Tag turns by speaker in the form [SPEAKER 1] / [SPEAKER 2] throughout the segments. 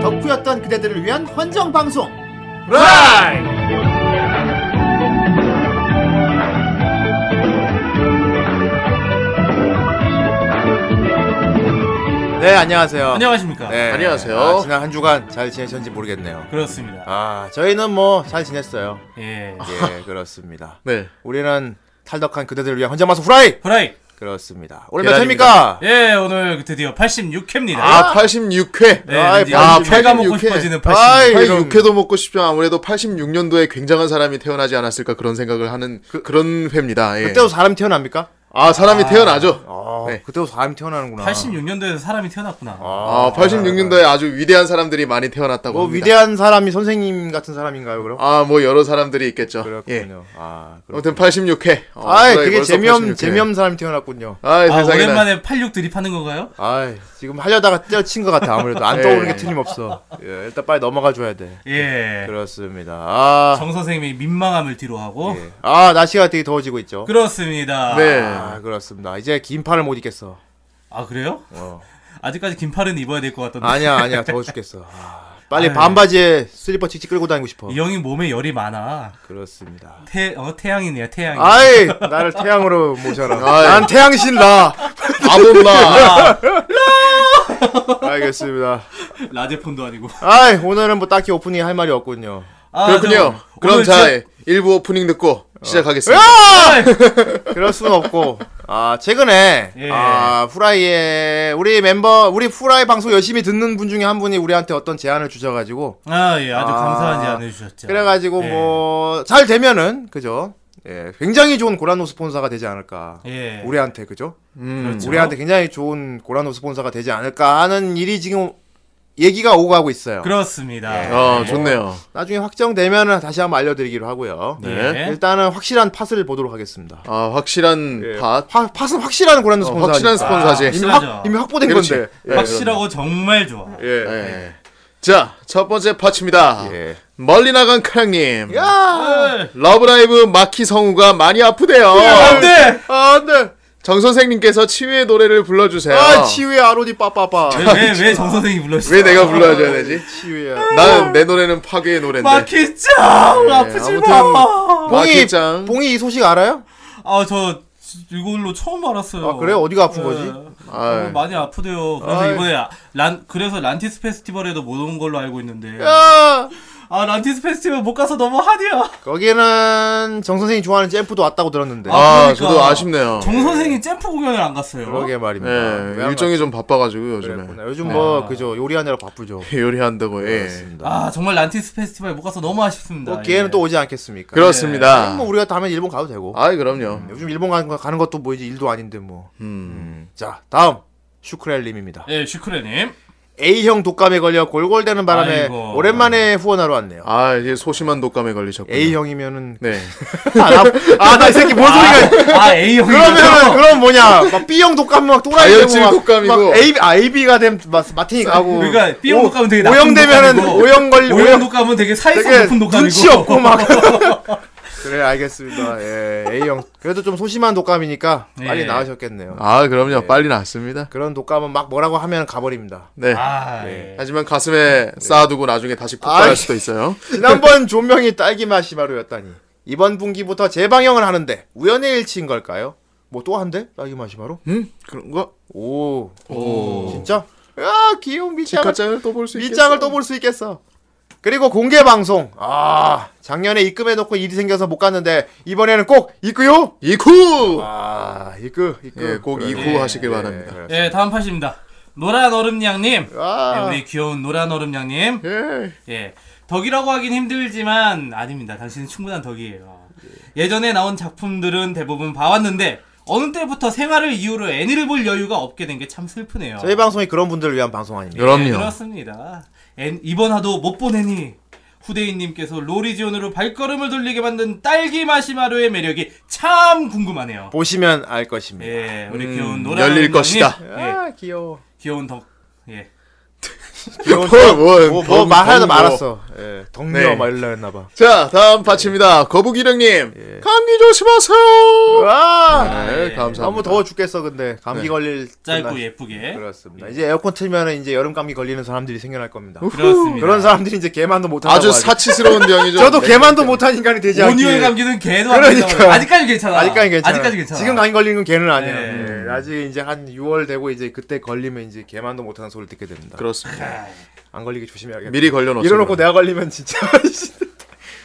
[SPEAKER 1] 덕후였던 그대들을 위한 헌정 방송.
[SPEAKER 2] 라이!
[SPEAKER 1] 네, 안녕하세요.
[SPEAKER 2] 안녕하십니까.
[SPEAKER 1] 네.
[SPEAKER 3] 안녕하세요.
[SPEAKER 1] 아, 지난 한 주간 잘 지내셨는지 모르겠네요.
[SPEAKER 2] 그렇습니다.
[SPEAKER 1] 아, 저희는 뭐 잘 지냈어요.
[SPEAKER 2] 예.
[SPEAKER 3] 아.
[SPEAKER 1] 예, 그렇습니다.
[SPEAKER 3] 네.
[SPEAKER 1] 우리는 탈덕한 그대들을 위한 헌정 방송 후라이.
[SPEAKER 2] 프라이.
[SPEAKER 1] 그렇습니다. 오늘 몇 회입니까?
[SPEAKER 3] 계란입니다.
[SPEAKER 2] 예, 오늘 드디어 86회입니다.
[SPEAKER 3] 아, 86회.
[SPEAKER 2] 네,
[SPEAKER 3] 아이,
[SPEAKER 2] 드디어
[SPEAKER 3] 아,
[SPEAKER 2] 회가 먹고
[SPEAKER 3] 86회.
[SPEAKER 2] 싶어지는 86회.
[SPEAKER 3] 아이,
[SPEAKER 1] 아이,
[SPEAKER 3] 이런-
[SPEAKER 1] 이런-
[SPEAKER 3] 86회도 먹고 싶지만 아무래도 86년도에 굉장한 사람이 태어나지 않았을까 그런 생각을 하는 그, 런 회입니다. 예.
[SPEAKER 1] 그때도 사람 태어납니까?
[SPEAKER 3] 아, 사람이 태어나죠.
[SPEAKER 1] 아,
[SPEAKER 3] 네.
[SPEAKER 1] 그때도 사람이 태어나는구나.
[SPEAKER 2] 86년도에서 사람이 태어났구나.
[SPEAKER 3] 아, 86년도에 아주 위대한 사람들이 많이 태어났다고
[SPEAKER 1] 뭐
[SPEAKER 3] 합니다.
[SPEAKER 1] 위대한 사람이 선생님 같은 사람인가요, 그럼?
[SPEAKER 3] 아, 뭐 여러 사람들이 있겠죠. 예.
[SPEAKER 1] 그렇군요. 아, 그렇...
[SPEAKER 3] 아무튼 86회. 어,
[SPEAKER 1] 아이,
[SPEAKER 3] 그래,
[SPEAKER 1] 되게
[SPEAKER 3] 벌써
[SPEAKER 1] 재미없
[SPEAKER 3] 86회.
[SPEAKER 1] 재미없는 사람이 태어났군요.
[SPEAKER 3] 아이,
[SPEAKER 2] 아,
[SPEAKER 3] 세상에.
[SPEAKER 2] 오랜만에 86 드립하는 건가요?
[SPEAKER 1] 아이, 지금 하려다가 떼어친 것 같아. 아무래도 안
[SPEAKER 3] 예.
[SPEAKER 1] 떠오르는 게 틀림없어. 예, 일단 빨리 넘어가 줘야 돼.
[SPEAKER 2] 예.
[SPEAKER 1] 그렇습니다. 아,
[SPEAKER 2] 정 선생님이 민망함을 뒤로하고.
[SPEAKER 1] 예. 아, 날씨가 되게 더워지고 있죠.
[SPEAKER 2] 그렇습니다.
[SPEAKER 3] 네.
[SPEAKER 1] 아, 그렇습니다. 이제 긴 팔을 못 입겠어.
[SPEAKER 2] 아, 그래요?
[SPEAKER 1] 어.
[SPEAKER 2] 아직까지 긴팔은 입어야 될 것 같던데.
[SPEAKER 1] 아니야, 아니야, 더워 죽겠어. 아, 빨리
[SPEAKER 2] 아유.
[SPEAKER 1] 반바지에 슬리퍼 찍찍 끌고 다니고 싶어.
[SPEAKER 2] 이 형이 몸에 열이 많아.
[SPEAKER 1] 그렇습니다.
[SPEAKER 2] 태, 어, 태양이네요, 태양이.
[SPEAKER 1] 아이, 나를 태양으로 모셔라.
[SPEAKER 2] 예.
[SPEAKER 3] 아이.
[SPEAKER 1] 난 태양신 라.
[SPEAKER 2] 아,
[SPEAKER 3] 아볼라.
[SPEAKER 1] 알겠습니다.
[SPEAKER 2] 라제폰도 아니고.
[SPEAKER 1] 아이, 오늘은 뭐 딱히 오프닝 할 말이 없군요.
[SPEAKER 2] 아,
[SPEAKER 3] 그렇군요.
[SPEAKER 2] 저
[SPEAKER 3] 그럼
[SPEAKER 2] 오늘
[SPEAKER 3] 자, 예,
[SPEAKER 2] 저-
[SPEAKER 3] 일부 오프닝 듣고 시작하겠습니다.
[SPEAKER 2] 아이,
[SPEAKER 1] 그럴 수는 없고. 아, 최근에,
[SPEAKER 2] 예.
[SPEAKER 1] 아, 후라이에, 우리 멤버, 우리 후라이 방송 열심히 듣는 분 중에 한 분이 우리한테 어떤 제안을 주셔가지고,
[SPEAKER 2] 아, 예, 아주
[SPEAKER 1] 아,
[SPEAKER 2] 감사한 제안을 주셨죠.
[SPEAKER 1] 그래가지고
[SPEAKER 2] 예.
[SPEAKER 1] 뭐, 잘 되면은, 그죠? 예, 굉장히 좋은 고라노 스폰서가 되지 않을까.
[SPEAKER 2] 예.
[SPEAKER 1] 우리한테, 그죠?
[SPEAKER 3] 음.
[SPEAKER 2] 그렇죠.
[SPEAKER 1] 우리한테 굉장히 좋은 고라노 스폰서가 되지 않을까 하는 일이 지금 얘기가 오고 가고 있어요. 예.
[SPEAKER 2] 그렇습니다.
[SPEAKER 3] 어, 좋네요.
[SPEAKER 1] 나중에 확정되면은 다시 한번 알려드리기로 하고요.
[SPEAKER 3] 네.
[SPEAKER 2] 예.
[SPEAKER 1] 일단은 확실한 팟을 보도록 하겠습니다.
[SPEAKER 3] 아, 확실한
[SPEAKER 1] 예.
[SPEAKER 3] 팟.
[SPEAKER 1] 파, 팟은 확실한 고라노
[SPEAKER 3] 어,
[SPEAKER 1] 스폰서.
[SPEAKER 3] 확실한
[SPEAKER 1] 아니까.
[SPEAKER 3] 스폰서지.
[SPEAKER 1] 이미,
[SPEAKER 2] 확실하죠.
[SPEAKER 1] 확, 이미 확보된
[SPEAKER 3] 그렇지.
[SPEAKER 1] 건데.
[SPEAKER 3] 예,
[SPEAKER 2] 확실하고 정말 좋아.
[SPEAKER 1] 예.
[SPEAKER 3] 그럼요. 예. 자, 첫 번째 파츠입니다.
[SPEAKER 1] 예.
[SPEAKER 3] 멀리 나간 카랑님.
[SPEAKER 1] 야!
[SPEAKER 3] 러브라이브 마키 성우가 많이 아프대요.
[SPEAKER 2] 안돼.
[SPEAKER 1] 아, 안 돼!
[SPEAKER 3] 정 선생님께서 치유의 노래를 불러주세요.
[SPEAKER 1] 아, 치유의 아로디 빠빠빠.
[SPEAKER 2] 왜왜정 선생이 불렀어?
[SPEAKER 3] 왜 내가 불러줘야 되지?
[SPEAKER 1] 치유야.
[SPEAKER 3] 나는 내 노래는 파괴의 노래인데.
[SPEAKER 2] 마키짱 아프지 마.
[SPEAKER 1] 봉이,
[SPEAKER 3] 마키짱.
[SPEAKER 1] 봉이 이 소식 알아요?
[SPEAKER 2] 아저 이걸로 처음 알았어요.
[SPEAKER 1] 아, 그래요? 어디가 아픈
[SPEAKER 2] 예.
[SPEAKER 1] 거지?
[SPEAKER 3] 아이.
[SPEAKER 2] 어, 많이 아프대요. 그래서
[SPEAKER 1] 아이.
[SPEAKER 2] 이번에 란 그래서 란티스 페스티벌에도 못 온 걸로 알고 있는데.
[SPEAKER 1] 예. 야!
[SPEAKER 2] 아 란티스 페스티벌 못 가서 너무 한이야.
[SPEAKER 1] 어, 거기는 정선생이 좋아하는 잼프도 왔다고 들었는데.
[SPEAKER 3] 아, 저도 아쉽네요.
[SPEAKER 2] 정 선생이 잼프 공연을 안 갔어요.
[SPEAKER 1] 그러게 말입니다.
[SPEAKER 3] 예,
[SPEAKER 1] 아, 왜안
[SPEAKER 3] 일정이 좀 바빠가지고 요즘에.
[SPEAKER 1] 그랬구나. 요즘 뭐,
[SPEAKER 2] 아.
[SPEAKER 1] 그죠. 요리하느라 바쁘죠.
[SPEAKER 3] 요리한다고, 예.
[SPEAKER 1] 그렇습니다.
[SPEAKER 2] 아 정말 란티스 페스티벌 못 가서 너무 아쉽습니다.
[SPEAKER 1] 또 어, 기회는
[SPEAKER 2] 예.
[SPEAKER 1] 또 오지 않겠습니까?
[SPEAKER 3] 그렇습니다.
[SPEAKER 1] 뭐 우리가 다음에 일본 가도 되고.
[SPEAKER 3] 아이, 그럼요.
[SPEAKER 1] 요즘 일본 가는, 거- 가는 것도 뭐 이제 일도 아닌데 뭐.
[SPEAKER 3] 음.
[SPEAKER 1] 자, 다음 슈크렐님입니다.
[SPEAKER 2] 예 슈크레님.
[SPEAKER 1] A형 독감에 걸려 골골대는 바람에
[SPEAKER 2] 아이고.
[SPEAKER 1] 오랜만에 후원하러 왔네요.
[SPEAKER 3] 아, 이제 소심한 독감에 걸리셨군요.
[SPEAKER 1] A형이면은
[SPEAKER 3] 네.
[SPEAKER 1] 아나 이 새끼 뭔 소리가
[SPEAKER 2] 아 A 형.
[SPEAKER 1] 그러면 그럼 뭐냐 막 B형 독감 막 또라이
[SPEAKER 3] 자연질
[SPEAKER 1] 되고 막-
[SPEAKER 3] 독감이고.
[SPEAKER 1] 막 A 아 AB가 되면 막 마틴이 가고
[SPEAKER 2] 그러니까 B형
[SPEAKER 1] 오-
[SPEAKER 2] 독감은 되게 나쁜
[SPEAKER 1] O형 되면은
[SPEAKER 2] 독감이고
[SPEAKER 1] O형 걸리
[SPEAKER 2] 오형
[SPEAKER 1] O형
[SPEAKER 2] 독감은 되게 사회성
[SPEAKER 1] 되게
[SPEAKER 2] 높은 독감이고
[SPEAKER 1] 눈치 없고 막 그래 알겠습니다 예 A형 그래도 좀 소심한 독감이니까 빨리
[SPEAKER 2] 예.
[SPEAKER 1] 나으셨겠네요
[SPEAKER 3] 아, 그럼요. 빨리 났습니다.
[SPEAKER 1] 그런 독감은 막 뭐라고 하면 가버립니다
[SPEAKER 3] 네.
[SPEAKER 2] 아,
[SPEAKER 1] 예.
[SPEAKER 3] 하지만 가슴에 쌓아두고 나중에 다시 폭발할
[SPEAKER 1] 아이.
[SPEAKER 3] 수도 있어요.
[SPEAKER 1] 지난번 조명이 딸기 마시마로였다니 이번 분기부터 재방영을 하는데 우연의 일치인 걸까요? 뭐 또 한대 딸기 마시마로?
[SPEAKER 3] 음? 그런가?
[SPEAKER 1] 오
[SPEAKER 3] 오.
[SPEAKER 1] 진짜? 아 귀여운 밑장을
[SPEAKER 3] 직화장을 또 볼 수 있겠어.
[SPEAKER 1] 밑장을 또 볼 수 있겠어. 그리고 공개 방송. 아 작년에 입금해놓고 일이 생겨서 못 갔는데 이번에는 꼭 입구요.
[SPEAKER 3] 이쿠!
[SPEAKER 1] 아 입구 입구
[SPEAKER 3] 예, 꼭 이쿠
[SPEAKER 2] 예,
[SPEAKER 3] 하시길 바랍니다.
[SPEAKER 1] 그래.
[SPEAKER 2] 예, 다음 파입니다 노란 얼음냥님. 예,
[SPEAKER 1] 네. 아
[SPEAKER 2] 우리 귀여운 노란 얼음냥님.
[SPEAKER 3] 예.
[SPEAKER 2] 예. 덕이라고 하긴 힘들지만 아닙니다. 당신은 충분한 덕이에요. 예전에 나온 작품들은 대부분 봐왔는데 어느 때부터 생활을 이유로 애니를 볼 여유가 없게 된 게 참 슬프네요.
[SPEAKER 1] 저희 방송이 그런 분들을 위한 방송 아닙니까?
[SPEAKER 2] 네,
[SPEAKER 3] 그럼요.
[SPEAKER 2] 그렇습니다. 엔- 이번 화도 못 보내니 후대인님께서 로리지온으로 발걸음을 돌리게 만든 딸기 마시마루의 매력이 참 궁금하네요.
[SPEAKER 1] 보시면 알 것입니다.
[SPEAKER 2] 예, 우리
[SPEAKER 3] 음,
[SPEAKER 2] 귀여운 노란
[SPEAKER 3] 열릴
[SPEAKER 2] 언니.
[SPEAKER 3] 것이다.
[SPEAKER 2] 예,
[SPEAKER 1] 아 귀여워.
[SPEAKER 2] 귀여운 덕. 예.
[SPEAKER 3] 뭐, 뭐,
[SPEAKER 1] 뭐,
[SPEAKER 3] 뭐,
[SPEAKER 1] 뭐 말하다
[SPEAKER 3] 뭐.
[SPEAKER 1] 말았어. 예, 덕녀
[SPEAKER 3] 네.
[SPEAKER 1] 막 이러려 했나봐.
[SPEAKER 3] 자, 다음
[SPEAKER 1] 예.
[SPEAKER 3] 파츠입니다. 거북이령님, 감기 조심하세요.
[SPEAKER 1] 와,
[SPEAKER 3] 아, 네,
[SPEAKER 2] 예.
[SPEAKER 3] 감사합니다.
[SPEAKER 1] 너무 아, 더워 죽겠어 근데 감기
[SPEAKER 3] 네.
[SPEAKER 1] 걸릴
[SPEAKER 2] 짧고
[SPEAKER 1] 때나-
[SPEAKER 2] 예쁘게.
[SPEAKER 1] 그렇습니다. 이제 에어컨 틀면은 이제 여름 감기 걸리는 사람들이 생겨날 겁니다.
[SPEAKER 2] 그렇습니다.
[SPEAKER 1] 그런 사람들이 이제 개만도 못한다고
[SPEAKER 3] 아주
[SPEAKER 1] 하죠.
[SPEAKER 3] 사치스러운 병이죠.
[SPEAKER 1] 저도
[SPEAKER 3] 네.
[SPEAKER 1] 개만도 못한 인간이 되지 않기.
[SPEAKER 2] 온유의 감기는 개도 안
[SPEAKER 1] 그러니까요.
[SPEAKER 2] 된다고. 아직까지 괜찮아.
[SPEAKER 1] 아직까지 괜찮아.
[SPEAKER 2] 아직까지 괜찮아.
[SPEAKER 1] 지금 감기 걸리는 건 개는 아니야.
[SPEAKER 2] 네.
[SPEAKER 1] 예, 아직 이제 한 6월 되고 이제 그때 걸리면 이제 개만도 못하는 소리를 듣게 됩니다.
[SPEAKER 3] 그렇습니다.
[SPEAKER 2] 아,
[SPEAKER 1] 안 걸리게 조심해야겠다.
[SPEAKER 3] 미리 걸려놓죠.
[SPEAKER 1] 이러놓고 내가 걸리면 진짜.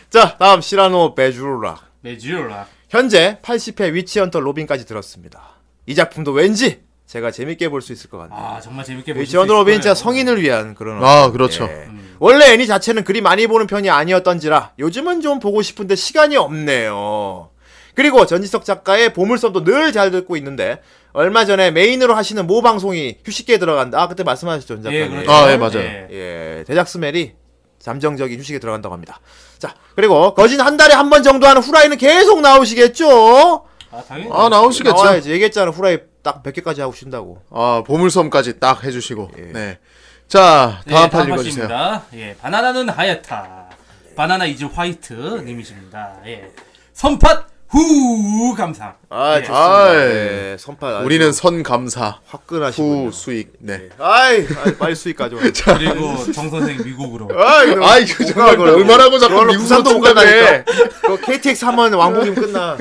[SPEAKER 1] 자, 다음 시라노 베주라.
[SPEAKER 2] 메주라.
[SPEAKER 1] 현재 80회 위치헌터 로빈까지 들었습니다. 이 작품도 왠지 제가 재밌게 볼 수 있을 것 같네요.
[SPEAKER 2] 아 정말 재밌게 보실 수
[SPEAKER 1] 위치헌터 로빈
[SPEAKER 2] 있을
[SPEAKER 1] 진짜
[SPEAKER 2] 거예요.
[SPEAKER 1] 성인을 위한 그런.
[SPEAKER 3] 아, 그렇죠.
[SPEAKER 1] 예. 원래 애니 자체는 그리 많이 보는 편이 아니었던지라 요즘은 좀 보고 싶은데 시간이 없네요. 그리고 전지석 작가의 보물섬도 늘 잘 듣고 있는데 얼마 전에 메인으로 하시는 모 방송이 휴식기에 들어간다. 아 그때 말씀하셨죠, 전 작가님.
[SPEAKER 2] 예, 그렇죠.
[SPEAKER 3] 아, 예, 맞아요.
[SPEAKER 1] 예, 대작 스멜이 잠정적인 휴식에 들어간다고 합니다. 자, 그리고 거진 한 달에 한 번 정도 하는 후라이는 계속 나오시겠죠?
[SPEAKER 2] 아 당연히.
[SPEAKER 3] 아, 나오시겠죠.
[SPEAKER 1] 나와야지. 얘기했잖아, 후라이 딱 100개까지 하고 쉰다고.
[SPEAKER 3] 아, 보물섬까지 딱 해주시고.
[SPEAKER 1] 예.
[SPEAKER 3] 네. 자, 다음
[SPEAKER 2] 예,
[SPEAKER 3] 판 읽어주세요.
[SPEAKER 2] 파트입니다. 예, 바나나는 하얗다. 바나나 이즈 화이트 님이십니다. 예. 선팟 후 감상.
[SPEAKER 1] 아,
[SPEAKER 2] 예.
[SPEAKER 1] 좋습니다.
[SPEAKER 3] 아,
[SPEAKER 1] 예, 선파. 아주
[SPEAKER 3] 우리는 선 감사,
[SPEAKER 1] 화끈하시군요. 예.
[SPEAKER 3] 후 수익. 네.
[SPEAKER 1] 아이, 아이, 빨리 수익 가져와. 아.
[SPEAKER 2] 그리고 정 선생 미국으로.
[SPEAKER 1] 아이,
[SPEAKER 3] 아, 이거 정말 얼마라고 자꾸
[SPEAKER 1] 그걸로
[SPEAKER 3] 미국으로
[SPEAKER 1] 부산도 못
[SPEAKER 3] 통과해.
[SPEAKER 1] 간다니까. 그 KTX 하면
[SPEAKER 3] 아.
[SPEAKER 1] 왕복이면 끝나.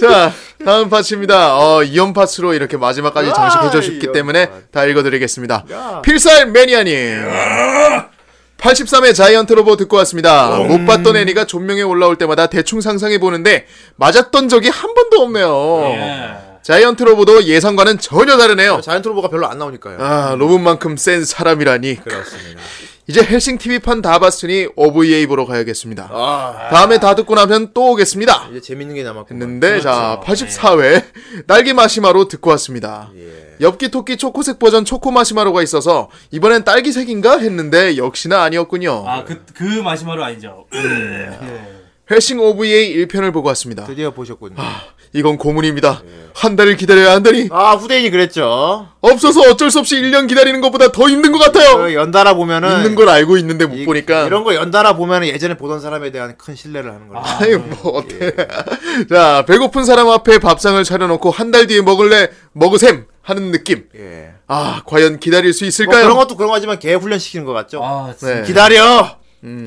[SPEAKER 3] 자, 다음 파츠입니다. 어, 이연 파츠로 이렇게 마지막까지
[SPEAKER 1] 아,
[SPEAKER 3] 장식해주셨기
[SPEAKER 1] 이연
[SPEAKER 3] 때문에
[SPEAKER 1] 파츠.
[SPEAKER 3] 다 읽어드리겠습니다.
[SPEAKER 1] 야.
[SPEAKER 3] 필살 매니아님. 83회 자이언트 로보 듣고 왔습니다.
[SPEAKER 1] 음.
[SPEAKER 3] 못 봤던 애니가 존명에 올라올 때마다 대충 상상해보는데 맞았던 적이 한 번도
[SPEAKER 1] 어.
[SPEAKER 3] 없네요.
[SPEAKER 2] 예.
[SPEAKER 3] 자이언트 로보도 예상과는 전혀 다르네요.
[SPEAKER 1] 자이언트 로보가 별로 안 나오니까요.
[SPEAKER 3] 아, 로봇만큼 센 사람이라니.
[SPEAKER 1] 그렇습니다.
[SPEAKER 3] 이제 헬싱 TV판 다 봤으니 OVA 보러 가야겠습니다.
[SPEAKER 1] 아,
[SPEAKER 3] 다음에 다 듣고 나면 또 오겠습니다.
[SPEAKER 1] 이제 재밌는 게 남았구만.
[SPEAKER 3] 했는데 자
[SPEAKER 2] 그렇죠.
[SPEAKER 3] 84회
[SPEAKER 1] 네.
[SPEAKER 3] 날개 마시마로 듣고 왔습니다.
[SPEAKER 1] 예.
[SPEAKER 3] 엽기 토끼 초코색 버전 초코 마시마로가 있어서 이번엔 딸기색인가 했는데 역시나 아니었군요.
[SPEAKER 2] 아, 그, 그 마시마로 아니죠. 예.
[SPEAKER 3] 헬싱 OVA 1편을 보고 왔습니다.
[SPEAKER 1] 드디어 보셨군요.
[SPEAKER 3] 아. 이건 고문입니다. 한 달을 기다려야 한다니
[SPEAKER 1] 예. 아, 후대인이 그랬죠.
[SPEAKER 3] 없어서 어쩔 수 없이 1년 기다리는 것보다 더 힘든 것 같아요.
[SPEAKER 1] 그 연달아 보면은
[SPEAKER 3] 있는 걸 알고 있는데 못
[SPEAKER 1] 이-
[SPEAKER 3] 보니까
[SPEAKER 1] 이런 거 연달아 보면은 예전에 보던 사람에 대한 큰 신뢰를 하는 거예요.
[SPEAKER 2] 아,
[SPEAKER 3] 아니 뭐 어때? 자 배고픈 사람 앞에 밥상을 차려놓고 한 달 뒤에 먹을래 먹으셈 하는 느낌.
[SPEAKER 1] 예.
[SPEAKER 3] 아 과연 기다릴 수
[SPEAKER 1] 뭐
[SPEAKER 3] 있을까요?
[SPEAKER 1] 그런 것도 그런 거지만 개 훈련 시키는 것 같죠.
[SPEAKER 2] 아, 진짜.
[SPEAKER 3] 네.
[SPEAKER 1] 기다려.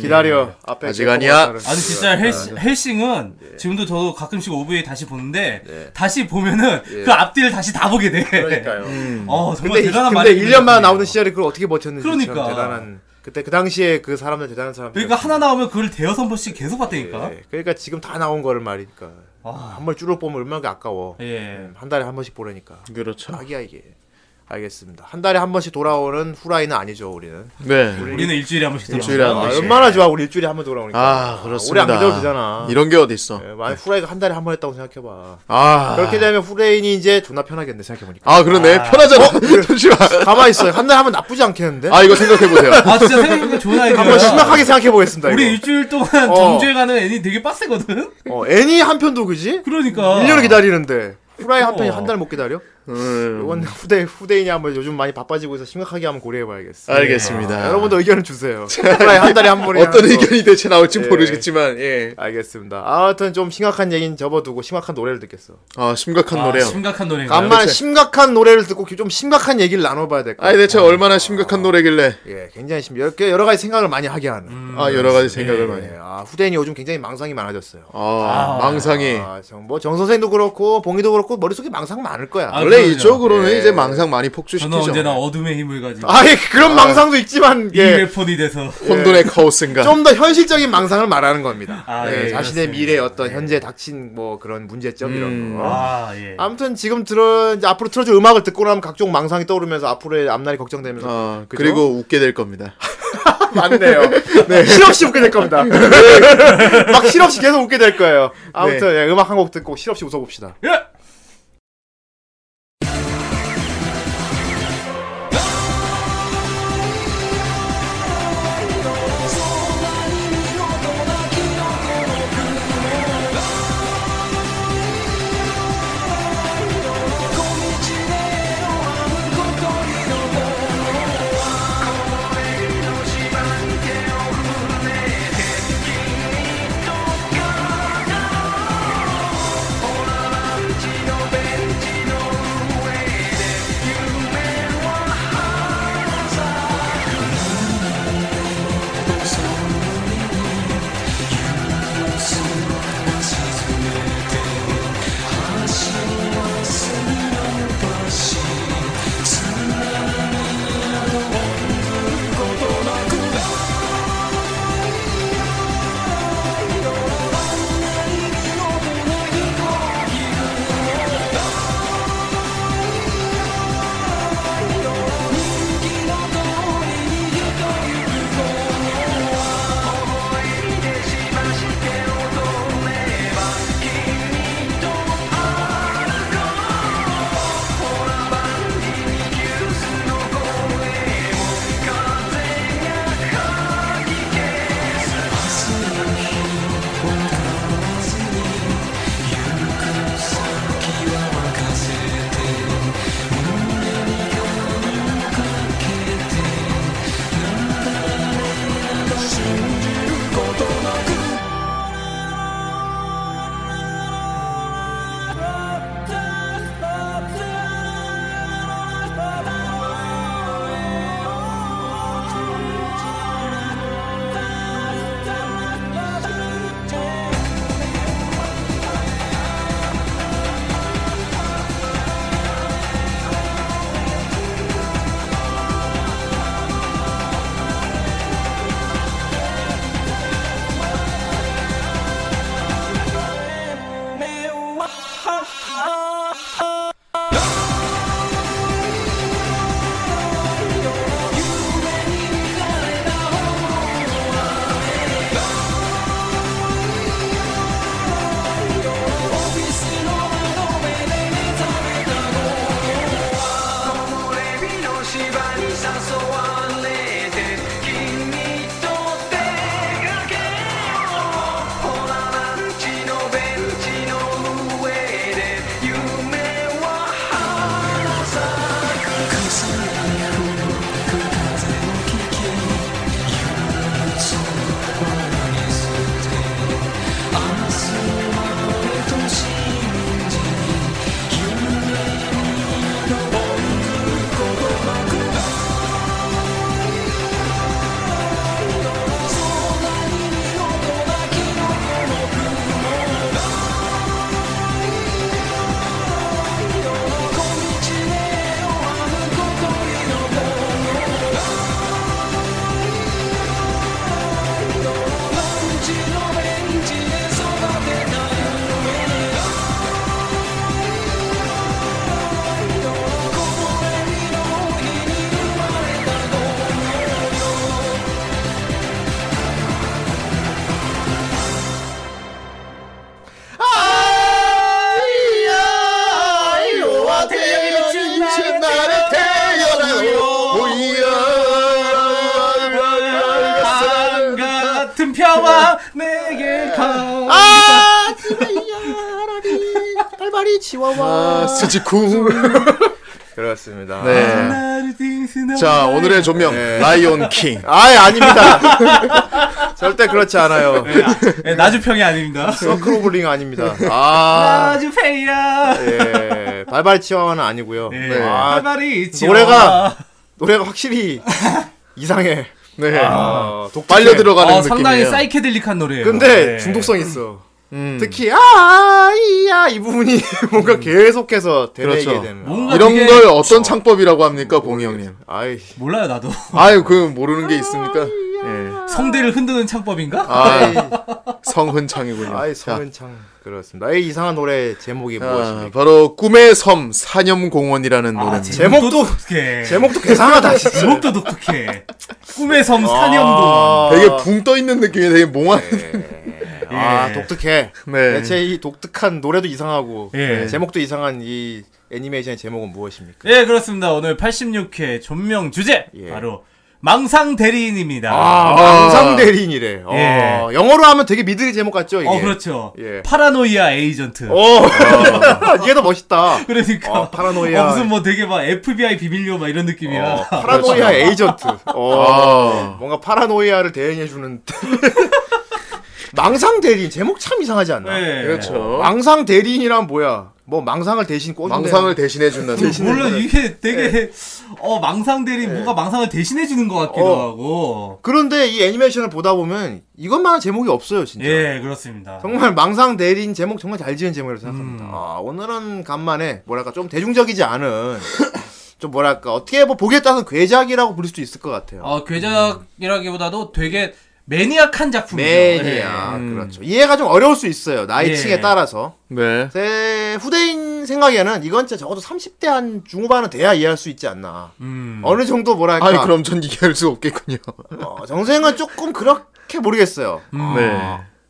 [SPEAKER 1] 기다려. 앞에
[SPEAKER 3] 음. 아직
[SPEAKER 1] 개
[SPEAKER 3] 아니야.
[SPEAKER 1] 뽑아서
[SPEAKER 2] 아니 진짜
[SPEAKER 1] 네.
[SPEAKER 2] 헬시, 헬싱은 지금도 저도 가끔씩 오브에 다시 보는데 다시 보면은 그 앞뒤를 다시 다 보게 돼.
[SPEAKER 1] 네. 그러니까요.
[SPEAKER 3] 음.
[SPEAKER 2] 어 정말
[SPEAKER 1] 근데, 이-
[SPEAKER 2] 대단한
[SPEAKER 1] 근데
[SPEAKER 2] 말이.
[SPEAKER 1] 1년만 나오는 시절에 그걸 어떻게 버텼는지
[SPEAKER 2] 그러니까.
[SPEAKER 1] 참 대단한 그때 그 당시에 그 사람들 대단한 사람들.
[SPEAKER 2] 그러니까 하나 나오면 그걸 대여섯 번씩 계속 봤다니까.
[SPEAKER 1] 예. 그러니까 지금 다 나온 거를 말이니까.
[SPEAKER 2] 아.
[SPEAKER 1] 한 번 줄을 뽑으면 얼마나 아까워.
[SPEAKER 2] 예.
[SPEAKER 1] 음, 한 달에 한 번씩 보라니까.
[SPEAKER 3] 그렇죠.
[SPEAKER 1] 악이야 이게. 알겠습니다. 한 달에 한 번씩 돌아오는 후라이는 아니죠 우리는.
[SPEAKER 3] 네.
[SPEAKER 2] 우리는 일주일에 한 번씩 들어.
[SPEAKER 3] 일주일에 한
[SPEAKER 1] 아,
[SPEAKER 3] 번씩.
[SPEAKER 1] 얼마나 좋아 우리 일주일에 한 번 그러니까. 돌아오니까.
[SPEAKER 3] 아 그렇습니다.
[SPEAKER 1] 우리 안 믿어도 되잖아.
[SPEAKER 3] 이런 게 어디 있어?
[SPEAKER 1] 예, 만약 후라이가 한 달에 한 번 했다고 생각해봐.
[SPEAKER 3] 아
[SPEAKER 1] 그렇게 되면 후레인이 이제 존나 편하겠네 생각해보니까.
[SPEAKER 3] 아 그러네 편하잖아.
[SPEAKER 1] 어?
[SPEAKER 3] 잠시만.
[SPEAKER 1] 가만 있어요. 한 달 하면 나쁘지 않겠는데.
[SPEAKER 3] 아 이거 생각해 보세요.
[SPEAKER 2] 아 진짜 생각해보니까 좋은 아이디어야.
[SPEAKER 1] 한번 심각하게 생각해보겠습니다.
[SPEAKER 2] 우리
[SPEAKER 1] 이거.
[SPEAKER 2] 일주일 동안
[SPEAKER 1] 어.
[SPEAKER 2] 정주행하는 애니 되게 빡세거든.
[SPEAKER 1] 어, 애니 한 편도 그지?
[SPEAKER 2] 그러니까.
[SPEAKER 1] 1년을 기다리는데 후라이 한 편이
[SPEAKER 2] 어.
[SPEAKER 1] 한 달 못 기다려?
[SPEAKER 3] 음,
[SPEAKER 1] 이건 후대 후대인이 한번 요즘 많이 바빠지고 있어 심각하게 한번 고려해봐야겠어.
[SPEAKER 3] 알겠습니다.
[SPEAKER 1] 네. 아, 여러분도 의견을 주세요. 후라이 한 달에 한 번이
[SPEAKER 3] 어떤 의견이 대체 나올지
[SPEAKER 1] 예.
[SPEAKER 3] 모르겠지만 예.
[SPEAKER 1] 알겠습니다. 아무튼 좀 심각한 얘기는 접어두고 심각한 노래를 듣겠어.
[SPEAKER 3] 아 심각한
[SPEAKER 2] 아,
[SPEAKER 3] 노래요.
[SPEAKER 2] 심각한 노래인가.
[SPEAKER 1] 간만에 심각한 노래를 듣고 좀 심각한 얘기를 나눠봐야 될 것
[SPEAKER 3] 아니
[SPEAKER 1] 같아요.
[SPEAKER 3] 대체 얼마나 심각한 노래길래
[SPEAKER 1] 예, 굉장히 심 여러, 여러 가지 생각을 많이 하게 하는.
[SPEAKER 3] 아 여러 가지 생각을
[SPEAKER 2] 예.
[SPEAKER 3] 많이. 해.
[SPEAKER 1] 예, 아, 후대인이 요즘 굉장히 망상이 많아졌어요.
[SPEAKER 3] 아,
[SPEAKER 2] 아.
[SPEAKER 3] 망상이
[SPEAKER 1] 아, 정, 뭐, 정 선생도 그렇고, 봉이도 그렇고, 머릿속에 망상 많을 거야.
[SPEAKER 2] 아,
[SPEAKER 1] 아,
[SPEAKER 3] 원래
[SPEAKER 2] 그럼요.
[SPEAKER 3] 이쪽으로는
[SPEAKER 1] 예.
[SPEAKER 3] 이제 망상 많이
[SPEAKER 2] 저는
[SPEAKER 3] 폭주시키죠.
[SPEAKER 2] 언제나 어둠의 힘을 가지고
[SPEAKER 1] 예, 그런 망상도 있지만, 예,
[SPEAKER 2] 이메폰이 돼서.
[SPEAKER 3] 혼돈의 카오스인가.
[SPEAKER 1] 좀 더 현실적인 망상을 말하는 겁니다.
[SPEAKER 2] 아,
[SPEAKER 1] 예,
[SPEAKER 2] 예,
[SPEAKER 1] 자신의
[SPEAKER 2] 그렇습니다.
[SPEAKER 1] 미래의 어떤 현재 닥친 뭐 그런 문제점 이런 거.
[SPEAKER 2] 아 예.
[SPEAKER 1] 아무튼 지금 들어 이제 앞으로 틀어줄 음악을 듣고 나면 각종 망상이 떠오르면서 앞으로의 앞날이 걱정되면서
[SPEAKER 3] 아
[SPEAKER 1] 그죠?
[SPEAKER 3] 그리고 웃게 될 겁니다.
[SPEAKER 1] 맞네요. 실없이 웃게 될 겁니다. 막 실없이 계속 웃게 될 거예요. 아무튼 예, 음악 한 곡 듣고 실없이 웃어봅시다.
[SPEAKER 2] 예.
[SPEAKER 4] 「君の声が聞こえる」誘われて君と出かけようほらランチのベンチの上で夢は花咲
[SPEAKER 3] 아이야 태어진 나를 태어나요
[SPEAKER 2] 밤 예,
[SPEAKER 3] 이야
[SPEAKER 2] 같은 평화 내게 가.
[SPEAKER 1] 아, 지배야, 하라리, 갈바리, 치와와.
[SPEAKER 3] 아 스지쿵
[SPEAKER 1] 그렇습니다.
[SPEAKER 3] 네.
[SPEAKER 2] 아, 나를 띵스나
[SPEAKER 3] 자 오늘의 조명
[SPEAKER 1] 네.
[SPEAKER 3] 라이온 킹
[SPEAKER 1] 아이, 아닙니다. 절대 그렇지 않아요.
[SPEAKER 2] 네, 나주평이 아닙니다.
[SPEAKER 1] 서크로블링 아닙니다. 아,
[SPEAKER 2] 나주평이야.
[SPEAKER 1] 예. 발발 치와와는 아니고요.
[SPEAKER 2] 네.
[SPEAKER 1] 아,
[SPEAKER 2] 발발이 있지.
[SPEAKER 1] 노래가 노래가 확실히 이상해.
[SPEAKER 3] 네
[SPEAKER 1] 어, 독특해.
[SPEAKER 3] 빨려 들어가는
[SPEAKER 2] 어,
[SPEAKER 3] 느낌이에요
[SPEAKER 2] 상당히 사이케델릭한 노래예요.
[SPEAKER 1] 근데
[SPEAKER 2] 네.
[SPEAKER 1] 중독성 있어.
[SPEAKER 3] 음.
[SPEAKER 1] 특히 아, 아이야 이 부분이 뭔가 계속해서 되뇌게
[SPEAKER 3] 그렇죠.
[SPEAKER 1] 되는.
[SPEAKER 2] 뭔가
[SPEAKER 3] 이런
[SPEAKER 2] 되게-
[SPEAKER 3] 걸 어떤 창법이라고 합니까 봉이 형님
[SPEAKER 1] 아이. 그러니까 네.
[SPEAKER 2] 몰라요 나도
[SPEAKER 3] 아유 그 모르는 게 있습니까 예.
[SPEAKER 2] 성대를 흔드는 창법인가?
[SPEAKER 3] 아이 성흔창이군요
[SPEAKER 1] 아이
[SPEAKER 3] 자,
[SPEAKER 1] 성은창 그렇습니다. 이 이상한 노래 제목이
[SPEAKER 3] 아,
[SPEAKER 1] 무엇입니까? 아,
[SPEAKER 3] 바로 꿈의 섬 사념공원이라는 노래입니다
[SPEAKER 1] 제목도-
[SPEAKER 2] 아, 독특해.
[SPEAKER 1] 제목도 괴상하다 진짜.
[SPEAKER 2] 제목도 독특해. 꿈의 섬 사념도.
[SPEAKER 3] 되게 붕 떠 있는 느낌이 되게 몽환.
[SPEAKER 1] 아, 아
[SPEAKER 2] 아, 예.
[SPEAKER 1] 독특해.
[SPEAKER 3] 네.
[SPEAKER 1] 대체 이 독특한 노래도 이상하고 네,
[SPEAKER 2] 예.
[SPEAKER 1] 제목도 이상한 이 애니메이션의 제목은 무엇입니까?
[SPEAKER 2] 예 그렇습니다. 오늘 86회 존명 주제
[SPEAKER 1] 예.
[SPEAKER 2] 바로 망상 대리인입니다.
[SPEAKER 1] 아, 망상 대리인이래. 어,
[SPEAKER 2] 예.
[SPEAKER 1] 영어로 하면 되게 미드리 제목 같죠 이게.
[SPEAKER 2] 어 그렇죠.
[SPEAKER 1] 예.
[SPEAKER 2] 파라노이아 에이전트.
[SPEAKER 1] 오, 이게 더 멋있다.
[SPEAKER 2] 그러니까
[SPEAKER 1] 어, 파라노이아.
[SPEAKER 2] 어, 무슨 뭐 되게 막 FBI 비밀요 막 이런 느낌이야.
[SPEAKER 1] 어, 파라노이아 에이전트. 어,
[SPEAKER 3] 그렇죠. 아.
[SPEAKER 1] 뭔가 파라노이아를 대행해주는. 망상 대리인 제목 참 이상하지 않나?
[SPEAKER 2] 네.
[SPEAKER 3] 그렇죠.
[SPEAKER 1] 망상 대리인이란 뭐야? 뭐 망상을 대신 꽂는.
[SPEAKER 3] 망상을 대신해 준다는.
[SPEAKER 1] 대신-
[SPEAKER 2] 그 물론 이게 되게
[SPEAKER 1] 예.
[SPEAKER 2] 어 망상 대리 뭔가 망상을 대신해 주는 것 같기도
[SPEAKER 1] 어.
[SPEAKER 2] 하고.
[SPEAKER 1] 그런데 이 애니메이션을 보다 보면 이것만한 제목이 없어요 진짜.
[SPEAKER 2] 예 그렇습니다.
[SPEAKER 1] 정말 망상 대리인 제목 정말 잘 지은 제목이라고 생각합니다.
[SPEAKER 2] 음.
[SPEAKER 1] 아, 오늘은 간만에 뭐랄까 좀 대중적이지 않은 좀 뭐랄까 어떻게 뭐 보기에 따라서 괴작이라고 부를 수도 있을 것 같아요.
[SPEAKER 2] 어 괴작이라기보다도 되게 매니악한 작품이죠.
[SPEAKER 1] 매니아
[SPEAKER 3] 네.
[SPEAKER 1] 그렇죠. 이해가 좀 어려울 수 있어요 나이층에
[SPEAKER 2] 예.
[SPEAKER 1] 따라서.
[SPEAKER 3] 네.
[SPEAKER 1] 제 후대인 생각에는 이건 진짜 적어도 30대 한 중후반은 돼야 이해할 수 있지 않나.
[SPEAKER 2] 음.
[SPEAKER 1] 어느 정도 뭐랄까.
[SPEAKER 3] 아니 그럼 전 이해할 수 없겠군요.
[SPEAKER 1] 어, 정생은 조금 그렇게 모르겠어요.
[SPEAKER 2] 음.
[SPEAKER 3] 네.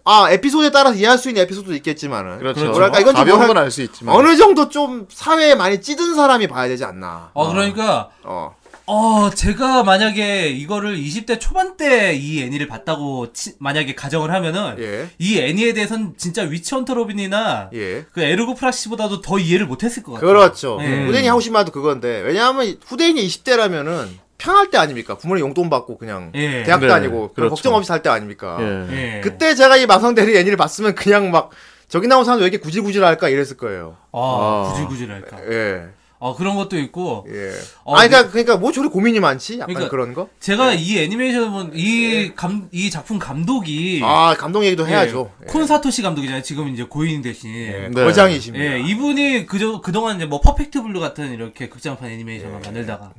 [SPEAKER 1] 아 에피소드에 따라서 이해할 수 있는 에피소드도 있겠지만은
[SPEAKER 3] 그렇죠.
[SPEAKER 2] 그렇죠.
[SPEAKER 1] 뭐랄까, 이건 좀
[SPEAKER 3] 가벼운
[SPEAKER 1] 뭐랄-
[SPEAKER 3] 건 알 수 있지만.
[SPEAKER 1] 어느 정도 좀 사회에 많이 찌든 사람이 봐야 되지 않나.
[SPEAKER 2] 어 그러니까
[SPEAKER 1] 어.
[SPEAKER 2] 어 제가 만약에 이거를 20대 초반 때 이 애니를 봤다고 치- 만약에 가정을 하면은
[SPEAKER 1] 예.
[SPEAKER 2] 이 애니에 대해서는 진짜 위치 헌터 로빈이나
[SPEAKER 1] 예.
[SPEAKER 2] 그 에르고 프락시보다도 더 이해를 못했을 것 같아요.
[SPEAKER 1] 그렇죠.
[SPEAKER 2] 예.
[SPEAKER 1] 후대인이 하고 싶은 말도 그건데 왜냐하면 후대인이 20대라면은 편할 때 아닙니까? 부모님 용돈 받고 그냥
[SPEAKER 2] 예.
[SPEAKER 1] 대학도
[SPEAKER 3] 네,
[SPEAKER 1] 아니고 그런
[SPEAKER 3] 그렇죠.
[SPEAKER 1] 걱정 없이 살 때 아닙니까?
[SPEAKER 3] 예.
[SPEAKER 2] 예.
[SPEAKER 1] 그때 제가 이 마성대리 애니를 봤으면 그냥 막 저기 나온 사람 왜 이렇게 구질구질할까
[SPEAKER 2] 네.
[SPEAKER 1] 이랬을 거예요.
[SPEAKER 2] 아,
[SPEAKER 3] 아.
[SPEAKER 2] 구질구질할까.
[SPEAKER 1] 예.
[SPEAKER 2] 아 그런 것도 있고
[SPEAKER 1] 어. 예.
[SPEAKER 2] 어,
[SPEAKER 1] 아니 그러니까 그러니까 뭐 저리 고민이 많지? 약간
[SPEAKER 2] 그러니까-
[SPEAKER 1] 그런 거?
[SPEAKER 2] 제가 이 애니메이션은 이감이 작품 감독이
[SPEAKER 1] 예. 아, 감동 얘기도 해야죠.
[SPEAKER 2] 예, 콘사토시 감독이잖아요. 지금 이제 고인 대신.
[SPEAKER 1] 예.
[SPEAKER 2] 예.
[SPEAKER 3] 네.
[SPEAKER 1] 거장이십니다.
[SPEAKER 2] 이분이 그저 그동안 이제 뭐 퍼펙트 블루 같은 이렇게 극장판 애니메이션만 만들다가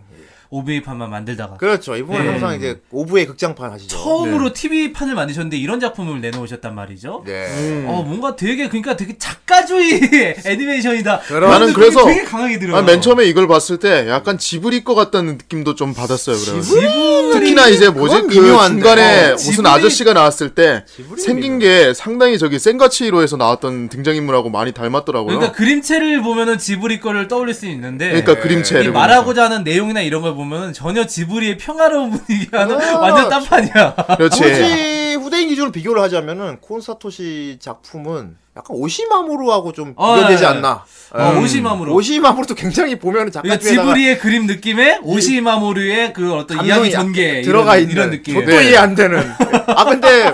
[SPEAKER 2] 오베이판만 만들다가
[SPEAKER 1] 그렇죠. 이분은
[SPEAKER 2] 예.
[SPEAKER 1] 항상 이제 오브의 극장판 하시죠.
[SPEAKER 2] 처음으로 TV 판을 만드셨는데 이런 작품을 내놓으셨단 말이죠.
[SPEAKER 1] 네.
[SPEAKER 2] 어 뭔가 되게 그러니까 되게 작가주의 애니메이션이다. 그런
[SPEAKER 3] 나는
[SPEAKER 2] 느낌이
[SPEAKER 3] 그래서-
[SPEAKER 2] 되게 강하게 들어요.
[SPEAKER 3] 아, 맨 처음에 이걸 봤을 때 약간 지브리 거 같다는 느낌도 좀 받았어요. 그래서
[SPEAKER 2] 지브리-
[SPEAKER 3] 특히나 이제 뭐지
[SPEAKER 1] 그건
[SPEAKER 3] 그
[SPEAKER 1] 미묘한데.
[SPEAKER 3] 중간에
[SPEAKER 1] 어,
[SPEAKER 3] 무슨
[SPEAKER 2] 지브리-
[SPEAKER 3] 아저씨가 나왔을 때
[SPEAKER 1] 지브리입니다.
[SPEAKER 3] 생긴 게 상당히 저기 센과치히로에서 나왔던 등장인물하고 많이
[SPEAKER 1] 그러니까
[SPEAKER 3] 닮았더라고요.
[SPEAKER 2] 그러니까 그림체를 보면은 지브리 거를 떠올릴 수 있는데
[SPEAKER 3] 그러니까 그림체를
[SPEAKER 2] 이 말하고자 하는 내용이나 이런 걸 보면 전혀 지브리의 평화로운 분위기와는
[SPEAKER 1] 아,
[SPEAKER 2] 완전 딴판이야.
[SPEAKER 3] 그렇지.
[SPEAKER 1] 굳이 후대인 기준으로 비교를 하자면은 콘사토시 작품은 약간 오시마모루하고 좀
[SPEAKER 2] 어,
[SPEAKER 1] 비교되지
[SPEAKER 2] 예.
[SPEAKER 1] 않나.
[SPEAKER 2] 어,
[SPEAKER 1] 예.
[SPEAKER 2] 오시마무로.
[SPEAKER 1] 오시마모루도 굉장히 보면은
[SPEAKER 2] 그러니까
[SPEAKER 1] 잠깐
[SPEAKER 2] 지브리의 그림 느낌에 오시마모루의 그 어떤 이야기 전개
[SPEAKER 1] 들어가
[SPEAKER 2] 이런,
[SPEAKER 1] 있는
[SPEAKER 2] 이런 느낌이에요. 네.
[SPEAKER 1] 저도 이해 안 되는. 아 근데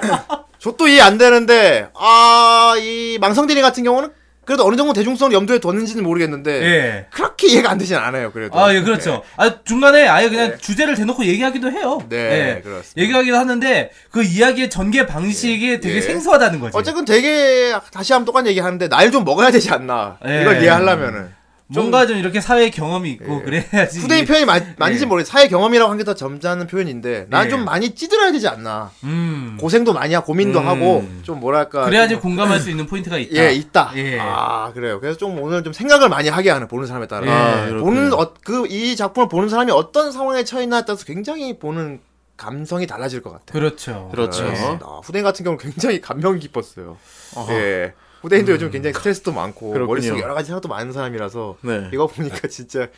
[SPEAKER 1] 저도 이해 안 되는데 아 이 망성대리 같은 경우는 그래도 어느 정도 대중성을 염두에 뒀는지는 모르겠는데
[SPEAKER 2] 예.
[SPEAKER 1] 그렇게 이해가 안 되진 않아요. 그래도.
[SPEAKER 2] 아, 예, 그렇죠. 아, 중간에 아예 그냥 주제를 대놓고 얘기하기도 해요.
[SPEAKER 1] 네,
[SPEAKER 2] 예.
[SPEAKER 1] 그렇습니다.
[SPEAKER 2] 얘기하기도 하는데 그 이야기의 전개 방식이 되게
[SPEAKER 1] 예.
[SPEAKER 2] 생소하다는 거지.
[SPEAKER 1] 어쨌든 되게 다시 한번 똑같은 얘기하는데 날 좀 먹어야 되지 않나.
[SPEAKER 2] 예.
[SPEAKER 1] 이걸 이해하려면은.
[SPEAKER 2] 뭔가 좀 이렇게 사회 경험이 있고 그래야지.
[SPEAKER 1] 예. 후대인 표현이 마, 맞는지
[SPEAKER 2] 예.
[SPEAKER 1] 모르겠어. 사회 경험이라고 한 게 더 점잖은 표현인데 난
[SPEAKER 2] 예.
[SPEAKER 1] 좀 많이 찌들어야 되지 않나.
[SPEAKER 2] 음.
[SPEAKER 1] 고생도 많이 하고 고민도 하고 좀 뭐랄까.
[SPEAKER 2] 그래야지
[SPEAKER 1] 좀-
[SPEAKER 2] 공감할 수 있는 포인트가 있다.
[SPEAKER 1] 예, 있다.
[SPEAKER 2] 예.
[SPEAKER 1] 아, 그래요. 그래서 좀 오늘 좀 생각을 많이 하게 하는 보는 사람에 따라.
[SPEAKER 2] 예.
[SPEAKER 1] 아,
[SPEAKER 3] 이렇게.
[SPEAKER 1] 보는 어, 그이 작품을 보는 사람이 어떤 상황에 처했나에 따라서 굉장히 보는 감성이 달라질 것 같아요.
[SPEAKER 2] 그렇죠.
[SPEAKER 3] 그렇죠.
[SPEAKER 1] 그렇습니다. 아, 후대인 같은 경우는 굉장히 감명 깊었어요. 예. 후대인도 요즘 굉장히 스트레스도 많고
[SPEAKER 3] 음. 그렇군요.
[SPEAKER 1] 머릿속에 여러 가지 생각도 많은 사람이라서
[SPEAKER 3] 네.
[SPEAKER 1] 이거 보니까 진짜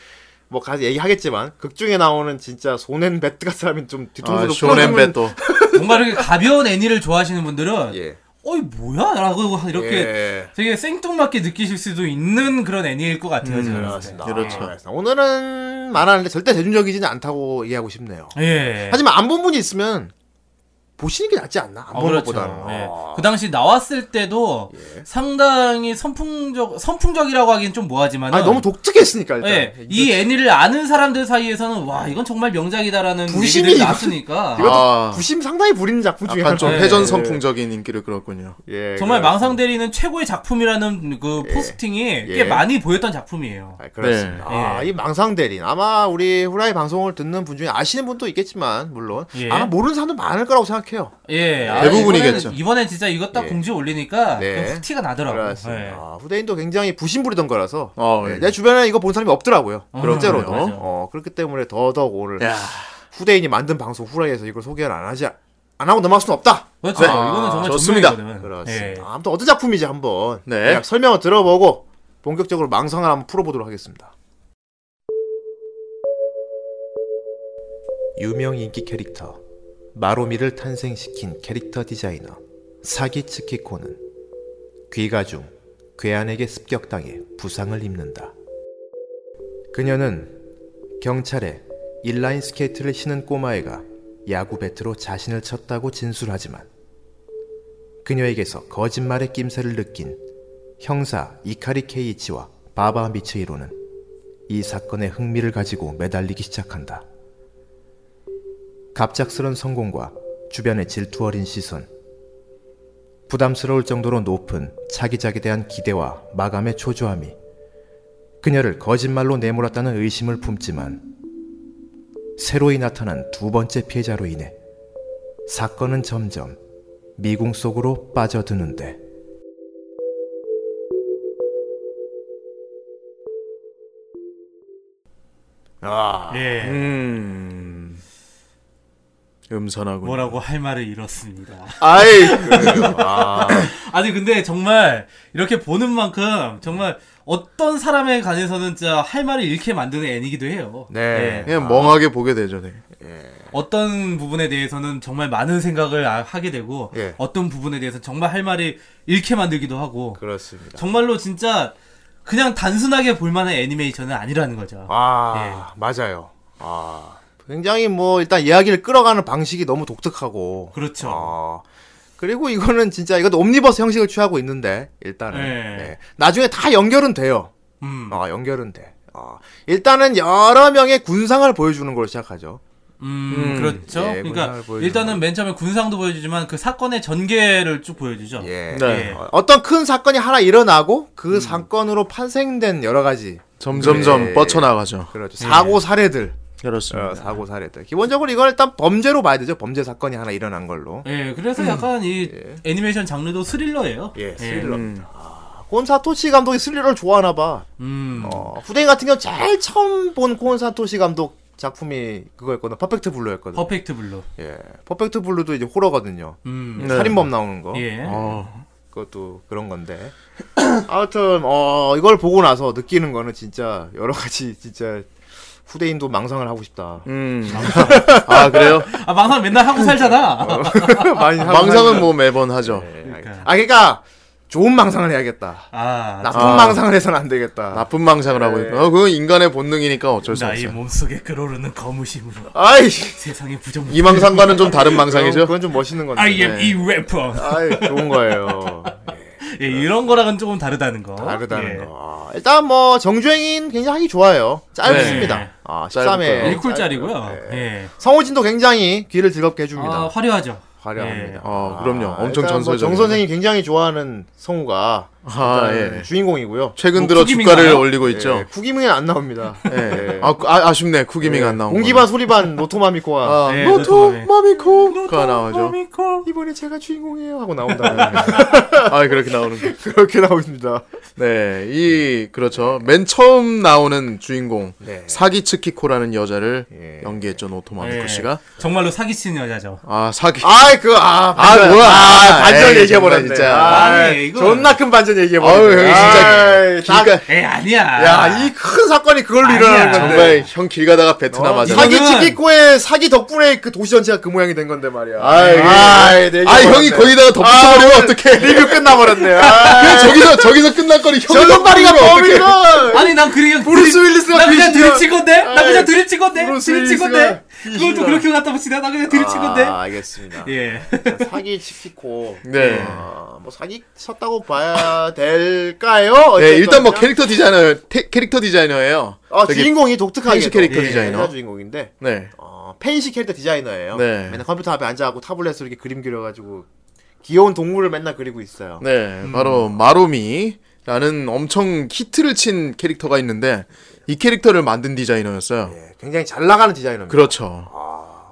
[SPEAKER 1] 뭐 가서 얘기하겠지만 극 중에 나오는 진짜 소넨 베트 같은 사람이 좀
[SPEAKER 3] 아,
[SPEAKER 1] 뒤통수도
[SPEAKER 3] 쇼넨 베토.
[SPEAKER 2] 뭔가 이렇게 가벼운 애니를 좋아하시는 분들은
[SPEAKER 1] 예.
[SPEAKER 2] 어이 뭐야? 라고 이렇게
[SPEAKER 1] 예.
[SPEAKER 2] 되게 생뚱맞게 느끼실 수도 있는 그런 애니일 것 같아요.
[SPEAKER 1] 음.
[SPEAKER 2] 제가 봤을 때.
[SPEAKER 1] 그렇습니다.
[SPEAKER 3] 그렇죠.
[SPEAKER 1] 알겠습니다. 오늘은 말하는데 절대 대중적이지는 않다고 이해하고 싶네요.
[SPEAKER 2] 예.
[SPEAKER 1] 하지만 안 본 분이 있으면 보시는 게 낫지 않나? 안
[SPEAKER 2] 어,
[SPEAKER 1] 보는
[SPEAKER 2] 그렇죠.
[SPEAKER 1] 것보다는.
[SPEAKER 2] 예.
[SPEAKER 3] 네.
[SPEAKER 1] 아. 예.
[SPEAKER 2] 그 당시 나왔을 때도 상당히 선풍적 선풍적이라고 하긴 좀 뭐하지만
[SPEAKER 1] 아니, 너무 독특했으니까 일단.
[SPEAKER 2] 예,
[SPEAKER 3] 네.
[SPEAKER 2] 이 애니를 아는 사람들 사이에서는 와 이건 정말 명작이다라는
[SPEAKER 1] 부심이
[SPEAKER 2] 얘기들이
[SPEAKER 1] 이거-
[SPEAKER 2] 나왔으니까
[SPEAKER 1] 이것도
[SPEAKER 3] 아.
[SPEAKER 1] 부심 상당히 부리는 작품 중에
[SPEAKER 3] 약간
[SPEAKER 1] 하나. 네.
[SPEAKER 3] 좀
[SPEAKER 2] 예.
[SPEAKER 3] 회전 선풍적인 인기를 끌었군요.
[SPEAKER 1] 예, 그렇습니다.
[SPEAKER 2] 정말 망상 대리는 최고의 작품이라는 그 포스팅이
[SPEAKER 1] 예.
[SPEAKER 2] 꽤 많이 보였던 작품이에요.
[SPEAKER 1] 아, 그렇습니다.
[SPEAKER 2] 네.
[SPEAKER 1] 아,
[SPEAKER 2] 예.
[SPEAKER 1] 이 망상 대리인 아마 우리 후라이 방송을 듣는 분 중에 아시는 분도 있겠지만 물론
[SPEAKER 2] 예.
[SPEAKER 1] 아마 모르는 사람도 많을 거라고 생각해요.
[SPEAKER 2] 예,
[SPEAKER 3] 대부분이겠죠.
[SPEAKER 2] 이번에는- 이번엔 진짜 이거 딱
[SPEAKER 1] 예.
[SPEAKER 2] 공지 올리니까
[SPEAKER 1] 네.
[SPEAKER 2] 그냥 훅 티가 나더라고요.
[SPEAKER 1] 그렇습니다.
[SPEAKER 2] 예.
[SPEAKER 1] 아, 후대인도 굉장히 부심부리던 거라서
[SPEAKER 3] 어,
[SPEAKER 1] 예,
[SPEAKER 3] 예.
[SPEAKER 1] 내 주변에 이거 본 사람이 없더라고요.
[SPEAKER 2] 네. 어,
[SPEAKER 1] 실제로도
[SPEAKER 2] 맞아요.
[SPEAKER 1] 어, 그렇기 때문에 더더욱 오늘
[SPEAKER 3] 야.
[SPEAKER 1] 후대인이 만든 방송 후라이에서 이걸 소개를 안 하지 안 하고 넘어갈 수는 없다.
[SPEAKER 2] 그렇죠.
[SPEAKER 3] 네.
[SPEAKER 2] 이거는 정말
[SPEAKER 3] 좋습니다.
[SPEAKER 2] 전문이거든.
[SPEAKER 1] 그렇습니다.
[SPEAKER 2] 예.
[SPEAKER 1] 아무튼 어떤 작품인지 한번
[SPEAKER 3] 네.
[SPEAKER 1] 대략 설명을 들어보고 본격적으로 망상을 한번 풀어보도록 하겠습니다. 유명 인기 캐릭터 마로미를 탄생시킨 캐릭터 디자이너 사기 츠키코는 귀가 중 괴한에게 습격당해 부상을 입는다. 그녀는 경찰에 인라인 스케이트를 신은 꼬마애가 야구 배트로 자신을 쳤다고 진술하지만 그녀에게서 거짓말의 낌새를 느낀 형사 이카리 케이치와 바바 미츠이로는 이 사건에 흥미를 가지고 매달리기 시작한다. 갑작스런 성공과 주변의 질투 어린 시선, 부담스러울 정도로 높은 차기작에 대한 기대와 마감의 초조함이 그녀를 거짓말로 내몰았다는 의심을 품지만 새로이 나타난 두 번째 피해자로 인해 사건은 점점 미궁 속으로 빠져드는데 아
[SPEAKER 2] 예.
[SPEAKER 3] 음. 음산하군요.
[SPEAKER 2] 뭐라고 할 말을 잃었습니다.
[SPEAKER 3] 아이.
[SPEAKER 2] 아니 근데 정말 이렇게 보는 만큼 정말 어떤 사람에 관해서는 진짜 할 말을 잃게 만드는 애니기도 해요.
[SPEAKER 1] 네.
[SPEAKER 2] 예.
[SPEAKER 3] 그냥 멍하게 보게 되죠, 네.
[SPEAKER 2] 어떤 부분에 대해서는 정말 많은 생각을 아- 하게 되고
[SPEAKER 1] 예.
[SPEAKER 2] 어떤 부분에 대해서 정말 할 말을 잃게 만들기도 하고
[SPEAKER 1] 그렇습니다
[SPEAKER 2] 정말로 진짜 그냥 단순하게 볼만한 애니메이션은 아니라는 거죠.
[SPEAKER 1] 아 맞아요 아 굉장히 뭐 일단 이야기를 끌어가는 방식이 너무 독특하고
[SPEAKER 2] 그렇죠.
[SPEAKER 1] 아, 그리고 이거는 진짜 이것도 옴니버스 형식을 취하고 있는데 일단은
[SPEAKER 2] 네.
[SPEAKER 1] 네. 나중에 다 연결은 돼요
[SPEAKER 2] 음,
[SPEAKER 1] 아 연결은 돼 아, 일단은 여러 명의 군상을 보여주는 걸로 시작하죠
[SPEAKER 2] 음,
[SPEAKER 3] 음,
[SPEAKER 2] 그렇죠.
[SPEAKER 1] 예, 군상을
[SPEAKER 2] 그러니까
[SPEAKER 1] 보여주는
[SPEAKER 2] 일단은 맨 처음에 군상도 보여주지만 그 사건의 전개를 쭉 보여주죠.
[SPEAKER 1] 예.
[SPEAKER 3] 네.
[SPEAKER 2] 예.
[SPEAKER 1] 어, 어떤 큰 사건이 하나 일어나고 그 사건으로 판생된 여러 가지
[SPEAKER 3] 점점점
[SPEAKER 1] 예.
[SPEAKER 3] 뻗쳐나가죠.
[SPEAKER 1] 그렇죠 사고 사례들
[SPEAKER 3] 그렇습니다.
[SPEAKER 1] 어, 사고 사례들 기본적으로 이걸 일단 범죄로 봐야 되죠 범죄 사건이 하나 일어난 걸로
[SPEAKER 2] 예, 그래서 약간 이 애니메이션 장르도 스릴러예요.
[SPEAKER 1] 예, 스릴러.
[SPEAKER 3] 음.
[SPEAKER 1] 콘사토시 감독이 스릴러를 좋아하나 봐
[SPEAKER 2] 음.
[SPEAKER 1] 어, 후대인 같은 경우 제일 처음 본 콘사토시 감독 작품이 그거였거든 퍼펙트 블루였거든
[SPEAKER 2] 퍼펙트 블루.
[SPEAKER 1] 예 퍼펙트 블루도 이제 호러거든요
[SPEAKER 2] 음.
[SPEAKER 3] 네.
[SPEAKER 1] 살인범 나오는 거
[SPEAKER 2] 예.
[SPEAKER 3] 어.
[SPEAKER 1] 그것도 그런 건데 아무튼 어 이걸 보고 나서 느끼는 거는 진짜 여러 가지 진짜 후대인도 망상을 하고 싶다.
[SPEAKER 3] 음. 아 그래요?
[SPEAKER 2] 아, 망상 맨날 하고 살잖아.
[SPEAKER 1] 많이 하고
[SPEAKER 3] 망상은
[SPEAKER 1] 살죠.
[SPEAKER 3] 뭐 매번 하죠.
[SPEAKER 1] 네,
[SPEAKER 2] 그러니까.
[SPEAKER 1] 아 그러니까 좋은 망상을 해야겠다.
[SPEAKER 2] 아,
[SPEAKER 1] 나쁜
[SPEAKER 3] 아.
[SPEAKER 1] 망상을 해서는 안 되겠다.
[SPEAKER 3] 나쁜 망상을 하고
[SPEAKER 1] 네. 뭐.
[SPEAKER 3] 있고. 어, 그건 인간의 본능이니까 어쩔 수
[SPEAKER 2] 나의
[SPEAKER 3] 없어요.
[SPEAKER 2] 몸속에 끓어오르는 거무심으로
[SPEAKER 1] 아이
[SPEAKER 2] 세상의 부정부.
[SPEAKER 3] 이 망상과는 좀 다른 망상이죠.
[SPEAKER 1] 그건 좀 멋있는 건데.
[SPEAKER 2] I am
[SPEAKER 3] 네.
[SPEAKER 2] a rapper.
[SPEAKER 1] 아이 좋은 거예요.
[SPEAKER 2] 예, 이런 거랑은 조금 다르다는 거.
[SPEAKER 1] 다르다는
[SPEAKER 2] 예.
[SPEAKER 1] 거. 아, 일단 뭐 정주행인 굉장히 하기 좋아요. 짧습니다.
[SPEAKER 2] 네.
[SPEAKER 1] 아
[SPEAKER 3] 짧고요.
[SPEAKER 1] 13회
[SPEAKER 2] 1쿨짜리고요. 예.
[SPEAKER 1] 성우진도 굉장히 귀를 즐겁게 해줍니다.
[SPEAKER 2] 아, 화려하죠.
[SPEAKER 1] 화려합니다.
[SPEAKER 2] 예.
[SPEAKER 3] 아, 그럼요. 엄청
[SPEAKER 1] 일단 뭐
[SPEAKER 3] 전설적이네요.
[SPEAKER 1] 정 선생이 굉장히 좋아하는 성우가
[SPEAKER 3] 아,
[SPEAKER 1] 일단
[SPEAKER 3] 예.
[SPEAKER 1] 주인공이고요. 예,
[SPEAKER 3] 최근
[SPEAKER 2] 뭐
[SPEAKER 3] 들어
[SPEAKER 2] 쿡임인가요?
[SPEAKER 3] 주가를 올리고 있죠.
[SPEAKER 1] 쿠기밍은 안 나옵니다.
[SPEAKER 3] 예. 아, 그- 아 아쉽네. 쿠기밍 안 나온
[SPEAKER 1] 예. 공기반 소리반 노토마미코가
[SPEAKER 3] 아,
[SPEAKER 2] 네,
[SPEAKER 3] 노토
[SPEAKER 2] 노토
[SPEAKER 3] 마미코가 나오죠.
[SPEAKER 2] 어, 코미코.
[SPEAKER 1] 이번에 제가 주인공이에요 하고 나온다.
[SPEAKER 3] 아 그렇게 나오는 거.
[SPEAKER 1] 그렇게 나옵니다.
[SPEAKER 3] 네, 이 그렇죠. 맨 처음 나오는 주인공
[SPEAKER 1] 네.
[SPEAKER 3] 사기 츠키코라는 여자를
[SPEAKER 1] 예.
[SPEAKER 3] 연기했죠 노토마미코
[SPEAKER 2] 예.
[SPEAKER 3] 뭐, 씨가. 정말로
[SPEAKER 2] 정말로 사기친 여자죠.
[SPEAKER 3] 아 사기.
[SPEAKER 1] 아이 그아
[SPEAKER 3] 아, 뭐야.
[SPEAKER 1] 아, 반전
[SPEAKER 3] 에이,
[SPEAKER 1] 얘기해 버렸네.
[SPEAKER 3] 정말 진짜.
[SPEAKER 2] 아니, 이거-
[SPEAKER 1] 존나 큰 반전 얘기해 버렸네.
[SPEAKER 3] 아유, 형이 진짜
[SPEAKER 1] 아이, 다-
[SPEAKER 3] 그러니까
[SPEAKER 2] 에이, 예, 아니야.
[SPEAKER 1] 야, 이 큰 사건이 그걸로
[SPEAKER 2] 아니야.
[SPEAKER 1] 일어나는 건데.
[SPEAKER 3] 정말 형 길 가다가 베트남
[SPEAKER 1] 어,
[SPEAKER 3] 맞아.
[SPEAKER 1] 사기
[SPEAKER 2] 이거는-
[SPEAKER 1] 치기코의 사기 덕분에 그 도시 전체가 그 모양이 된 건데 말이야.
[SPEAKER 3] 아이, 예.
[SPEAKER 1] 아이, 예, 네, 내
[SPEAKER 3] 아 형이 거기다가 덧붙여버리면 어떡해?
[SPEAKER 1] 리뷰 끝나버렸네. 아,
[SPEAKER 3] 그냥 저기서 저기서 끝날 거를 형이
[SPEAKER 1] 저놈발이가
[SPEAKER 3] 덧붙이면 그 어떡해?
[SPEAKER 1] 범인이야.
[SPEAKER 2] 아니, 난 그냥.
[SPEAKER 1] 브루스
[SPEAKER 2] 드립-
[SPEAKER 1] 윌리스가
[SPEAKER 2] 나 그냥
[SPEAKER 1] 귀신이야.
[SPEAKER 2] 드립친 건데? 나
[SPEAKER 1] 아이,
[SPEAKER 2] 그냥 드립친 건데?
[SPEAKER 1] 브루스
[SPEAKER 2] 드립친 건데?
[SPEAKER 1] 윌리스가
[SPEAKER 2] 그걸 또
[SPEAKER 1] 귀신이야.
[SPEAKER 2] 그렇게 갖다 붙이냐? 나 그냥 드립친 건데?
[SPEAKER 1] 아, 알겠습니다.
[SPEAKER 2] 예.
[SPEAKER 1] 사기 치키코.
[SPEAKER 3] 네.
[SPEAKER 1] 아, 뭐 사기 쳤다고 봐야 될까요?
[SPEAKER 3] 네,
[SPEAKER 1] 어쨌든
[SPEAKER 3] 일단 뭐
[SPEAKER 1] 그냥-
[SPEAKER 3] 캐릭터 디자이너 테- 캐릭터 디자이너예요.
[SPEAKER 1] 아,
[SPEAKER 3] 저기-
[SPEAKER 1] 주인공이 독특하게
[SPEAKER 3] 펜시 캐릭터
[SPEAKER 1] 또
[SPEAKER 3] 디자이너.
[SPEAKER 1] 여자 주인공인데
[SPEAKER 3] 네.
[SPEAKER 1] 어, 펜시 캐릭터 디자이너예요.
[SPEAKER 3] 네.
[SPEAKER 1] 맨날 컴퓨터 앞에 앉아갖고 타블렛으로 이렇게 그림 그려가지고 귀여운 동물을 맨날 그리고 있어요.
[SPEAKER 3] 네, 바로 마로미라는 엄청 히트를 친 캐릭터가 있는데 이 캐릭터를 만든 디자이너였어요.
[SPEAKER 1] 예, 굉장히 잘 나가는 디자이너입니다.
[SPEAKER 3] 그렇죠.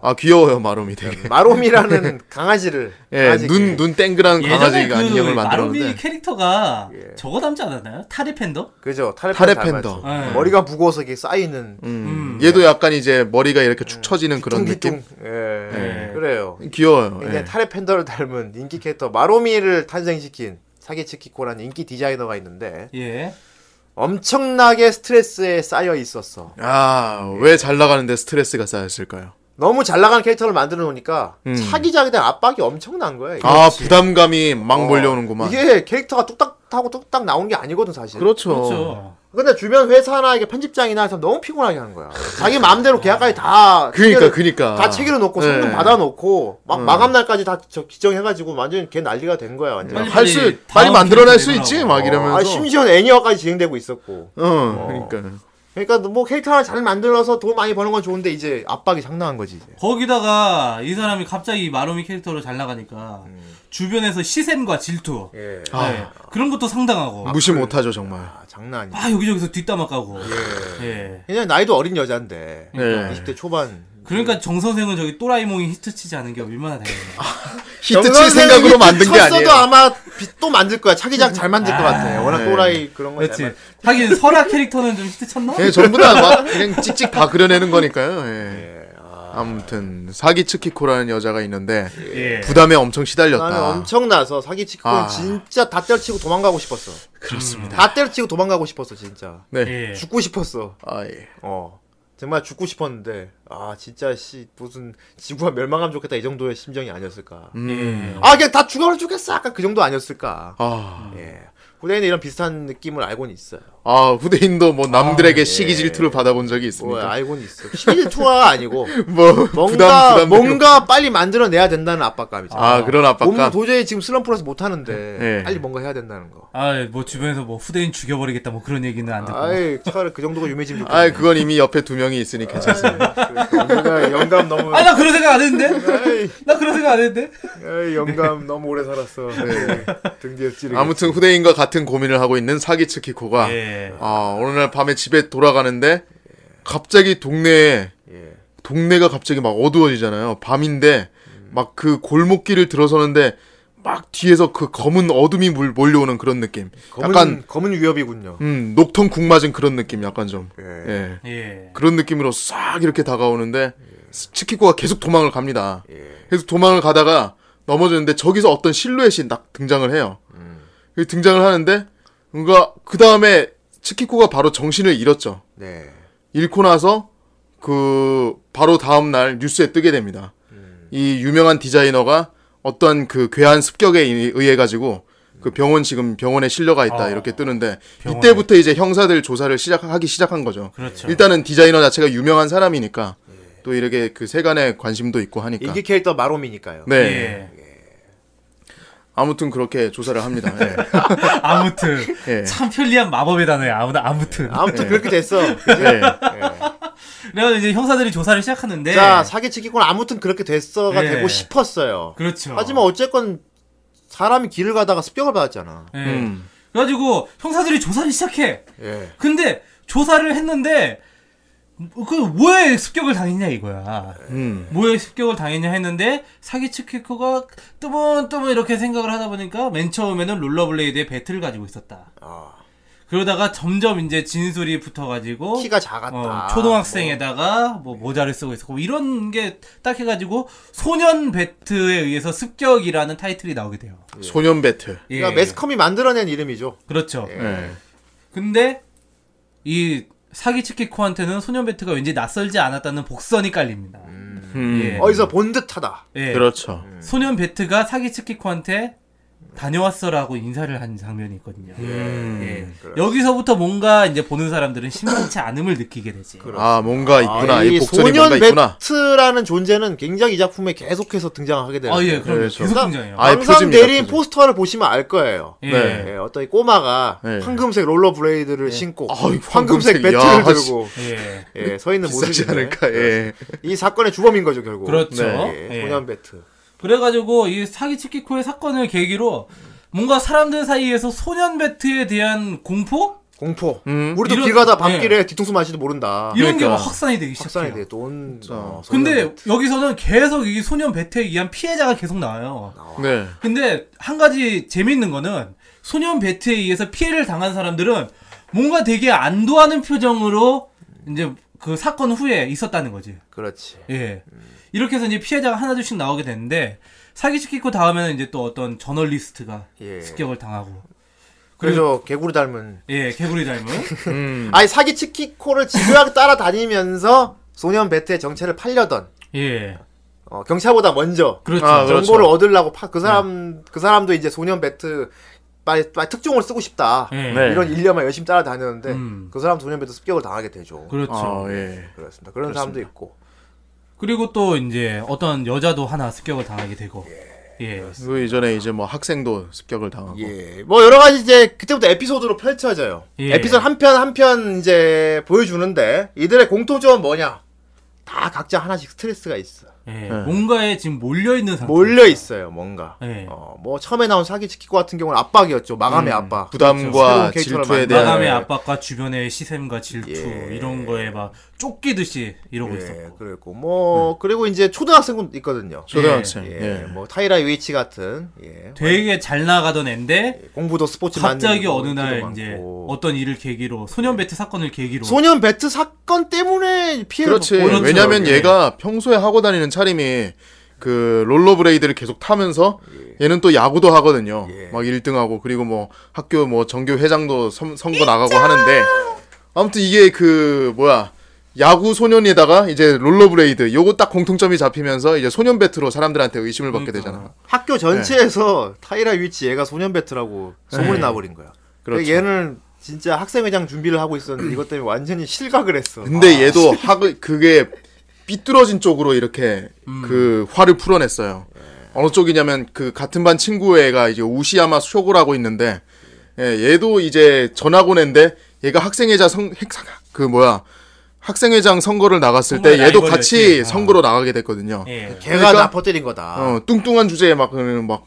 [SPEAKER 3] 아 귀여워요 마로미 되게.
[SPEAKER 1] 마롬이라는 강아지를
[SPEAKER 3] 예,
[SPEAKER 1] 음. 강아지를-
[SPEAKER 3] 눈, 눈 땡그란
[SPEAKER 2] 예전에
[SPEAKER 3] 강아지가
[SPEAKER 2] 그
[SPEAKER 3] 인형을 만들었는데.
[SPEAKER 2] 마로미 캐릭터가
[SPEAKER 1] 예.
[SPEAKER 2] 저거 닮지 않았나요? 타리팬더?
[SPEAKER 1] 그죠
[SPEAKER 3] 타레펜더.
[SPEAKER 1] 타레펜더
[SPEAKER 2] 예.
[SPEAKER 1] 머리가 무거워서 이게 쌓이는
[SPEAKER 3] 음, 얘도 약간 이제 머리가 이렇게 축 처지는 그런
[SPEAKER 1] 네. 뒤뚱뒤뚱.
[SPEAKER 3] 느낌? 네.
[SPEAKER 1] 예,
[SPEAKER 2] 예.
[SPEAKER 1] 그래요
[SPEAKER 3] 귀여워요.
[SPEAKER 1] 굉장히
[SPEAKER 3] 예.
[SPEAKER 1] 타레펜더를 닮은 인기 캐릭터 마로미를 탄생시킨 사기치키코라는 인기 디자이너가 있는데
[SPEAKER 2] 예.
[SPEAKER 1] 엄청나게 스트레스에 쌓여 있었어
[SPEAKER 3] 아,
[SPEAKER 1] 예.
[SPEAKER 3] 왜 잘 나가는데 스트레스가 쌓였을까요?
[SPEAKER 1] 너무 잘 나가는 캐릭터를 만들어 놓으니까
[SPEAKER 3] 음.
[SPEAKER 1] 차기작에 대한 압박이 엄청난 거야 이게.
[SPEAKER 3] 아, 부담감이 막
[SPEAKER 1] 어,
[SPEAKER 3] 몰려오는구만.
[SPEAKER 1] 이게 캐릭터가 뚝딱하고 뚝딱 나오는 게 아니거든 사실
[SPEAKER 3] 그렇죠.
[SPEAKER 2] 그렇죠.
[SPEAKER 1] 근데 주변 회사나 이게 편집장이나 해서 너무 피곤하게 하는 거야. 자기 마음대로 계약까지 다
[SPEAKER 3] 아. 그러니까 그니까,
[SPEAKER 1] 체결-
[SPEAKER 3] 그니까.
[SPEAKER 1] 다 체결해 놓고
[SPEAKER 3] 네. 음.
[SPEAKER 1] 성금 받아 놓고 막 마감 날까지 다 저- 기정해가지고 완전 걔 난리가 된 거야 완전.
[SPEAKER 2] 빨리
[SPEAKER 3] 할 수,
[SPEAKER 2] 빨리
[SPEAKER 3] 빨리,
[SPEAKER 2] 다음
[SPEAKER 3] 만들어낼
[SPEAKER 2] 캐릭터
[SPEAKER 3] 수 있지?
[SPEAKER 2] 내놔.
[SPEAKER 3] 막
[SPEAKER 1] 어,
[SPEAKER 3] 이러면서.
[SPEAKER 1] 아, 심지어 애니어까지 진행되고 있었고.
[SPEAKER 3] 어, 그러니까.
[SPEAKER 1] 그러니까 뭐 캐릭터 하나 잘 만들어서 돈 많이 버는 건 좋은데 이제 압박이 상당한 거지 이제.
[SPEAKER 2] 거기다가 이 사람이 갑자기 마로미 캐릭터로 잘 나가니까 주변에서 시샘과 질투
[SPEAKER 1] 예. 아,
[SPEAKER 3] 음. 아.
[SPEAKER 2] 네, 그런 것도 상당하고
[SPEAKER 3] 무시 못하죠, 정말.
[SPEAKER 1] 장난 아니야.
[SPEAKER 2] 아 여기저기서 뒷담화 까고 예.
[SPEAKER 1] 그냥 나이도 어린 여자인데
[SPEAKER 3] 네.
[SPEAKER 1] 20대 초반.
[SPEAKER 2] 그러니까 정 선생은 저기 또라이몽이 히트치지 않은 게 얼마나 다행이에요
[SPEAKER 3] 히트 칠
[SPEAKER 1] 정선생이
[SPEAKER 3] 생각으로 만든 게
[SPEAKER 1] 쳤어도
[SPEAKER 3] 아니에요.
[SPEAKER 1] 아마 비- 또 만들 거야. 차기작 잘 만들 것 같아. 워낙
[SPEAKER 3] 네.
[SPEAKER 1] 또라이 그런 거뭐 잘.
[SPEAKER 2] 그렇지
[SPEAKER 1] 만-
[SPEAKER 2] 하긴 설화 캐릭터는 좀 히트쳤나?
[SPEAKER 3] 예, 전부 다 막 그냥 찍찍 다 그려내는 거니까요. 예.
[SPEAKER 1] 아.
[SPEAKER 3] 아무튼 사기 츠키코라는 여자가 있는데
[SPEAKER 2] 예.
[SPEAKER 3] 부담에 엄청 시달렸다.
[SPEAKER 1] 나는 엄청나서 사기 치고
[SPEAKER 3] 아.
[SPEAKER 1] 진짜 다 때려치고 도망가고 싶었어.
[SPEAKER 3] 그렇습니다.
[SPEAKER 1] 다 때려치고 도망가고 싶었어 진짜.
[SPEAKER 3] 네.
[SPEAKER 2] 예.
[SPEAKER 1] 죽고 싶었어.
[SPEAKER 3] 아 예.
[SPEAKER 1] 어. 정말 죽고 싶었는데 아 진짜 씨 무슨 지구가 멸망하면 좋겠다 이 정도의 심정이 아니었을까.
[SPEAKER 3] 음.
[SPEAKER 1] 아 그냥 다 죽어라 죽겠어 아까 그 정도 아니었을까.
[SPEAKER 3] 아,
[SPEAKER 1] 예. 후대인은 이런 비슷한 느낌을 알고는 있어요.
[SPEAKER 3] 아 후대인도 뭐 남들에게 시기 질투를 받아본
[SPEAKER 1] 예. 뭐
[SPEAKER 3] 적이 있습니까?
[SPEAKER 1] 알고는 있어. 시리즈 2가 아니고
[SPEAKER 3] 뭐
[SPEAKER 1] 뭔가
[SPEAKER 3] 그러니까. 부담 부담.
[SPEAKER 1] 뭔가 빨리 만들어내야 된다는 압박감이죠.
[SPEAKER 3] 아 그런
[SPEAKER 1] 몸이
[SPEAKER 3] 압박감.
[SPEAKER 1] 도저히 지금 슬럼프라서 못하는데
[SPEAKER 3] 예.
[SPEAKER 1] 빨리 뭔가 해야 된다는 거.
[SPEAKER 2] 아뭐 주변에서 뭐 후대인 죽여버리겠다 뭐 그런 얘기는 안 듣고
[SPEAKER 1] 아이 차라리 그 정도가 유명해지면 좋겠네.
[SPEAKER 3] 네. 아 그건 이미 옆에 두 명이 있으니
[SPEAKER 1] 아,
[SPEAKER 3] 괜찮습니다.
[SPEAKER 1] 영감, 영감 너무
[SPEAKER 2] 아 나 그런 생각 안 했는데?
[SPEAKER 1] 에이,
[SPEAKER 2] 나 그런 생각 안 했는데?
[SPEAKER 1] 에이, 영감 너무 오래 살았어 네. 등 뒤에 찌르게
[SPEAKER 3] 아무튼 후대인과 같은 고민을 하고 있는 사기 츠키코가
[SPEAKER 2] 예.
[SPEAKER 3] 아 어느 날 밤에 집에 돌아가는데 갑자기 동네에
[SPEAKER 1] 예.
[SPEAKER 3] 동네가 갑자기 막 어두워지잖아요. 밤인데
[SPEAKER 1] 음.
[SPEAKER 3] 막 그 골목길을 들어서는데 막 뒤에서 그 검은 어둠이 물- 몰려오는 그런 느낌.
[SPEAKER 1] 검은,
[SPEAKER 3] 약간
[SPEAKER 1] 검은 위협이군요
[SPEAKER 3] 음, 녹통 궁 맞은 그런 느낌 약간 좀.
[SPEAKER 1] 예.
[SPEAKER 3] 예.
[SPEAKER 2] 예.
[SPEAKER 3] 그런 느낌으로 싹 이렇게 다가오는데 치키코가 계속 도망을 갑니다.
[SPEAKER 1] 예.
[SPEAKER 3] 계속 도망을 가다가 넘어졌는데 저기서 어떤 실루엣이 딱 등장을 해요. 그 등장을 하는데 뭔가 그 다음에 치키코가 바로 정신을 잃었죠.
[SPEAKER 1] 네.
[SPEAKER 3] 잃고 나서 그 바로 다음 날 뉴스에 뜨게 됩니다. 이 유명한 디자이너가 어떤 그 괴한 습격에 의- 의해 가지고 그 병원 지금 병원에 실려가 있다
[SPEAKER 2] 아,
[SPEAKER 3] 이렇게 뜨는데
[SPEAKER 2] 병원에.
[SPEAKER 3] 이때부터 이제 형사들 조사를 시작하기 시작한 거죠.
[SPEAKER 2] 그렇죠.
[SPEAKER 3] 일단은 디자이너 자체가 유명한 사람이니까
[SPEAKER 2] 예.
[SPEAKER 3] 또 이렇게 그 세간에 관심도 있고 하니까
[SPEAKER 1] 인기 캐릭터 마롬이니까요.
[SPEAKER 3] 그러니까. 네
[SPEAKER 2] 예.
[SPEAKER 3] 아무튼 그렇게 조사를 합니다. 예.
[SPEAKER 2] 아무튼
[SPEAKER 3] 예.
[SPEAKER 2] 참 편리한 마법의 단어야. 아무나 아무튼.
[SPEAKER 1] 아무튼
[SPEAKER 3] 네.
[SPEAKER 1] 그렇게 됐어. 그치?
[SPEAKER 3] 예.
[SPEAKER 2] 그래서 이제 형사들이 조사를
[SPEAKER 3] 네.
[SPEAKER 2] 시작하는데
[SPEAKER 1] 자 사기치기꾼 아무튼 그렇게 됐어가
[SPEAKER 2] 네.
[SPEAKER 1] 되고 싶었어요.
[SPEAKER 2] 그렇죠.
[SPEAKER 1] 하지만 어쨌건 사람이 길을 가다가 습격을 받았잖아.
[SPEAKER 2] 예.
[SPEAKER 3] 음.
[SPEAKER 2] 그래가지고 형사들이 조사를 시작해.
[SPEAKER 1] 예.
[SPEAKER 2] 근데 조사를 했는데 그 뭐에 습격을 당했냐 이거야.
[SPEAKER 3] 음.
[SPEAKER 2] 뭐에 습격을 당했냐 했는데 사기 치키코가 뜨문뜨문 이렇게 생각을 하다 보니까 맨 처음에는 롤러블레이드의 배틀을 가지고 있었다.
[SPEAKER 1] 아,
[SPEAKER 2] 그러다가 점점 이제 진술이 붙어가지고
[SPEAKER 1] 키가 작았다.
[SPEAKER 2] 어, 초등학생에다가 뭐 모자를 쓰고 있었고 이런 게 딱 해가지고 소년 배트에 의해서 습격이라는 타이틀이 나오게 돼요.
[SPEAKER 3] 소년 배틀.
[SPEAKER 2] 예.
[SPEAKER 1] 그러니까 매스컴이 만들어낸 이름이죠.
[SPEAKER 2] 그렇죠.
[SPEAKER 1] 예.
[SPEAKER 3] 예.
[SPEAKER 2] 근데 이 사기 치키코한테는 소년 배트가 왠지 낯설지 않았다는 복선이 깔립니다.
[SPEAKER 3] 음.
[SPEAKER 2] 예.
[SPEAKER 1] 어디서 본 듯하다.
[SPEAKER 2] 예.
[SPEAKER 3] 그렇죠.
[SPEAKER 1] 네.
[SPEAKER 2] 소년 베트가 사기 치키코한테 다녀왔어라고 인사를 한 장면이 있거든요. 예.
[SPEAKER 1] 그렇죠.
[SPEAKER 2] 여기서부터 뭔가 이제 보는 사람들은 심상치 않음을 느끼게 되지.
[SPEAKER 1] 그렇죠.
[SPEAKER 3] 아 뭔가 있구나.
[SPEAKER 1] 아,
[SPEAKER 3] 이
[SPEAKER 1] 이
[SPEAKER 3] 복선이
[SPEAKER 1] 소년
[SPEAKER 3] 뭔가 있구나.
[SPEAKER 1] 배트라는 존재는 굉장히 이 작품에 계속해서 등장하게 되는.
[SPEAKER 2] 아, 예, 그럼
[SPEAKER 3] 그렇죠.
[SPEAKER 2] 계속 등장해요.
[SPEAKER 3] 아예
[SPEAKER 1] 항상
[SPEAKER 3] 표지입니다,
[SPEAKER 1] 내린
[SPEAKER 3] 표지.
[SPEAKER 1] 포스터를 보시면 알 거예요.
[SPEAKER 2] 예.
[SPEAKER 3] 네.
[SPEAKER 1] 예, 어떤 이 꼬마가
[SPEAKER 3] 예.
[SPEAKER 1] 황금색 롤러블레이드를 신고
[SPEAKER 3] 아이, 황금색,
[SPEAKER 1] 황금색 배트를
[SPEAKER 3] 야,
[SPEAKER 1] 들고
[SPEAKER 2] 예.
[SPEAKER 1] 예, 서 있는
[SPEAKER 3] 비싸지
[SPEAKER 1] 모습이
[SPEAKER 3] 않을까. 예.
[SPEAKER 1] 이 사건의 주범인 거죠 결국.
[SPEAKER 2] 그렇죠.
[SPEAKER 1] 예,
[SPEAKER 2] 예.
[SPEAKER 1] 소년 배트.
[SPEAKER 2] 그래가지고 이 사기 치키코의 사건을 계기로 뭔가 사람들 사이에서 소년 베트에 대한 공포
[SPEAKER 1] 공포.
[SPEAKER 3] 음.
[SPEAKER 1] 우리도
[SPEAKER 2] 이런-
[SPEAKER 1] 길 가다 밤길에 뒤통수 맞을지도 모른다.
[SPEAKER 2] 이런
[SPEAKER 3] 그러니까.
[SPEAKER 2] 게 막 확산이 되기 시작해요.
[SPEAKER 1] 아, 확산이 돼. 돈.
[SPEAKER 3] 그렇죠.
[SPEAKER 1] 어, 소년
[SPEAKER 2] 근데
[SPEAKER 1] 배트.
[SPEAKER 2] 여기서는 계속 이 소년 베트에 의한 피해자가 계속 나와요.
[SPEAKER 3] 네.
[SPEAKER 2] 근데 한 가지 재밌는 거는 소년 배트에 의해서 피해를 당한 사람들은 뭔가 되게 안도하는 표정으로 이제 그 사건 후에 있었다는 거지.
[SPEAKER 1] 그렇지.
[SPEAKER 2] 예. 이렇게 해서 이제 피해자가 하나둘씩 나오게 되는데 사기시키고 다음에는 이제 또 어떤 저널리스트가
[SPEAKER 1] 예.
[SPEAKER 2] 습격을 당하고
[SPEAKER 1] 그래서 개구리 닮은.
[SPEAKER 2] 예 개구리 닮은
[SPEAKER 3] 음.
[SPEAKER 1] 아니 사기 치키코를 지루하게 따라다니면서 소년 배트의 정체를 팔려던
[SPEAKER 2] 예
[SPEAKER 1] 어, 경찰보다 먼저
[SPEAKER 2] 그렇죠
[SPEAKER 3] 아, 그렇죠.
[SPEAKER 1] 정보를 얻으려고 파, 그 사람 그 사람도 이제 소년 배트 빨리, 빨리 특종을 쓰고 싶다.
[SPEAKER 2] 예
[SPEAKER 3] 네.
[SPEAKER 1] 이런 일념을 열심히 따라다녔는데
[SPEAKER 2] 음.
[SPEAKER 1] 그 사람 소년 배트 습격을 당하게 되죠.
[SPEAKER 2] 그렇죠
[SPEAKER 3] 아 예.
[SPEAKER 1] 그렇습니다. 그런 사람도 있고.
[SPEAKER 2] 그리고 또 이제 어떤 여자도 하나 습격을 당하게 되고 예
[SPEAKER 3] 그 이전에 이제 뭐 학생도 습격을 당하고.
[SPEAKER 1] 예. 뭐 여러 가지 이제 그때부터 에피소드로 펼쳐져요.
[SPEAKER 2] 예.
[SPEAKER 1] 에피소드 한 편 한 편 이제 보여주는데 이들의 공통점은 뭐냐? 다 각자 하나씩 스트레스가 있어.
[SPEAKER 3] 네.
[SPEAKER 2] 예. 뭔가에 지금 몰려 있는 상태
[SPEAKER 1] 몰려 있어요, 뭔가.
[SPEAKER 2] 예.
[SPEAKER 1] 어, 뭐 처음에 나온 사기치키코 같은 경우는 압박이었죠. 마감의 압박.
[SPEAKER 3] 부담과
[SPEAKER 1] 그렇죠. 새로운 캐릭터를 만나-
[SPEAKER 3] 질투에 대한
[SPEAKER 2] 음.
[SPEAKER 3] 예.
[SPEAKER 2] 마감의
[SPEAKER 1] 네.
[SPEAKER 2] 압박과 주변의 시샘과 질투
[SPEAKER 1] 예.
[SPEAKER 2] 이런 거에 막 쫓기듯이 이러고
[SPEAKER 1] 예,
[SPEAKER 2] 있었고
[SPEAKER 1] 그랬고 뭐 그리고 이제 초등학생도 있거든요.
[SPEAKER 3] 음. 초등학생.
[SPEAKER 1] 예,
[SPEAKER 3] 예.
[SPEAKER 1] 뭐 타이라 유이치 같은 예, 뭐
[SPEAKER 2] 되게 잘 나가던 앤데
[SPEAKER 1] 공부도 스포츠
[SPEAKER 2] 갑자기
[SPEAKER 1] 만드는
[SPEAKER 2] 어느 날
[SPEAKER 1] 것도
[SPEAKER 2] 이제
[SPEAKER 1] 그 많고.
[SPEAKER 2] 어떤 일을 계기로 소년 배트 사건을 계기로
[SPEAKER 1] 소년 배트 사건 때문에 피해를
[SPEAKER 3] 그렇지.
[SPEAKER 1] 받고 있는
[SPEAKER 3] 왜냐면
[SPEAKER 1] 거예요.
[SPEAKER 3] 얘가 평소에 하고 다니는 차림이 그 롤러브레이드를 계속 타면서 얘는 또 야구도 하거든요.
[SPEAKER 1] 예.
[SPEAKER 3] 막 1등하고 그리고 뭐 학교 뭐 정교 회장도 선, 선거 나가고 하는데 아무튼 이게 그 뭐야 야구 소년에다가 이제 롤러브레이드 요거 딱 공통점이 잡히면서 이제 소년 배트로 사람들한테 의심을 받게
[SPEAKER 2] 그러니까.
[SPEAKER 3] 되잖아.
[SPEAKER 1] 학교 전체에서 타이라 위치 얘가 소년 배트라고 소문이
[SPEAKER 3] 네.
[SPEAKER 1] 나버린 거야.
[SPEAKER 3] 그렇죠.
[SPEAKER 1] 근데 얘는 진짜 학생회장 준비를 하고 있었는데 이것 때문에 완전히 실각을 했어. 아.
[SPEAKER 3] 근데
[SPEAKER 2] 아,
[SPEAKER 3] 얘도 학을 그게 삐뚤어진 쪽으로 이렇게
[SPEAKER 2] 음.
[SPEAKER 3] 그 화를 풀어냈어요.
[SPEAKER 2] 예.
[SPEAKER 3] 어느 쪽이냐면 그 같은 반 친구애가 이제 우시야마 쇼고라고 있는데 예, 얘도 이제 전학원인데 얘가 학생회장 선그 뭐야 학생회장 선거를 나갔을 때
[SPEAKER 2] 선거에
[SPEAKER 3] 얘도
[SPEAKER 2] 라이벌이었지.
[SPEAKER 3] 같이
[SPEAKER 2] 아.
[SPEAKER 3] 선거로 나가게 됐거든요.
[SPEAKER 2] 예.
[SPEAKER 1] 걔가
[SPEAKER 3] 그러니까-
[SPEAKER 1] 나 퍼뜨린 거다.
[SPEAKER 3] 어, 뚱뚱한 주제에 막 그냥 막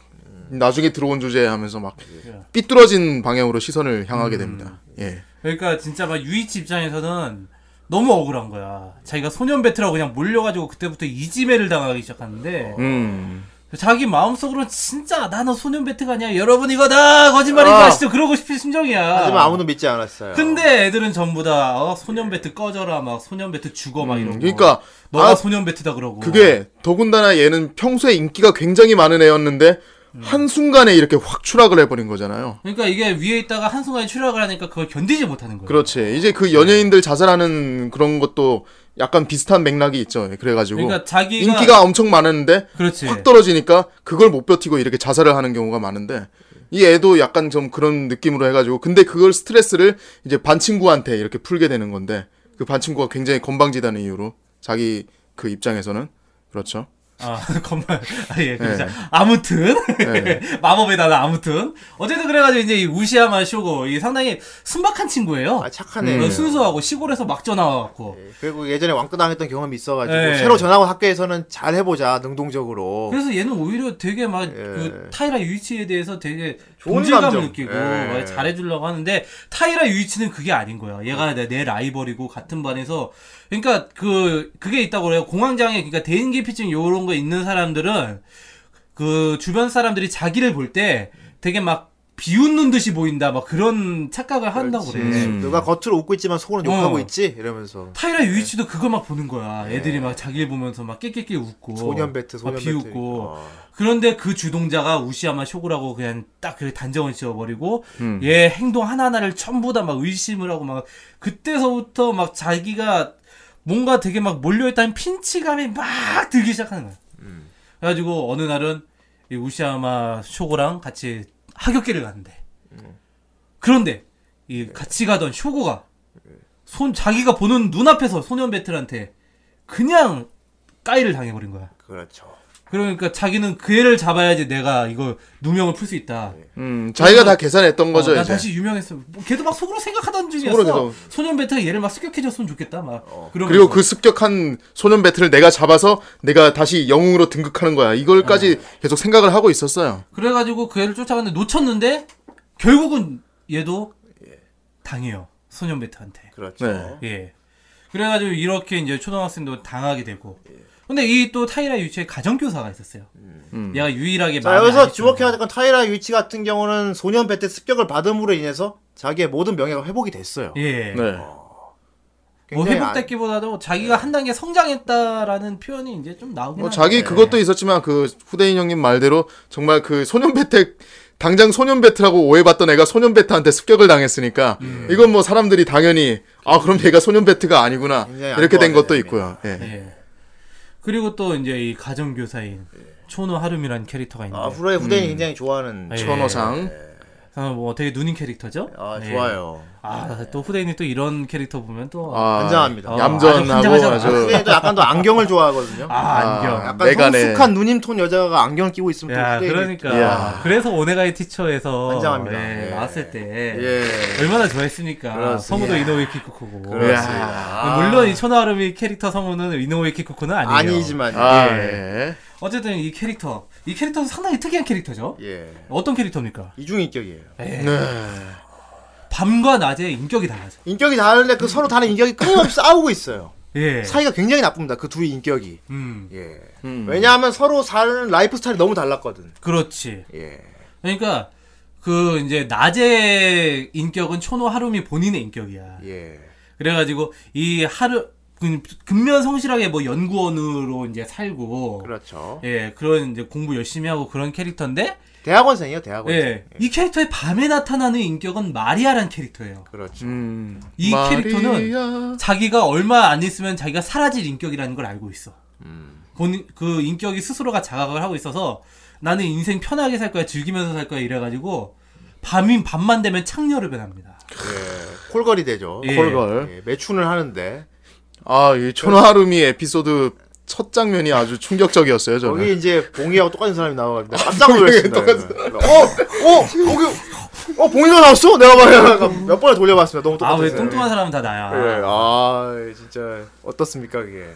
[SPEAKER 3] 나중에 들어온 주제 하면서 막
[SPEAKER 2] 예.
[SPEAKER 3] 삐뚤어진 방향으로
[SPEAKER 2] 음.
[SPEAKER 3] 시선을 향하게 됩니다. 예.
[SPEAKER 2] 그러니까 진짜 막 유이치 입장에서는 너무 억울한 거야 자기가 소년 배트라고 그냥 몰려가지고 그때부터 이지매를 당하기
[SPEAKER 1] 어.
[SPEAKER 2] 시작하는데
[SPEAKER 3] 음.
[SPEAKER 2] 자기 마음속으로 진짜 나는 소년 배트가 아니야 여러분 이거 다 거짓말인 거
[SPEAKER 1] 아.
[SPEAKER 2] 아시죠 그러고 싶은 심정이야
[SPEAKER 1] 하지만 아무도 믿지
[SPEAKER 3] 그러니까.
[SPEAKER 1] 않았어요.
[SPEAKER 2] 근데 애들은 전부 다 어, 소년 배트 꺼져라 막 소년 배트 죽어 막 이런 거
[SPEAKER 3] 그러니까
[SPEAKER 2] 너가
[SPEAKER 3] 아,
[SPEAKER 2] 소년 배트다 그러고
[SPEAKER 3] 그게 더군다나 얘는 평소에 인기가 굉장히 많은 애였는데 한순간에 이렇게 확 추락을 해버린 거잖아요.
[SPEAKER 2] 그러니까 이게 위에 있다가 한순간에 추락을 하니까 그걸 견디지 못하는 거예요.
[SPEAKER 3] 그렇지. 이제 그 연예인들 자살하는 그런 것도 약간 비슷한 맥락이 있죠. 그래가지고.
[SPEAKER 2] 그러니까 자기가
[SPEAKER 3] 인기가 엄청 많았는데
[SPEAKER 2] 그렇지.
[SPEAKER 3] 확 떨어지니까 그걸 못 버티고 이렇게 자살을 하는 경우가 많은데 이 애도 약간 좀 그런 느낌으로 해가지고 근데 그걸 스트레스를 이제 반 친구한테 이렇게 풀게 되는 건데 그 반 친구가 굉장히 건방지다는 이유로 자기 그 입장에서는 그렇죠.
[SPEAKER 2] 아, 건말. 아,
[SPEAKER 3] 네.
[SPEAKER 2] 예, 그렇죠. 아무튼. 마법의 단어, 아무튼. 어쨌든 그래가지고 이제 이 우시야마 쇼고, 이 상당히 순박한 친구예요.
[SPEAKER 1] 아
[SPEAKER 3] 음.
[SPEAKER 1] 착하네.
[SPEAKER 2] 어, 순수하고 시골에서 막 전화왔고.
[SPEAKER 1] 그리고 예전에 왕따 당했던 경험이 있어가지고
[SPEAKER 2] 예.
[SPEAKER 1] 새로 전학온 학교에서는 잘 해보자 능동적으로.
[SPEAKER 2] 그래서 얘는 오히려 되게 막, 그, 타이라 유이치에 대해서 되게
[SPEAKER 1] 예. 좋은
[SPEAKER 2] 동질감을
[SPEAKER 1] 감정.
[SPEAKER 2] 느끼고,
[SPEAKER 1] 예.
[SPEAKER 2] 막 잘해주려고 하는데, 타이라 유이치는 그게 아닌 거야.
[SPEAKER 1] 어.
[SPEAKER 2] 얘가 내, 내 라이벌이고, 같은 반에서. 그러니까, 그, 그게 있다고 그래요. 공황장애, 그러니까 대인기피증 요런 거 있는 사람들은, 그, 주변 사람들이 자기를 볼 때, 되게 막, 비웃는 듯이 보인다, 막 그런 착각을 한다고
[SPEAKER 1] 그렇지. 음.
[SPEAKER 2] 그래.
[SPEAKER 3] 음.
[SPEAKER 1] 누가 겉으로 웃고 있지만 속으로 욕하고
[SPEAKER 2] 어.
[SPEAKER 1] 있지 이러면서.
[SPEAKER 2] 타이라
[SPEAKER 1] 네.
[SPEAKER 2] 유이치도 그걸 막 보는 거야. 애들이 막 자기를 보면서 막 깨깨깨 웃고.
[SPEAKER 1] 소년 배트, 소년
[SPEAKER 2] 막
[SPEAKER 1] 배트.
[SPEAKER 2] 뭐. 아, 비웃고.
[SPEAKER 1] 어.
[SPEAKER 2] 그런데 그 주동자가 우시야마 쇼구라고 그냥 딱 그 단정을 지어버리고 얘 행동 하나하나를 전부 다 막 의심을 하고 막 그때서부터 막 자기가 뭔가 되게 막 몰려있다는 핀치감이 막 들기 시작하는 거야. 그래가지고 어느 날은 이 우시야마 쇼고랑 같이 하굣길을 갔는데 그런데 이 같이 가던 쇼고가 손 자기가 보는 눈앞에서 소년 배틀한테 그냥 까이를 당해버린 거야.
[SPEAKER 1] 그렇죠.
[SPEAKER 2] 그러니까 자기는 그 애를 잡아야지 내가 이거 누명을 풀 수 있다.
[SPEAKER 3] 음, 자기가 다 계산했던 거죠
[SPEAKER 2] 어, 난
[SPEAKER 3] 이제.
[SPEAKER 2] 다시 유명했어. 뭐 걔도 막 속으로 생각하던
[SPEAKER 3] 속으로
[SPEAKER 2] 중이었어.
[SPEAKER 3] 계속.
[SPEAKER 2] 소년 배트가 얘를 막 습격해줬으면 좋겠다. 막 그런.
[SPEAKER 3] 그리고 그 습격한 소년 배틀을 내가 잡아서 내가 다시 영웅으로 등극하는 거야. 이걸까지
[SPEAKER 2] 네.
[SPEAKER 3] 계속 생각을 하고 있었어요.
[SPEAKER 2] 그래가지고 그 애를 쫓아갔는데 놓쳤는데 결국은 얘도
[SPEAKER 3] 예.
[SPEAKER 2] 당해요. 소년 배트한테.
[SPEAKER 1] 그렇죠.
[SPEAKER 3] 네.
[SPEAKER 2] 예. 그래가지고 이렇게 이제 초등학생도 당하게 되고.
[SPEAKER 3] 예.
[SPEAKER 2] 근데 이 또 타이라 유치에 가정교사가 있었어요.
[SPEAKER 3] 음.
[SPEAKER 2] 얘가 유일하게
[SPEAKER 1] 자
[SPEAKER 2] 마음에 안
[SPEAKER 1] 여기서
[SPEAKER 2] 했던
[SPEAKER 1] 주목해야 될 건 타이라 유치 같은 경우는 소년 배트 습격을 받음으로 인해서 자기의 모든 명예가 회복이 됐어요.
[SPEAKER 2] 예.
[SPEAKER 3] 네.
[SPEAKER 2] 뭐
[SPEAKER 1] 굉장히 안- 네.
[SPEAKER 2] 회복됐기보다도 자기가 한 단계 성장했다라는 표현이 이제 좀 나오긴
[SPEAKER 3] 뭐
[SPEAKER 2] 하죠.
[SPEAKER 3] 자기 그것도 있었지만 그 후대인 형님 말대로 정말 그 소년 배트 당장 소년 배트라고 오해받던 애가 소년 배트한테 습격을 당했으니까
[SPEAKER 2] 음.
[SPEAKER 3] 이건 뭐 사람들이 당연히 아 그럼 얘가 소년 배트가 아니구나
[SPEAKER 1] 굉장히
[SPEAKER 3] 이렇게 된
[SPEAKER 1] 안보하게
[SPEAKER 3] 것도
[SPEAKER 1] 됩니다. 네.
[SPEAKER 3] 있고요. 예.
[SPEAKER 2] 예. 그리고 또 이제 이 가정교사인 초노 하름이라는 캐릭터가 있는데
[SPEAKER 1] 네. 아 후라이
[SPEAKER 3] 음.
[SPEAKER 1] 후대인 이 굉장히 좋아하는.
[SPEAKER 2] 예.
[SPEAKER 3] 천호상
[SPEAKER 1] 네.
[SPEAKER 2] 아, 뭐 되게 누님 캐릭터죠.
[SPEAKER 1] 아
[SPEAKER 2] 예.
[SPEAKER 1] 좋아요.
[SPEAKER 2] 아, 또 후대인이 또 이런 캐릭터 보면 또 아,
[SPEAKER 3] 아,
[SPEAKER 1] 환장합니다.
[SPEAKER 2] 아주
[SPEAKER 3] 얌전하고
[SPEAKER 2] 환장하잖아.
[SPEAKER 3] 아주
[SPEAKER 1] 후대인도 약간 더 안경을 좋아하거든요.
[SPEAKER 2] 안경.
[SPEAKER 1] 약간
[SPEAKER 3] 내가네.
[SPEAKER 1] 성숙한 누님 톤 여자가 안경을 끼고 있으면 또
[SPEAKER 2] 야,
[SPEAKER 1] 후대인이-
[SPEAKER 2] 그러니까
[SPEAKER 3] 이야.
[SPEAKER 2] 그래서 오네가이 티처에서
[SPEAKER 1] 환장합니다.
[SPEAKER 2] 예,
[SPEAKER 1] 예.
[SPEAKER 2] 나왔을 때
[SPEAKER 1] 예.
[SPEAKER 2] 얼마나 좋아했습니까.
[SPEAKER 1] 그렇습니다.
[SPEAKER 2] 성우도 이노우에 키쿠코고.
[SPEAKER 1] 그렇습니다. 아.
[SPEAKER 2] 물론 이 초노 하름이 캐릭터 성우는 이노우에 키쿠코는 아니에요.
[SPEAKER 1] 아니지만
[SPEAKER 3] 아,
[SPEAKER 1] 예.
[SPEAKER 3] 예.
[SPEAKER 2] 어쨌든 이 캐릭터, 이 캐릭터는 상당히 특이한 캐릭터죠.
[SPEAKER 1] 예.
[SPEAKER 2] 어떤 캐릭터입니까?
[SPEAKER 1] 이중인격이에요.
[SPEAKER 2] 네.
[SPEAKER 3] 네.
[SPEAKER 2] 밤과 낮의 인격이 달라져.
[SPEAKER 1] 인격이 다른데 그 서로 다른 인격이 끊임없이 싸우고 있어요.
[SPEAKER 2] 예.
[SPEAKER 1] 사이가 굉장히 나쁩니다. 그 둘의 인격이.
[SPEAKER 2] 음,
[SPEAKER 1] 예.
[SPEAKER 3] 음.
[SPEAKER 1] 왜냐하면 서로 사는 라이프 스타일이 너무 달랐거든.
[SPEAKER 2] 그렇지.
[SPEAKER 1] 예.
[SPEAKER 2] 그러니까 그 이제 낮의 인격은 초노 하루미 본인의 인격이야.
[SPEAKER 1] 예.
[SPEAKER 2] 그래가지고 이 하루 그 근면 성실하게 뭐 연구원으로 이제 살고
[SPEAKER 1] 그렇죠.
[SPEAKER 2] 예 그런 이제 공부 열심히 하고 그런 캐릭터인데
[SPEAKER 1] 대학원생이에요, 대학원생.
[SPEAKER 2] 예 이 캐릭터의 밤에 나타나는 인격은 마리아란 캐릭터예요.
[SPEAKER 1] 그렇죠.
[SPEAKER 3] 음.
[SPEAKER 2] 이 캐릭터는 자기가 얼마 안 있으면 자기가 사라질 인격이라는 걸 알고 있어. 본인 그 인격이 스스로가 자각을 하고 있어서 나는 인생 편하게 살 거야 즐기면서 살 거야 이래가지고 밤인 밤만 되면 창녀로 변합니다.
[SPEAKER 1] 예. 콜걸이 되죠.
[SPEAKER 2] 예.
[SPEAKER 3] 콜걸.
[SPEAKER 1] 예. 매춘을 하는데
[SPEAKER 3] 아, 이 초나하루미 에피소드 첫 장면이 아주 충격적이었어요, 저는.
[SPEAKER 1] 거기 이제 봉이하고 똑같은 사람이 나와가지고 깜짝 놀랐습니다. 어, 어, 거기 어 봉이가 나왔어? 내가 말해. 몇 번을 돌려봤습니다. 너무 똑같아요.
[SPEAKER 2] 아 왜 뚱뚱한 사람은 다 나야.
[SPEAKER 1] 예. 아 진짜 어떻습니까 그게?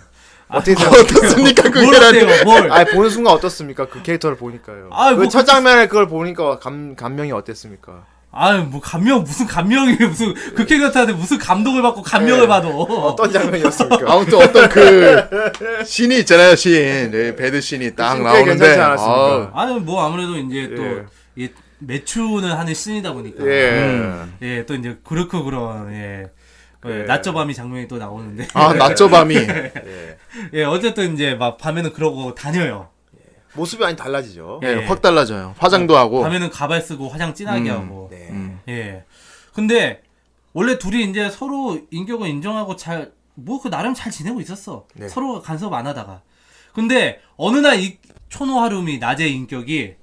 [SPEAKER 1] 어떻게
[SPEAKER 3] 어떻습니까,
[SPEAKER 2] 아,
[SPEAKER 1] 뭐?
[SPEAKER 2] 뭘
[SPEAKER 3] 그게라니.
[SPEAKER 2] 어때요? 그러니까 뭘?
[SPEAKER 1] 아 보는 순간 어떻습니까 그 캐릭터를 보니까요.
[SPEAKER 2] 아이, 뭐
[SPEAKER 1] 그첫 장면에 그걸 보니까 감 감명이 어땠습니까?
[SPEAKER 2] 아유 뭐 감명 무슨 감명이 무슨 그 캐릭터한테 무슨 감동을 받고 감명을
[SPEAKER 1] 예.
[SPEAKER 2] 받아.
[SPEAKER 1] 어떤 장면이었습니까?
[SPEAKER 3] 아무튼 어떤 그 신이 있잖아요, 신. 네, 배드 신이 딱
[SPEAKER 1] 꽤
[SPEAKER 3] 나오는데.
[SPEAKER 1] 그 괜찮지 않았습니까?
[SPEAKER 2] 아유 뭐 아무래도 이제
[SPEAKER 1] 예.
[SPEAKER 2] 또이 매추는 하는 신이다 보니까.
[SPEAKER 1] 예.
[SPEAKER 2] 예, 또 이제 그렇고 그런 예. 예, 낮저 밤이 장면이 또 나오는데
[SPEAKER 3] 아, 낮저 밤이.
[SPEAKER 2] 예 어쨌든 이제 막 밤에는 그러고 다녀요
[SPEAKER 1] 모습이 많이 달라지죠.
[SPEAKER 3] 예,
[SPEAKER 2] 예.
[SPEAKER 3] 확 달라져요. 화장도 하고.
[SPEAKER 2] 아, 밤에는 가발 쓰고 화장 진하게
[SPEAKER 3] 음,
[SPEAKER 2] 하고.
[SPEAKER 1] 어. 네.
[SPEAKER 3] 음.
[SPEAKER 2] 예. 근데 원래 둘이 이제 서로 인격을 인정하고 잘 뭐 그 나름 잘 지내고 있었어.
[SPEAKER 1] 네.
[SPEAKER 2] 서로 간섭 안 하다가. 근데 어느 날 이 초노하루미 낮의 인격이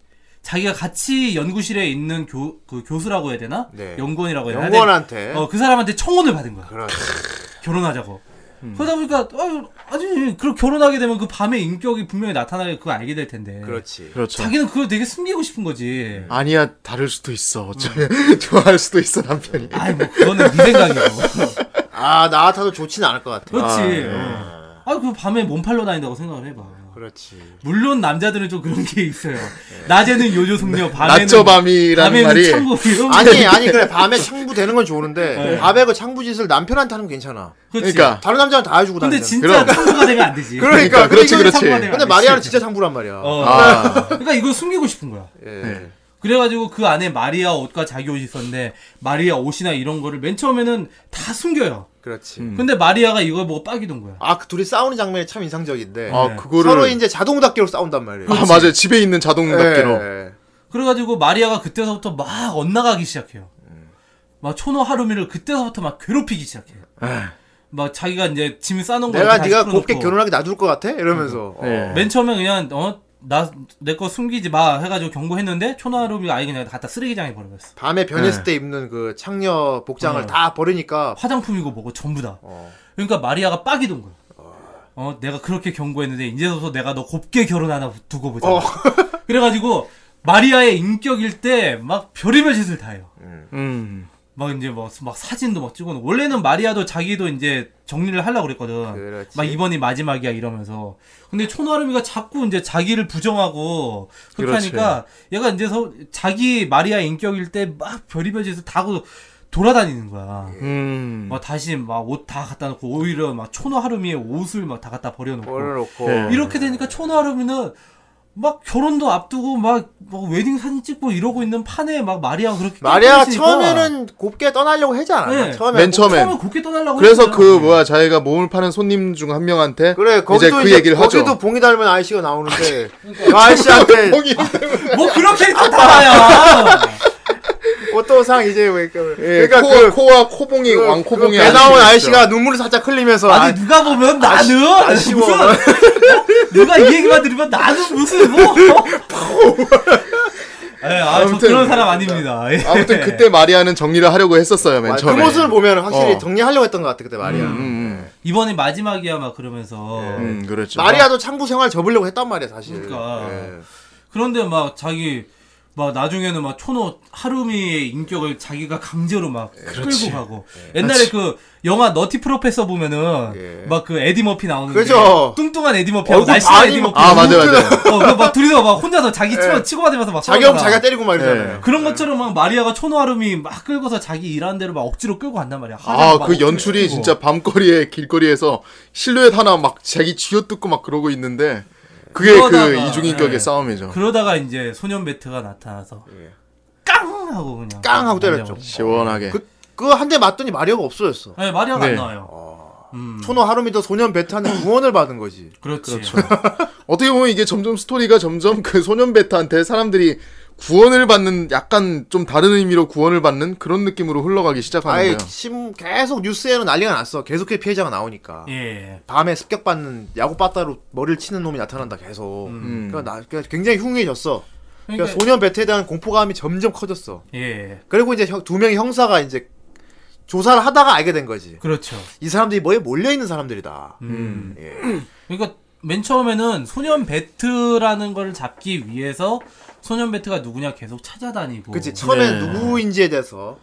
[SPEAKER 2] 자기가 같이 연구실에 있는 교, 그 교수라고 해야 되나?
[SPEAKER 1] 네.
[SPEAKER 2] 연구원이라고 뭐 해야 되나?
[SPEAKER 1] 영원한테. 그렇죠.
[SPEAKER 2] 어, 그 사람한테 청혼을 받은 거야.
[SPEAKER 1] 그런.
[SPEAKER 2] 결혼하자고.
[SPEAKER 1] 음.
[SPEAKER 2] 그러다 보니까 어, 아니 그럼 결혼하게 되면 그 밤에 인격이 분명히 나타나게 그거 알게 될 텐데.
[SPEAKER 1] 그렇지.
[SPEAKER 3] 그렇죠.
[SPEAKER 2] 자기는 그걸 되게 숨기고 싶은 거지.
[SPEAKER 3] 아니야, 다를 수도
[SPEAKER 2] 음.
[SPEAKER 3] 있어. 어쩌면 좋아할 수도 있어, 남편이.
[SPEAKER 2] 아이 뭐 그거는 네 생각이고.
[SPEAKER 1] 아, 나 같아도 좋지는 않을 것 같아.
[SPEAKER 2] 그렇지.
[SPEAKER 3] 아, 예.
[SPEAKER 2] 아, 그 밤에 몸팔로 다닌다고 생각을 해봐.
[SPEAKER 1] 아, 그렇지.
[SPEAKER 2] 물론 남자들은 좀 그런 게 있어요. 낮에는 요조숙녀, 밤에는
[SPEAKER 3] 예. 네. 낮저 밤이라는
[SPEAKER 2] 밤에는
[SPEAKER 3] 말이.
[SPEAKER 2] 참고 이런 거.
[SPEAKER 1] 아니, 아니, 그래. 밤에 창부 되는 건 좋은데,
[SPEAKER 2] 네.
[SPEAKER 1] 밤에 그 창부짓을 남편한테 하는 건 괜찮아.
[SPEAKER 2] 그렇지.
[SPEAKER 3] 그러니까.
[SPEAKER 1] 다른 남자는 다 해주고
[SPEAKER 2] 근데
[SPEAKER 1] 다니잖아.
[SPEAKER 2] 진짜
[SPEAKER 3] 그럼.
[SPEAKER 2] 참고가 되면 안 되지.
[SPEAKER 1] 그러니까,
[SPEAKER 3] 그러니까, 그렇지,
[SPEAKER 2] 이거는
[SPEAKER 3] 그렇지.
[SPEAKER 2] 참고가 되면 안
[SPEAKER 1] 근데
[SPEAKER 2] 되지.
[SPEAKER 1] 마리아는 진짜 창부란 말이야.
[SPEAKER 2] 어.
[SPEAKER 3] 아,
[SPEAKER 2] 그러니까 이걸 숨기고 싶은 거야.
[SPEAKER 1] 예.
[SPEAKER 2] 그래가지고 그 안에 마리아 옷과 자기 옷이 있었는데 마리아 옷이나 이런 거를 맨 처음에는 다 숨겨요.
[SPEAKER 1] 그렇지.
[SPEAKER 3] 음.
[SPEAKER 2] 근데 마리아가 이걸 보고 빡이 돈 거야.
[SPEAKER 1] 아, 그 둘이 싸우는 장면이 참 인상적인데.
[SPEAKER 2] 네.
[SPEAKER 3] 아, 그거를.
[SPEAKER 1] 서로 이제 자동 닫기로 싸운단 말이에요.
[SPEAKER 3] 아, 맞아요. 집에 있는 자동 닫기로.
[SPEAKER 1] 예.
[SPEAKER 2] 그래가지고 마리아가 그때서부터 막 엇나가기 시작해요.
[SPEAKER 1] 음.
[SPEAKER 2] 막 초노 하루미를 그때서부터 막 괴롭히기 시작해. 막 자기가 이제 짐 싸놓은 거
[SPEAKER 1] 내가
[SPEAKER 2] 다
[SPEAKER 1] 네가
[SPEAKER 2] 풀어놓고
[SPEAKER 1] 곱게 결혼하게 놔둘 것 같아? 이러면서. 어.
[SPEAKER 3] 예.
[SPEAKER 2] 맨 처음에 그냥 어? 어나내 거 숨기지 마 해가지고 경고했는데 초노 하루미가 아예 그냥 갖다 쓰레기장에 버려버렸어.
[SPEAKER 1] 밤에 변했을
[SPEAKER 3] 예.
[SPEAKER 1] 때 입는 그 창녀 복장을
[SPEAKER 3] 음.
[SPEAKER 1] 다 버리니까.
[SPEAKER 2] 화장품이고 뭐고 전부 다.
[SPEAKER 1] 어.
[SPEAKER 2] 그러니까 마리아가 빡이 돈 거야. 어 내가 그렇게 경고했는데 이제서서 내가 너 곱게 결혼 하나 두고 보자.
[SPEAKER 1] 어.
[SPEAKER 2] 그래가지고 마리아의 인격일 때 막 별의별 짓을 다 해요.
[SPEAKER 3] 음.
[SPEAKER 2] 막 이제 막, 막 사진도 막 찍어 놓고 원래는 마리아도 자기도 이제 정리를 하려고 그랬거든.
[SPEAKER 1] 그렇지.
[SPEAKER 2] 막 이번이 마지막이야 이러면서. 근데 초노하루미가 자꾸 이제 자기를 부정하고 그렇게
[SPEAKER 3] 그렇지.
[SPEAKER 2] 하니까 얘가 이제 서, 자기 마리아 인격일 때 막 별의별 짓을 다 하고 돌아다니는 거야.
[SPEAKER 3] 음.
[SPEAKER 2] 막 다시 막 옷 다 갖다 놓고 오히려 막 초노하루미의 옷을 막 다 갖다 버려 놓고
[SPEAKER 1] 버려놓고.
[SPEAKER 3] 예.
[SPEAKER 2] 이렇게 되니까 초노하루미는 막 결혼도 앞두고 막, 막 웨딩 사진 찍고 이러고 있는 판에 막 마리아가 그렇게
[SPEAKER 1] 마리아가
[SPEAKER 2] 껴들어있으니까.
[SPEAKER 1] 처음에는 곱게 떠나려고 하지 않았나?
[SPEAKER 2] 네.
[SPEAKER 1] 처음에.
[SPEAKER 3] 맨 처음에.
[SPEAKER 2] 처음에 곱게 떠나려고
[SPEAKER 3] 그래서
[SPEAKER 2] 했어요.
[SPEAKER 3] 그 뭐야 자기가 몸을 파는 손님 중 한 명한테
[SPEAKER 1] 그래,
[SPEAKER 3] 이제
[SPEAKER 1] 거기도
[SPEAKER 3] 그
[SPEAKER 1] 이제
[SPEAKER 3] 얘기를
[SPEAKER 1] 거기도
[SPEAKER 3] 하죠. 어,
[SPEAKER 1] 봉이 닮은 아이씨가 나오는데,
[SPEAKER 2] 그러니까.
[SPEAKER 1] 그 아이씨한테
[SPEAKER 3] 봉이
[SPEAKER 2] 뭐 그런 캐릭터 다야
[SPEAKER 1] 옷도상 이제 왜, 그,
[SPEAKER 3] 예,
[SPEAKER 1] 그러니까
[SPEAKER 3] 코,
[SPEAKER 1] 그,
[SPEAKER 3] 코와 코봉이 왕코봉이
[SPEAKER 1] 배 나온 아이씨가 눈물을 살짝 흘리면서, 아,
[SPEAKER 2] 아니 누가 보면 나는
[SPEAKER 1] 아쉬-
[SPEAKER 3] 뭐.
[SPEAKER 2] 무슨 어?
[SPEAKER 1] 아쉬워.
[SPEAKER 2] 누가 이 얘기만 들으면 나는 무슨 뭐 예, 아, 저
[SPEAKER 3] 아무튼-
[SPEAKER 2] 그런 사람 아닙니다. 예.
[SPEAKER 3] 아무튼 그때 마리아는 정리를 하려고 했었어요 맨
[SPEAKER 1] 아, 그
[SPEAKER 3] 처음에
[SPEAKER 1] 모습을 보면 확실히
[SPEAKER 3] 어.
[SPEAKER 1] 정리하려고 했던 것 같아, 그때 마리아.
[SPEAKER 3] 음, 음,
[SPEAKER 2] 이번이 마지막이야 막 그러면서
[SPEAKER 3] 음, 그렇죠
[SPEAKER 1] 네. 마리아도 창부 생활 접으려고 했단 말이야, 사실.
[SPEAKER 2] 그러니까.
[SPEAKER 1] 예.
[SPEAKER 2] 그런데 막 자기 막 나중에는 막 초노 하루미의 인격을 자기가 강제로
[SPEAKER 1] 예.
[SPEAKER 2] 막 끌고 가고 옛날에 그 영화 너티 프로페서 보면은
[SPEAKER 1] 예.
[SPEAKER 2] 막 그 에디 머피 나오는
[SPEAKER 1] 그죠.
[SPEAKER 2] 뚱뚱한 에디 머피하고
[SPEAKER 1] 얼굴
[SPEAKER 2] 날씬한
[SPEAKER 1] 많이
[SPEAKER 2] 에디 머피
[SPEAKER 3] 아 맞아요 맞아요
[SPEAKER 2] 어, 그막 둘이서 막 혼자서 자기 치고 치고받으면서 막
[SPEAKER 1] 예. 자기 형
[SPEAKER 2] 싸우잖아.
[SPEAKER 1] 자기가 예. 때리고 막
[SPEAKER 3] 예.
[SPEAKER 1] 이러잖아요.
[SPEAKER 2] 그런 것처럼 막 마리아가 초노하름이 막 끌고서 자기 일하는 대로 막 억지로 끌고 간단 말이야.
[SPEAKER 3] 아
[SPEAKER 2] 화장 막
[SPEAKER 3] 그
[SPEAKER 2] 억지로
[SPEAKER 3] 연출이
[SPEAKER 2] 끌고.
[SPEAKER 3] 진짜 밤거리에 길거리에서 실루엣 하나 막 자기 쥐어뜯고 막 그러고 있는데 그게 그
[SPEAKER 2] 그러다가,
[SPEAKER 3] 이중인격의
[SPEAKER 2] 예.
[SPEAKER 3] 싸움이죠
[SPEAKER 2] 그러다가 이제 소년 베트가 나타나서
[SPEAKER 1] 예.
[SPEAKER 2] 깡 하고 그냥
[SPEAKER 1] 깡 하고 때렸죠.
[SPEAKER 2] 날려버리고.
[SPEAKER 3] 시원하게
[SPEAKER 1] 그, 그거 한 대 맞더니 마리아가 없어졌어.
[SPEAKER 2] 네, 마리아가 안
[SPEAKER 3] 네.
[SPEAKER 2] 나와요. 음,
[SPEAKER 1] 초노 하루미도 소년 베트한테 구원을 받은 거지.
[SPEAKER 2] 그렇지. 그렇죠.
[SPEAKER 3] 어떻게 보면 이게 점점 스토리가 점점 그 소년 베타한테 사람들이 구원을 받는 약간 좀 다른 의미로 구원을 받는 그런 느낌으로 흘러가기 시작하는
[SPEAKER 1] 아예
[SPEAKER 3] 거예요
[SPEAKER 1] 심 계속 뉴스에는 난리가 났어. 계속해 피해자가 나오니까.
[SPEAKER 2] 예.
[SPEAKER 1] 밤에 습격받는 야구 빠따로 머리를 치는 놈이 나타난다 계속.
[SPEAKER 2] 음.
[SPEAKER 1] 그러니까, 나, 그러니까 굉장히 흉흉해졌어. 그러니까,
[SPEAKER 2] 그러니까
[SPEAKER 1] 소년 베트에 대한 공포감이 점점 커졌어.
[SPEAKER 2] 예.
[SPEAKER 1] 그리고 이제 형- 두 명의 형사가 이제 조사를 하다가 알게 된 거지.
[SPEAKER 2] 그렇죠.
[SPEAKER 1] 이 사람들이 뭐에 몰려 있는 사람들이다.
[SPEAKER 2] 음.
[SPEAKER 1] 예.
[SPEAKER 2] 그러니까 맨 처음에는 소년 베트라는 걸 잡기 위해서 소년 베트가 누구냐 계속 찾아다니고
[SPEAKER 1] 그치 처음에
[SPEAKER 3] 네.
[SPEAKER 1] 누구인지에 대해서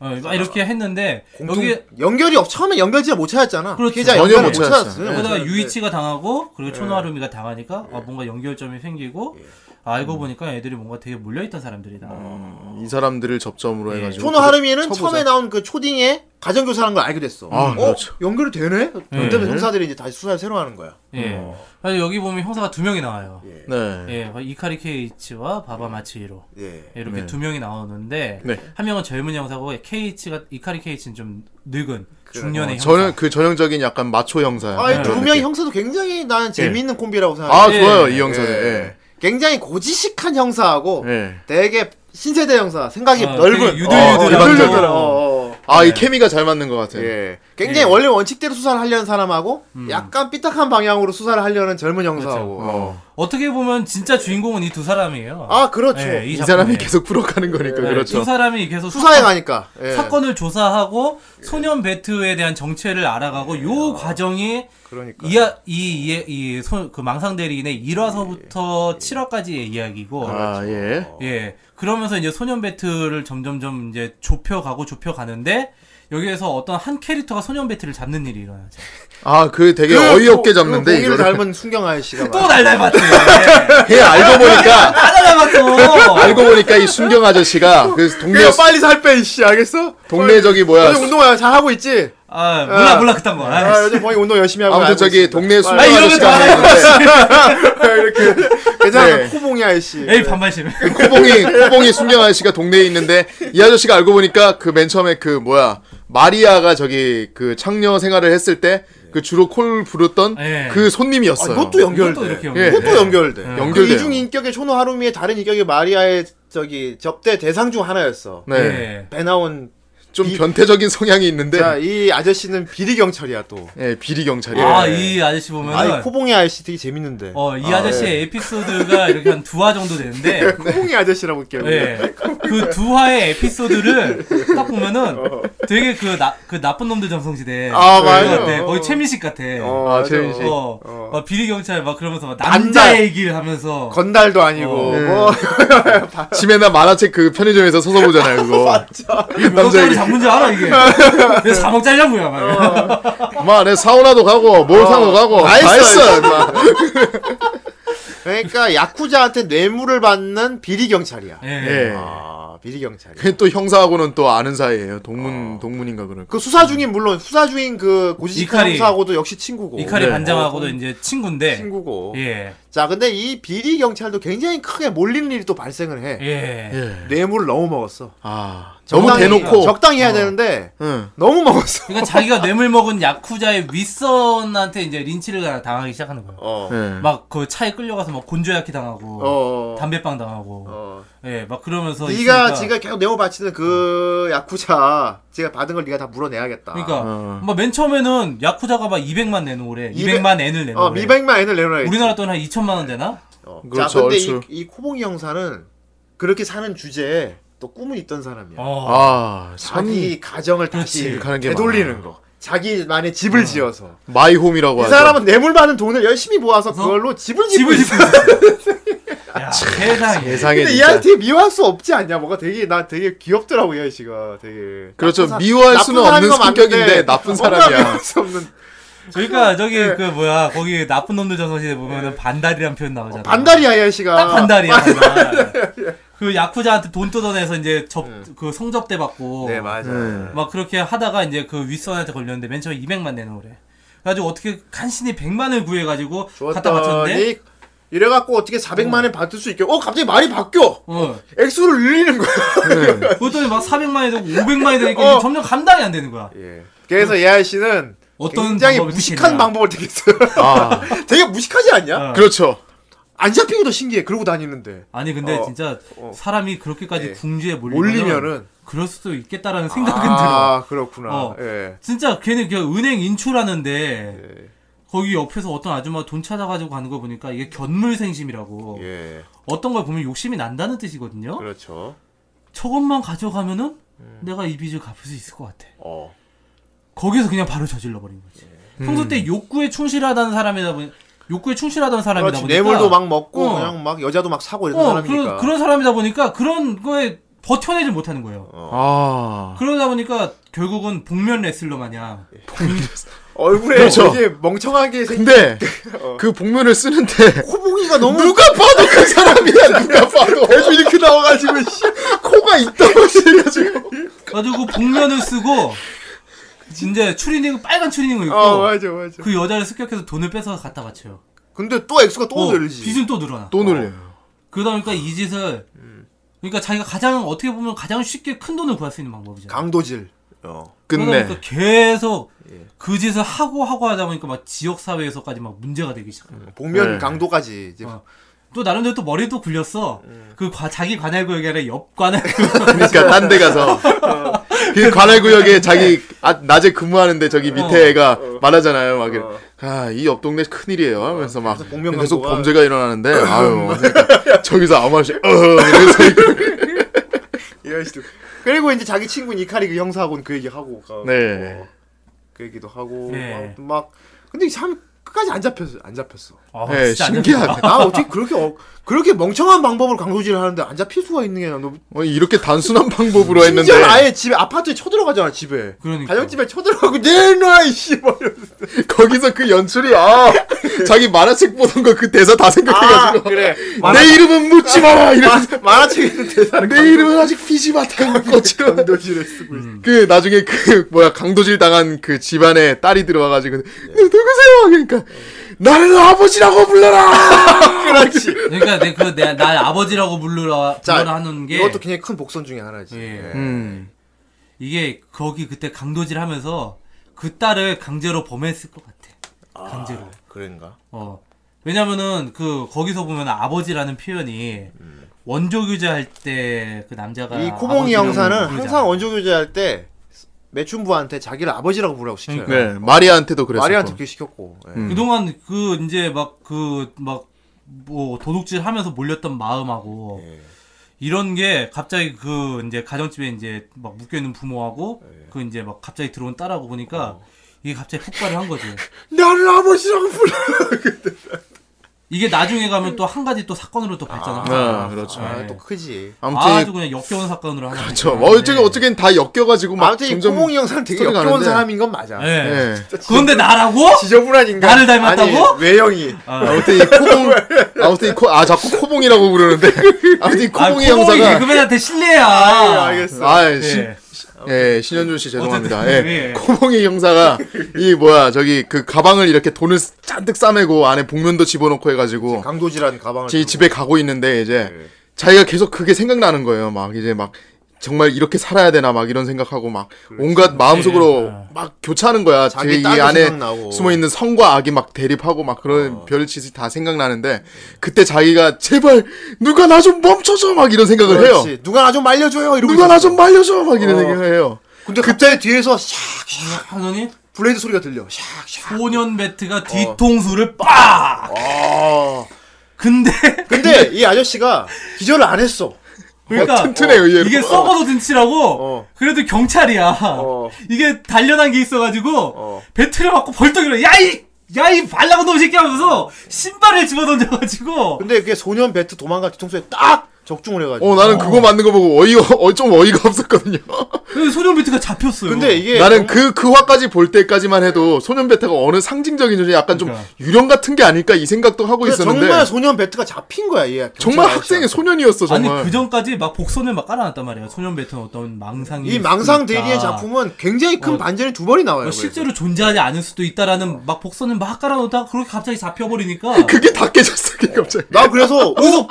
[SPEAKER 2] 어, 막 이렇게 했는데
[SPEAKER 1] 공통
[SPEAKER 2] 여기
[SPEAKER 1] 연결이 없 처음에 연결지가 못 찾았잖아.
[SPEAKER 2] 그렇죠.
[SPEAKER 1] 피해자
[SPEAKER 3] 전혀
[SPEAKER 1] 연결을
[SPEAKER 3] 못 찾았어요.
[SPEAKER 1] 찾았어요.
[SPEAKER 2] 여기다가
[SPEAKER 1] 네.
[SPEAKER 2] 유이치가 당하고 그리고 초노하루미가 당하니까 아 뭔가 연결점이 생기고
[SPEAKER 1] 예.
[SPEAKER 2] 아, 알고 보니까 애들이 뭔가 되게 몰려있던 사람들이다.
[SPEAKER 1] 어.
[SPEAKER 3] 이 사람들을 접점으로
[SPEAKER 2] 예.
[SPEAKER 3] 해가지고
[SPEAKER 1] 초노 하루미는
[SPEAKER 3] 쳐보자.
[SPEAKER 1] 처음에 나온 그 초딩의 가정교사라는 걸 알게 됐어.
[SPEAKER 3] 아,
[SPEAKER 1] 어?
[SPEAKER 3] 그렇죠.
[SPEAKER 1] 연결이 되네?
[SPEAKER 2] 네.
[SPEAKER 1] 그때부터 형사들이 이제 다시 수사를 새로 하는 거야.
[SPEAKER 2] 예.
[SPEAKER 1] 어.
[SPEAKER 2] 그래서 여기 보면 형사가 두 명이 나와요. 예.
[SPEAKER 3] 네.
[SPEAKER 2] 이카리 케이치와
[SPEAKER 1] 네.
[SPEAKER 2] 바바 마치히로
[SPEAKER 1] 예.
[SPEAKER 2] 이렇게
[SPEAKER 3] 네.
[SPEAKER 2] 두 명이
[SPEAKER 1] 그
[SPEAKER 2] 나오는데
[SPEAKER 3] 네.
[SPEAKER 2] 한 명은 젊은 형사고 케이치가 이카리 케이치는 좀 늙은 중년의 형사.
[SPEAKER 3] 저는 그 전형적인 약간 마초 형사야.
[SPEAKER 1] 아, 이
[SPEAKER 3] 네, 그런
[SPEAKER 1] 두 명의
[SPEAKER 3] 느낌.
[SPEAKER 1] 형사도 굉장히 나는 재미있는 콤비라고 생각해.
[SPEAKER 3] 예. 아
[SPEAKER 2] 예.
[SPEAKER 3] 좋아요 이 형사는. 예.
[SPEAKER 1] 굉장히 고지식한 형사하고
[SPEAKER 3] 예.
[SPEAKER 1] 되게 신세대 형사 생각이
[SPEAKER 2] 어,
[SPEAKER 1] 넓은
[SPEAKER 2] 되게 유들유들하고.
[SPEAKER 1] 어, 유들유들. 어, 어, 어.
[SPEAKER 2] 예.
[SPEAKER 3] 아, 이 케미가 잘 맞는 것 같아요.
[SPEAKER 1] 예. 굉장히 원래 원칙대로 수사를 하려는 사람하고 약간 삐딱한 방향으로 수사를 하려는 젊은 형사하고. 어.
[SPEAKER 2] 어떻게 보면 진짜 주인공은 이 두 사람이에요.
[SPEAKER 1] 아 그렇죠.
[SPEAKER 2] 예,
[SPEAKER 3] 이
[SPEAKER 2] 작품에.
[SPEAKER 3] 사람이 계속 풀어가는 거니까
[SPEAKER 2] 네,
[SPEAKER 3] 그렇죠.
[SPEAKER 2] 두 사람이 계속
[SPEAKER 1] 수사에
[SPEAKER 2] 사건-
[SPEAKER 1] 가니까. 예.
[SPEAKER 2] 사건을 조사하고 소년 베트에 대한 정체를 알아가고 요 과정이
[SPEAKER 1] 그러니까.
[SPEAKER 2] 이야 이이그 망상 대리인의 1화서부터 7화까지의 이야기고
[SPEAKER 3] 아, 예.
[SPEAKER 2] 예 그러면서 이제 소년 베트를 점점점 이제 좁혀가고 좁혀가는데 여기에서 어떤 한 캐릭터가 소년 베트를 잡는 일이 일어나죠.
[SPEAKER 3] 아, 그 되게
[SPEAKER 1] 그
[SPEAKER 3] 어이없게
[SPEAKER 1] 고- 그
[SPEAKER 3] 잡는데
[SPEAKER 1] 고기를
[SPEAKER 3] 이거를
[SPEAKER 1] 닮은 순경아이 씨가.
[SPEAKER 2] 또
[SPEAKER 1] 막-
[SPEAKER 2] 날라봤지.
[SPEAKER 3] 해 알고 보니까
[SPEAKER 2] 다 날라봤어.
[SPEAKER 3] 알고 보니까 이 순경 아저씨가 그 동네
[SPEAKER 1] 그래요, 빨리 살 빼 이씨 알겠어?
[SPEAKER 3] 동네 저기 뭐야
[SPEAKER 1] 요즘 운동화 잘 하고 있지?
[SPEAKER 2] 아 몰라 몰라 그딴 거.
[SPEAKER 1] 아,
[SPEAKER 2] 아,
[SPEAKER 1] 요즘 거의 운동 열심히 하고
[SPEAKER 3] 아무튼
[SPEAKER 1] 알고
[SPEAKER 3] 저기
[SPEAKER 1] 있습니다.
[SPEAKER 3] 동네 순경
[SPEAKER 2] 아, 이러면
[SPEAKER 3] 아저씨가
[SPEAKER 2] 또 알아요.
[SPEAKER 3] 하는데
[SPEAKER 1] 이렇게 괜찮아
[SPEAKER 3] 네.
[SPEAKER 1] 코봉이 아이씨.
[SPEAKER 2] 에이 반말심.
[SPEAKER 3] 코봉이 코봉이 순경 아저씨가 동네에 있는데 이 아저씨가 알고 보니까 그 맨 처음에 그 뭐야 마리아가 저기 그 창녀 생활을 했을 때 그 주로 콜 부르던
[SPEAKER 2] 예.
[SPEAKER 3] 그
[SPEAKER 1] 아,
[SPEAKER 3] 손님이었어요.
[SPEAKER 1] 이것도 연결돼.
[SPEAKER 2] 이것도 이렇게
[SPEAKER 3] 예.
[SPEAKER 2] 연결돼.
[SPEAKER 1] 그것도 연결돼.
[SPEAKER 2] 예.
[SPEAKER 3] 연결돼요.
[SPEAKER 1] 그 이중 인격의 초노 하루미의 다른 인격이 마리아의 저기 접대 대상 중 하나였어.
[SPEAKER 3] 네.
[SPEAKER 2] 예.
[SPEAKER 1] 배 나온
[SPEAKER 3] 좀
[SPEAKER 1] 이-
[SPEAKER 3] 변태적인 성향이 있는데
[SPEAKER 1] 자, 이 아저씨는 비리 경찰이야 또.
[SPEAKER 3] 예, 비리 경찰이에요. 네.
[SPEAKER 2] 아 이 아저씨 보면은
[SPEAKER 1] 아이 코봉이 아저씨 되게 재밌는데.
[SPEAKER 2] 어, 이 아저씨의 에피소드가 이렇게 한 두 화 정도 되는데,
[SPEAKER 1] 코봉이 아저씨라고 할게요.
[SPEAKER 2] 예. 그 두 화의 에피소드를 딱 보면은 되게 그, 나, 그 나쁜 놈들 정성시대.
[SPEAKER 1] 아,
[SPEAKER 2] 그거
[SPEAKER 1] 맞아요.
[SPEAKER 2] 같아. 거의 최민식 같아. 어,
[SPEAKER 1] 어,
[SPEAKER 3] 아,
[SPEAKER 1] 맞아.
[SPEAKER 3] 재민 씨.
[SPEAKER 1] 어.
[SPEAKER 2] 막 비리경찰 막 그러면서 막
[SPEAKER 1] 반달.
[SPEAKER 2] 남자 얘기를 하면서.
[SPEAKER 1] 건달도 아니고
[SPEAKER 2] 어.
[SPEAKER 1] 뭐
[SPEAKER 3] 네. 집에나 만화책 그 편의점에서 서서 보잖아요, 그거. 남자
[SPEAKER 2] 몇억짜리
[SPEAKER 3] 얘기.
[SPEAKER 2] 잡는 줄 알아, 이게. 그래서 3억짜리라고요, 막.
[SPEAKER 3] 마, 내 사우나도 가고, 몰상도 가고.
[SPEAKER 1] 어. 다 했어,
[SPEAKER 3] 임마.
[SPEAKER 1] 그러니까 야쿠자한테 뇌물을 받는 비리 경찰이야.
[SPEAKER 2] 예.
[SPEAKER 3] 예.
[SPEAKER 1] 아, 비리 경찰이야.
[SPEAKER 3] 그게 또 형사하고는 또 아는 사이예요. 동문 동문인가 그럴 거.
[SPEAKER 1] 그 수사 중인 물론 수사 중인 그 고지식한
[SPEAKER 2] 이카리.
[SPEAKER 1] 형사하고도 역시 친구고. 네.
[SPEAKER 2] 이카리
[SPEAKER 3] 네.
[SPEAKER 2] 반장하고도 이제 친구인데.
[SPEAKER 1] 친구고.
[SPEAKER 2] 예.
[SPEAKER 1] 자, 근데 이 비리 경찰도 굉장히 크게 몰리는 일이 또 발생을 해.
[SPEAKER 2] 예.
[SPEAKER 3] 예.
[SPEAKER 1] 뇌물을 너무 먹었어.
[SPEAKER 3] 아 너무 대놓고.
[SPEAKER 1] 적당히
[SPEAKER 2] 어.
[SPEAKER 1] 해야 되는데
[SPEAKER 3] 응.
[SPEAKER 1] 너무 먹었어.
[SPEAKER 2] 그러니까 자기가 뇌물 먹은 야쿠자의 윗선한테 이제 린치를 당하기 시작하는 거예요.
[SPEAKER 1] 어.
[SPEAKER 3] 예.
[SPEAKER 2] 막 그 차에 끌려가서 막 곤조야키 당하고
[SPEAKER 1] 어.
[SPEAKER 2] 담배빵 당하고
[SPEAKER 1] 어.
[SPEAKER 2] 예 막 그러면서
[SPEAKER 1] 네가
[SPEAKER 2] 있으니까 어.
[SPEAKER 1] 지가 계속 내어 바치는 그 야쿠자 제가 받은 걸 네가 다 아, 물어내야겠다.
[SPEAKER 2] 그러니까
[SPEAKER 3] 어.
[SPEAKER 2] 막 맨 처음에는 야쿠자가 막 200만 내놓으래
[SPEAKER 1] 200
[SPEAKER 2] 200, 만 엔을 내놓으래
[SPEAKER 1] 어, 미백만 애들 내놔.
[SPEAKER 2] 네. 우리나라 돈 한 2천만 원 되나
[SPEAKER 1] 어. 자,
[SPEAKER 3] 그렇죠,
[SPEAKER 1] 근데
[SPEAKER 3] 그렇죠.
[SPEAKER 1] 이, 이 코봉이 형사는 그렇게 사는 주제에 또 꿈은 있던 사람이야.
[SPEAKER 2] 어
[SPEAKER 3] 아 참.
[SPEAKER 1] 자기 가정을 다시
[SPEAKER 2] 그렇지.
[SPEAKER 3] 가는 게
[SPEAKER 1] 되돌리는
[SPEAKER 3] 많아.
[SPEAKER 1] 거. 자기만의 집을 지어서.
[SPEAKER 3] 마이홈이라고
[SPEAKER 1] 이
[SPEAKER 3] 하죠.
[SPEAKER 1] 사람은 뇌물 받은 돈을 열심히 모아서
[SPEAKER 2] 그래서
[SPEAKER 1] 그걸로 집을 짓고
[SPEAKER 2] 집을
[SPEAKER 1] 있어.
[SPEAKER 2] 짓고 있어 야 세상에
[SPEAKER 3] 세상에
[SPEAKER 1] 근데 이
[SPEAKER 3] 진짜.
[SPEAKER 1] 아이한테 미워할 수 없지 않냐? 뭐가 되게 나 되게 귀엽더라고 이 아저씨가 되게.
[SPEAKER 3] 그렇죠.
[SPEAKER 1] 나쁜 사-
[SPEAKER 3] 미워할 수는
[SPEAKER 1] 나쁜 사람인
[SPEAKER 3] 없는
[SPEAKER 1] 건
[SPEAKER 3] 성격인데
[SPEAKER 1] 맞는데
[SPEAKER 3] 나쁜
[SPEAKER 1] 뭔가
[SPEAKER 3] 사람이야.
[SPEAKER 1] 미워할 수 없는
[SPEAKER 2] 그러니까 저기
[SPEAKER 1] 네.
[SPEAKER 2] 그 뭐야 거기 나쁜 놈들 전선시대 보면은 반달이란 표현 나오잖아
[SPEAKER 1] 반달이야 이 아저씨가. 네,
[SPEAKER 2] 딱 반달이야 반달. 그 야쿠자한테 돈 뜯어내서 이제 접 그 성접대 받고
[SPEAKER 1] 네 맞아.
[SPEAKER 3] 음.
[SPEAKER 2] 막 그렇게 하다가 이제 그 윗선한테 걸렸는데 맨 처음에 200만 내놓으래. 그래가지고 어떻게 간신히 100만을 구해가지고 갖다 바쳤는데
[SPEAKER 1] 줬더니 네. 이래갖고 어떻게 400만 원 받을 수 있게? 어 갑자기 말이 바뀌어.
[SPEAKER 2] 어.
[SPEAKER 1] 액수를 늘리는 거야.
[SPEAKER 2] 그랬더니 막 400만이 되고 500만이 되니까
[SPEAKER 1] 어.
[SPEAKER 2] 이게 점점 감당이 안 되는 거야.
[SPEAKER 1] 예. 그래서 이 아저씨는
[SPEAKER 2] 음. 어떤
[SPEAKER 1] 굉장히
[SPEAKER 2] 방법을
[SPEAKER 1] 무식한
[SPEAKER 2] 택했냐.
[SPEAKER 1] 방법을 택했어요.
[SPEAKER 3] 아
[SPEAKER 1] 되게 무식하지 않냐?
[SPEAKER 2] 어.
[SPEAKER 3] 그렇죠.
[SPEAKER 1] 안 잡히기도 신기해. 그러고 다니는데.
[SPEAKER 2] 아니 근데
[SPEAKER 1] 어.
[SPEAKER 2] 진짜
[SPEAKER 1] 어.
[SPEAKER 2] 사람이 그렇게까지
[SPEAKER 1] 예.
[SPEAKER 2] 궁지에 몰리면은,
[SPEAKER 1] 몰리면은
[SPEAKER 2] 그럴 수도 있겠다라는 생각은 들어.
[SPEAKER 1] 아 그렇구나.
[SPEAKER 2] 어.
[SPEAKER 1] 예.
[SPEAKER 2] 진짜 걔는 그냥 은행 인출하는데
[SPEAKER 1] 예.
[SPEAKER 2] 거기 옆에서 어떤 아줌마 돈 찾아가지고 가는 거 보니까 이게 견물생심이라고
[SPEAKER 1] 예.
[SPEAKER 2] 어떤 걸 보면 욕심이 난다는 뜻이거든요.
[SPEAKER 1] 그렇죠.
[SPEAKER 2] 저것만 가져가면은
[SPEAKER 1] 예.
[SPEAKER 2] 내가 이 빚을 갚을 수 있을 것 같아.
[SPEAKER 1] 어.
[SPEAKER 2] 거기서 그냥 바로 저질러 버린 거지.
[SPEAKER 1] 음.
[SPEAKER 2] 평소 때 욕구에 충실하다는 사람이다 보니 욕구에 충실하던 사람이다
[SPEAKER 1] 그렇지.
[SPEAKER 2] 보니까
[SPEAKER 1] 뇌물도 막 먹고
[SPEAKER 2] 어.
[SPEAKER 1] 그냥 막 여자도 막 사고 이런
[SPEAKER 2] 어,
[SPEAKER 1] 사람이니까.
[SPEAKER 2] 그런, 그런 사람이다 보니까 그런 거에 버텨내질 못하는 거예요.
[SPEAKER 1] 어.
[SPEAKER 3] 아
[SPEAKER 2] 그러다 보니까 결국은 복면 레슬러 마냥
[SPEAKER 1] 얼굴에
[SPEAKER 3] 그렇죠.
[SPEAKER 1] 되게 멍청하게 생
[SPEAKER 3] 근데 그 복면을 쓰는데
[SPEAKER 1] 코봉이가 어. 너무
[SPEAKER 3] 누가 봐도 그 사람이야. 누가 봐도
[SPEAKER 1] 배도 이렇게 나와가지고 씨.
[SPEAKER 3] 코가 있다고 해가지고.
[SPEAKER 2] 가지고 복면을 쓰고 이제 추리닝 빨간 추리닝을 입고
[SPEAKER 1] 어 맞아 맞아.
[SPEAKER 2] 그 여자를 습격해서 돈을 뺏어 서 갖다 바쳐요.
[SPEAKER 1] 근데 또 액수가 또
[SPEAKER 2] 어,
[SPEAKER 1] 늘지.
[SPEAKER 2] 빚은 또 늘어나.
[SPEAKER 3] 또 놀려요.
[SPEAKER 2] 그러다 보니까 이 짓을
[SPEAKER 1] 음.
[SPEAKER 2] 그러니까 자기가 가장 어떻게 보면 가장 쉽게 큰 돈을 구할 수 있는 방법이잖아.
[SPEAKER 1] 강도질. 어.
[SPEAKER 3] 끝내.
[SPEAKER 2] 그러니까 계속
[SPEAKER 1] 예.
[SPEAKER 2] 그 짓을
[SPEAKER 1] 음.
[SPEAKER 2] 하고 하고 하다 보니까 막 지역 사회에서까지 막 문제가 되기 시작해요.
[SPEAKER 1] 복면
[SPEAKER 3] 네.
[SPEAKER 1] 강도까지 이제
[SPEAKER 2] 어. 또 나름대로 또 머리도 굴렸어.
[SPEAKER 1] 음.
[SPEAKER 2] 그 과- 자기 관할구역이 아니라 옆 관할구역.
[SPEAKER 3] 그러니까 딴 데 가서
[SPEAKER 1] 어.
[SPEAKER 3] 그 관할 구역에 자기 아, 낮에 근무하는데
[SPEAKER 1] 어.
[SPEAKER 3] 저기 밑에 애가 말하잖아요. 막 아이 옆 동네 큰 일이에요. 하면서 막
[SPEAKER 1] 계속 복면
[SPEAKER 3] 계속
[SPEAKER 1] 광고가.
[SPEAKER 3] 범죄가 일어나는데 아유 그러니까 저기서 아무 말이 어 이러면서 이거-
[SPEAKER 1] 이런 식으로. 그리고 이제 자기 친구인 이카리 그 형사하고는 그 얘기하고 가-
[SPEAKER 3] 네.
[SPEAKER 1] 어, 그 얘기도 하고
[SPEAKER 2] 네.
[SPEAKER 1] 아무튼 막 근데 참 끝까지 안 잡혔어 안 잡혔어
[SPEAKER 2] 아,
[SPEAKER 3] 네,
[SPEAKER 2] 진짜 안
[SPEAKER 3] 신기하다.
[SPEAKER 1] 나 어떻게 그렇게 어, 그렇게 멍청한 방법으로 강도질을 하는데 안 잡힐 수가 있는 게
[SPEAKER 2] 뭐
[SPEAKER 1] 너무
[SPEAKER 3] 어, 이렇게 단순한 방법으로 했는데
[SPEAKER 1] 심지어 아예 집에 아파트에 쳐들어가잖아 집에
[SPEAKER 2] 그러니까.
[SPEAKER 1] 가정집에 쳐들어가고 내놔 이씨 막 이러면서.
[SPEAKER 3] 거기서 그 연출이 아 자기 만화책 보던 거 그 대사 다
[SPEAKER 2] 아,
[SPEAKER 3] 생각해가지고
[SPEAKER 1] 그래
[SPEAKER 3] 내 이름은 묻지 마라
[SPEAKER 1] 아.
[SPEAKER 3] 이런
[SPEAKER 1] 만화책에 있는 대사를
[SPEAKER 2] 네.
[SPEAKER 3] 내 이름은 아직 피지 마다 것처럼
[SPEAKER 1] 강도질을 쓰고
[SPEAKER 2] 음.
[SPEAKER 1] 있어
[SPEAKER 3] 그 나중에 그 뭐야 강도질 당한 그 집안에 딸이 들어와가지고 너 누구세요? 그러니까 나를 아버지라고 불러라.
[SPEAKER 1] 그렇지
[SPEAKER 2] 그러니까 내 그 내 날 아버지라고 불러라
[SPEAKER 1] 자,
[SPEAKER 2] 불러라 하는 게
[SPEAKER 1] 이것도 굉장히 큰 복선 중에 하나지
[SPEAKER 2] 예.
[SPEAKER 1] 예.
[SPEAKER 3] 음.
[SPEAKER 2] 이게 거기 그때 강도질 하면서 그 딸을 강제로 범했을 것 같아. 강제로.
[SPEAKER 1] 그런가
[SPEAKER 2] 어. 왜냐면은 그 거기서 보면 아버지라는 표현이 원조 교제할 때 그 남자가
[SPEAKER 1] 음. 이 코봉이
[SPEAKER 2] 아버지라고
[SPEAKER 1] 형사는
[SPEAKER 2] 부르잖아.
[SPEAKER 1] 항상 원조 교제할 때 매춘부한테 자기를 아버지라고 부르라고 시켜요
[SPEAKER 3] 네 음. 마리아한테도 그랬어.
[SPEAKER 1] 마리아한테 그렇게 시켰고 예.
[SPEAKER 2] 그동안 그 이제 막 그 막 뭐 도둑질 하면서 몰렸던 마음하고
[SPEAKER 1] 예.
[SPEAKER 2] 이런 게 갑자기 그 이제 가정집에 이제 막 묶여 있는 부모하고
[SPEAKER 1] 예.
[SPEAKER 2] 그 이제 막 갑자기 들어온 딸하고 보니까 이게 갑자기 폭발을 한 거지.
[SPEAKER 1] 나를 아버지라고 불러
[SPEAKER 2] 이게 나중에 가면 또 한 가지 또 사건으로 또 발전을 하잖아.
[SPEAKER 3] 아, 그렇죠.
[SPEAKER 1] 아,
[SPEAKER 2] 예.
[SPEAKER 1] 또 크지
[SPEAKER 3] 아무튼
[SPEAKER 2] 아주 그냥 역겨운 사건으로 하나. 네.
[SPEAKER 3] 그렇죠. 어, 어쨌든 어쨌든 다 엮여가지고 막
[SPEAKER 1] 아무튼 이 코봉이 형사는 되게
[SPEAKER 3] 뭐 소리가
[SPEAKER 1] 역겨운
[SPEAKER 3] 나는데.
[SPEAKER 1] 사람인 건 맞아
[SPEAKER 2] 예.
[SPEAKER 3] 예.
[SPEAKER 2] 그런데 나라고?
[SPEAKER 3] 아,
[SPEAKER 1] 지저분한 인간
[SPEAKER 2] 나를 닮았다고?
[SPEAKER 1] 아니, 외형이
[SPEAKER 3] 아무튼 이 코봉 아무튼 이 코 아 자꾸 코봉이라고 부르는데 아무튼 이
[SPEAKER 2] 아,
[SPEAKER 3] 코봉이 형사가
[SPEAKER 2] 개그맨한테 실례야.
[SPEAKER 1] 아, 알겠어
[SPEAKER 3] 아, 신,
[SPEAKER 2] 예.
[SPEAKER 3] 예, 신현준 씨 죄송합니다.
[SPEAKER 2] 어쨌든,
[SPEAKER 3] 예.
[SPEAKER 2] 예.
[SPEAKER 3] 코봉이 형사가 이 뭐야 저기 그 가방을 이렇게 돈을 잔뜩 싸매고 안에 복면도 집어넣고 해가지고
[SPEAKER 1] 강도질한 가방을
[SPEAKER 3] 제
[SPEAKER 1] 들고.
[SPEAKER 3] 집에 가고 있는데 이제
[SPEAKER 1] 예.
[SPEAKER 3] 자기가 계속 그게 생각나는 거예요. 막 이제 막 정말 이렇게 살아야 되나 막 이런 생각하고 막 온갖 마음속으로 막 교차하는 거야.
[SPEAKER 1] 예. 아. 자기
[SPEAKER 3] 제이
[SPEAKER 1] 딸도
[SPEAKER 3] 안에
[SPEAKER 1] 생각나고. 어.
[SPEAKER 3] 숨어 있는 성과 악이 막 대립하고 막 그런 별짓이 다 생각나는데 그때 자기가 제발 누가 나 좀 멈춰줘 막 이런 생각을 해요.
[SPEAKER 1] 그렇지. 누가 나 좀 말려줘요 이러고
[SPEAKER 3] 누가 나
[SPEAKER 1] 있었어.
[SPEAKER 3] 좀 말려줘 막 이런
[SPEAKER 1] 어.
[SPEAKER 3] 생각을 해요.
[SPEAKER 1] 근데 갑자기 뒤에서 샥샥
[SPEAKER 2] 하더니
[SPEAKER 1] 블레이드 소리가 들려 샥샥
[SPEAKER 2] 소년
[SPEAKER 3] 어.
[SPEAKER 2] 배트가 뒤통수를 빡.
[SPEAKER 3] 아.
[SPEAKER 2] 근데
[SPEAKER 3] 뭐
[SPEAKER 1] 근데 이 아저씨가 기절을 안 했어
[SPEAKER 2] 그러니까
[SPEAKER 3] 튼튼해, 의외로.
[SPEAKER 2] 이게 썩어도 등치라고
[SPEAKER 1] 어.
[SPEAKER 2] 그래도 경찰이야.
[SPEAKER 1] 어.
[SPEAKER 2] 이게 단련한 게 있어가지고
[SPEAKER 1] 어.
[SPEAKER 2] 배트를 맞고 벌떡 일어. 야이 야이 발라고 놈 새끼 하면서 신발을 집어던져가지고
[SPEAKER 1] 근데 그게 소년 배트 도망가 뒤통수에 딱 적중을 해가지고
[SPEAKER 3] 어 나는 그거 맞는 거 보고 어이가 어, 좀 어이가 없었거든요.
[SPEAKER 2] 그 소년 배트가 잡혔어요.
[SPEAKER 1] 근데 이게
[SPEAKER 3] 나는 그 그 화까지 볼 때까지만 해도 소년 베타가 어느 상징적인 존재 약간
[SPEAKER 2] 그러니까.
[SPEAKER 3] 좀 유령 같은 게 아닐까 이 생각도 하고
[SPEAKER 1] 그러니까
[SPEAKER 3] 있었는데
[SPEAKER 1] 정말 소년 배트가 잡힌 거야 얘
[SPEAKER 3] 정말 학생의 소년이었어 정말.
[SPEAKER 2] 아니 그 전까지 막 복선을 막 깔아놨단 말이야. 소년 배트는 어떤 망상이
[SPEAKER 1] 이 망상
[SPEAKER 2] 있을 수
[SPEAKER 1] 대리의
[SPEAKER 2] 있다.
[SPEAKER 1] 작품은 굉장히 큰
[SPEAKER 2] 어.
[SPEAKER 1] 반전이 두 번이 나와요
[SPEAKER 2] 어,
[SPEAKER 1] 그래서.
[SPEAKER 2] 실제로 존재하지 않을 수도 있다라는 막 복선을 막 깔아놓다 그렇게 갑자기 잡혀버리니까
[SPEAKER 3] 그게 다 깨졌어 그게 갑자기.
[SPEAKER 1] 나 그래서 어,
[SPEAKER 2] 여기서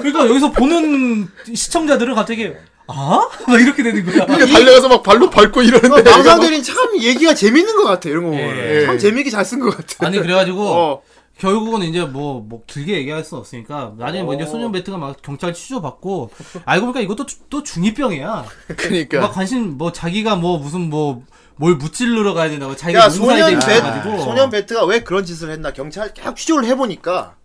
[SPEAKER 2] 그러니까 여기서 보는 시청자들은 갑자기 아? 막 이렇게 되는 거야.
[SPEAKER 3] 그러니까 달려가서 막 발로 밟고 이러는데
[SPEAKER 1] 어, 망상 대리는 참 얘기가 재밌는 것 같아 이런 거 보면
[SPEAKER 2] 예.
[SPEAKER 1] 참 재밌게 잘 쓴 것 같아
[SPEAKER 2] 아니 그래가지고
[SPEAKER 1] 어.
[SPEAKER 2] 결국은 이제 뭐 뭐 길게 얘기할 수 없으니까 나중에
[SPEAKER 1] 어.
[SPEAKER 2] 뭐 이제 소년 배트가 막 경찰 취조받고 알고 보니까 이것도 주- 또 중이병이야. 막
[SPEAKER 3] 그러니까
[SPEAKER 2] 관심 뭐 자기가 뭐 무슨 뭐 뭘 무찔러 가야 된다고 자기가
[SPEAKER 1] 야
[SPEAKER 2] 용사에 대해
[SPEAKER 1] 소년 배
[SPEAKER 2] 가지고
[SPEAKER 1] 소년 배트가 왜 그런 짓을 했나 경찰 쫙 취조를 해보니까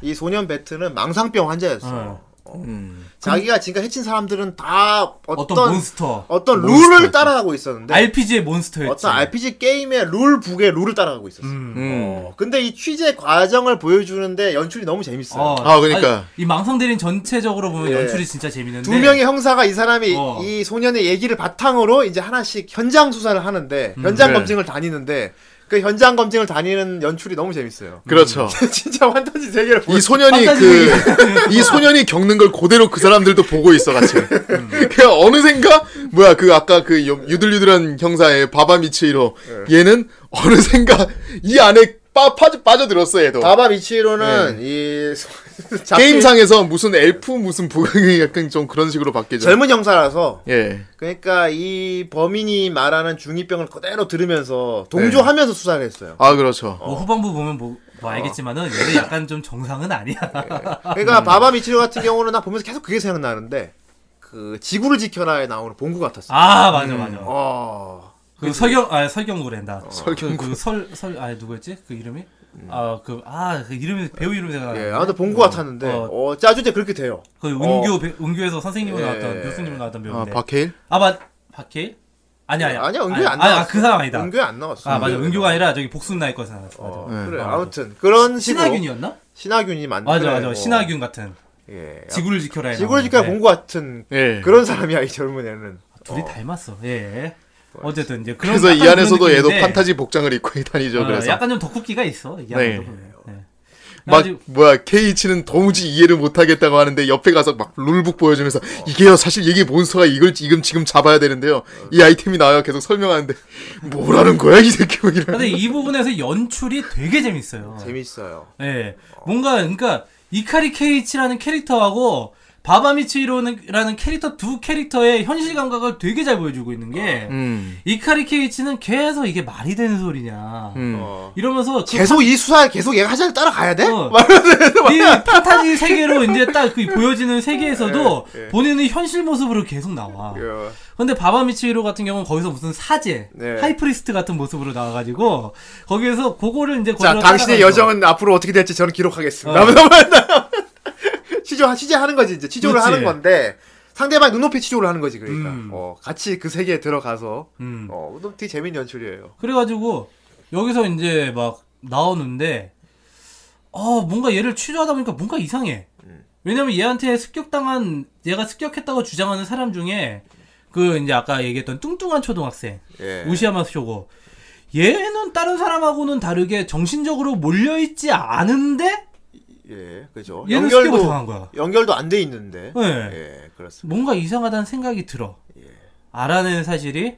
[SPEAKER 1] 이 소년 배트는 망상병 환자였어.
[SPEAKER 2] 어.
[SPEAKER 1] 어. 자기가 지금 해친 사람들은 다
[SPEAKER 2] 어떤,
[SPEAKER 1] 어떤
[SPEAKER 2] 몬스터
[SPEAKER 1] 어떤
[SPEAKER 3] 몬스터였죠.
[SPEAKER 1] 룰을 따라가고 있었는데
[SPEAKER 2] RPG의 몬스터였지.
[SPEAKER 1] 어떤 RPG 게임의 룰북의 룰을 따라가고 있었어.
[SPEAKER 2] 음.
[SPEAKER 3] 음.
[SPEAKER 1] 어, 근데 이 취재 과정을 보여주는데 연출이 너무 재밌어요.
[SPEAKER 2] 어,
[SPEAKER 3] 아, 그러니까.
[SPEAKER 2] 아니, 이 망상 대리는 전체적으로 보면
[SPEAKER 1] 예.
[SPEAKER 2] 연출이 진짜 재밌는데
[SPEAKER 1] 두
[SPEAKER 3] 네.
[SPEAKER 1] 명의 형사가 이 사람이
[SPEAKER 2] 어.
[SPEAKER 1] 이 소년의 얘기를 바탕으로 이제 하나씩 현장 수사를 하는데 현장
[SPEAKER 3] 네.
[SPEAKER 1] 검증을 다니는데 그 현장 검증을 다니는 연출이 너무 재밌어요.
[SPEAKER 3] 그렇죠.
[SPEAKER 1] 진짜 환타지 세계를 보여.
[SPEAKER 3] 이 소년이 그 이 소년이 겪는 걸 그대로 그 사람들도 보고 있어 같이. 그 어느샌가 뭐야 그 아까 그 유- 유들유들한 형사의 바바미치로
[SPEAKER 2] 예.
[SPEAKER 3] 얘는 어느샌가 이 안에 빠, 빠져 빠져들었어 얘도.
[SPEAKER 2] 아,
[SPEAKER 1] 바바 미치로는 이 소- 잡기-
[SPEAKER 3] 네. 게임상에서 무슨 엘프 무슨 부흥이 약간 좀 그런 식으로 바뀌죠.
[SPEAKER 1] 젊은 형사라서
[SPEAKER 3] 예.
[SPEAKER 1] 그러니까 이 범인이
[SPEAKER 3] 네.
[SPEAKER 1] 말하는 중이병을 그대로 들으면서 동조하면서 수사를 했어요. 어.
[SPEAKER 3] 아 그렇죠.
[SPEAKER 2] 뭐 후반부 보면 뭐 뭐 알겠지만은 얘도 약간 좀 정상은 아니야.
[SPEAKER 3] 음.
[SPEAKER 1] 그러니까 바바 미치루 같은 경우는 나 보면서 계속 그게 생각나는데 그 지구를 지켜라에 나오는 봉구 같았어.
[SPEAKER 2] 아 맞아 맞아.
[SPEAKER 1] 음. 어.
[SPEAKER 2] 그 설경 아 설경구랜다.
[SPEAKER 3] 설경구.
[SPEAKER 2] 그설설아 누구였지? 그 이름이? 아 그 아 그 이름이 배우 이름 생각나.
[SPEAKER 1] 음. 예, 아무튼 봉구 같았는데
[SPEAKER 2] 어.
[SPEAKER 1] 어, 짜주제 그렇게 돼요.
[SPEAKER 2] 그 은교 배- 은교에서 선생님으로
[SPEAKER 1] 어. 예.
[SPEAKER 2] 나왔던 교수님으로 나왔던
[SPEAKER 3] 아,
[SPEAKER 2] 배우인데.
[SPEAKER 3] 박해일?
[SPEAKER 2] 아마 박해일? 아니야 아니야.
[SPEAKER 1] 아니야, 은교에 안
[SPEAKER 2] 아니,
[SPEAKER 1] 나왔어.
[SPEAKER 2] 아, 그 사람 아니다.
[SPEAKER 1] 은교에 안 나왔어.
[SPEAKER 2] 아 맞아 은교가 아니라 저기 복순 나이 거에서 나왔어. 맞아.
[SPEAKER 1] 어,
[SPEAKER 3] 네.
[SPEAKER 1] 그래.
[SPEAKER 2] 아, 맞아.
[SPEAKER 1] 아무튼 그런 식으로
[SPEAKER 2] 신하균이었나?
[SPEAKER 1] 신하균이 맞는
[SPEAKER 2] 맞아 맞아 신하균 같은
[SPEAKER 1] 예.
[SPEAKER 2] 지구를 지켜라.
[SPEAKER 1] 어. 지구를 지켜라
[SPEAKER 2] 공
[SPEAKER 1] 봉구 같은
[SPEAKER 3] 예.
[SPEAKER 1] 그런 사람이야 이 젊은 애는.
[SPEAKER 2] 둘이 닮았어. 예. 어쨌든 이제 그런
[SPEAKER 3] 그래서 이
[SPEAKER 2] 약간
[SPEAKER 3] 안에서도
[SPEAKER 2] 그런
[SPEAKER 3] 얘도
[SPEAKER 2] 느낌인데,
[SPEAKER 3] 판타지 복장을 입고 다니죠.
[SPEAKER 2] 어,
[SPEAKER 3] 그래서
[SPEAKER 2] 약간 좀 덕후기가 있어. 이 안에서. 네. 네.
[SPEAKER 3] 막
[SPEAKER 2] 그래가지고-
[SPEAKER 3] 뭐야 KH는 도무지 이해를 못하겠다고 하는데 옆에 가서 막 룰북 보여주면서 이게요 사실 이게 몬스터가 이걸 지금 지금 잡아야 되는데요 이 아이템이 나와요 계속 설명하는데 뭐라는 거야 이 새끼 막 이런
[SPEAKER 2] 근데 이 부분에서 연출이 되게 재밌어요.
[SPEAKER 1] 재밌어요.
[SPEAKER 2] 예. 뭔가 그러니까 이카리 케이치라는 캐릭터하고 바바미치로라는 캐릭터 두 캐릭터의 현실 감각을 되게 잘 보여주고 있는 게
[SPEAKER 3] 음,
[SPEAKER 2] 이카리 케이치는 계속 이게 말이 되는 소리냐
[SPEAKER 3] 음.
[SPEAKER 1] 어.
[SPEAKER 2] 이러면서 그
[SPEAKER 1] 계속 이 수사 계속 얘가 하자를 따라가야 돼?
[SPEAKER 2] 어.
[SPEAKER 1] 막
[SPEAKER 2] 이 판타지 세계로 이제 딱 그 보여지는 세계에서도
[SPEAKER 1] 예, 예.
[SPEAKER 2] 본인의 현실 모습으로 계속 나와.
[SPEAKER 1] 이러면서.
[SPEAKER 2] 근데 바바미치로 같은 경우는 거기서 무슨 사제,
[SPEAKER 1] 네.
[SPEAKER 2] 하이프리스트 같은 모습으로 나와가지고 거기에서 그거를 이제
[SPEAKER 1] 자,
[SPEAKER 2] 거기로
[SPEAKER 1] 당신의
[SPEAKER 2] 따라가서
[SPEAKER 1] 여정은 앞으로 어떻게 될지 저는 기록하겠습니다.
[SPEAKER 2] 어.
[SPEAKER 1] 취조, 취재하는 거지, 이제. 취조를
[SPEAKER 2] 그렇지.
[SPEAKER 1] 하는 건데, 상대방 눈높이 취조를 하는 거지, 그러니까.
[SPEAKER 2] 음.
[SPEAKER 1] 어, 같이 그 세계에 들어가서,
[SPEAKER 2] 음.
[SPEAKER 1] 어, 너무 되게 재밌는 연출이에요.
[SPEAKER 2] 그래가지고 여기서 이제 막 나오는데 어 뭔가 얘를 취조하다 보니까 뭔가 이상해. 왜냐면 얘한테 습격당한 얘가 습격했다고 주장하는 사람 중에 그 이제 아까 얘기했던 뚱뚱한 초등학생
[SPEAKER 1] 예.
[SPEAKER 2] 우시야마 쇼고 얘는 다른 사람하고는 다르게 정신적으로 몰려있지 않은데
[SPEAKER 1] 예, 그죠.
[SPEAKER 2] 얘는 스킵을 당한 거야.
[SPEAKER 1] 연결도 안 돼 있는데.
[SPEAKER 2] 예.
[SPEAKER 1] 예, 그렇습니다.
[SPEAKER 2] 뭔가 이상하다는 생각이 들어. 알아낸 사실이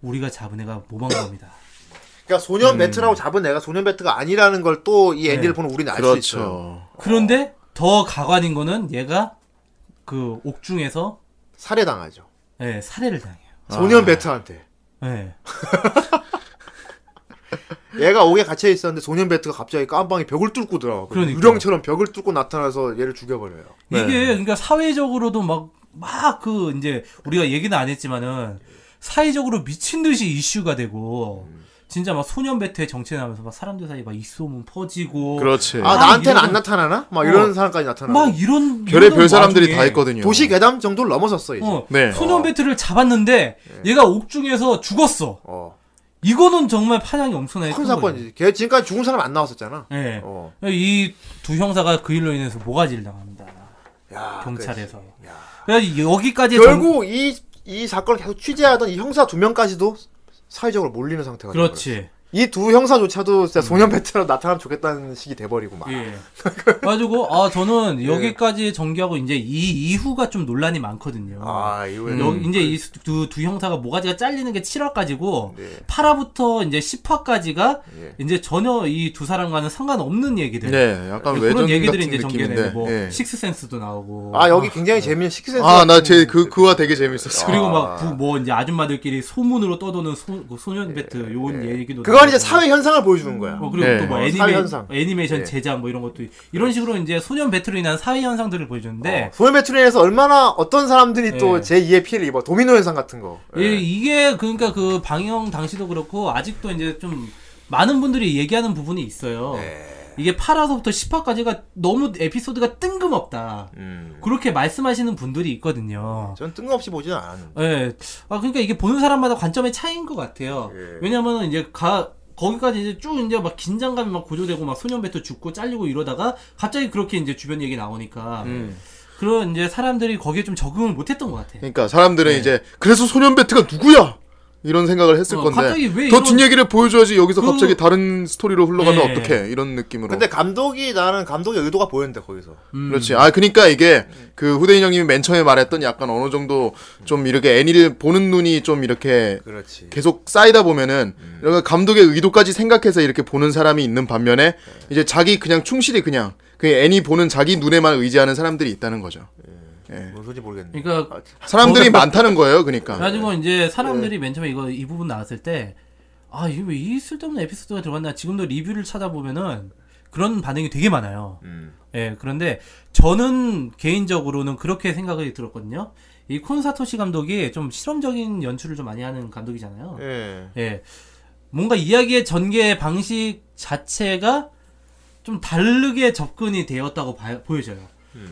[SPEAKER 2] 우리가 잡은 애가 모방범이다.
[SPEAKER 1] 그러니까 소년
[SPEAKER 2] 음.
[SPEAKER 1] 배트라고 잡은 애가 소년 배트가 아니라는 걸 또
[SPEAKER 2] 네.
[SPEAKER 1] 이 엔딩을 보면 우리는 알 수 있어요.
[SPEAKER 3] 그렇죠
[SPEAKER 2] 그런데 더 가관인 거는 얘가 그 옥중에서
[SPEAKER 1] 살해당하죠.
[SPEAKER 2] 예, 살해를 당해요.
[SPEAKER 1] 소년 배트한테.
[SPEAKER 2] 예.
[SPEAKER 1] 얘가 옥에 갇혀 있었는데 소년 배트가 갑자기 깜방에 벽을 뚫고 들어가.
[SPEAKER 2] 그러니까.
[SPEAKER 1] 유령처럼 벽을 뚫고 나타나서 얘를 죽여버려요.
[SPEAKER 3] 네.
[SPEAKER 2] 이게 그러니까 사회적으로도 막 막 그 이제 우리가 얘기는 안 했지만은 사회적으로 미친 듯이 이슈가 되고 진짜 막 소년 배트에 정체나면서 막 사람들 사이 막 입소문 퍼지고
[SPEAKER 3] 그렇지
[SPEAKER 1] 아,
[SPEAKER 2] 아,
[SPEAKER 1] 나한테는
[SPEAKER 2] 이런-
[SPEAKER 1] 안 나타나나? 막
[SPEAKER 2] 어.
[SPEAKER 1] 이런 사람까지 나타나고.
[SPEAKER 2] 막 이런
[SPEAKER 3] 별의
[SPEAKER 2] 이런
[SPEAKER 3] 별 사람들이
[SPEAKER 2] 와중에
[SPEAKER 3] 다 있거든요
[SPEAKER 1] 도시 괴담 정도를 넘어섰어 이제.
[SPEAKER 2] 어,
[SPEAKER 3] 네.
[SPEAKER 2] 소년 배트를 잡았는데 얘가 옥중에서 죽었어.
[SPEAKER 1] 어.
[SPEAKER 2] 이거는 정말 파장이 엄청나게
[SPEAKER 1] 큰
[SPEAKER 2] 큰 네, 거예요.
[SPEAKER 1] 사건이지. 걔 지금까지 죽은 사람 안 나왔었잖아.
[SPEAKER 2] 예.
[SPEAKER 1] 어.
[SPEAKER 2] 이 두 형사가 그 일로 인해서 모가지를 당합니다.
[SPEAKER 1] 야,
[SPEAKER 2] 경찰에서.
[SPEAKER 1] 그래. 야.
[SPEAKER 2] 그래서 여기까지
[SPEAKER 1] 결국 이, 이 사건을 계속 취재하던 이 형사 두 명까지도 사회적으로 몰리는 상태가
[SPEAKER 2] 그렇지.
[SPEAKER 1] 이두 형사조차도 진짜 소년 배트로 나타나면 좋겠다는 식이 돼버리고 막.
[SPEAKER 2] 예. 그래가지고 아
[SPEAKER 1] 예.
[SPEAKER 2] 저는 여기까지 전개하고 이제 이 이후가 좀 논란이 많거든요.
[SPEAKER 1] 아, 이거
[SPEAKER 2] 음. 여- 이제 이 두 두 형사가 모가지가 잘리는 게 7화까지고
[SPEAKER 1] 네.
[SPEAKER 2] 8화부터 이제 10화까지가
[SPEAKER 1] 예.
[SPEAKER 2] 이제 전혀 이 두 사람과는 상관없는 얘기들.
[SPEAKER 3] 네 약간
[SPEAKER 2] 그런
[SPEAKER 3] 외전
[SPEAKER 2] 얘기들이
[SPEAKER 3] 같은
[SPEAKER 2] 이제
[SPEAKER 3] 느낌인데
[SPEAKER 2] 전개되는 뭐
[SPEAKER 3] 예.
[SPEAKER 2] 식스센스도 나오고
[SPEAKER 1] 아 여기 굉장히 재미있는 식센스.
[SPEAKER 3] 아나제그 그와 되게 재밌었어
[SPEAKER 2] 뭐. 그렇죠. 그리고
[SPEAKER 1] 아. 예.
[SPEAKER 2] 막 뭐 이제 아줌마들끼리 소문으로 떠도는 소, 그 소년 배트 요런 얘기도
[SPEAKER 1] 그건 이제
[SPEAKER 2] 나오고.
[SPEAKER 1] 사회 현상을 보여주는 거야.
[SPEAKER 2] 어, 그리고
[SPEAKER 3] 네.
[SPEAKER 2] 또 뭐
[SPEAKER 1] 어,
[SPEAKER 2] 애니메,
[SPEAKER 1] 사회 현상.
[SPEAKER 2] 애니메이션
[SPEAKER 1] 예.
[SPEAKER 2] 제작 뭐 이런 것도 이런 식으로 이제 소년 배트로 인한 사회 현상들을 보여주는데
[SPEAKER 1] 어, 소년 배트로 인해서 얼마나 어떤 사람들이
[SPEAKER 2] 예.
[SPEAKER 1] 또 제 2의 피해를 입어. 도미노 현상 같은 거. 예.
[SPEAKER 2] 예, 이게 그러니까 그 방영 당시도 그렇고 아직도 이제 좀 많은 분들이 얘기하는 부분이 있어요.
[SPEAKER 1] 예.
[SPEAKER 2] 이게 8화서부터 10화까지가 너무 에피소드가 뜬금없다.
[SPEAKER 1] 음.
[SPEAKER 2] 그렇게 말씀하시는 분들이 있거든요.
[SPEAKER 1] 전 뜬금없이 보지는 않았는데.
[SPEAKER 2] 예. 아 그러니까 이게 보는 사람마다 관점의 차이인 것 같아요.
[SPEAKER 1] 예.
[SPEAKER 2] 왜냐면은 이제 가 거기까지 이제 쭉 이제 막 긴장감이 막 고조되고 막 소년배터 죽고 잘리고 이러다가 갑자기 그렇게 이제 주변 얘기 나오니까 그런 이제 사람들이 거기에 좀 적응을 못했던 것 같아.
[SPEAKER 3] 그러니까 사람들은
[SPEAKER 2] 네.
[SPEAKER 3] 이제 그래서 소년 배트가 누구야 이런 생각을 했을
[SPEAKER 2] 어, 갑자기
[SPEAKER 3] 건데
[SPEAKER 2] 왜
[SPEAKER 3] 더
[SPEAKER 2] 이런-
[SPEAKER 3] 뒷얘기를 보여줘야지 여기서
[SPEAKER 2] 그-
[SPEAKER 3] 갑자기 다른 스토리로 흘러가면
[SPEAKER 2] 네.
[SPEAKER 3] 어떡해 이런 느낌으로
[SPEAKER 1] 근데 감독이 나는 감독의 의도가 보였는데 거기서.
[SPEAKER 2] 음.
[SPEAKER 3] 그렇지. 아 그러니까 이게 그 후대인 형님이 맨 처음에 말했던 약간 어느 정도 좀 이렇게 애니를 보는 눈이 좀 이렇게
[SPEAKER 1] 그렇지.
[SPEAKER 3] 계속 쌓이다 보면은 이런 감독의 의도까지 생각해서 이렇게 보는 사람이 있는 반면에 이제 자기 그냥 충실히 그냥 그 애니 보는 자기 눈에만 의지하는 사람들이 있다는 거죠.
[SPEAKER 1] 뭔 소리인지 모르겠네.
[SPEAKER 2] 그러니까
[SPEAKER 1] 아,
[SPEAKER 3] 사람들이 많다는 거예요. 그러니까.
[SPEAKER 2] 그래가지고 이제 사람들이 맨 처음에 이거 이 부분 나왔을 때. 아, 이게 왜 이 쓸데없는 에피소드가 들어갔나. 지금도 리뷰를 찾아보면은 그런 반응이 되게 많아요.
[SPEAKER 1] 음.
[SPEAKER 2] 예, 그런데 저는 개인적으로는 그렇게 생각이 들었거든요. 이 콘사토시 감독이 좀 실험적인 연출을 좀 많이 하는 감독이잖아요.
[SPEAKER 1] 예.
[SPEAKER 2] 예. 뭔가 이야기의 전개 방식 자체가 좀 다르게 접근이 되었다고 봐- 보여져요.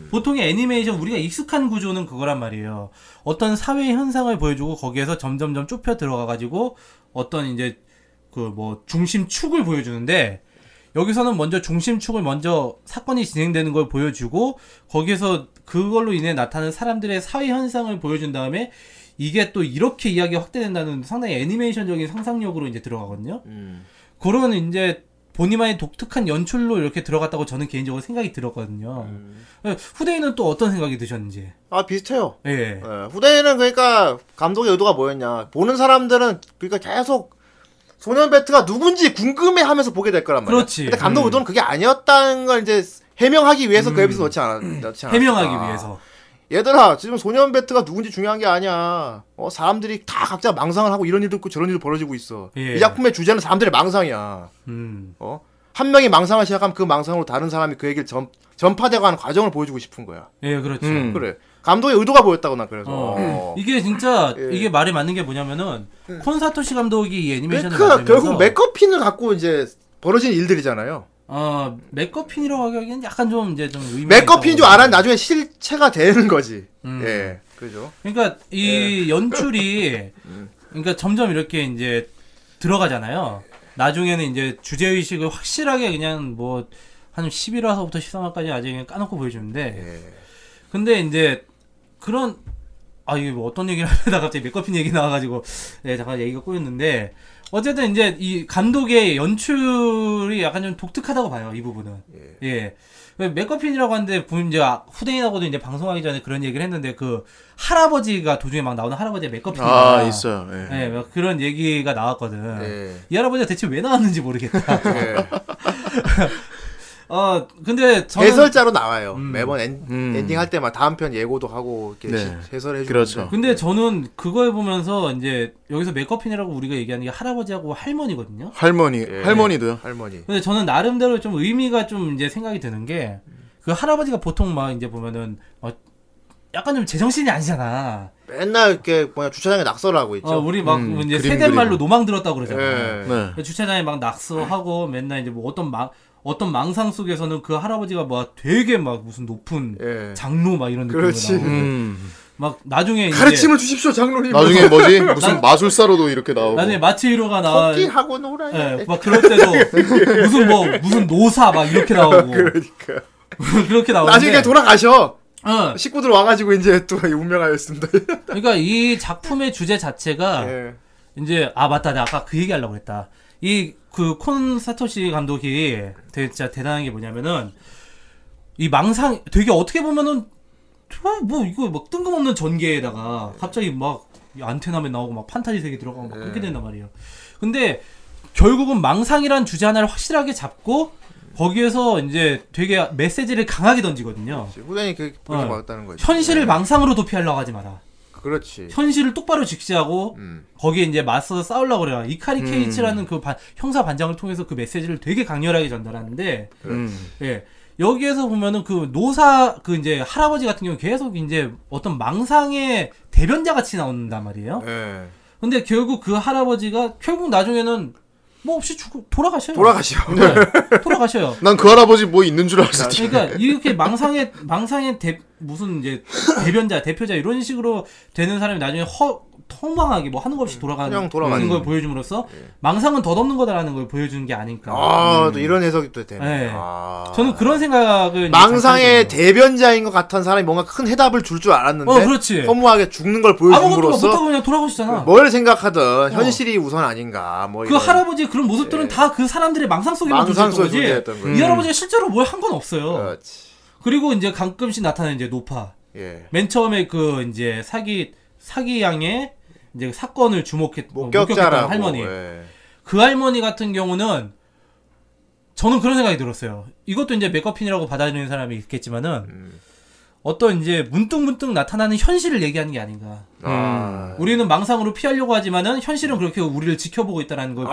[SPEAKER 2] 보통의 애니메이션 우리가 익숙한 구조는 그거란 말이에요. 어떤 사회 현상을 보여주고 거기에서 점점점 좁혀 들어가가지고 어떤 이제 그 뭐 중심축을 보여주는데 여기서는 먼저 중심축을 먼저 사건이 진행되는 걸 보여주고 거기에서 그걸로 인해 나타나는 사람들의 사회 현상을 보여준 다음에 이게 또 이렇게 이야기가 확대된다는 상당히 애니메이션적인 상상력으로 이제 들어가거든요.
[SPEAKER 1] 음.
[SPEAKER 2] 그런 이제 본인만의 독특한 연출로 이렇게 들어갔다고 저는 개인적으로 생각이 들었거든요.
[SPEAKER 1] 음.
[SPEAKER 2] 예, 후대인은 또 어떤 생각이 드셨는지.
[SPEAKER 1] 아 비슷해요. 예,
[SPEAKER 2] 예.
[SPEAKER 1] 후대인은 그러니까 감독의 의도가 뭐였냐. 보는 사람들은 그러니까 계속 소년 배트가 누군지 궁금해하면서 보게 될 거란 말이야.
[SPEAKER 2] 그렇지.
[SPEAKER 1] 근데 감독
[SPEAKER 2] 음.
[SPEAKER 1] 의도는 그게 아니었다는 걸 이제 해명하기 위해서 그 에피소드 넣지 않았. 넣지 않았을까.
[SPEAKER 2] 음. 해명하기 위해서.
[SPEAKER 1] 얘들아 지금 소년 배트가 누군지 중요한 게 아니야. 어 사람들이 다 각자 망상을 하고 이런 일도 있고 저런 일도 벌어지고 있어.
[SPEAKER 2] 예.
[SPEAKER 1] 이 작품의 주제는 사람들의 망상이야.
[SPEAKER 2] 음.
[SPEAKER 1] 어? 한 명이 망상을 시작하면 그 망상으로 다른 사람이 그 얘기를 전, 전파되고 하는 과정을 보여주고 싶은 거야.
[SPEAKER 2] 예, 그렇죠.
[SPEAKER 3] 음.
[SPEAKER 1] 그래. 감독의 의도가 보였다고 난 그래서.
[SPEAKER 2] 어.
[SPEAKER 1] 어.
[SPEAKER 2] 이게 진짜
[SPEAKER 1] 예.
[SPEAKER 2] 이게 말이 맞는 게 뭐냐면은 콘사토시 감독이 이 애니메이션을
[SPEAKER 1] 그러니까
[SPEAKER 2] 만들면서
[SPEAKER 1] 결국 맥커핀을 갖고 이제 벌어진 일들이잖아요.
[SPEAKER 2] 어, 맥커핀이라고 하기에는 약간 좀 이제 좀 의미가
[SPEAKER 1] 맥커핀인
[SPEAKER 2] 있다고
[SPEAKER 1] 줄 알아 나중에 실체가 되는 거지.
[SPEAKER 2] 음.
[SPEAKER 1] 예. 그죠.
[SPEAKER 2] 그러니까
[SPEAKER 1] 예.
[SPEAKER 2] 이 연출이 그러니까 점점 이렇게 이제 들어가잖아요. 나중에는 이제 주제 의식을 확실하게 그냥 뭐 한 11화서부터 13화까지 아직 그냥 까놓고 보여주는데
[SPEAKER 1] 예.
[SPEAKER 2] 근데 이제 그런 아 이게 뭐 어떤 얘기를 하려다 갑자기 맥커핀 얘기 나와가지고 네, 잠깐 얘기가 꼬였는데 어쨌든 이제 이 감독의 연출이 약간 좀 독특하다고 봐요 이 부분은 예, 왜 맥커핀이라고 하는데 보면 이제 아- 후대인하고도 이제 방송하기 전에 그런 얘기를 했는데 그 할아버지가 도중에 막 나오는 할아버지가 맥커핀이다
[SPEAKER 3] 아 있어요. 예.
[SPEAKER 2] 예, 막 그런 얘기가 나왔거든
[SPEAKER 1] 예.
[SPEAKER 2] 이 할아버지가 대체 왜 나왔는지 모르겠다
[SPEAKER 1] 예.
[SPEAKER 2] 어 근데 저는
[SPEAKER 1] 해설자로 나와요. 매번 엔,
[SPEAKER 3] 음.
[SPEAKER 1] 딩할 때마다 다음 편 예고도 하고 이렇게
[SPEAKER 3] 네.
[SPEAKER 1] 시- 해설해 주는데.
[SPEAKER 3] 그렇죠.
[SPEAKER 2] 근데 저는 그걸 보면서 이제 여기서 맥커핀이라고 우리가 얘기하는 게 할아버지하고 할머니거든요.
[SPEAKER 3] 할머니
[SPEAKER 1] 예.
[SPEAKER 3] 할머니도요.
[SPEAKER 1] 할머니.
[SPEAKER 2] 근데 저는 나름대로 좀 의미가 좀 이제 생각이 드는 게 그 할아버지가 보통 막 이제 보면은 어, 약간 좀 제정신이 아니잖아.
[SPEAKER 1] 맨날 이렇게 뭐냐 주차장에 낙서를 하고 있죠.
[SPEAKER 2] 어, 우리 막
[SPEAKER 3] 음,
[SPEAKER 2] 이제
[SPEAKER 3] 그림
[SPEAKER 2] 세대말로
[SPEAKER 3] 그리고.
[SPEAKER 2] 노망 들었다고
[SPEAKER 1] 예.
[SPEAKER 2] 그러잖아.
[SPEAKER 3] 네.
[SPEAKER 2] 주차장에 막 낙서하고 맨날 이제 뭐 어떤 망 어떤 망상 속에서는 그 할아버지가 막 되게 막 무슨 높은
[SPEAKER 1] 예.
[SPEAKER 2] 장로 막 이런 느낌으로
[SPEAKER 1] 그렇지.
[SPEAKER 2] 나오고
[SPEAKER 3] 음.
[SPEAKER 2] 막 나중에 이제
[SPEAKER 1] 가르침을 주십시오, 장로님.
[SPEAKER 3] 나중에 뭐지
[SPEAKER 2] 나-
[SPEAKER 3] 무슨 마술사로도 이렇게 나오고.
[SPEAKER 2] 나중에 마치히로가 나와
[SPEAKER 1] 토끼 하고 놀아야
[SPEAKER 2] 예,
[SPEAKER 1] 돼.
[SPEAKER 2] 막 그럴 때도 무슨 뭐 무슨 노사 막 이렇게 나오고
[SPEAKER 1] 그러니까.
[SPEAKER 2] 그렇게 나오는데
[SPEAKER 1] 나중에 그냥 돌아가셔.
[SPEAKER 2] 어,
[SPEAKER 1] 식구들 와가지고 이제 또 운명하였습니다.
[SPEAKER 2] 그러니까 이 작품의 주제 자체가
[SPEAKER 1] 예.
[SPEAKER 2] 이제 아 맞다 내가 아까 그 얘기하려고 했다 이 그 콘 사토시 감독이 되게 진짜 대단한 게 뭐냐면은 이 망상 되게 어떻게 보면은 정말 뭐 이거 막 뜬금없는 전개에다가 갑자기 막이 안테나맨 나오고 막 판타지 세계 들어가고 막 그렇게 된단 말이에요 근데 결국은 망상이란 주제 하나를 확실하게 잡고 거기에서 이제 되게 메시지를 강하게 던지거든요
[SPEAKER 1] 후대인이 그렇게
[SPEAKER 2] 어.
[SPEAKER 1] 맞다는 거지.
[SPEAKER 2] 현실을 망상으로 도피하려고 하지 마라
[SPEAKER 1] 그렇지.
[SPEAKER 2] 현실을 똑바로 직시하고
[SPEAKER 1] 음.
[SPEAKER 2] 거기에 이제 맞서서 싸우려고 그래요. 이카리 케이치라는 그 반- 형사 반장을 통해서 그 메시지를 되게 강렬하게 전달하는데
[SPEAKER 1] 그러니까.
[SPEAKER 3] 음.
[SPEAKER 2] 예. 여기에서 보면은 그 노사 그 이제 할아버지 같은 경우 계속 이제 어떤 망상의 대변자 같이 나온단 말이에요.
[SPEAKER 1] 예.
[SPEAKER 2] 근데 결국 그 할아버지가 결국 나중에는 뭐 없이 죽어 돌아가셔요.
[SPEAKER 1] 돌아가셔.
[SPEAKER 2] 네, 돌아가셔요.
[SPEAKER 3] 난 그 할아버지 뭐 있는 줄 알았어.
[SPEAKER 2] 그러니까 이렇게 망상의 망상의 대, 무슨 이제 대변자 대표자 이런 식으로 되는 사람이 나중에 허 통망하게 뭐 하는 것 없이 돌아가는
[SPEAKER 1] 음, 그냥 돌아가는 예.
[SPEAKER 2] 걸 보여줌으로써 망상은 덧없는 거다라는 걸 보여주는 게 아닐까.
[SPEAKER 1] 아, 또 이런 해석이 또 되네.
[SPEAKER 2] 음. 네.
[SPEAKER 1] 아.
[SPEAKER 2] 저는 그런 생각을 이제
[SPEAKER 1] 망상의
[SPEAKER 2] 잠깐
[SPEAKER 1] 대변자인 것 같은 사람이 뭔가 큰 해답을 줄 줄 알았는데
[SPEAKER 2] 어, 그렇지.
[SPEAKER 1] 허무하게 죽는 걸
[SPEAKER 2] 했거든요. 아무것도 못하고
[SPEAKER 1] 보여줌으로써
[SPEAKER 2] 그냥 돌아가시잖아. 어.
[SPEAKER 1] 뭘 생각하든 현실이 우선 아닌가 뭐
[SPEAKER 2] 그
[SPEAKER 1] 이런. 예.
[SPEAKER 2] 할아버지 그런 모습들은 다 그 사람들의 망상 속에만
[SPEAKER 1] 망상 속에
[SPEAKER 2] 존재했던
[SPEAKER 1] 존재했던 음. 예.
[SPEAKER 2] 거지.
[SPEAKER 1] 거지.
[SPEAKER 2] 이 할아버지가 실제로 뭘 한 건 없어요.
[SPEAKER 1] 그렇지.
[SPEAKER 2] 그리고 이제 가끔씩 나타나는 이제 노파.
[SPEAKER 1] 예.
[SPEAKER 2] 맨 처음에 그 이제 사기 사기 양의 이제 사건을 주목했 어,
[SPEAKER 1] 목격자라고
[SPEAKER 2] 목격했던 할머니
[SPEAKER 1] 예.
[SPEAKER 2] 그 할머니 같은 경우는
[SPEAKER 1] 음.
[SPEAKER 2] 저는 그런 생각이 들었어요. 이것도 이제 맥커핀이라고 받아들이는 사람이 있겠지만은 어떤 이제 문득문득 나타나는 현실을 얘기하는 게 아닌가.
[SPEAKER 1] 아.
[SPEAKER 2] 우리는 망상으로 피하려고 하지만은
[SPEAKER 1] 음.
[SPEAKER 2] 현실은 그렇게 우리를 지켜보고 있다라는 걸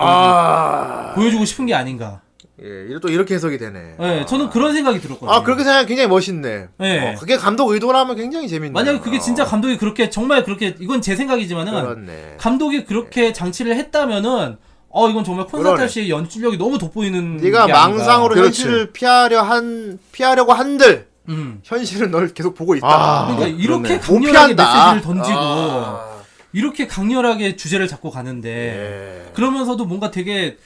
[SPEAKER 1] 아.
[SPEAKER 2] 보여주, 고 싶은 게 아닌가.
[SPEAKER 1] 예, 또 이렇게 해석이 되네.
[SPEAKER 2] 예, 저는 그런 생각이 들었거든요.
[SPEAKER 1] 아, 그렇게 생각하면 굉장히 멋있네.
[SPEAKER 2] 네.
[SPEAKER 1] 어, 그게 감독 의도라면 굉장히 재밌네.
[SPEAKER 2] 만약에 그게 진짜 감독이 그렇게 정말 그렇게 이건 제 생각이지만은
[SPEAKER 1] 아. 그렇네.
[SPEAKER 2] 감독이 그렇게 장치를 했다면은 어 이건 정말
[SPEAKER 1] 그러네.
[SPEAKER 2] 콘서트 씨의 연출력이 너무 음, 돋보이는
[SPEAKER 1] 네가
[SPEAKER 2] 게 아닌가.
[SPEAKER 1] 망상으로
[SPEAKER 3] 그렇지.
[SPEAKER 1] 현실을 피하려 한 피하려고 한들
[SPEAKER 2] 음.
[SPEAKER 1] 현실은 널 계속 보고 있다.
[SPEAKER 3] 아.
[SPEAKER 2] 그러니까 이렇게
[SPEAKER 3] 그렇네.
[SPEAKER 1] 못
[SPEAKER 2] 강렬하게
[SPEAKER 1] 피한다.
[SPEAKER 2] 메시지를 던지고
[SPEAKER 1] 아.
[SPEAKER 2] 이렇게 강렬하게 주제를 잡고 가는데
[SPEAKER 1] 예.
[SPEAKER 2] 그러면서도 뭔가 되게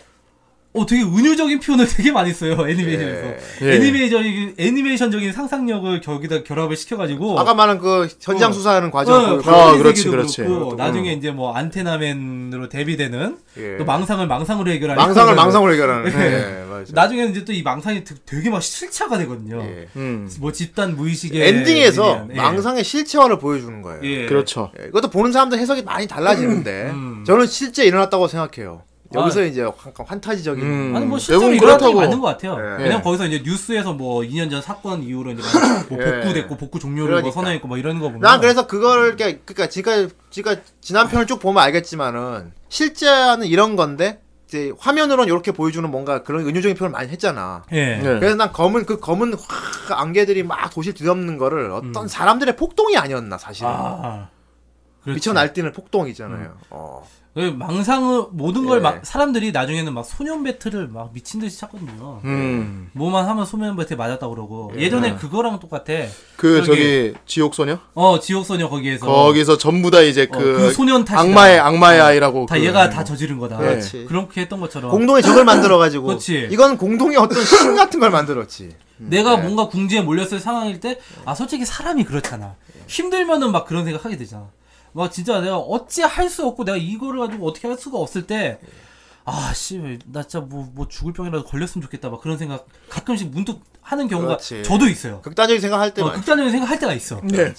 [SPEAKER 2] 어 되게 은유적인 표현을 되게 많이 써요 애니메이션에서
[SPEAKER 3] 예.
[SPEAKER 2] 애니메이션적인 애니메이션적인 상상력을 거기다 결합을 시켜가지고
[SPEAKER 1] 아까 말한 그 현장
[SPEAKER 2] 어.
[SPEAKER 1] 수사하는
[SPEAKER 2] 어,
[SPEAKER 1] 과정. 그
[SPEAKER 3] 아,
[SPEAKER 2] 박쥐
[SPEAKER 3] 그렇지,
[SPEAKER 2] 세계도
[SPEAKER 3] 그렇지.
[SPEAKER 2] 그렇고,
[SPEAKER 3] 음.
[SPEAKER 2] 나중에 이제 뭐 안테나맨으로 대비되는
[SPEAKER 1] 예.
[SPEAKER 2] 또 망상을 그 망상으로 해결하는
[SPEAKER 1] 망상을
[SPEAKER 2] 그런-
[SPEAKER 1] 망상으로 해결하는.
[SPEAKER 2] 예.
[SPEAKER 1] 예, 맞아.
[SPEAKER 2] 나중에는 이제 또 이 망상이 되- 되게 막 실체가 되거든요.
[SPEAKER 1] 예.
[SPEAKER 3] 음.
[SPEAKER 2] 뭐 집단 무의식의
[SPEAKER 1] 엔딩에서
[SPEAKER 2] 의미한, 예.
[SPEAKER 1] 망상의 실체화를 보여주는 거예요.
[SPEAKER 2] 예.
[SPEAKER 3] 그렇죠.
[SPEAKER 1] 예, 이것도 보는 사람들 해석이 많이 달라지는데
[SPEAKER 2] 음.
[SPEAKER 1] 저는 실제 일어났다고 생각해요. 여기서
[SPEAKER 2] 아.
[SPEAKER 1] 이제 약간 환타지적인
[SPEAKER 3] 음.
[SPEAKER 2] 아니 뭐
[SPEAKER 3] 대부분
[SPEAKER 2] 실제로 이런 게
[SPEAKER 3] 그렇다고.
[SPEAKER 2] 맞는 것 같아요.
[SPEAKER 1] 예.
[SPEAKER 2] 왜냐면 거기서 이제 뉴스에서 뭐 2년 전 사건 이후로 이제 막 뭐
[SPEAKER 1] 예.
[SPEAKER 2] 복구됐고 복구 종료를
[SPEAKER 1] 그러니까.
[SPEAKER 2] 뭐 선언했고 뭐 이런 거 보면
[SPEAKER 1] 난 그래서 그걸 이렇게 그러니까 지금까지 지금 지난 편을 쭉 보면 알겠지만은 실제는 이런 건데 이제 화면으로는 이렇게 보여주는 뭔가 그런 은유적인 표현을 많이 했잖아.
[SPEAKER 2] 예.
[SPEAKER 3] 네.
[SPEAKER 1] 그래서 난 검은 그 검은 확 안개들이 막 도시를 뒤덮는 거를 어떤 사람들의 폭동이 아니었나 사실은
[SPEAKER 2] 음. 아. 그렇죠.
[SPEAKER 1] 미쳐 날뛰는 폭동이잖아요. 어.
[SPEAKER 2] 그 망상을 모든 걸
[SPEAKER 1] 예.
[SPEAKER 2] 막 사람들이 나중에는 막 소년 배틀을 막 미친 듯이 찾거든요. 예.
[SPEAKER 3] 음.
[SPEAKER 2] 뭐만 하면 소년 배틀 맞았다 그러고 예. 전에 그거랑 똑같아.
[SPEAKER 3] 그
[SPEAKER 2] 저기-
[SPEAKER 3] 저기 지옥 소녀
[SPEAKER 2] 어 지옥 소녀 거기에서
[SPEAKER 3] 거기서 전부 다 이제
[SPEAKER 2] 어,
[SPEAKER 3] 그,
[SPEAKER 2] 그 소년 탓이다. 어.
[SPEAKER 3] 악마의 악마의 아이라고
[SPEAKER 2] 다
[SPEAKER 3] 그-
[SPEAKER 2] 얘가 다 저지른 거다.
[SPEAKER 1] 그렇지.
[SPEAKER 2] 그렇게 했던 것처럼
[SPEAKER 1] 공동의 적을 만들어가지고
[SPEAKER 2] 그렇지.
[SPEAKER 1] 이건 공동의 어떤 신 같은 걸 만들었지.
[SPEAKER 2] 내가
[SPEAKER 1] 네.
[SPEAKER 2] 뭔가 궁지에 몰렸을 상황일 때, 아, 솔직히 사람이 그렇잖아.
[SPEAKER 1] 네.
[SPEAKER 2] 힘들면은 막 그런 생각 하게 되잖아. 막 진짜 내가 어찌 할 수 없고 내가 이거를 가지고 어떻게 할 수가 없을 때, 아, 씨, 나 진짜 뭐, 뭐 죽을 병이라도 걸렸으면 좋겠다. 막 그런 생각 가끔씩 문득 하는 경우가
[SPEAKER 1] 그렇지.
[SPEAKER 2] 저도 있어요.
[SPEAKER 1] 극단적인 생각할 때
[SPEAKER 2] 어,
[SPEAKER 1] 많지.
[SPEAKER 2] 극단적인 생각할 때가 있어.
[SPEAKER 3] 네.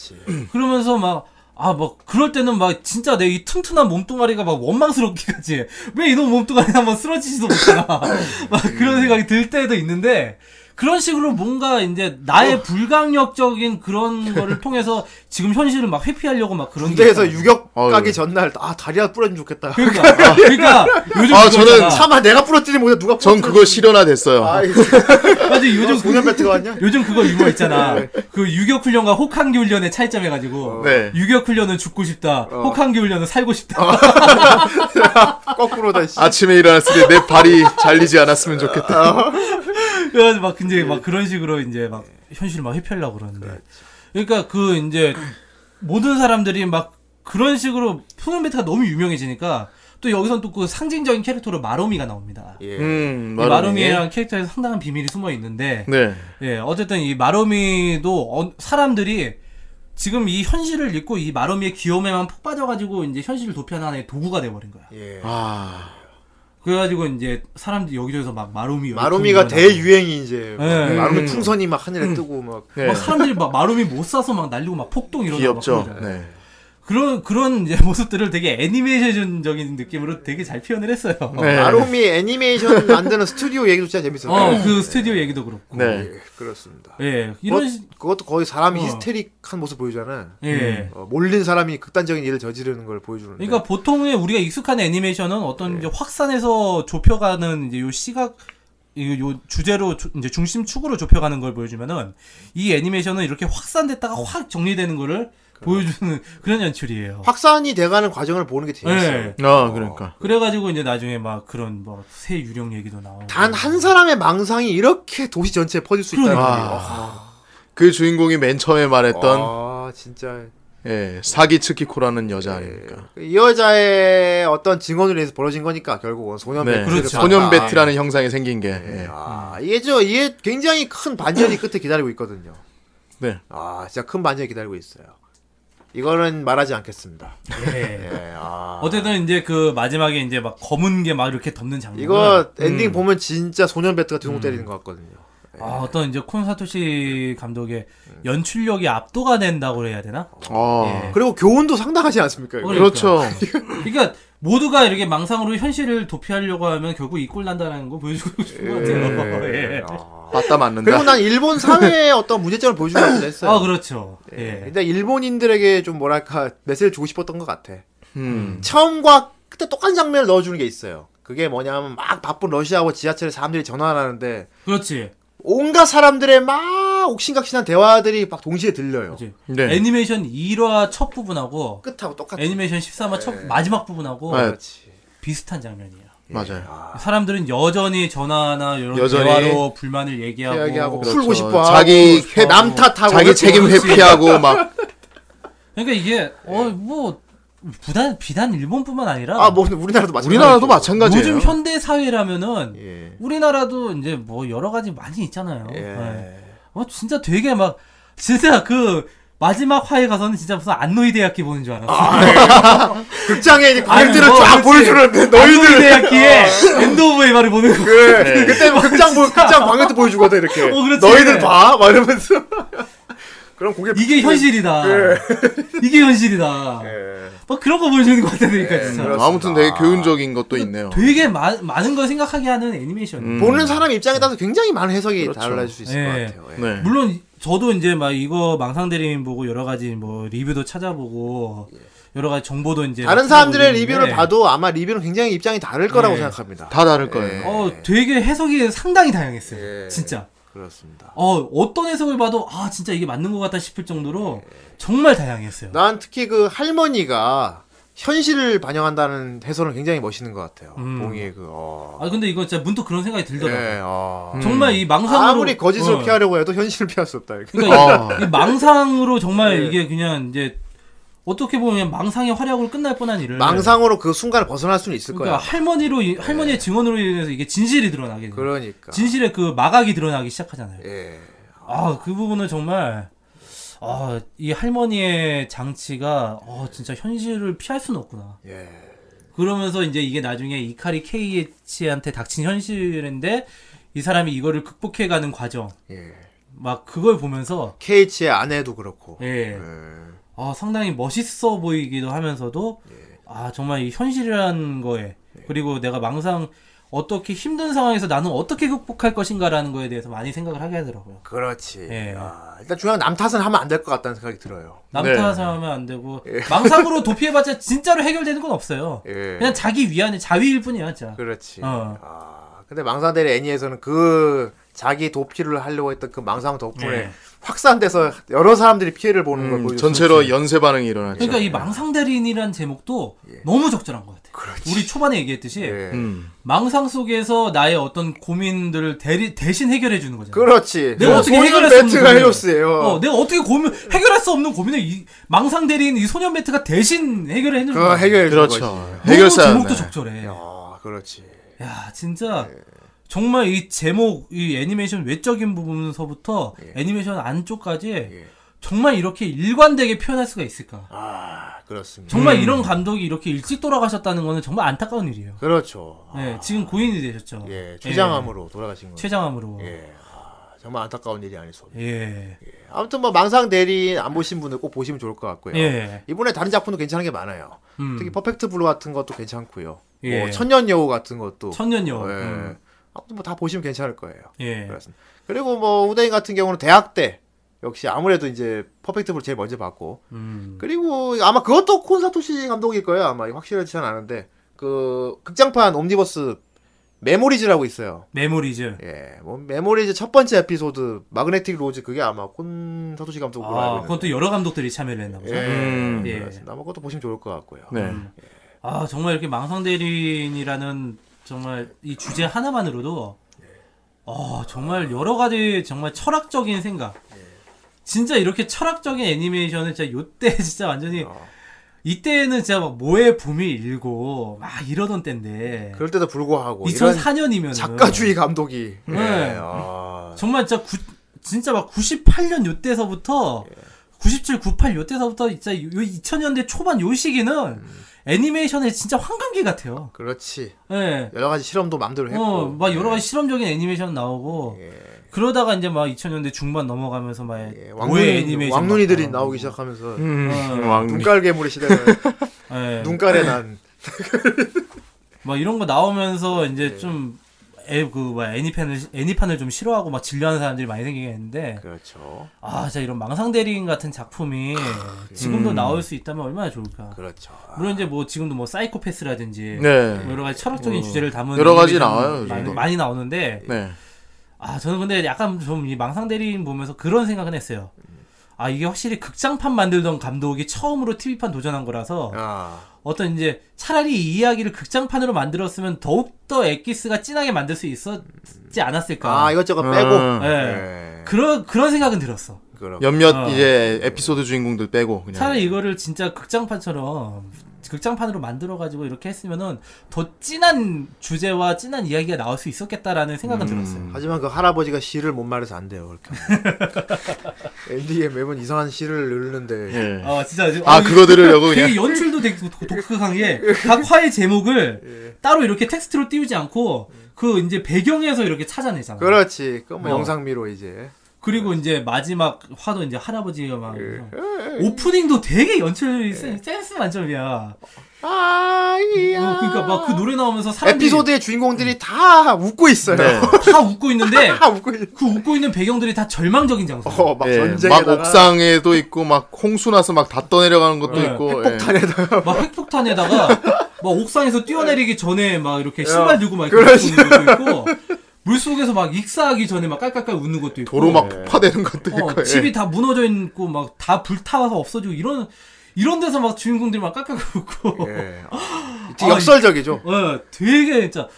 [SPEAKER 2] 그러면서 막, 아, 막, 그럴 때는 막, 진짜 내 이 튼튼한 몸뚱아리가 막 원망스럽기까지 해. 왜 이놈 몸뚱아리 한번 쓰러지지도 못하나. 막
[SPEAKER 3] 음.
[SPEAKER 2] 그런 생각이 들 때도 있는데, 그런 식으로 뭔가 이제 나의
[SPEAKER 3] 어.
[SPEAKER 2] 불강력적인 그런 거를 통해서 지금 현실을 막 회피하려고 막 그런 게
[SPEAKER 1] 군대에서
[SPEAKER 2] 있잖아.
[SPEAKER 1] 유격
[SPEAKER 3] 어휴.
[SPEAKER 1] 가기 전날 아 다리가 부러지면 좋겠다. 아.
[SPEAKER 2] 그러니까, 그러니까 요즘
[SPEAKER 3] 아,
[SPEAKER 2] 그거
[SPEAKER 3] 저는
[SPEAKER 2] 있잖아.
[SPEAKER 1] 차마 내가 부러뜨리면 못해 누가
[SPEAKER 3] 전
[SPEAKER 1] 부러뜨려.
[SPEAKER 3] 그거 실현화됐어요.
[SPEAKER 1] 아, 이거
[SPEAKER 2] 맞아, 요즘
[SPEAKER 1] 공연
[SPEAKER 2] 그,
[SPEAKER 1] 배트가 왔냐?
[SPEAKER 2] 요즘 그거 유머 있잖아. 그 유격 훈련과 혹한기 훈련의 차이점 해가지고.
[SPEAKER 3] 네. 어.
[SPEAKER 2] 유격 훈련은 죽고 싶다. 혹한기 훈련은 살고 싶다.
[SPEAKER 1] 거꾸로다 씨.
[SPEAKER 3] 아침에 일어났을 때 내 발이 잘리지 않았으면 좋겠다.
[SPEAKER 1] 아.
[SPEAKER 2] 그래서 막 근데 막 그런 식으로 이제 막 현실을 막 회피하려고 그러는데. 그러니까 그 이제 모든 사람들이 막 그런 식으로 푸는 베트가 너무 유명해지니까 또 여기선 또 그 상징적인 캐릭터로 마로미가 나옵니다.
[SPEAKER 1] 예.
[SPEAKER 3] 음,
[SPEAKER 2] 이
[SPEAKER 3] 마름이.
[SPEAKER 2] 마로미라는 캐릭터에 상당한 비밀이 숨어 있는데
[SPEAKER 3] 네.
[SPEAKER 2] 예, 어쨌든 이 마로미도 어- 사람들이 지금 이 현실을 읽고 이 마로미의 귀여움에만 폭 빠져가지고 이제 현실을 도피하는 하나의 도구가 돼버린 거야.
[SPEAKER 1] 예.
[SPEAKER 3] 아,
[SPEAKER 2] 그래가지고 이제 사람들이 여기저기서 막 마로미
[SPEAKER 1] 마루미가
[SPEAKER 2] 열풍이 일어나고
[SPEAKER 1] 대유행이 이제 막
[SPEAKER 2] 예.
[SPEAKER 1] 마루미
[SPEAKER 3] 음.
[SPEAKER 1] 풍선이 막 하늘에 뜨고 막
[SPEAKER 3] 네.
[SPEAKER 2] 막 사람들이 막 마루미 못 사서 막 날리고 막 폭동 일어나고 막
[SPEAKER 3] 귀엽죠.
[SPEAKER 2] 그러잖아요.
[SPEAKER 3] 네.
[SPEAKER 2] 그런 그런 이제 모습들을 되게 애니메이션적인 느낌으로 되게 잘 표현을 했어요.
[SPEAKER 3] 네.
[SPEAKER 1] 마루미 애니메이션 만드는 스튜디오 얘기도 진짜 재밌었어요.
[SPEAKER 2] 어, 그 스튜디오 얘기도 그렇고.
[SPEAKER 3] 네. 뭐,
[SPEAKER 1] 예, 그렇습니다. 뭐
[SPEAKER 2] 예. 이런
[SPEAKER 1] 그것-
[SPEAKER 2] 시-
[SPEAKER 1] 그것도 거의 사람이
[SPEAKER 2] 어.
[SPEAKER 1] 히스테릭한 모습 보여주잖아요.
[SPEAKER 3] 음.
[SPEAKER 2] 예.
[SPEAKER 1] 어, 몰린 사람이 극단적인 일을 저지르는 걸 보여주는데.
[SPEAKER 2] 그러니까 보통의 우리가 익숙한 애니메이션은 어떤
[SPEAKER 3] 네.
[SPEAKER 2] 이제 확산해서 좁혀가는 이제 요 시각 이- 요 주제로 조- 이제 중심축으로 좁혀가는 걸 보여주면은 이 애니메이션은 이렇게 확산됐다가 확 정리되는 거를
[SPEAKER 3] 그렇죠.
[SPEAKER 2] 보여주는 그런 연출이에요.
[SPEAKER 1] 확산이 돼가는 과정을 보는 게 재밌어요.
[SPEAKER 2] 예.
[SPEAKER 3] 아, 그러니까.
[SPEAKER 2] 그래가지고 이제 나중에 막 그런 뭐 새 유령 얘기도 나오고
[SPEAKER 1] 단 한 사람의 망상이 이렇게 도시 전체에 퍼질 수 있다는
[SPEAKER 2] 그러니까.
[SPEAKER 1] 게.
[SPEAKER 3] 그 주인공이 맨 처음에 말했던
[SPEAKER 1] 아, 진짜.
[SPEAKER 3] 예, 사기 츠키코라는 여자 아닙니까?
[SPEAKER 1] 이 여자의 어떤 증언으로 인해서 벌어진 거니까 결국은 소년
[SPEAKER 3] 네.
[SPEAKER 1] 배틀을
[SPEAKER 2] 그렇죠.
[SPEAKER 3] 소년
[SPEAKER 1] 봤다.
[SPEAKER 3] 베트라는 형상이 생긴 게. 예.
[SPEAKER 2] 음.
[SPEAKER 1] 아, 이게 저 이게 굉장히 큰 반전이 끝에 기다리고 있거든요.
[SPEAKER 3] 네.
[SPEAKER 1] 아, 진짜 큰 반전이 기다리고 있어요. 이거는 말하지 않겠습니다.
[SPEAKER 2] 예.
[SPEAKER 1] 예, 아.
[SPEAKER 2] 어쨌든 이제 그 마지막에 이제 막 검은 게 막 이렇게 덮는 장면.
[SPEAKER 1] 이거
[SPEAKER 2] 음.
[SPEAKER 1] 엔딩 보면 진짜 소년 배트가 등목 때리는 것 같거든요.
[SPEAKER 2] 아, 어떤 이제 콘사토시 감독의 연출력이 압도가 된다고 해야 되나?
[SPEAKER 3] 아,
[SPEAKER 2] 예.
[SPEAKER 1] 그리고 교훈도 상당하지 않습니까? 이거?
[SPEAKER 2] 그래.
[SPEAKER 3] 그렇죠.
[SPEAKER 2] 그러니까 모두가 이렇게 망상으로 현실을 도피하려고 하면 결국 이꼴 난다라는 거 보여주고 싶은 것 같아요. 예.
[SPEAKER 3] 맞다 맞는다.
[SPEAKER 1] 그리고 난 일본 사회의 어떤 문제점을 보여주려고 했어요.
[SPEAKER 2] 아 그렇죠. 예.
[SPEAKER 1] 일단 일본인들에게 좀 뭐랄까 메시지를 주고 싶었던 것 같아.
[SPEAKER 3] 음.
[SPEAKER 1] 처음과 그때 똑같은 장면을 넣어주는 게 있어요. 그게 뭐냐면 막 바쁜 러시아하고 지하철에 사람들이 전화를 하는데
[SPEAKER 2] 그렇지.
[SPEAKER 1] 온갖 사람들의 막 옥신각신한 대화들이 막 동시에 들려요.
[SPEAKER 2] 그렇지.
[SPEAKER 3] 네.
[SPEAKER 2] 애니메이션 1화 첫 부분하고
[SPEAKER 1] 끝하고 똑같아.
[SPEAKER 2] 애니메이션 13화 첫 마지막 부분하고
[SPEAKER 3] 네.
[SPEAKER 1] 그렇지.
[SPEAKER 2] 비슷한 장면이에요.
[SPEAKER 3] 맞아요.
[SPEAKER 2] 사람들은 여전히 전화나 이런
[SPEAKER 3] 여전히
[SPEAKER 2] 대화로 불만을 얘기하고,
[SPEAKER 1] 이야기하고
[SPEAKER 3] 그렇죠.
[SPEAKER 1] 풀고 싶어 하고
[SPEAKER 3] 자기
[SPEAKER 1] 해- 남
[SPEAKER 2] 아,
[SPEAKER 1] 탓하고
[SPEAKER 3] 자기 책임 회피하고 막
[SPEAKER 2] 그러니까 이게 어 뭐 부단 비단 일본뿐만 아니라
[SPEAKER 1] 예. 아뭐 우리나라도 마찬가지.
[SPEAKER 3] 우리나라도 마찬가지예요.
[SPEAKER 2] 요즘 현대 사회라면은
[SPEAKER 1] 예.
[SPEAKER 2] 우리나라도 이제 뭐 여러 가지 많이 있잖아요.
[SPEAKER 1] 예.
[SPEAKER 2] 예. 어 진짜 되게 막 진짜 그 마지막 화에 가서는 진짜 무슨 안노이 대학기 보는 줄 알았어.
[SPEAKER 1] 아, 극장에 이제 관객들을
[SPEAKER 2] 아니, 뭐,
[SPEAKER 1] 쫙
[SPEAKER 2] 그렇지.
[SPEAKER 1] 보여주는데
[SPEAKER 2] 안노이
[SPEAKER 1] 너희들 아, 예.
[SPEAKER 2] 대학기에 엔드 오브 에바를 보는 거.
[SPEAKER 1] 그래 그때 뭐 극장 보 극장 관객들 보여주거든 이렇게.
[SPEAKER 2] 어, 그렇지.
[SPEAKER 1] 너희들 봐, 막 이러면서. 그럼 그게 뭐
[SPEAKER 2] 이게 현실이다. 이게 현실이다.
[SPEAKER 1] 예. 그렇죠.
[SPEAKER 2] 막 그런 거 보여주는 것 같다니까 진짜.
[SPEAKER 1] 그렇습니다.
[SPEAKER 3] 아무튼 되게 교훈적인 것도 있네요.
[SPEAKER 2] 되게 마, 많은 걸 생각하게 하는 애니메이션.
[SPEAKER 3] 음.
[SPEAKER 1] 보는 사람 입장에 따라서 굉장히 많은 해석이 달라질 수 있을
[SPEAKER 2] 예.
[SPEAKER 1] 것 같아요. 예.
[SPEAKER 3] 네.
[SPEAKER 2] 물론 저도 이제 막 이거 망상대리님 보고 여러 가지 뭐 리뷰도 찾아보고
[SPEAKER 1] 예.
[SPEAKER 2] 여러 가지 정보도 이제
[SPEAKER 1] 다른
[SPEAKER 2] 찾아보고
[SPEAKER 1] 사람들의
[SPEAKER 2] 있는데
[SPEAKER 1] 리뷰를 봐도 아마 리뷰는 굉장히 입장이 다를 거라고
[SPEAKER 2] 예.
[SPEAKER 1] 생각합니다.
[SPEAKER 3] 다 다를 거예요.
[SPEAKER 1] 네. 음,
[SPEAKER 2] 어 되게 해석이 상당히 다양했어요.
[SPEAKER 1] 예.
[SPEAKER 2] 진짜.
[SPEAKER 1] 그렇습니다.
[SPEAKER 2] 어 어떤 해석을 봐도 아 진짜 이게 맞는 것 같다 싶을 정도로 정말 다양했어요.
[SPEAKER 1] 난 특히 그 할머니가 현실을 반영한다는 해설은 굉장히 멋있는 것 같아요.
[SPEAKER 2] 음.
[SPEAKER 1] 봉이의 그 어.
[SPEAKER 2] 아 근데 이거 진짜 문득 그런 생각이 들더라고. 요
[SPEAKER 1] 예, 어.
[SPEAKER 2] 정말 이 망상으로
[SPEAKER 1] 아무리 거짓을
[SPEAKER 2] 어.
[SPEAKER 1] 피하려고 해도 현실을 피할 어. 수 없다. 이렇게.
[SPEAKER 2] 그러니까
[SPEAKER 3] 아.
[SPEAKER 2] 이- 이 망상으로
[SPEAKER 1] 예.
[SPEAKER 2] 정말 이게 그냥 이제 어떻게 보면 망상의 활약으로 끝날 뻔한 일을
[SPEAKER 1] 망상으로 그 순간을 벗어날 수는 있을
[SPEAKER 2] 그러니까
[SPEAKER 1] 거야. 예.
[SPEAKER 2] 할머니로 인- 할머니의 증언으로 인해서 이게 진실이 드러나게 돼요.
[SPEAKER 1] 그러니까.
[SPEAKER 2] 진실의 그 마각이 드러나기 시작하잖아요.
[SPEAKER 1] 예.
[SPEAKER 2] 아 그 부분은 정말 아 이 할머니의 장치가 어 진짜 현실을 피할 수는 없구나.
[SPEAKER 1] 예.
[SPEAKER 2] 그러면서 이제 이게 나중에 이카리 케이치한테 닥친 현실인데 이 사람이 이거를 극복해가는 과정
[SPEAKER 1] 예.
[SPEAKER 2] 막 그걸 보면서
[SPEAKER 1] KH의 아내도 그렇고.
[SPEAKER 2] 예.
[SPEAKER 1] 예.
[SPEAKER 2] 아, 상당히 멋있어 보이기도 하면서도
[SPEAKER 1] 예.
[SPEAKER 2] 아 정말 이 현실이라는 거에 그리고 내가 망상 어떻게 힘든 상황에서 나는 어떻게 극복할 것인가라는 거에 대해서 많이 생각을 하게 하더라고요.
[SPEAKER 1] 그렇지.
[SPEAKER 2] 예.
[SPEAKER 1] 아, 일단 중요한 남 탓은 하면 안 될 것 같다는 생각이 들어요.
[SPEAKER 2] 남
[SPEAKER 3] 네.
[SPEAKER 2] 탓하면 안 되고 망상으로 도피해봤자 진짜로 해결되는 건 없어요.
[SPEAKER 1] 예.
[SPEAKER 2] 그냥 자기 위안의 자위일 뿐이야, 진짜.
[SPEAKER 1] 그렇지.
[SPEAKER 2] 어.
[SPEAKER 1] 아, 근데 망상대리 애니에서는 그 자기 도피를 하려고 했던 그 망상 덕분에
[SPEAKER 2] 예.
[SPEAKER 1] 확산돼서 여러 사람들이 피해를 보는 걸 예.
[SPEAKER 3] 음,
[SPEAKER 1] 보여줬어.
[SPEAKER 3] 전체로 연쇄 반응이 일어나죠.
[SPEAKER 2] 그러니까 이 망상 대리인이란 제목도 너무 적절한 것 같아. 요 우리 초반에 얘기했듯이
[SPEAKER 1] 예.
[SPEAKER 3] 음.
[SPEAKER 2] 망상 속에서 나의 어떤 고민들을 대리, 대신 해결해 주는 거잖아.
[SPEAKER 1] 그렇지. 네.
[SPEAKER 2] 내가 어떻게 네, 해결할 수 없는
[SPEAKER 1] 배트가
[SPEAKER 2] 고민을.
[SPEAKER 1] 헬로스예요.
[SPEAKER 2] 어, 내가 어떻게 고민 해결할 수 없는 고민을 이 망상 대리인 이 소년 매트가 대신 해결을 해주는
[SPEAKER 1] 그거 어, 해결해 준 거지.
[SPEAKER 3] 그렇죠.
[SPEAKER 2] 너무
[SPEAKER 3] 해결사.
[SPEAKER 2] 제목도 적절해.
[SPEAKER 1] 아, 그렇지.
[SPEAKER 2] 야, 진짜 정말 이 제목 이 애니메이션 외적인 부분서부터
[SPEAKER 1] 예.
[SPEAKER 2] 애니메이션 안쪽까지 정말 이렇게 일관되게 표현할 수가 있을까?
[SPEAKER 1] 아, 그렇습니다.
[SPEAKER 2] 정말 이런 감독이 이렇게 일찍 돌아가셨다는 거는 정말 안타까운 일이에요.
[SPEAKER 1] 그렇죠. 아,
[SPEAKER 2] 네, 지금 고인이 되셨죠.
[SPEAKER 1] 예, 최장암으로 돌아가신 거예요.
[SPEAKER 2] 최장암으로. 예.
[SPEAKER 1] 예. 아, 정말 안타까운 일이 아닐 수 없네요. 아무튼 뭐 망상 대리 안 보신 분은 꼭 보시면 좋을 것 같고요.
[SPEAKER 2] 예.
[SPEAKER 1] 이번에 다른 작품도 괜찮은 게 많아요.
[SPEAKER 2] 음.
[SPEAKER 1] 특히 퍼펙트 블루 같은 것도 괜찮고요.
[SPEAKER 2] 예.
[SPEAKER 1] 뭐 천년 여우 같은 것도
[SPEAKER 2] 천년여.
[SPEAKER 1] 예.
[SPEAKER 2] 음.
[SPEAKER 1] 아무튼 뭐 다 보시면 괜찮을 거예요.
[SPEAKER 2] 예.
[SPEAKER 1] 그렇습니다. 그리고 뭐 우대인 같은 경우는 대학 때 역시 아무래도 이제 퍼펙트 블루 제일 먼저 봤고
[SPEAKER 2] 음.
[SPEAKER 1] 그리고 아마 그것도 콘사토시 감독일 거예요. 아마 확실하지 는 않은데 그 극장판 옴니버스 메모리즈라고 있어요.
[SPEAKER 2] 메모리즈.
[SPEAKER 1] 예, 뭐 메모리즈 첫 번째 에피소드 마그네틱 로즈 그게 아마 콘사토시 감독으로 알고
[SPEAKER 2] 아,
[SPEAKER 1] 있는데.
[SPEAKER 2] 그것도 여러 감독들이 참여를 했나 보죠.
[SPEAKER 1] 예,
[SPEAKER 3] 음.
[SPEAKER 2] 예.
[SPEAKER 1] 그렇습니다. 아마 그것도 보시면 좋을 것 같고요.
[SPEAKER 3] 네.
[SPEAKER 2] 아, 정말 이렇게 망상대리인이라는 정말 이 주제 하나만으로도 어, 정말 여러 가지 정말 철학적인 생각. 진짜 이렇게 철학적인 애니메이션은 진짜 요때 진짜 완전히
[SPEAKER 1] 어.
[SPEAKER 2] 이때는 진짜 막 모의 붐이 일고 막 이러던 때인데
[SPEAKER 1] 그럴 때도 불구하고 이런
[SPEAKER 2] 2004년이면
[SPEAKER 1] 작가주의 감독이 예,
[SPEAKER 2] 음. 네.
[SPEAKER 1] 아,
[SPEAKER 2] 정말 진짜 구, 진짜 막 98년 요때서부터
[SPEAKER 1] 예.
[SPEAKER 2] 97, 98 요때서부터 진짜 요, 2000년대 초반 요 시기는
[SPEAKER 1] 음.
[SPEAKER 2] 애니메이션의 진짜 황금기 같아요.
[SPEAKER 1] 그렇지
[SPEAKER 2] 예.
[SPEAKER 1] 여러 가지 실험도 마음대로 했고 예.
[SPEAKER 2] 어, 막 여러 가지 실험적인 애니메이션 나오고 그러다가 이제 막 2000년대 중반 넘어가면서 막
[SPEAKER 1] 예,
[SPEAKER 2] 모의 애니메이션
[SPEAKER 1] 왕눈이, 왕눈이들이
[SPEAKER 2] 막
[SPEAKER 1] 나오기
[SPEAKER 2] 음. 나오고.
[SPEAKER 1] 시작하면서
[SPEAKER 3] 음.
[SPEAKER 2] 어.
[SPEAKER 3] 왕눈이.
[SPEAKER 1] 눈깔 괴물의 시대가
[SPEAKER 2] 예.
[SPEAKER 1] 눈깔에 난
[SPEAKER 2] 막 이런 거 나오면서 이제
[SPEAKER 1] 예.
[SPEAKER 2] 좀 애, 그, 뭐야, 애니팬을, 애니판을 좀 싫어하고 막 질려하는 사람들이 많이 생기긴 했는데,
[SPEAKER 1] 그렇죠.
[SPEAKER 2] 아, 진짜 이런 망상대리인 같은 작품이 지금도 나올 수 있다면 얼마나 좋을까.
[SPEAKER 1] 아, 그렇죠.
[SPEAKER 2] 물론 이제 뭐 지금도 뭐 사이코패스라든지, 뭐
[SPEAKER 3] 네.
[SPEAKER 2] 여러 가지 철학적인 주제를 담은.
[SPEAKER 3] 여러 가지
[SPEAKER 2] 애니메이션
[SPEAKER 3] 나와요,
[SPEAKER 2] 많이,
[SPEAKER 3] 요즘도.
[SPEAKER 2] 많이 나오는데,
[SPEAKER 3] 네.
[SPEAKER 2] 아, 저는 근데 약간 좀 이 망상대리인 보면서 그런 생각은 했어요. 아, 이게 확실히 극장판 만들던 감독이 처음으로 TV판 도전한 거라서,
[SPEAKER 1] 아,
[SPEAKER 2] 어떤 이제 차라리 이 이야기를 극장판으로 만들었으면 더욱더 엑기스가 진하게 만들 수 있었지 않았을까.
[SPEAKER 1] 아 이것저것 빼고.
[SPEAKER 3] 음.
[SPEAKER 2] 예.
[SPEAKER 1] 네.
[SPEAKER 2] 그런, 그런 생각은 들었어.
[SPEAKER 1] 그럼.
[SPEAKER 3] 몇몇
[SPEAKER 2] 어.
[SPEAKER 3] 이제 에피소드 주인공들 빼고 그냥.
[SPEAKER 2] 차라리 이거를 진짜 극장판처럼, 극장판으로 만들어가지고 이렇게 했으면은 더 진한 주제와 진한 이야기가 나올 수 있었겠다라는 생각은 들었어요.
[SPEAKER 1] 하지만 그 할아버지가 시를 못 말해서 안 돼요. 그렇게. 엔디에 매번 이상한 시를 넣는데.
[SPEAKER 3] 예.
[SPEAKER 2] 아, 진짜. 지금-
[SPEAKER 3] 아
[SPEAKER 2] 아,
[SPEAKER 3] 그거 들으려고
[SPEAKER 2] 되게
[SPEAKER 3] 그냥.
[SPEAKER 2] 연출도 되게 독- 독특한 게 각 화의 제목을
[SPEAKER 1] 예.
[SPEAKER 2] 따로 이렇게 텍스트로 띄우지 않고 그 이제 배경에서 이렇게 찾아내잖아. 요
[SPEAKER 1] 그렇지. 그럼 뭐
[SPEAKER 2] 어.
[SPEAKER 1] 영상미로 이제.
[SPEAKER 2] 그리고 이제 마지막 화도 이제 할아버지가 막
[SPEAKER 1] 예.
[SPEAKER 2] 오프닝도 되게 연출이 센- 센스 만점이야.
[SPEAKER 1] 아이야.
[SPEAKER 2] 어, 그러니까 막 그 노래 나오면서 사람들이
[SPEAKER 1] 에피소드의 주인공들이 다 웃고 있어요.
[SPEAKER 3] 네.
[SPEAKER 2] 다 웃고 있는데
[SPEAKER 1] 다 웃고 있어.
[SPEAKER 2] 그 웃고 있는 배경들이 다 절망적인 장소.
[SPEAKER 1] 어, 막
[SPEAKER 3] 예,
[SPEAKER 1] 전쟁에다가
[SPEAKER 3] 막 옥상에도 있고 막 홍수 나서 막 다 떠내려가는 것도
[SPEAKER 2] 네.
[SPEAKER 3] 있고. 예.
[SPEAKER 1] 폭탄에다가
[SPEAKER 2] 막 핵폭탄에다가 막 옥상에서 뛰어내리기 전에 막 이렇게 신발 들고 막 이렇게
[SPEAKER 1] 그렇지.
[SPEAKER 2] 웃는 것도 있고 물 속에서 막 익사하기 전에 막 깔깔깔 웃는 것도 있고
[SPEAKER 3] 도로 막 폭파되는 것도
[SPEAKER 2] 네. 어,
[SPEAKER 3] 있고. 예.
[SPEAKER 2] 집이 다 무너져 있고 막 다 불타서 없어지고 이런 이런 데서 막 주인공들이 막 깔깔깔 웃고
[SPEAKER 1] 예.
[SPEAKER 2] 아,
[SPEAKER 1] 역설적이죠.
[SPEAKER 2] 어, 되게 진짜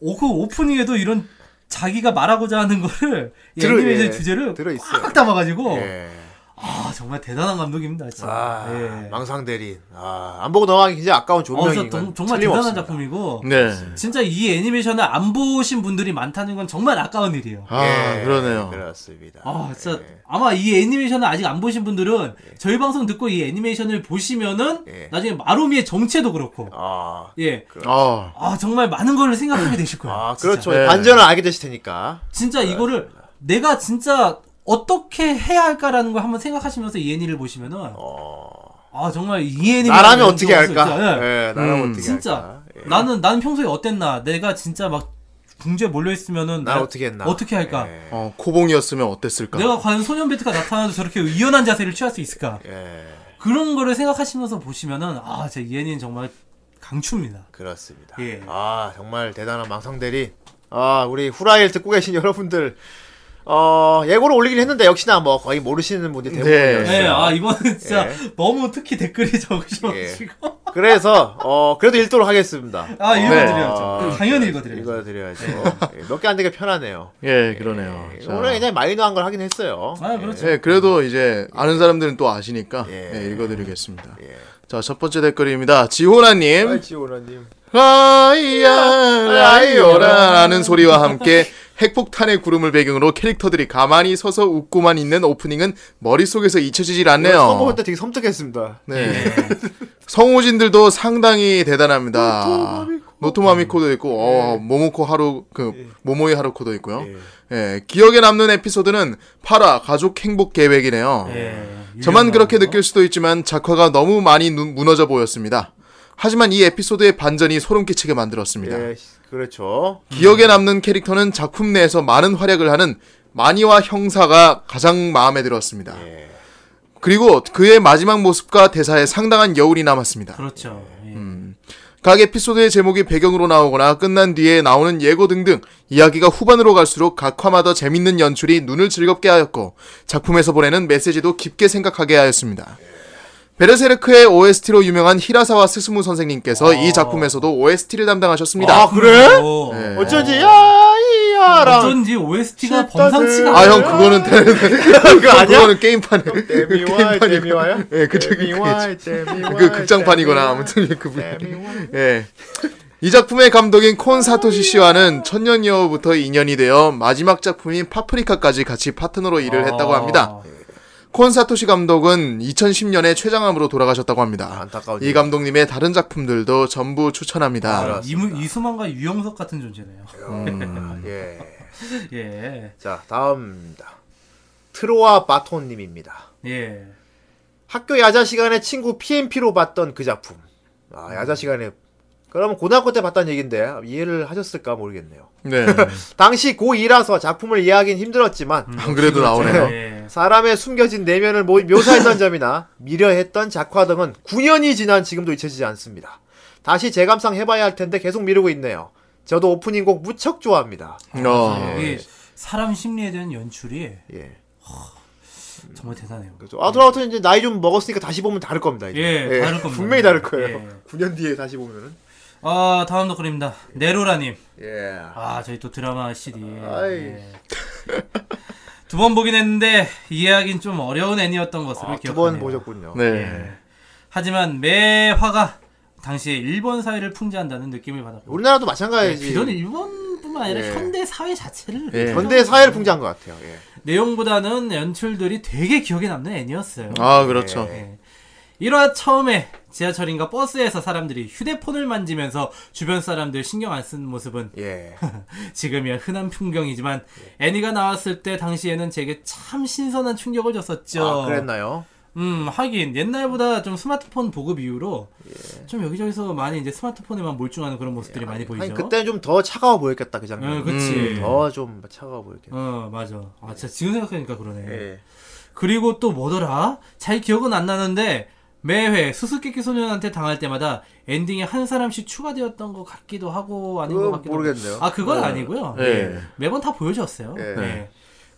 [SPEAKER 2] 오, 그 오프닝에도 이런 자기가 말하고자 하는 거를 이
[SPEAKER 1] 들어-
[SPEAKER 2] 애니메이션
[SPEAKER 1] 예,
[SPEAKER 2] 주제를
[SPEAKER 1] 들어있어요.
[SPEAKER 2] 꽉 담아가지고
[SPEAKER 1] 예.
[SPEAKER 2] 아 정말 대단한 감독입니다 진짜.
[SPEAKER 1] 아,
[SPEAKER 2] 예.
[SPEAKER 1] 망상 대리. 아, 안 보고 넘어가기 굉장히 아까운
[SPEAKER 2] 어, 진짜
[SPEAKER 1] 조명이
[SPEAKER 2] 동- 정말 대단한 작품이고
[SPEAKER 3] 네.
[SPEAKER 2] 진짜 이 애니메이션을 안 보신 분들이 많다는 건 정말 아까운 일이에요.
[SPEAKER 3] 아
[SPEAKER 1] 예, 그렇죠.
[SPEAKER 3] 그러네요.
[SPEAKER 1] 그렇습니다.
[SPEAKER 2] 아 진짜
[SPEAKER 1] 예.
[SPEAKER 2] 아마 이 애니메이션을 아직 안 보신 분들은
[SPEAKER 1] 네.
[SPEAKER 2] 저희 방송 듣고 이 애니메이션을 보시면은
[SPEAKER 1] 예.
[SPEAKER 2] 나중에 마루미의 정체도 그렇고
[SPEAKER 1] 아,
[SPEAKER 2] 예.
[SPEAKER 3] 아.
[SPEAKER 2] 아 정말 많은 걸 생각하게 되실 거예요.
[SPEAKER 1] 아,
[SPEAKER 2] 진짜.
[SPEAKER 1] 그렇죠. 네.
[SPEAKER 3] 예.
[SPEAKER 1] 반전을 알게 되실 테니까.
[SPEAKER 2] 진짜 이거를 내가 진짜 어떻게 해야 할까라는 걸 한번 생각하시면서 이 애니를 보시면은 아 정말 이 애니
[SPEAKER 1] 어. 나라면 어떻게 할까? 예, 나라면
[SPEAKER 3] 음.
[SPEAKER 1] 어떻게
[SPEAKER 2] 진짜
[SPEAKER 1] 할까? 예.
[SPEAKER 2] 나는 나는 평소에 어땠나 내가 진짜 막 궁지에 몰려 있으면은
[SPEAKER 1] 난
[SPEAKER 2] 나-
[SPEAKER 1] 어떻게 했나?
[SPEAKER 2] 예. 어떻게 할까
[SPEAKER 1] 예.
[SPEAKER 3] 어, 코봉이었으면 어땠을까?
[SPEAKER 2] 내가 과연 소년 배트가 나타나도 저렇게 의연한 자세를 취할 수 있을까
[SPEAKER 1] 예,
[SPEAKER 2] 그런 거를 생각하시면서 보시면은 아 진짜 이 애니는 정말 강추입니다
[SPEAKER 1] 그렇습니다.
[SPEAKER 2] 예.
[SPEAKER 1] 아, 정말 대단한 망상 대리. 아, 우리 후라이를 듣고 계신 여러분들. 어, 예고를 올리긴 했는데 역시나 뭐 거의 모르시는 분들이 대부분이었어요.
[SPEAKER 3] 네.
[SPEAKER 2] 예아 이거는 진짜
[SPEAKER 1] 예.
[SPEAKER 2] 너무 특히 댓글이 적으셔가지고
[SPEAKER 3] 예.
[SPEAKER 1] 그래서 어, 그래도 읽도록 하겠습니다.
[SPEAKER 2] 아 읽어드려야죠
[SPEAKER 1] 아,
[SPEAKER 2] 당연히 읽어드려야죠
[SPEAKER 1] 읽어드려야죠. 몇 개 안 되게 편하네요.
[SPEAKER 3] 예, 그러네요.
[SPEAKER 1] 예,
[SPEAKER 3] 자.
[SPEAKER 1] 오늘 굉장히 마이너한 걸 하긴 했어요.
[SPEAKER 2] 아 그렇죠
[SPEAKER 3] 예, 그래도 이제 아는 사람들은 또 아시니까
[SPEAKER 1] 예.
[SPEAKER 3] 예, 읽어드리겠습니다.
[SPEAKER 1] 예.
[SPEAKER 3] 자, 첫 번째 댓글입니다. 지호나님,
[SPEAKER 1] 지오라님.
[SPEAKER 3] 라이야, 라이오라라는 소리와 함께 핵폭탄의 구름을 배경으로 캐릭터들이 가만히 서서 웃고만 있는 오프닝은 머릿속에서 잊혀지질
[SPEAKER 1] 처음
[SPEAKER 3] 않네요.
[SPEAKER 1] 볼때 되게 섬뜩했습니다.
[SPEAKER 3] 네.
[SPEAKER 2] 예.
[SPEAKER 3] 성우진들도 상당히 대단합니다. 노토마미코도
[SPEAKER 2] 예.
[SPEAKER 3] 있고, 어, 모모코 하루, 그, 모모이 하루코도 있고요. 예, 기억에 남는 에피소드는 8화 가족 행복 계획이네요.
[SPEAKER 2] 예.
[SPEAKER 3] 저만
[SPEAKER 2] 유명한
[SPEAKER 3] 그렇게
[SPEAKER 2] 거.
[SPEAKER 3] 느낄 수도 있지만 작화가 너무 많이 눈- 무너져 보였습니다. 하지만 이 에피소드의 반전이 소름 끼치게 만들었습니다.
[SPEAKER 1] 예, 그렇죠.
[SPEAKER 3] 기억에 남는 캐릭터는 작품 내에서 많은 활약을 하는 마니와 형사가 가장 마음에 들었습니다.
[SPEAKER 1] 예.
[SPEAKER 3] 그리고 그의 마지막 모습과 대사에 상당한 여운이 남았습니다.
[SPEAKER 2] 그렇죠. 예.
[SPEAKER 3] 음. 각 에피소드의 제목이 배경으로 나오거나 끝난 뒤에 나오는 예고 등등 이야기가 후반으로 갈수록 각 화마다 재밌는 연출이 눈을 즐겁게 하였고 작품에서 보내는 메시지도 깊게 생각하게 하였습니다. 베르세르크의 OST로 유명한 히라사와 스스무 선생님께서 이 작품에서도 OST를 담당하셨습니다.
[SPEAKER 1] 어. 아 그래?
[SPEAKER 2] 오.
[SPEAKER 3] 네.
[SPEAKER 1] 어쩐지 야이야랑
[SPEAKER 2] 어쩐지 OST가
[SPEAKER 1] 진짜들.
[SPEAKER 2] 범상치가
[SPEAKER 3] 아
[SPEAKER 2] 않아요.
[SPEAKER 3] 형 그거는
[SPEAKER 1] 그거 아니야?
[SPEAKER 3] 그거는 게임판에
[SPEAKER 1] 데미와이 데미와야?
[SPEAKER 3] 예, 그쵸, 그쵸.
[SPEAKER 1] 데미와이 데미와이
[SPEAKER 3] 그 극장판이거나 아무튼 그
[SPEAKER 1] 데미와이.
[SPEAKER 3] 예. 이 작품의 감독인 콘 사토시 씨와는 천년여우부터 인연이 되어 마지막 작품인 파프리카까지 같이 파트너로
[SPEAKER 1] 아.
[SPEAKER 3] 일을
[SPEAKER 2] 아,
[SPEAKER 3] 했다고 합니다. 콘 사토시 감독은 2010년에 췌장암으로 돌아가셨다고 합니다.
[SPEAKER 1] 안타까운
[SPEAKER 3] 이 감독님의 다른 작품들도 전부 추천합니다.
[SPEAKER 1] 아,
[SPEAKER 2] 이무, 이수만과 유영석 같은 존재네요.
[SPEAKER 3] 음.
[SPEAKER 1] 예.
[SPEAKER 2] 예.
[SPEAKER 1] 자 다음입니다. 트로아 바톤님입니다.
[SPEAKER 2] 예.
[SPEAKER 1] 학교 야자 시간에 친구 PMP로 봤던 그 작품. 아 야자 시간에 그러면 고등학교 때 봤다는 얘기인데 이해를 하셨을까 모르겠네요.
[SPEAKER 3] 네.
[SPEAKER 1] 당시 고2라서 작품을 이해하긴 힘들었지만
[SPEAKER 2] 음.
[SPEAKER 3] 안 아, 그래도 나오네요.
[SPEAKER 2] 예.
[SPEAKER 1] 사람의 숨겨진 내면을 모- 묘사했던 점이나 미려했던 작화 등은 9년이 지난 지금도 잊혀지지 않습니다. 다시 재감상 해봐야 할 텐데 계속 미루고 있네요. 저도 오프닝 곡 무척 좋아합니다.
[SPEAKER 3] 어.
[SPEAKER 2] 예. 이게 사람 심리에 대한 연출이
[SPEAKER 1] 예.
[SPEAKER 2] 정말 대단해요.
[SPEAKER 1] 그렇죠. 아드라우트는 이제 나이 좀 먹었으니까 다시 보면 다를 겁니다. 이제.
[SPEAKER 2] 예, 다를 겁니다.
[SPEAKER 1] 분명히 다를 거예요.
[SPEAKER 2] 예.
[SPEAKER 1] 9년 뒤에 다시 보면은.
[SPEAKER 2] 아 다음 덕분입니다. 네로라님.
[SPEAKER 1] 예.
[SPEAKER 2] 아 저희 또 드라마 CD.
[SPEAKER 1] 아이.
[SPEAKER 2] 두 번 보긴 했는데 이해하기는 좀 어려운 애니였던 것으로
[SPEAKER 1] 아,
[SPEAKER 2] 기억합니다.
[SPEAKER 1] 두 번 보셨군요.
[SPEAKER 3] 네.
[SPEAKER 2] 하지만 매 화가 당시에 일본 사회를 풍자한다는 느낌을 받았고
[SPEAKER 1] 우리나라도 마찬가지지.
[SPEAKER 2] 네, 비단 일본뿐만 아니라
[SPEAKER 1] 예.
[SPEAKER 2] 현대 사회 자체를
[SPEAKER 3] 예.
[SPEAKER 1] 현대 사회를 풍자한 것 같아요. 예.
[SPEAKER 2] 내용보다는 연출들이 되게 기억에 남는 애니였어요.
[SPEAKER 3] 아, 그렇죠.
[SPEAKER 1] 네.
[SPEAKER 2] 예. 1화 처음에 지하철인가 버스에서 사람들이 휴대폰을 만지면서 주변 사람들 신경 안 쓰는 모습은
[SPEAKER 1] 예.
[SPEAKER 2] 지금이야 흔한 풍경이지만 애니가 나왔을 때 당시에는 제게 참 신선한 충격을 줬었죠.
[SPEAKER 1] 아, 그랬나요?
[SPEAKER 2] 음, 하긴 옛날보다 좀 스마트폰 보급 이후로 좀 여기저기서 많이 이제 스마트폰에만 몰두하는 그런 모습들이 많이 보이죠.
[SPEAKER 1] 아니, 그때는 좀 더 차가워 보였겠다, 그 장면.
[SPEAKER 2] 어, 그치.
[SPEAKER 1] 더 좀 차가워 보였겠다.
[SPEAKER 2] 어, 맞아. 아, 진짜 지금 생각하니까 그러네.
[SPEAKER 1] 예.
[SPEAKER 2] 그리고 또 뭐더라? 잘 기억은 안 나는데 매회 수수께끼 소년한테 당할 때마다 엔딩에 한 사람씩 추가되었던 것 같기도 하고 아닌 것
[SPEAKER 1] 그건
[SPEAKER 2] 같기도
[SPEAKER 1] 모르겠네요. 네.
[SPEAKER 2] 하고. 아 그건 아니고요.
[SPEAKER 3] 예.
[SPEAKER 2] 예. 매번 다 보여줬어요.
[SPEAKER 1] 예.
[SPEAKER 2] 예.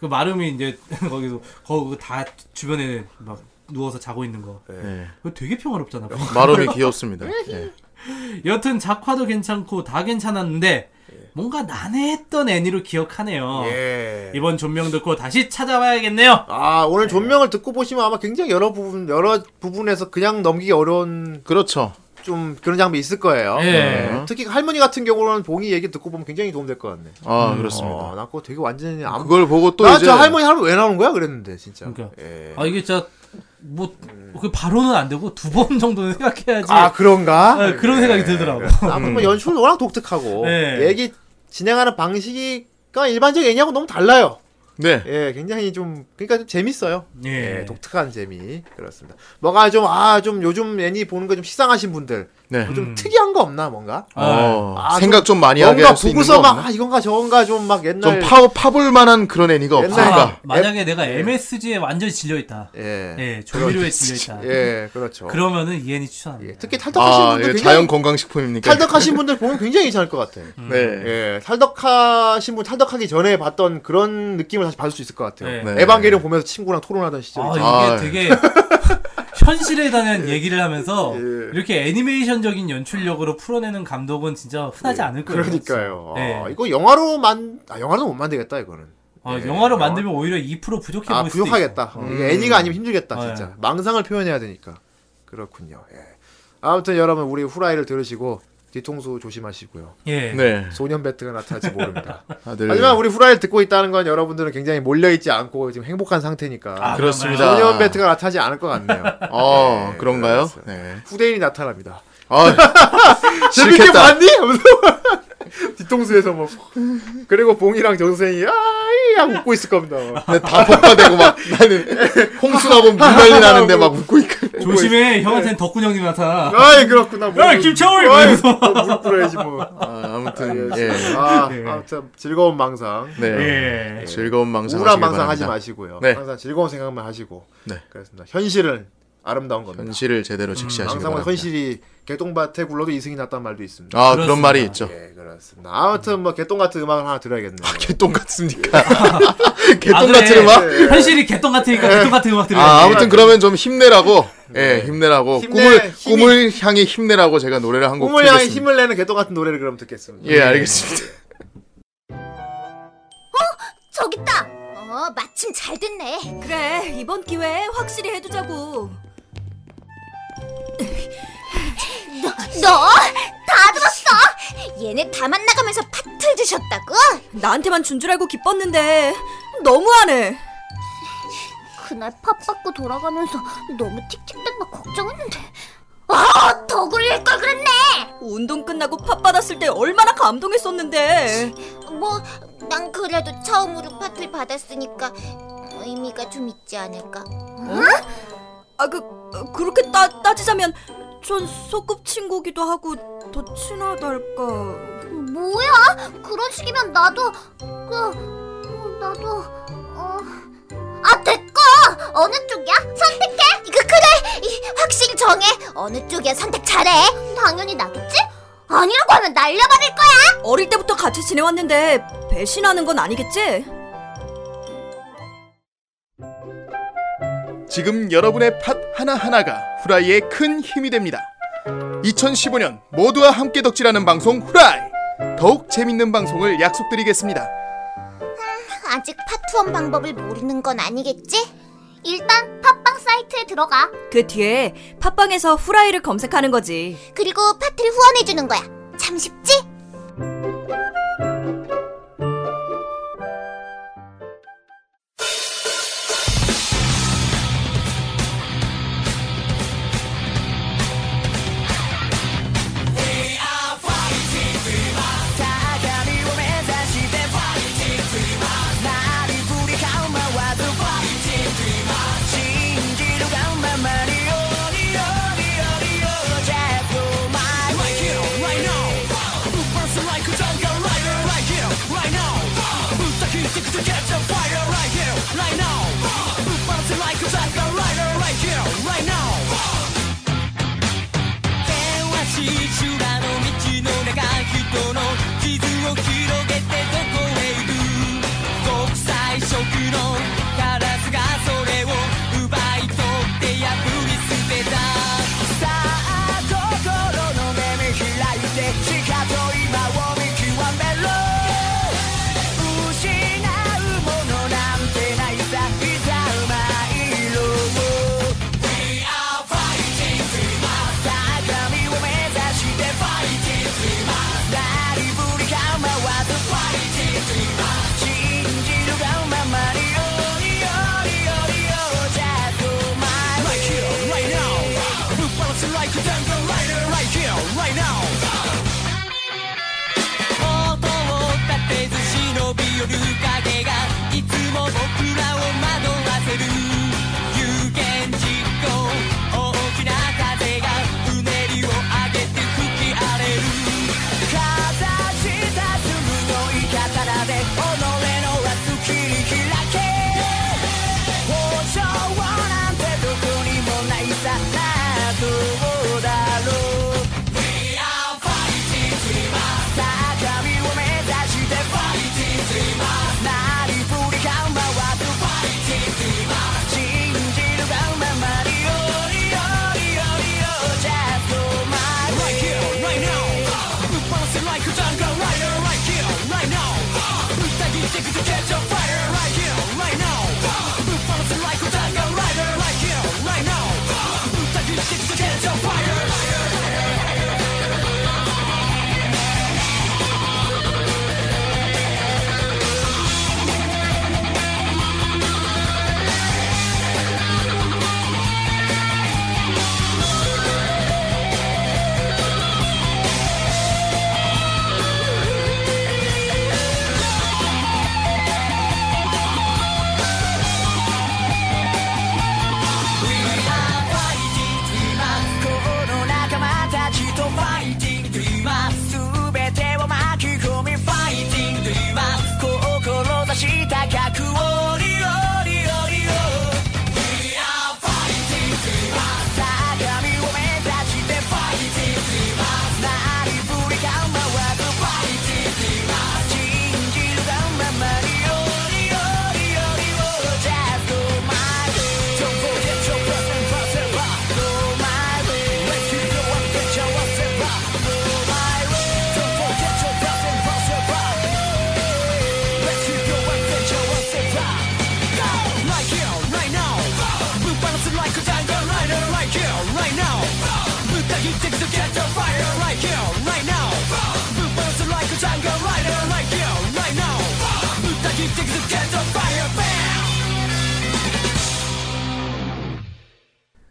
[SPEAKER 2] 그 마름이 이제 거기서 거기 다 주변에 막 누워서 자고 있는 거.
[SPEAKER 3] 예.
[SPEAKER 2] 그거 되게 평화롭잖아.
[SPEAKER 3] 마름이 귀엽습니다. 예.
[SPEAKER 2] 여튼 작화도 괜찮고 다 괜찮았는데 뭔가 난해했던 애니로 기억하네요.
[SPEAKER 1] 예.
[SPEAKER 2] 아, 이번 존명 듣고 다시 찾아봐야겠네요.
[SPEAKER 1] 아 오늘 존명을 듣고 보시면 아마 굉장히 여러 부분 여러 부분에서 그냥 넘기기 어려운
[SPEAKER 3] 그렇죠.
[SPEAKER 1] 좀 그런 장면 있을 거예요.
[SPEAKER 2] 예.
[SPEAKER 1] 네. 특히 할머니 같은 경우는 봉이 얘기 듣고 보면 굉장히 도움 될 것 같네.
[SPEAKER 3] 아,
[SPEAKER 1] 어,
[SPEAKER 3] 그렇습니다.
[SPEAKER 1] 나 그거 되게 완전히 안.
[SPEAKER 3] 아, 그걸 보고 또
[SPEAKER 1] 나저
[SPEAKER 3] 이제
[SPEAKER 1] 할머니 할머니 왜 나오는 거야 그랬는데 진짜.
[SPEAKER 2] 그러니까.
[SPEAKER 1] 예. 음.
[SPEAKER 2] 아 이게 진짜 뭐그 바로는 안 되고 두 번 정도는 생각해야지.
[SPEAKER 1] 아 그런가?
[SPEAKER 2] 네, 그런 생각이 들더라고.
[SPEAKER 1] 아무튼 뭐 연출 워낙 독특하고
[SPEAKER 2] 네.
[SPEAKER 1] 얘기 진행하는 방식이 가 일반적인 애니하고 너무 달라요.
[SPEAKER 3] 네.
[SPEAKER 1] 예, 굉장히 좀 그러니까 좀 재밌어요.
[SPEAKER 2] 예.
[SPEAKER 1] 예, 독특한 재미 그렇습니다. 뭐가 좀 아 좀 요즘 애니 보는 거 좀 식상하신 분들
[SPEAKER 3] 네.
[SPEAKER 1] 뭐좀 특이한 거 없나 뭔가?
[SPEAKER 3] 어,
[SPEAKER 1] 아,
[SPEAKER 3] 생각 좀 많이 하게
[SPEAKER 1] 뭔가
[SPEAKER 3] 할 수 있는 거
[SPEAKER 1] 보고서 막
[SPEAKER 3] 없나?
[SPEAKER 1] 아, 이건가 저건가 좀 막
[SPEAKER 3] 좀
[SPEAKER 1] 옛날
[SPEAKER 3] 파, 파볼 만한 그런 애니가
[SPEAKER 1] 옛날-
[SPEAKER 3] 없으니까.
[SPEAKER 2] 아, 만약에 내가 MSG에 완전히 질려 있다.
[SPEAKER 1] 예.
[SPEAKER 3] 네,
[SPEAKER 2] 예. 조미료에 질려 있다.
[SPEAKER 1] 예, 그렇죠.
[SPEAKER 2] 그러면은 이엔이 추천합니다.
[SPEAKER 1] 예, 특히 탈덕하신
[SPEAKER 3] 아,
[SPEAKER 1] 분들
[SPEAKER 3] 예,
[SPEAKER 1] 굉장히
[SPEAKER 3] 자연 건강식품입니까?
[SPEAKER 1] 탈덕하신 분들 보면 굉장히 괜찮을 것 같아.
[SPEAKER 3] 네.
[SPEAKER 1] 예, 탈덕하신 분 탈덕하기 전에 봤던 그런 느낌을 다시 받을 수 있을 것 같아요.
[SPEAKER 2] 네.
[SPEAKER 3] 네.
[SPEAKER 1] 에반게리온 보면서 친구랑 토론하던 시절. 아,
[SPEAKER 2] 아, 이게
[SPEAKER 3] 아,
[SPEAKER 2] 되게 현실에 대한 얘기를 하면서
[SPEAKER 1] 예.
[SPEAKER 2] 이렇게 애니메이션적인 연출력으로 풀어내는 감독은 진짜
[SPEAKER 3] 네.
[SPEAKER 2] 흔하지 않을 거예요.
[SPEAKER 1] 그러니까요. 아,
[SPEAKER 2] 예.
[SPEAKER 1] 이거 영화로 만, 아, 영화로 못 만들겠다 이거는.
[SPEAKER 2] 아,
[SPEAKER 1] 예.
[SPEAKER 2] 영화로 만들면 오히려 2% 부족해
[SPEAKER 1] 아,
[SPEAKER 2] 보일 수도
[SPEAKER 1] 부족하겠다.
[SPEAKER 2] 있고.
[SPEAKER 1] 어,
[SPEAKER 3] 음.
[SPEAKER 1] 이게 애니가 아니면 힘들겠다,
[SPEAKER 2] 아,
[SPEAKER 1] 진짜. 망상을 표현해야 되니까. 그렇군요. 예. 아무튼 여러분 우리 후라이를 들으시고 뒤통수 조심하시고요.
[SPEAKER 2] 예.
[SPEAKER 3] 네.
[SPEAKER 1] 소년 배트가 나타날지 모릅니다.
[SPEAKER 3] 다들
[SPEAKER 1] 하지만 우리 후라이를 듣고 있다는 건 여러분들은 굉장히 몰려있지 않고 지금 행복한 상태니까
[SPEAKER 2] 아,
[SPEAKER 3] 그렇습니다.
[SPEAKER 1] 소년 배트가 나타나지 않을 것 같네요.
[SPEAKER 3] 어,
[SPEAKER 1] 예,
[SPEAKER 3] 그런가요?
[SPEAKER 1] 그렇습니다.
[SPEAKER 3] 네.
[SPEAKER 1] 후대인이 나타납니다.
[SPEAKER 3] 아,
[SPEAKER 1] 재밌게
[SPEAKER 3] 싫겠다.
[SPEAKER 1] 봤니? 하면서 뒤통수에서 뭐 그리고 봉이랑 정수행이 아이 하고 웃고 있을 겁니다.
[SPEAKER 3] 근데 다 폭파되고 막 나는 홍수가 보면 물난리 나는데 막 웃고 있고.
[SPEAKER 1] 네.
[SPEAKER 2] 조심해. 형한테는 덕군 형님 나타나.
[SPEAKER 1] 아이 그렇구나. 뭐.
[SPEAKER 2] 야, 김창호야!
[SPEAKER 1] 아이,
[SPEAKER 2] 이러면서.
[SPEAKER 1] 뭐 무릎 꿇어야지 뭐.
[SPEAKER 3] 아, 아무튼
[SPEAKER 1] 예.
[SPEAKER 3] 예.
[SPEAKER 1] 아, 아무튼 즐거운 망상.
[SPEAKER 3] 네.
[SPEAKER 2] 예.
[SPEAKER 3] 즐거운 망상
[SPEAKER 1] 우울한
[SPEAKER 3] 하시길
[SPEAKER 1] 망상 하지
[SPEAKER 3] 바랍니다.
[SPEAKER 1] 마시고요.
[SPEAKER 3] 네.
[SPEAKER 1] 항상 즐거운 생각만 하시고.
[SPEAKER 3] 네.
[SPEAKER 1] 그렇습니다. 현실은 아름다운 겁니다.
[SPEAKER 3] 현실을 제대로 직시하시길
[SPEAKER 1] 항상 뭐
[SPEAKER 3] 바랍니다.
[SPEAKER 1] 현실이 개똥밭에 굴러도 이승이 났단 말도 있습니다.
[SPEAKER 3] 아, 그런 말이
[SPEAKER 2] 그렇습니다.
[SPEAKER 3] 있죠. 아,
[SPEAKER 1] 예, 그렇습니다. 아무튼 뭐 개똥 같은 음악을 하나 들어야겠네요.
[SPEAKER 3] 개똥 같습니까?
[SPEAKER 1] 네.
[SPEAKER 2] 아,
[SPEAKER 3] 개똥
[SPEAKER 2] 그래.
[SPEAKER 3] 같은 음악?
[SPEAKER 1] 예.
[SPEAKER 2] 현실이 개똥 같으니까 개똥 같은 음악 들어야
[SPEAKER 3] 아,
[SPEAKER 2] 돼.
[SPEAKER 3] 아무튼 그러면 좀 힘내라고. 예,
[SPEAKER 1] 네.
[SPEAKER 3] 힘내라고.
[SPEAKER 1] 힘내,
[SPEAKER 3] 꿈을
[SPEAKER 1] 힘이-
[SPEAKER 3] 꿈을 향해 힘내라고 제가 노래를 한 곡
[SPEAKER 1] 꿈을 네. 향해
[SPEAKER 3] 틀겠습니다.
[SPEAKER 1] 힘을 내는 개똥 같은 노래를 그럼 듣겠습니다.
[SPEAKER 3] 예, 알겠습니다.
[SPEAKER 5] 저기 있다. 어, 마침 잘 됐네.
[SPEAKER 6] 그래 이번 기회에 확실히 해두자고
[SPEAKER 5] 너 다 들었어? 얘네 다 만나가면서 파트를 주셨다고?
[SPEAKER 6] 나한테만 준 줄 알고 기뻤는데 너무하네
[SPEAKER 5] 그날 팝 받고 돌아가면서 너무 틱틱댄다 걱정했는데. 아, 더 굴릴 걸 그랬네.
[SPEAKER 6] 운동 끝나고 팝 받았을 때 얼마나 감동했었는데
[SPEAKER 5] 뭐, 난 그래도 처음으로 파트를 받았으니까 의미가 좀 있지 않을까.
[SPEAKER 6] 아 그 그렇게 따, 따지자면 전 소꿉친구기도 하고 더 친하달까.
[SPEAKER 5] 뭐야? 그런 식이면 나도 그 어, 나도 어. 아 됐고 어느 쪽이야? 선택해. 이거 그래. 이, 확신 정해. 어느 쪽이야? 선택 잘해. 당연히 나겠지? 아니라고 하면 날려버릴 거야.
[SPEAKER 6] 어릴 때부터 같이 지내왔는데 배신하는 건 아니겠지?
[SPEAKER 3] 지금 여러분의 팟 하나하나가 후라이의 큰 힘이 됩니다. 2015년 모두와 함께 덕질하는 방송 후라이! 더욱 재밌는 방송을 약속드리겠습니다.
[SPEAKER 5] 아직 파투원 방법을 모르는 건 아니겠지? 일단 팟빵 사이트에 들어가.
[SPEAKER 6] 그 뒤에 팟빵에서 후라이를 검색하는 거지.
[SPEAKER 5] 그리고 파트를 후원해 주는 거야. 참 쉽지?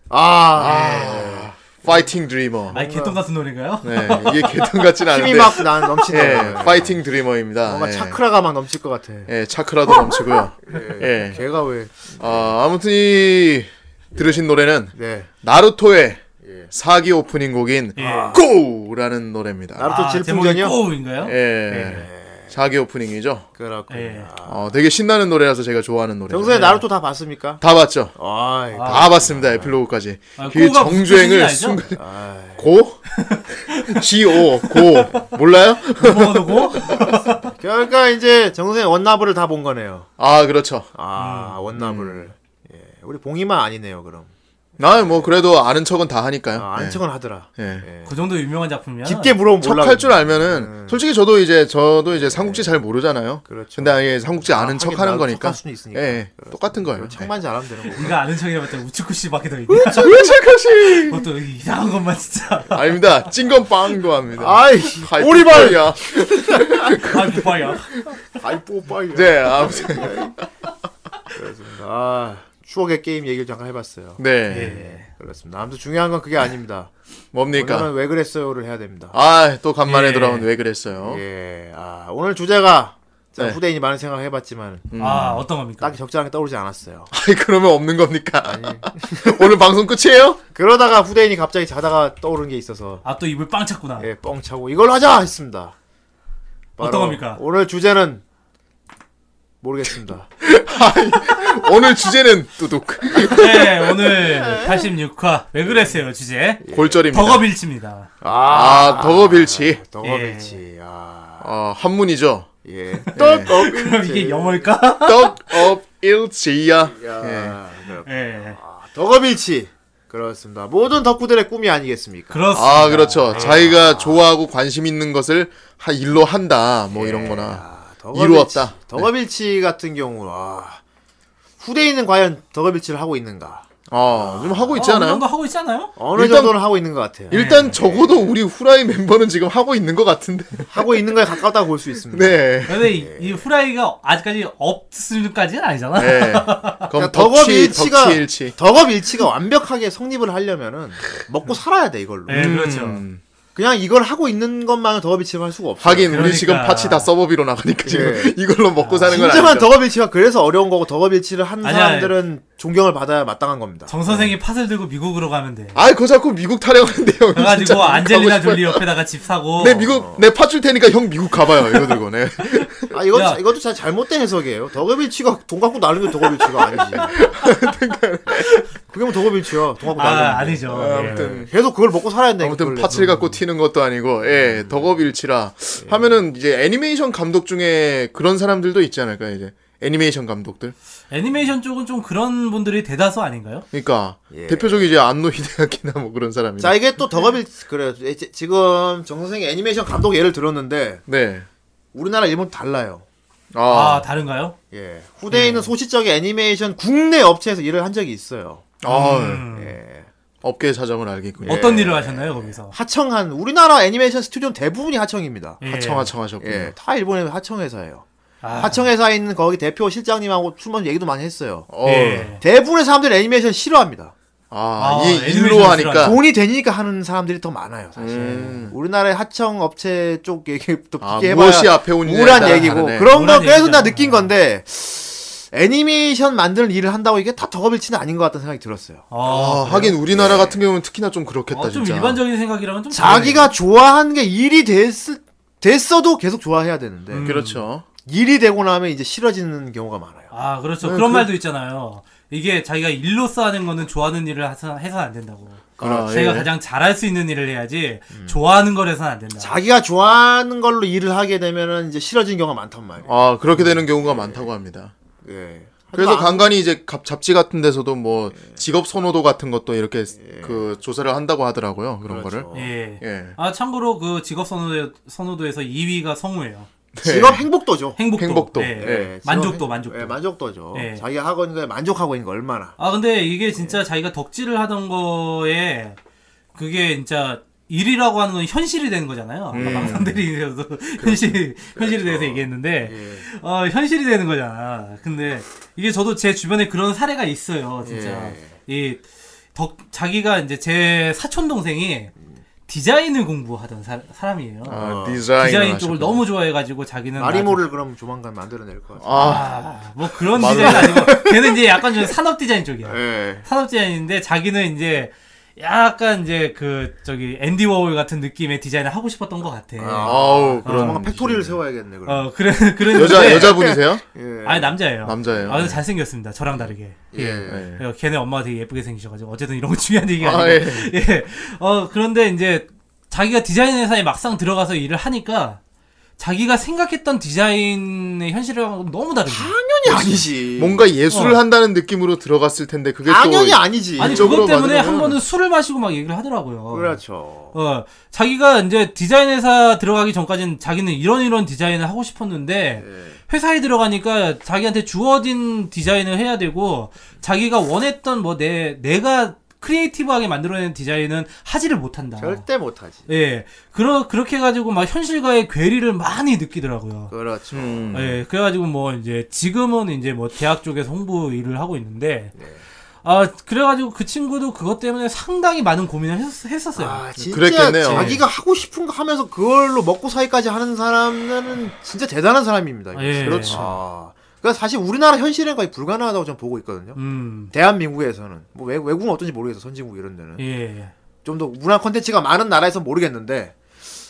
[SPEAKER 1] 네.
[SPEAKER 4] 아,
[SPEAKER 3] 파이팅 드리머.
[SPEAKER 2] 아이 개똥 같은 노래인가요?
[SPEAKER 3] 네, 이게 개똥 같진 않은데.
[SPEAKER 4] 힘이 막 난 넘치네.
[SPEAKER 3] 예,
[SPEAKER 4] 요
[SPEAKER 3] 파이팅 드리머입니다.
[SPEAKER 4] 뭔가
[SPEAKER 3] 예.
[SPEAKER 4] 차크라가 막 넘칠 것 같아.
[SPEAKER 3] 예, 차크라도 넘치고요. 예.
[SPEAKER 4] 걔가 왜?
[SPEAKER 3] 아, 아무튼 이 들으신 노래는
[SPEAKER 4] 네.
[SPEAKER 3] 나루토의
[SPEAKER 4] 예.
[SPEAKER 1] 예.
[SPEAKER 3] 4기 오프닝 곡인
[SPEAKER 2] 예.
[SPEAKER 3] 고라는 노래입니다.
[SPEAKER 1] 나루토 질풍전이요?
[SPEAKER 2] 아,
[SPEAKER 1] 네.
[SPEAKER 2] 꼬우인가요?
[SPEAKER 3] 예.
[SPEAKER 2] 네.
[SPEAKER 3] 4기 오프닝이죠.
[SPEAKER 1] 그렇군요.
[SPEAKER 2] 예.
[SPEAKER 3] 어, 되게 신나는 노래라서 제가 좋아하는 노래.
[SPEAKER 1] 정선에 나루토 다 봤습니까?
[SPEAKER 3] 다 봤죠.
[SPEAKER 1] 아이, 다.
[SPEAKER 3] 다 봤습니다. 에필로그까지.
[SPEAKER 2] 아,
[SPEAKER 3] 그
[SPEAKER 2] 꼬우가 무슨 뜻인지
[SPEAKER 3] 정주행을
[SPEAKER 2] 알죠?
[SPEAKER 3] 순간
[SPEAKER 1] 아이.
[SPEAKER 3] 고? G O 고 몰라요?
[SPEAKER 2] 먹어두고
[SPEAKER 1] 그러니까 이제 정선생 원나블을 다 본 거네요.
[SPEAKER 3] 아 그렇죠.
[SPEAKER 1] 아 원나블. 예. 우리 봉이만 아니네요 그럼.
[SPEAKER 3] 나뭐 그래도 아는 척은 다 하니까요.
[SPEAKER 1] 아, 안
[SPEAKER 3] 예.
[SPEAKER 1] 척은 하더라.
[SPEAKER 3] 예.
[SPEAKER 1] 예.
[SPEAKER 2] 그 정도 유명한 작품이야.
[SPEAKER 1] 깊게 물어보면 몰라.
[SPEAKER 3] 척할 줄 알면은 솔직히 저도 이제 저도 이제 삼국지 잘 모르잖아요.
[SPEAKER 1] 네. 그렇죠.
[SPEAKER 3] 근데 아예 삼국지
[SPEAKER 1] 아,
[SPEAKER 3] 아는
[SPEAKER 1] 하긴
[SPEAKER 3] 척하는
[SPEAKER 1] 나도
[SPEAKER 3] 거니까.
[SPEAKER 1] 척할 수는 있으니까. 그렇죠.
[SPEAKER 3] 예, 예. 똑같은 거예요.
[SPEAKER 1] 척만 잘하면 되는 거고.
[SPEAKER 2] 네가 아는 척해봤자 우츠쿠시밖에 더 있냐?
[SPEAKER 3] 착하시.
[SPEAKER 2] 그것도 이상한 것만 진짜.
[SPEAKER 3] 아닙니다. 찐건 빵도 합니다.
[SPEAKER 1] 아이
[SPEAKER 3] 하이
[SPEAKER 1] 오리발.
[SPEAKER 3] 뽀빠이야.
[SPEAKER 2] 아, 못봐요
[SPEAKER 1] 아이 뽀빠이.
[SPEAKER 3] 네, 아무튼
[SPEAKER 1] 아 추억의 게임 얘기를 잠깐 해봤어요.
[SPEAKER 3] 네.
[SPEAKER 2] 예.
[SPEAKER 1] 그렇습니다. 아무튼 중요한 건 그게 아닙니다. 오늘은
[SPEAKER 3] 뭡니까?
[SPEAKER 1] 왜 그랬어요를 해야 됩니다.
[SPEAKER 3] 아, 또 간만에
[SPEAKER 2] 예.
[SPEAKER 3] 돌아온 왜 그랬어요?
[SPEAKER 1] 예. 아 오늘 주제가 자,
[SPEAKER 3] 네. 음.
[SPEAKER 1] 후대인이 많은 생각을 해봤지만
[SPEAKER 2] 아, 어떤 겁니까?
[SPEAKER 1] 딱히 적절하게 떠오르지 않았어요.
[SPEAKER 3] 아이 그러면 없는 겁니까? 오늘 방송 끝이에요?
[SPEAKER 1] 그러다가 후대인이 갑자기 자다가 떠오른 게 있어서
[SPEAKER 2] 아, 또 입을 빵 찼구나.
[SPEAKER 1] 예, 뻥 차고 이걸 하자 했습니다. 바로
[SPEAKER 2] 어떤 겁니까?
[SPEAKER 1] 오늘 주제는 모르겠습니다.
[SPEAKER 3] 오늘 주제는 뚜둑
[SPEAKER 2] 네, 오늘 86화 왜 그랬어요 주제
[SPEAKER 3] 예.
[SPEAKER 1] 예.
[SPEAKER 3] 골절입니다.
[SPEAKER 2] 덕업일치입니다.
[SPEAKER 3] 아, 덕업일치.
[SPEAKER 2] 예.
[SPEAKER 1] 더거빌치. 아,
[SPEAKER 3] 아, 한문이죠.
[SPEAKER 1] 예. 떡업일치.
[SPEAKER 2] 그럼 이게 영어일까?
[SPEAKER 3] 덕업일치야. 예.
[SPEAKER 1] 예.
[SPEAKER 2] 예,
[SPEAKER 3] 아,
[SPEAKER 1] 더거빌치. 그렇습니다. 모든 덕후들의 꿈이 아니겠습니까?
[SPEAKER 2] 그렇습니다. 어,
[SPEAKER 3] 아, 그렇죠. 자기가 좋아하고 관심 있는 것을 하, 일로 한다.
[SPEAKER 2] 예.
[SPEAKER 3] 뭐 이런 거나.
[SPEAKER 1] 아, 덕업일치.
[SPEAKER 3] 이루었다. 네.
[SPEAKER 1] 더거빌치 같은 경우, 아, 후대인은 과연 더거빌치를 하고 있는가?
[SPEAKER 3] 아, 좀 하고 있지
[SPEAKER 2] 어, 네. 어느
[SPEAKER 3] 않아요?
[SPEAKER 2] 정도 하고 있잖아요.
[SPEAKER 1] 어느
[SPEAKER 3] 일단-
[SPEAKER 1] 정도는 하고 있는 것 같아요. 네.
[SPEAKER 3] 일단 적어도 우리 후라이 멤버는 지금 하고 있는 것 같은데.
[SPEAKER 2] 음.
[SPEAKER 1] 하고 있는 거에 가깝다고 볼 수 있습니다.
[SPEAKER 3] 네.
[SPEAKER 2] 근데 이, 이 후라이가 아직까지 없을까지는 아니잖아.
[SPEAKER 3] 네. 그럼
[SPEAKER 1] 그러니까
[SPEAKER 3] 덕치,
[SPEAKER 1] 덕업일치가
[SPEAKER 3] 덕치일치.
[SPEAKER 1] 덕업일치가 완벽하게 성립을 하려면은 먹고 살아야 돼 이걸로.
[SPEAKER 2] 네, 그렇죠.
[SPEAKER 3] 음.
[SPEAKER 1] 그냥 이걸 하고 있는 것만은 덕업일치를 할 수가 없어.
[SPEAKER 3] 하긴 우리
[SPEAKER 2] 그러니까. 예.
[SPEAKER 3] 지금 파츠 다 서버비로 나가니까 지금 이걸로 먹고 사는 건
[SPEAKER 1] 진정한
[SPEAKER 3] 아니죠.
[SPEAKER 1] 덕업일치가 그래서 어려운 거고 덕업일치를 한
[SPEAKER 2] 아니야,
[SPEAKER 1] 사람들은 존경을 받아야 마땅한 겁니다.
[SPEAKER 2] 정 선생이 팥을 들고 미국으로 가면 돼.
[SPEAKER 3] 예. 아이, 그거 자꾸 미국 타령하는데요.
[SPEAKER 2] 그래가지고 안젤리나 졸리 옆에다가 집 사고.
[SPEAKER 3] 내 미국 내 파줄 테니까 형 미국 가봐요 이거 들고 네.
[SPEAKER 1] 아 이건
[SPEAKER 2] 야.
[SPEAKER 1] 이것도 잘 잘못된 해석이에요. 덕업일치가 돈 갖고 나는 게 덕업일치가 아니지. 그게 뭐 덕업일치야. 돈 갖고 나는.
[SPEAKER 2] 아, 아니죠.
[SPEAKER 3] 아무튼
[SPEAKER 1] 계속 그걸 먹고 살아야 된다.
[SPEAKER 3] 아무튼
[SPEAKER 1] 네, 그걸.
[SPEAKER 3] 파츠를 갖고 튀는 것도 아니고 예
[SPEAKER 1] 음.
[SPEAKER 3] 덕업일치라
[SPEAKER 1] 예.
[SPEAKER 3] 하면은 이제 애니메이션 감독 중에 그런 사람들도 있지 않을까 이제 애니메이션 감독들
[SPEAKER 2] 예. 애니메이션 쪽은 좀 그런 분들이 대다수 아닌가요?
[SPEAKER 3] 그러니까
[SPEAKER 1] 예.
[SPEAKER 3] 대표적인 이제 안노 히데아키나 뭐 그런 사람이
[SPEAKER 1] 음. 자 이게 또 덕업일 그래 예, 지- 지금 정 선생이 애니메이션 감독 예를 들었는데
[SPEAKER 3] 네아
[SPEAKER 1] 우리나라 일본 달라요.
[SPEAKER 2] 아,
[SPEAKER 3] 아,
[SPEAKER 2] 다른가요?
[SPEAKER 1] 예. 후대인은 소시적인 애니메이션 국내 업체에서 일을 한 적이 있어요.
[SPEAKER 2] 음.
[SPEAKER 3] 아,
[SPEAKER 1] 예.
[SPEAKER 3] 업계 사정을 알겠군요 예.
[SPEAKER 2] 어떤 일을 하셨나요 거기서?
[SPEAKER 1] 하청한 우리나라 애니메이션 스튜디오는 대부분이 하청입니다.
[SPEAKER 2] 예.
[SPEAKER 3] 하청하청하셨군요
[SPEAKER 1] 예. 다 일본의 하청 회사예요.
[SPEAKER 2] 아.
[SPEAKER 1] 하청 회사에 있는 거기 대표 실장님하고 출범 얘기도 많이 했어요.
[SPEAKER 3] 어.
[SPEAKER 2] 예.
[SPEAKER 1] 대부분의 사람들이 애니메이션 싫어합니다.
[SPEAKER 3] 아,
[SPEAKER 2] 아,
[SPEAKER 3] 이 일로
[SPEAKER 2] 애니메이션
[SPEAKER 3] 하니까
[SPEAKER 1] 돈이 되니까 하는 사람들이 더 많아요, 사실.
[SPEAKER 3] 음.
[SPEAKER 1] 우리나라의 하청 업체 쪽 얘기 또
[SPEAKER 3] 아,
[SPEAKER 1] 깊게 해봐야
[SPEAKER 3] 무엇이 앞에 온지에
[SPEAKER 1] 우울한
[SPEAKER 3] 따라
[SPEAKER 1] 얘기고
[SPEAKER 3] 다르네.
[SPEAKER 1] 그런 거
[SPEAKER 2] 우울한 음.
[SPEAKER 1] 그래서 나
[SPEAKER 2] 얘기잖아.
[SPEAKER 1] 느낀 건데 애니메이션 만드는 일을 한다고 이게 다 덕업일치는 아닌 것 같다는 생각이 들었어요.
[SPEAKER 3] 아,
[SPEAKER 2] 아,
[SPEAKER 3] 하긴 우리나라 같은 경우는 특히나 좀 그렇겠다
[SPEAKER 2] 어, 좀
[SPEAKER 3] 진짜
[SPEAKER 2] 일반적인 생각이랑은 좀
[SPEAKER 1] 자기가
[SPEAKER 2] 네.
[SPEAKER 1] 좋아하는 게 일이 됐을 됐어도 계속 좋아해야 되는데
[SPEAKER 2] 음.
[SPEAKER 3] 그렇죠
[SPEAKER 1] 일이 되고 나면 이제 싫어지는 경우가 많아요.
[SPEAKER 2] 아 그렇죠
[SPEAKER 1] 네,
[SPEAKER 2] 그런
[SPEAKER 1] 그-
[SPEAKER 2] 말도 있잖아요 이게 자기가 일로서 하는 거는 좋아하는 일을 해서 해서는 안 된다고
[SPEAKER 3] 아,
[SPEAKER 2] 자기가
[SPEAKER 3] 예.
[SPEAKER 2] 가장 잘할 수 있는 일을 해야지 좋아하는 걸 해서는 안 된다
[SPEAKER 1] 자기가 좋아하는 걸로 일을 하게 되면은 이제 싫어지는 경우가 많단
[SPEAKER 2] 음.
[SPEAKER 1] 말이에요.
[SPEAKER 3] 아 그렇게 되는 경우가 많다고 합니다
[SPEAKER 1] 예.
[SPEAKER 3] 그래서
[SPEAKER 1] 하지만 안- 예.
[SPEAKER 3] 간간히 이제 갑- 잡지 같은 데서도 뭐 직업 선호도 같은 것도 이렇게 그 조사를 한다고 하더라고요 그런
[SPEAKER 1] 그렇죠.
[SPEAKER 3] 거를
[SPEAKER 2] 예.
[SPEAKER 3] 예
[SPEAKER 2] 아 참고로 그 직업 선호도, 선호도에서 2위가 성우예요
[SPEAKER 1] 직업 행복도죠.
[SPEAKER 2] 행복도,
[SPEAKER 3] 행복도.
[SPEAKER 2] 예.
[SPEAKER 3] 예.
[SPEAKER 1] 예, 직업
[SPEAKER 2] 만족도
[SPEAKER 1] 행-
[SPEAKER 2] 만족도
[SPEAKER 1] 예, 만족도죠.
[SPEAKER 2] 예.
[SPEAKER 1] 자기가 하고 있는 거에 만족하고 있는 거 얼마나.
[SPEAKER 2] 아 근데 이게 진짜 자기가 덕질을 하던 거에 그게 진짜 일이라고 하는 건 현실이 된 거잖아요. 아까 망상들이 되서 현실 현실에 대해서 얘기했는데 어 현실이 되는 거잖아. 근데 이게 저도 제 주변에 그런 사례가 있어요. 진짜 이 덕 자기가 이제 제 사촌 동생이 디자인을 공부하던 사, 람이에요
[SPEAKER 3] 아,
[SPEAKER 2] 디자인
[SPEAKER 3] 디자인
[SPEAKER 2] 쪽을 너무 좋아해가지고 자기는
[SPEAKER 1] 마리모를 그럼 조만간 만들어낼 것 같아요.
[SPEAKER 3] 아
[SPEAKER 2] 아, 뭐 그런 디자인 아니고 걔는 이제 약간 좀 산업 디자인 쪽이야.
[SPEAKER 1] 예.
[SPEAKER 2] 산업 디자인인데 자기는 이제 약간 이제 그 저기 앤디 워홀 같은 느낌의 디자인을 하고 싶었던 것 같아.
[SPEAKER 3] 아우 그런
[SPEAKER 1] 뭔가 팩토리를 세워야겠네 그럼.
[SPEAKER 2] 어 그래 그런
[SPEAKER 3] 여자 여자분이세요?
[SPEAKER 1] 예.
[SPEAKER 2] 아니 남자예요.
[SPEAKER 3] 남자예요.
[SPEAKER 2] 아 근데 잘생겼습니다. 저랑 다르게.
[SPEAKER 1] 예.
[SPEAKER 3] 예.
[SPEAKER 2] 예, 걔네 엄마가 되게 예쁘게 생기셔가지고 어쨌든 이런 건 중요한 얘기가
[SPEAKER 3] 아,
[SPEAKER 2] 아니고 예. 어 그런데 이제 자기가 디자인 회사에 막상 들어가서 일을 하니까 자기가 생각했던 디자인의 현실이랑 너무 다릅니다.
[SPEAKER 1] 당연히 아니지.
[SPEAKER 3] 뭔가 예술을
[SPEAKER 2] 어.
[SPEAKER 3] 한다는 느낌으로 들어갔을 텐데 그게
[SPEAKER 1] 당연히
[SPEAKER 3] 또
[SPEAKER 1] 아니지.
[SPEAKER 2] 아니
[SPEAKER 3] 이쪽으로
[SPEAKER 2] 그것 때문에
[SPEAKER 3] 맞으면은-
[SPEAKER 2] 한 번은 술을 마시고 막 얘기를 하더라고요.
[SPEAKER 1] 그렇죠.
[SPEAKER 2] 어 자기가 이제 디자인 회사 들어가기 전까지는 자기는 이런 이런 디자인을 하고 싶었는데
[SPEAKER 1] 예.
[SPEAKER 2] 회사에 들어가니까 자기한테 주어진 디자인을 해야 되고 자기가 원했던 뭐 내 내가 크리에이티브하게 만들어낸 디자인은 하지를 못한다.
[SPEAKER 1] 절대 못하지.
[SPEAKER 2] 예, 그러 그렇게 해가지고 막 현실과의 괴리를 많이 느끼더라고요.
[SPEAKER 1] 그렇죠.
[SPEAKER 3] 음.
[SPEAKER 2] 예, 그래가지고 뭐 이제 지금은 이제 뭐 대학 쪽에서 홍보 일을 하고 있는데
[SPEAKER 1] 예.
[SPEAKER 2] 아 그래가지고 그 친구도 그것 때문에 상당히 많은 고민을 했, 했었어요.
[SPEAKER 1] 아, 진짜
[SPEAKER 3] 그랬겠네요.
[SPEAKER 1] 자기가 하고 싶은 거 하면서 그걸로 먹고 사기까지 하는 사람은 진짜 대단한 사람입니다. 이거.
[SPEAKER 2] 예.
[SPEAKER 3] 그렇죠.
[SPEAKER 1] 아, 그러니까 사실 우리나라 현실은 거의 불가능하다고 저는 보고 있거든요.
[SPEAKER 2] 음,
[SPEAKER 1] 대한민국에서는 뭐 외, 외국은 어떤지 모르겠어 선진국 이런 데는
[SPEAKER 2] 예.
[SPEAKER 1] 좀 더 문화 콘텐츠가 많은 나라에선 모르겠는데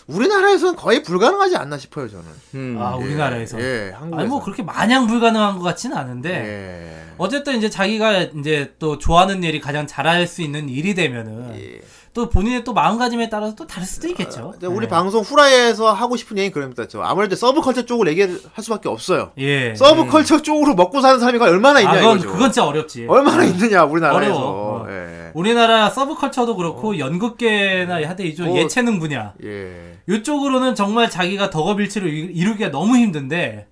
[SPEAKER 1] 우리나라에서는 거의 불가능하지 않나 싶어요 저는
[SPEAKER 3] 음.
[SPEAKER 2] 아 우리나라에서.
[SPEAKER 1] 예 한국에서
[SPEAKER 2] 아니 뭐 그렇게 마냥 불가능한 것 같지는 않은데
[SPEAKER 1] 예.
[SPEAKER 2] 어쨌든 이제 자기가 이제 또 좋아하는 일이 가장 잘할 수 있는 일이 되면은
[SPEAKER 1] 예.
[SPEAKER 2] 또 본인의 또 마음가짐에 따라서 또 다를 수도 있겠죠.
[SPEAKER 1] 이제 우리
[SPEAKER 2] 예.
[SPEAKER 1] 방송 후라이에서 하고 싶은 얘기 그럽니다 저 아무래도 서브컬처 쪽을 얘기할 수밖에 없어요
[SPEAKER 2] 예.
[SPEAKER 1] 서브컬처 쪽으로 먹고 사는 사람이 과연 얼마나
[SPEAKER 2] 아,
[SPEAKER 1] 있냐
[SPEAKER 2] 그건
[SPEAKER 1] 이거죠
[SPEAKER 2] 그건 진짜 어렵지.
[SPEAKER 1] 얼마나 있느냐 우리나라에서
[SPEAKER 2] 어려워. 어.
[SPEAKER 1] 예.
[SPEAKER 2] 우리나라 서브컬처도 그렇고
[SPEAKER 1] 어.
[SPEAKER 2] 연극계나 하여튼 이쪽
[SPEAKER 1] 뭐,
[SPEAKER 2] 예체능 분야
[SPEAKER 1] 예.
[SPEAKER 2] 이쪽으로는 정말 자기가 덕업일치를 이- 이루기가 너무 힘든데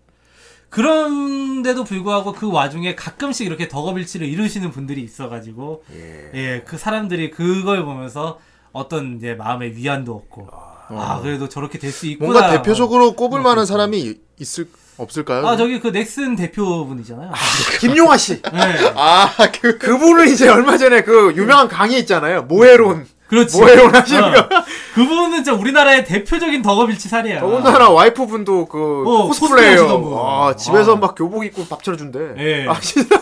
[SPEAKER 2] 그런데도 불구하고 그 와중에 가끔씩 이렇게 덕업일치를 이루시는 분들이 있어가지고
[SPEAKER 1] 예.
[SPEAKER 2] 예 그 사람들이 그걸 보면서 어떤 이제 마음의 위안도 얻고 아 그래도 저렇게 될 수 있구나
[SPEAKER 3] 뭔가 대표적으로 꼽을 만한 사람이 있을 없을까요?
[SPEAKER 2] 음, 아 저기 그 넥슨 대표분이잖아요
[SPEAKER 1] 김용화 씨
[SPEAKER 2] 네.
[SPEAKER 3] 아, 그
[SPEAKER 1] 그분은 이제 얼마 전에 그 유명한 강의 있잖아요 모해론
[SPEAKER 2] 그렇지
[SPEAKER 1] 모해론 하시는 거
[SPEAKER 2] 어. 그분은 진짜 우리나라의 대표적인 덕업일치 사례야
[SPEAKER 1] 더군다나 와이프분도 그
[SPEAKER 2] 어, 코스프레 하시던 분.
[SPEAKER 1] 코스프레예요. 아, 집에서
[SPEAKER 2] 아.
[SPEAKER 1] 막 교복 입고 밥 차려준대.
[SPEAKER 2] 예.
[SPEAKER 1] 아, 진짜.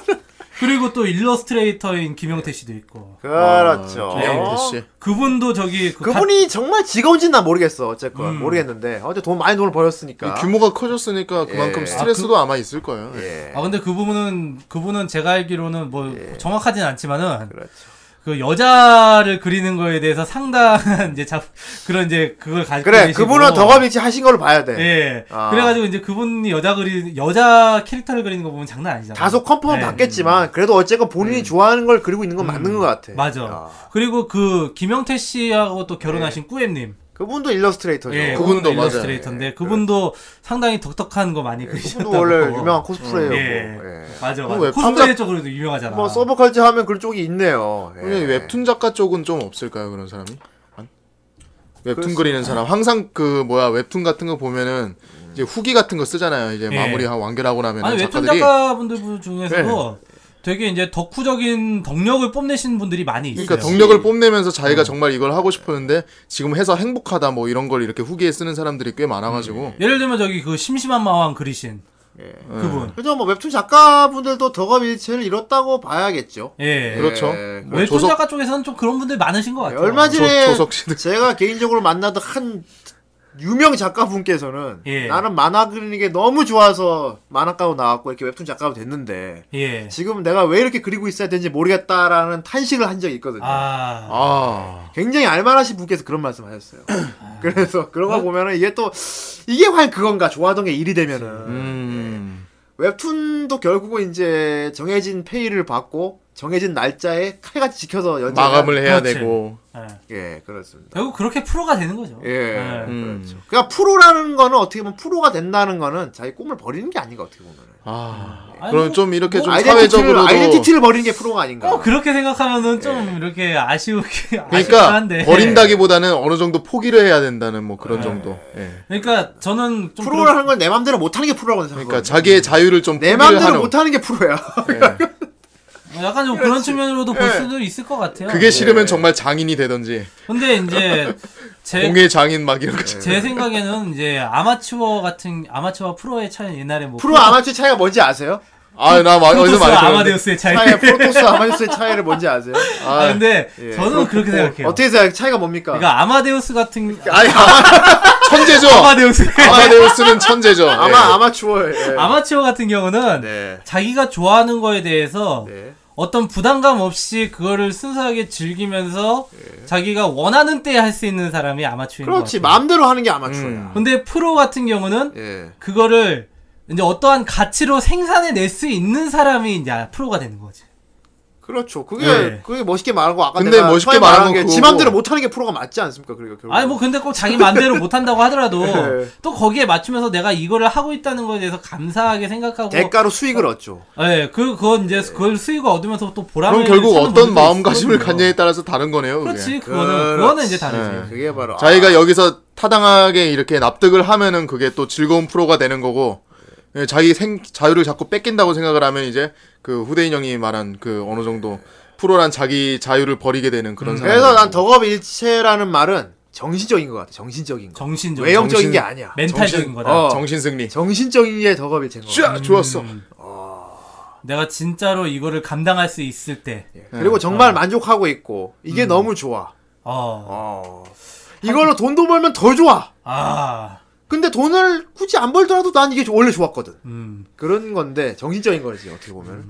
[SPEAKER 2] 그리고 또 일러스트레이터인 김영태 씨도 있고
[SPEAKER 1] 그렇죠.
[SPEAKER 3] 아, 김영태 씨.
[SPEAKER 2] 그분도 저기 그
[SPEAKER 1] 그분이 정말 직업인지는 난 모르겠어. 어쨌건
[SPEAKER 2] 음. 그
[SPEAKER 1] 모르겠는데 어제 돈 많이 돈을 벌었으니까.
[SPEAKER 3] 규모가 커졌으니까 그만큼
[SPEAKER 1] 그러니까. 예.
[SPEAKER 3] 스트레스도 아마 있을 거예요.
[SPEAKER 1] 예.
[SPEAKER 2] 가- 아 근데 그분은 그분은 제가 알기로는 뭐 정확하진 않지만은
[SPEAKER 1] 그렇죠.
[SPEAKER 2] 그 여자를 그리는 거에 대해서 상당한 이제 잡 그런 이제 아, 그걸 가지고
[SPEAKER 1] 그래,
[SPEAKER 2] 계시고.
[SPEAKER 1] 그분은 덕업일치 하신 걸로 봐야 돼.
[SPEAKER 2] 예.
[SPEAKER 1] 아.
[SPEAKER 2] 그래가지고 이제 그분이 여자 그리 여자 캐릭터를 그리는 거 보면 장난 아니잖아.
[SPEAKER 1] 다소 컴펌은
[SPEAKER 2] 예. 음.
[SPEAKER 1] 받겠지만 그래도 어쨌건 본인이 좋아하는 걸 그리고 있는 건 맞는 것 같아.
[SPEAKER 2] 네. 맞아.
[SPEAKER 1] 아, 네.
[SPEAKER 2] 그리고 그 김영태 씨하고 또 결혼하신 꾸엠님.
[SPEAKER 1] 그분도 일러스트레이터죠. 예,
[SPEAKER 2] 예,
[SPEAKER 3] 그분- 그분도 맞아요.
[SPEAKER 2] 일러스트레이터인데 그분도 상당히 독특한 거 많이 그리셨다고.
[SPEAKER 1] 그분도 원래 유명한 코스프레예요.
[SPEAKER 2] 뭐 예. 맞아.
[SPEAKER 3] 그럼
[SPEAKER 2] 맞아.
[SPEAKER 3] 왜
[SPEAKER 2] 코스프레
[SPEAKER 3] 깜짝-
[SPEAKER 2] 쪽으로도 유명하잖아.
[SPEAKER 1] 뭐 서브컬처 하면 그런 쪽이 있네요. 예.
[SPEAKER 3] 예. 웹툰 작가 쪽은 좀 없을까요 그런 사람이? 안? 웹툰
[SPEAKER 1] 글쎄.
[SPEAKER 3] 그리는 사람 항상 그 뭐야 웹툰 같은 거 보면은
[SPEAKER 1] 음.
[SPEAKER 3] 이제 후기 같은 거 쓰잖아요 이제
[SPEAKER 2] 예.
[SPEAKER 3] 마무리 완결하고 나면
[SPEAKER 2] 아니 웹툰
[SPEAKER 3] 네, 작가들이 네.
[SPEAKER 2] 작가분들 중에서도 되게 이제 덕후적인 덕력을 뽐내시는 분들이 많이 있어요.
[SPEAKER 3] 그러니까 덕력을 뽐내면서
[SPEAKER 1] 음.
[SPEAKER 3] 자기가 정말 이걸 하고 싶었는데 지금 해서 행복하다 뭐 이런 걸 이렇게 후기에 쓰는 사람들이 꽤 많아가지고 예.
[SPEAKER 2] 예를 들면 저기 그 심심한 마왕 그리신
[SPEAKER 3] 네.
[SPEAKER 2] 그분.
[SPEAKER 1] 그죠? 뭐 웹툰 작가분들도 덕업일치를 잃었다고 봐야겠죠.
[SPEAKER 2] 예.
[SPEAKER 3] 그렇죠.
[SPEAKER 1] 예.
[SPEAKER 3] 뭐
[SPEAKER 2] 웹툰
[SPEAKER 3] 조석-
[SPEAKER 2] 작가 쪽에서는 좀 그런 분들 많으신 것 같아요.
[SPEAKER 1] 얼마 전에
[SPEAKER 3] 조- 조석 씨도.
[SPEAKER 1] 제가 개인적으로 만나던 한 유명 작가분께서는
[SPEAKER 2] 예.
[SPEAKER 1] 나는 만화 그리는 게 너무 좋아서 만화가로 나왔고 이렇게 웹툰 작가로 됐는데
[SPEAKER 2] 예.
[SPEAKER 1] 지금 내가 왜 이렇게 그리고 있어야 되는지 모르겠다라는 탄식을 한 적이 있거든요.
[SPEAKER 2] 아.
[SPEAKER 3] 아
[SPEAKER 1] 굉장히 알만하신 분께서 그런 말씀 하셨어요. 그래서 그런 거 보면은 이게 또 이게 과연 그건가 좋아하던 게 일이 되면은
[SPEAKER 3] 음.
[SPEAKER 1] 웹툰도 결국은 이제 정해진 페이를 받고 정해진 날짜에 칼같이 지켜서 연장
[SPEAKER 3] 마감을 해야
[SPEAKER 2] 그렇지.
[SPEAKER 3] 되고
[SPEAKER 2] 예.
[SPEAKER 1] 예 그렇습니다.
[SPEAKER 2] 결국 그렇게 프로가 되는 거죠.
[SPEAKER 1] 예,
[SPEAKER 3] 음.
[SPEAKER 1] 그렇죠. 그러니까 프로라는 거는 어떻게 보면 프로가 된다는 거는 자기 꿈을 버리는 게 아닌가 어떻게 보면
[SPEAKER 3] 아
[SPEAKER 2] 아니,
[SPEAKER 3] 그럼
[SPEAKER 2] 뭐-
[SPEAKER 3] 좀 이렇게
[SPEAKER 2] 뭐
[SPEAKER 3] 좀
[SPEAKER 1] 아이덴티티를
[SPEAKER 3] 사회적으로도
[SPEAKER 1] 아이덴티티를 버리는 게 프로가 아닌가.
[SPEAKER 2] 꼭 어, 그렇게 생각하면은 좀 이렇게 아쉬우게 아쉽긴
[SPEAKER 3] 예. 그러니까
[SPEAKER 2] 한데. 네.
[SPEAKER 3] 버린다기보다는 어느 정도 포기를 해야 된다는 뭐 그런 정도. 예.
[SPEAKER 2] 그러니까 저는 좀
[SPEAKER 1] 프로를
[SPEAKER 2] 그런-
[SPEAKER 1] 하는 건 내 맘대로 못하는 게 프로라고 생각하거든요.
[SPEAKER 3] 그러니까 자기의 자유를 좀
[SPEAKER 1] 내
[SPEAKER 3] 포기를
[SPEAKER 1] 맘대로
[SPEAKER 3] 하는.
[SPEAKER 1] 못하는 게 프로야.
[SPEAKER 3] 예.
[SPEAKER 2] 약간 좀 그런 측면으로도 볼
[SPEAKER 1] 예.
[SPEAKER 2] 수도 있을 것 같아요. 예.
[SPEAKER 3] 그게 싫으면 정말 장인이 되던지
[SPEAKER 2] 근데 이제 네. 제 네.
[SPEAKER 3] 공예 장인 막 이런
[SPEAKER 1] 네,
[SPEAKER 3] 거지.
[SPEAKER 2] 제 생각에는 이제 아마추어 같은 아마추어 프로의 차이는 옛날에 뭐
[SPEAKER 1] 프로 아마추어 차이가 뭔지 아세요?
[SPEAKER 3] 아나 어디서
[SPEAKER 2] 프로토스와
[SPEAKER 3] 많이 들었는데.
[SPEAKER 2] 아마데우스의 차이.
[SPEAKER 1] 차이 프로토스 아마데우스의 차이를 뭔지 아세요?
[SPEAKER 2] 아, 근데
[SPEAKER 1] 예.
[SPEAKER 2] 저는 그렇게 생각해요.
[SPEAKER 1] 어떻게 생각? 차이가 뭡니까?
[SPEAKER 2] 그러니까 아마데우스 같은
[SPEAKER 3] 아니 아마- 천재죠.
[SPEAKER 2] 아마데우스
[SPEAKER 1] 네.
[SPEAKER 3] 아마데우스는 천재죠.
[SPEAKER 1] 아마 아마추어. 예.
[SPEAKER 2] 아마추어 같은 경우는
[SPEAKER 1] 네.
[SPEAKER 2] 자기가 좋아하는 거에 대해서
[SPEAKER 1] 네.
[SPEAKER 2] 어떤 부담감 없이 그거를 순수하게 즐기면서 자기가 원하는 때 할 수 있는 사람이 아마추어인 것
[SPEAKER 1] 네. 그렇지
[SPEAKER 2] 같아요.
[SPEAKER 1] 마음대로 하는 게 아마추어야.
[SPEAKER 2] 근데 프로 같은 경우는
[SPEAKER 1] 예.
[SPEAKER 2] 그거를 이제 어떠한 가치로 생산해 낼 수 있는 사람이 이제 프로가 되는 거지.
[SPEAKER 1] 그렇죠. 그게
[SPEAKER 2] 예.
[SPEAKER 1] 그게 멋있게 말하고 아까
[SPEAKER 3] 근데
[SPEAKER 1] 내가
[SPEAKER 3] 멋있게
[SPEAKER 1] 처음에
[SPEAKER 3] 말한
[SPEAKER 1] 말한
[SPEAKER 3] 건
[SPEAKER 1] 게지
[SPEAKER 3] 그거고. 뭐
[SPEAKER 1] 맘대로 못 하는 게 프로가 맞지 않습니까? 그러니까 결국.
[SPEAKER 2] 아니 뭐 근데 꼭 자기 마음대로 못 한다고 하더라도
[SPEAKER 3] 네.
[SPEAKER 1] 예.
[SPEAKER 2] 또 거기에 맞추면서 내가 이거를 하고 있다는 거에 대해서 감사하게 생각하고
[SPEAKER 1] 대가로 수익을 얻죠.
[SPEAKER 2] 예, 그 그건 이제 그걸 수익을 얻으면서 또 보람을
[SPEAKER 3] 그럼 결국
[SPEAKER 2] 찾는
[SPEAKER 3] 어떤
[SPEAKER 2] 분들도
[SPEAKER 3] 마음가짐을
[SPEAKER 2] 있거든요.
[SPEAKER 3] 갖냐에 따라서 다른 거네요. 그게.
[SPEAKER 2] 그렇지 그거는 그거는 이제 다르지.
[SPEAKER 3] 예.
[SPEAKER 1] 그게 바로 아,
[SPEAKER 3] 자기가 여기서 타당하게 이렇게 납득을 하면은 그게 또 즐거운 프로가 되는 거고 예, 자기 생 자유를 자꾸 뺏긴다고 생각을 하면 이제 그 후대인 형이 말한 그 어느 정도 프로란 자기 자유를 버리게 되는 그런
[SPEAKER 1] 아,
[SPEAKER 3] 상황.
[SPEAKER 1] 그래서 난 덕업일체라는 말은 정신적인 것 같아. 정신적인 거.
[SPEAKER 2] 정신적
[SPEAKER 1] 외형적인
[SPEAKER 3] 정신-
[SPEAKER 1] 게 아니야.
[SPEAKER 2] 멘탈적인
[SPEAKER 3] 정신-
[SPEAKER 2] 거다.
[SPEAKER 1] 어. 음.
[SPEAKER 3] 정신 승리.
[SPEAKER 1] 정신적인 게 덕업일체인 거. 같아.
[SPEAKER 3] 쫙 좋았어.
[SPEAKER 2] 내가 진짜로 이거를 감당할 수 있을 때.
[SPEAKER 1] 예.
[SPEAKER 3] 예.
[SPEAKER 1] 그리고 정말
[SPEAKER 2] 아.
[SPEAKER 1] 만족하고 있고
[SPEAKER 3] 음.
[SPEAKER 1] 이게 너무 좋아.
[SPEAKER 2] 어.
[SPEAKER 1] 어. 이걸로 돈도 벌면 더 좋아.
[SPEAKER 2] 아.
[SPEAKER 1] 근데 돈을 굳이 안 벌더라도 난 이게 원래 좋았거든.
[SPEAKER 2] 음.
[SPEAKER 1] 그런 건데 정신적인 거지 어떻게 예. 보면.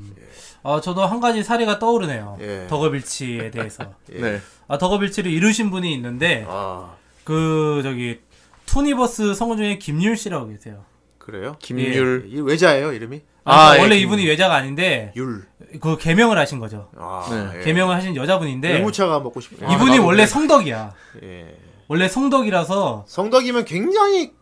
[SPEAKER 2] 아, 저도 한 가지 사례가 떠오르네요.
[SPEAKER 1] 예.
[SPEAKER 2] 덕업일치에 대해서.
[SPEAKER 3] 네.
[SPEAKER 2] 아, 덕업일치를 이루신 분이 있는데
[SPEAKER 1] 아
[SPEAKER 2] 그 저기 투니버스 성우 중에 김율 씨라고 계세요.
[SPEAKER 1] 그래요?
[SPEAKER 3] 김율.
[SPEAKER 1] 이 외자예요 이름이?
[SPEAKER 2] 아,
[SPEAKER 3] 아, 예,
[SPEAKER 2] 원래
[SPEAKER 3] 김-
[SPEAKER 2] 이분이 외자가 아닌데
[SPEAKER 1] 율.
[SPEAKER 2] 그 개명을 하신 거죠.
[SPEAKER 1] 아,
[SPEAKER 3] 네.
[SPEAKER 1] 예.
[SPEAKER 2] 개명을 하신 여자분인데
[SPEAKER 1] 유무차가 먹고 싶어. 아,
[SPEAKER 2] 이분이 원래 성덕이야.
[SPEAKER 1] 예.
[SPEAKER 2] 원래 성덕이라서
[SPEAKER 1] 성덕이면 굉장히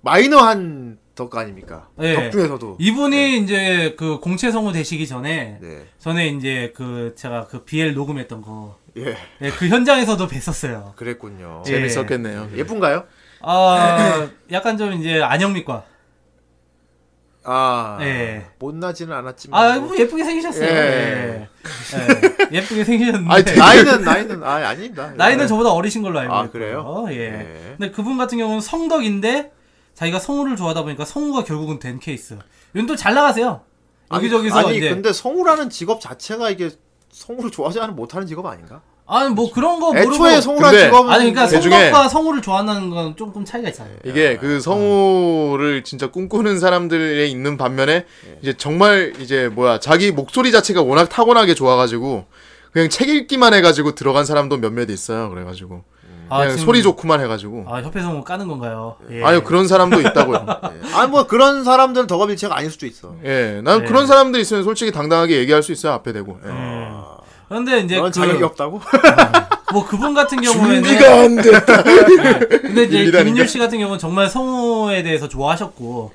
[SPEAKER 1] 마이너한 덕 아닙니까?
[SPEAKER 2] 예.
[SPEAKER 1] 덕 중에서도.
[SPEAKER 2] 이분이 이제 그 공채 성우 되시기 전에
[SPEAKER 1] 네.
[SPEAKER 2] 전에 이제 그 제가 그 BL 녹음했던 거.
[SPEAKER 1] 예.
[SPEAKER 2] 예, 그 현장에서도 뵀었어요.
[SPEAKER 1] 그랬군요.
[SPEAKER 2] 예.
[SPEAKER 3] 재밌었겠네요.
[SPEAKER 1] 예쁜가요?
[SPEAKER 2] 아, 약간 좀 이제 안영미과.
[SPEAKER 1] 아.
[SPEAKER 2] 예.
[SPEAKER 1] 못나지는 않았지만.
[SPEAKER 2] 아, 뭐 예쁘게 생기셨어요.
[SPEAKER 1] 음. 예.
[SPEAKER 2] 예. 예. 예쁘게 생기셨는데.
[SPEAKER 3] 아이, 되게-
[SPEAKER 1] 나이는 나이는 아 아닙니다.
[SPEAKER 2] 나이는 저보다 어리신 걸로 알고
[SPEAKER 1] 아,
[SPEAKER 2] 있고요.
[SPEAKER 1] 그래요?
[SPEAKER 2] 예.
[SPEAKER 1] 예.
[SPEAKER 2] 근데 그분 같은 경우는 성덕인데 자기가 성우를 좋아하다 보니까 성우가 결국은 된 케이스. 요즘 또잘 나가세요.
[SPEAKER 1] 아니,
[SPEAKER 2] 여기저기서
[SPEAKER 1] 아니
[SPEAKER 2] 이제
[SPEAKER 1] 근데 성우라는 직업 자체가 이게 성우를 좋아하지 않으면 못하는 직업 아닌가?
[SPEAKER 2] 아니 뭐 그런 거 모르고
[SPEAKER 1] 애초에 성우라는 네.
[SPEAKER 3] 근데-
[SPEAKER 1] 직업은 뭐
[SPEAKER 2] 아니 그러니까
[SPEAKER 3] 그
[SPEAKER 2] 성덕과
[SPEAKER 3] 중에-
[SPEAKER 2] 성우를 좋아하는 건 조금 차이가 있잖아요.
[SPEAKER 3] 이게 그 성우를 진짜 꿈꾸는 사람들에 있는 반면에
[SPEAKER 1] 예.
[SPEAKER 3] 이제 정말 이제 뭐야 자기 목소리 자체가 워낙 타고나게 좋아가지고 그냥 책 읽기만 해가지고 들어간 사람도 몇몇 있어요. 그래가지고
[SPEAKER 1] 네,
[SPEAKER 2] 아,
[SPEAKER 3] 그냥
[SPEAKER 2] 지금-
[SPEAKER 3] 소리 좋고만 해가지고
[SPEAKER 2] 아, 협회 성우 까는 건가요? 예.
[SPEAKER 3] 아유 그런 사람도 있다고요.
[SPEAKER 1] 아니 뭐 그런 사람들은 덕업일체가 아닐 수도 있어.
[SPEAKER 3] 예, 난
[SPEAKER 2] 예.
[SPEAKER 3] 그런 사람들 있으면 솔직히 당당하게 얘기할 수 있어요 앞에 대고. 예.
[SPEAKER 2] 음. 그런데 이제
[SPEAKER 1] 그런
[SPEAKER 2] 그,
[SPEAKER 1] 자격이 없다고?
[SPEAKER 2] 뭐 그분 같은 경우에는
[SPEAKER 3] 안 됐다.
[SPEAKER 2] 근데 이제
[SPEAKER 3] 일이라니까.
[SPEAKER 2] 김율 씨 같은 경우는 정말 성우에 대해서 좋아하셨고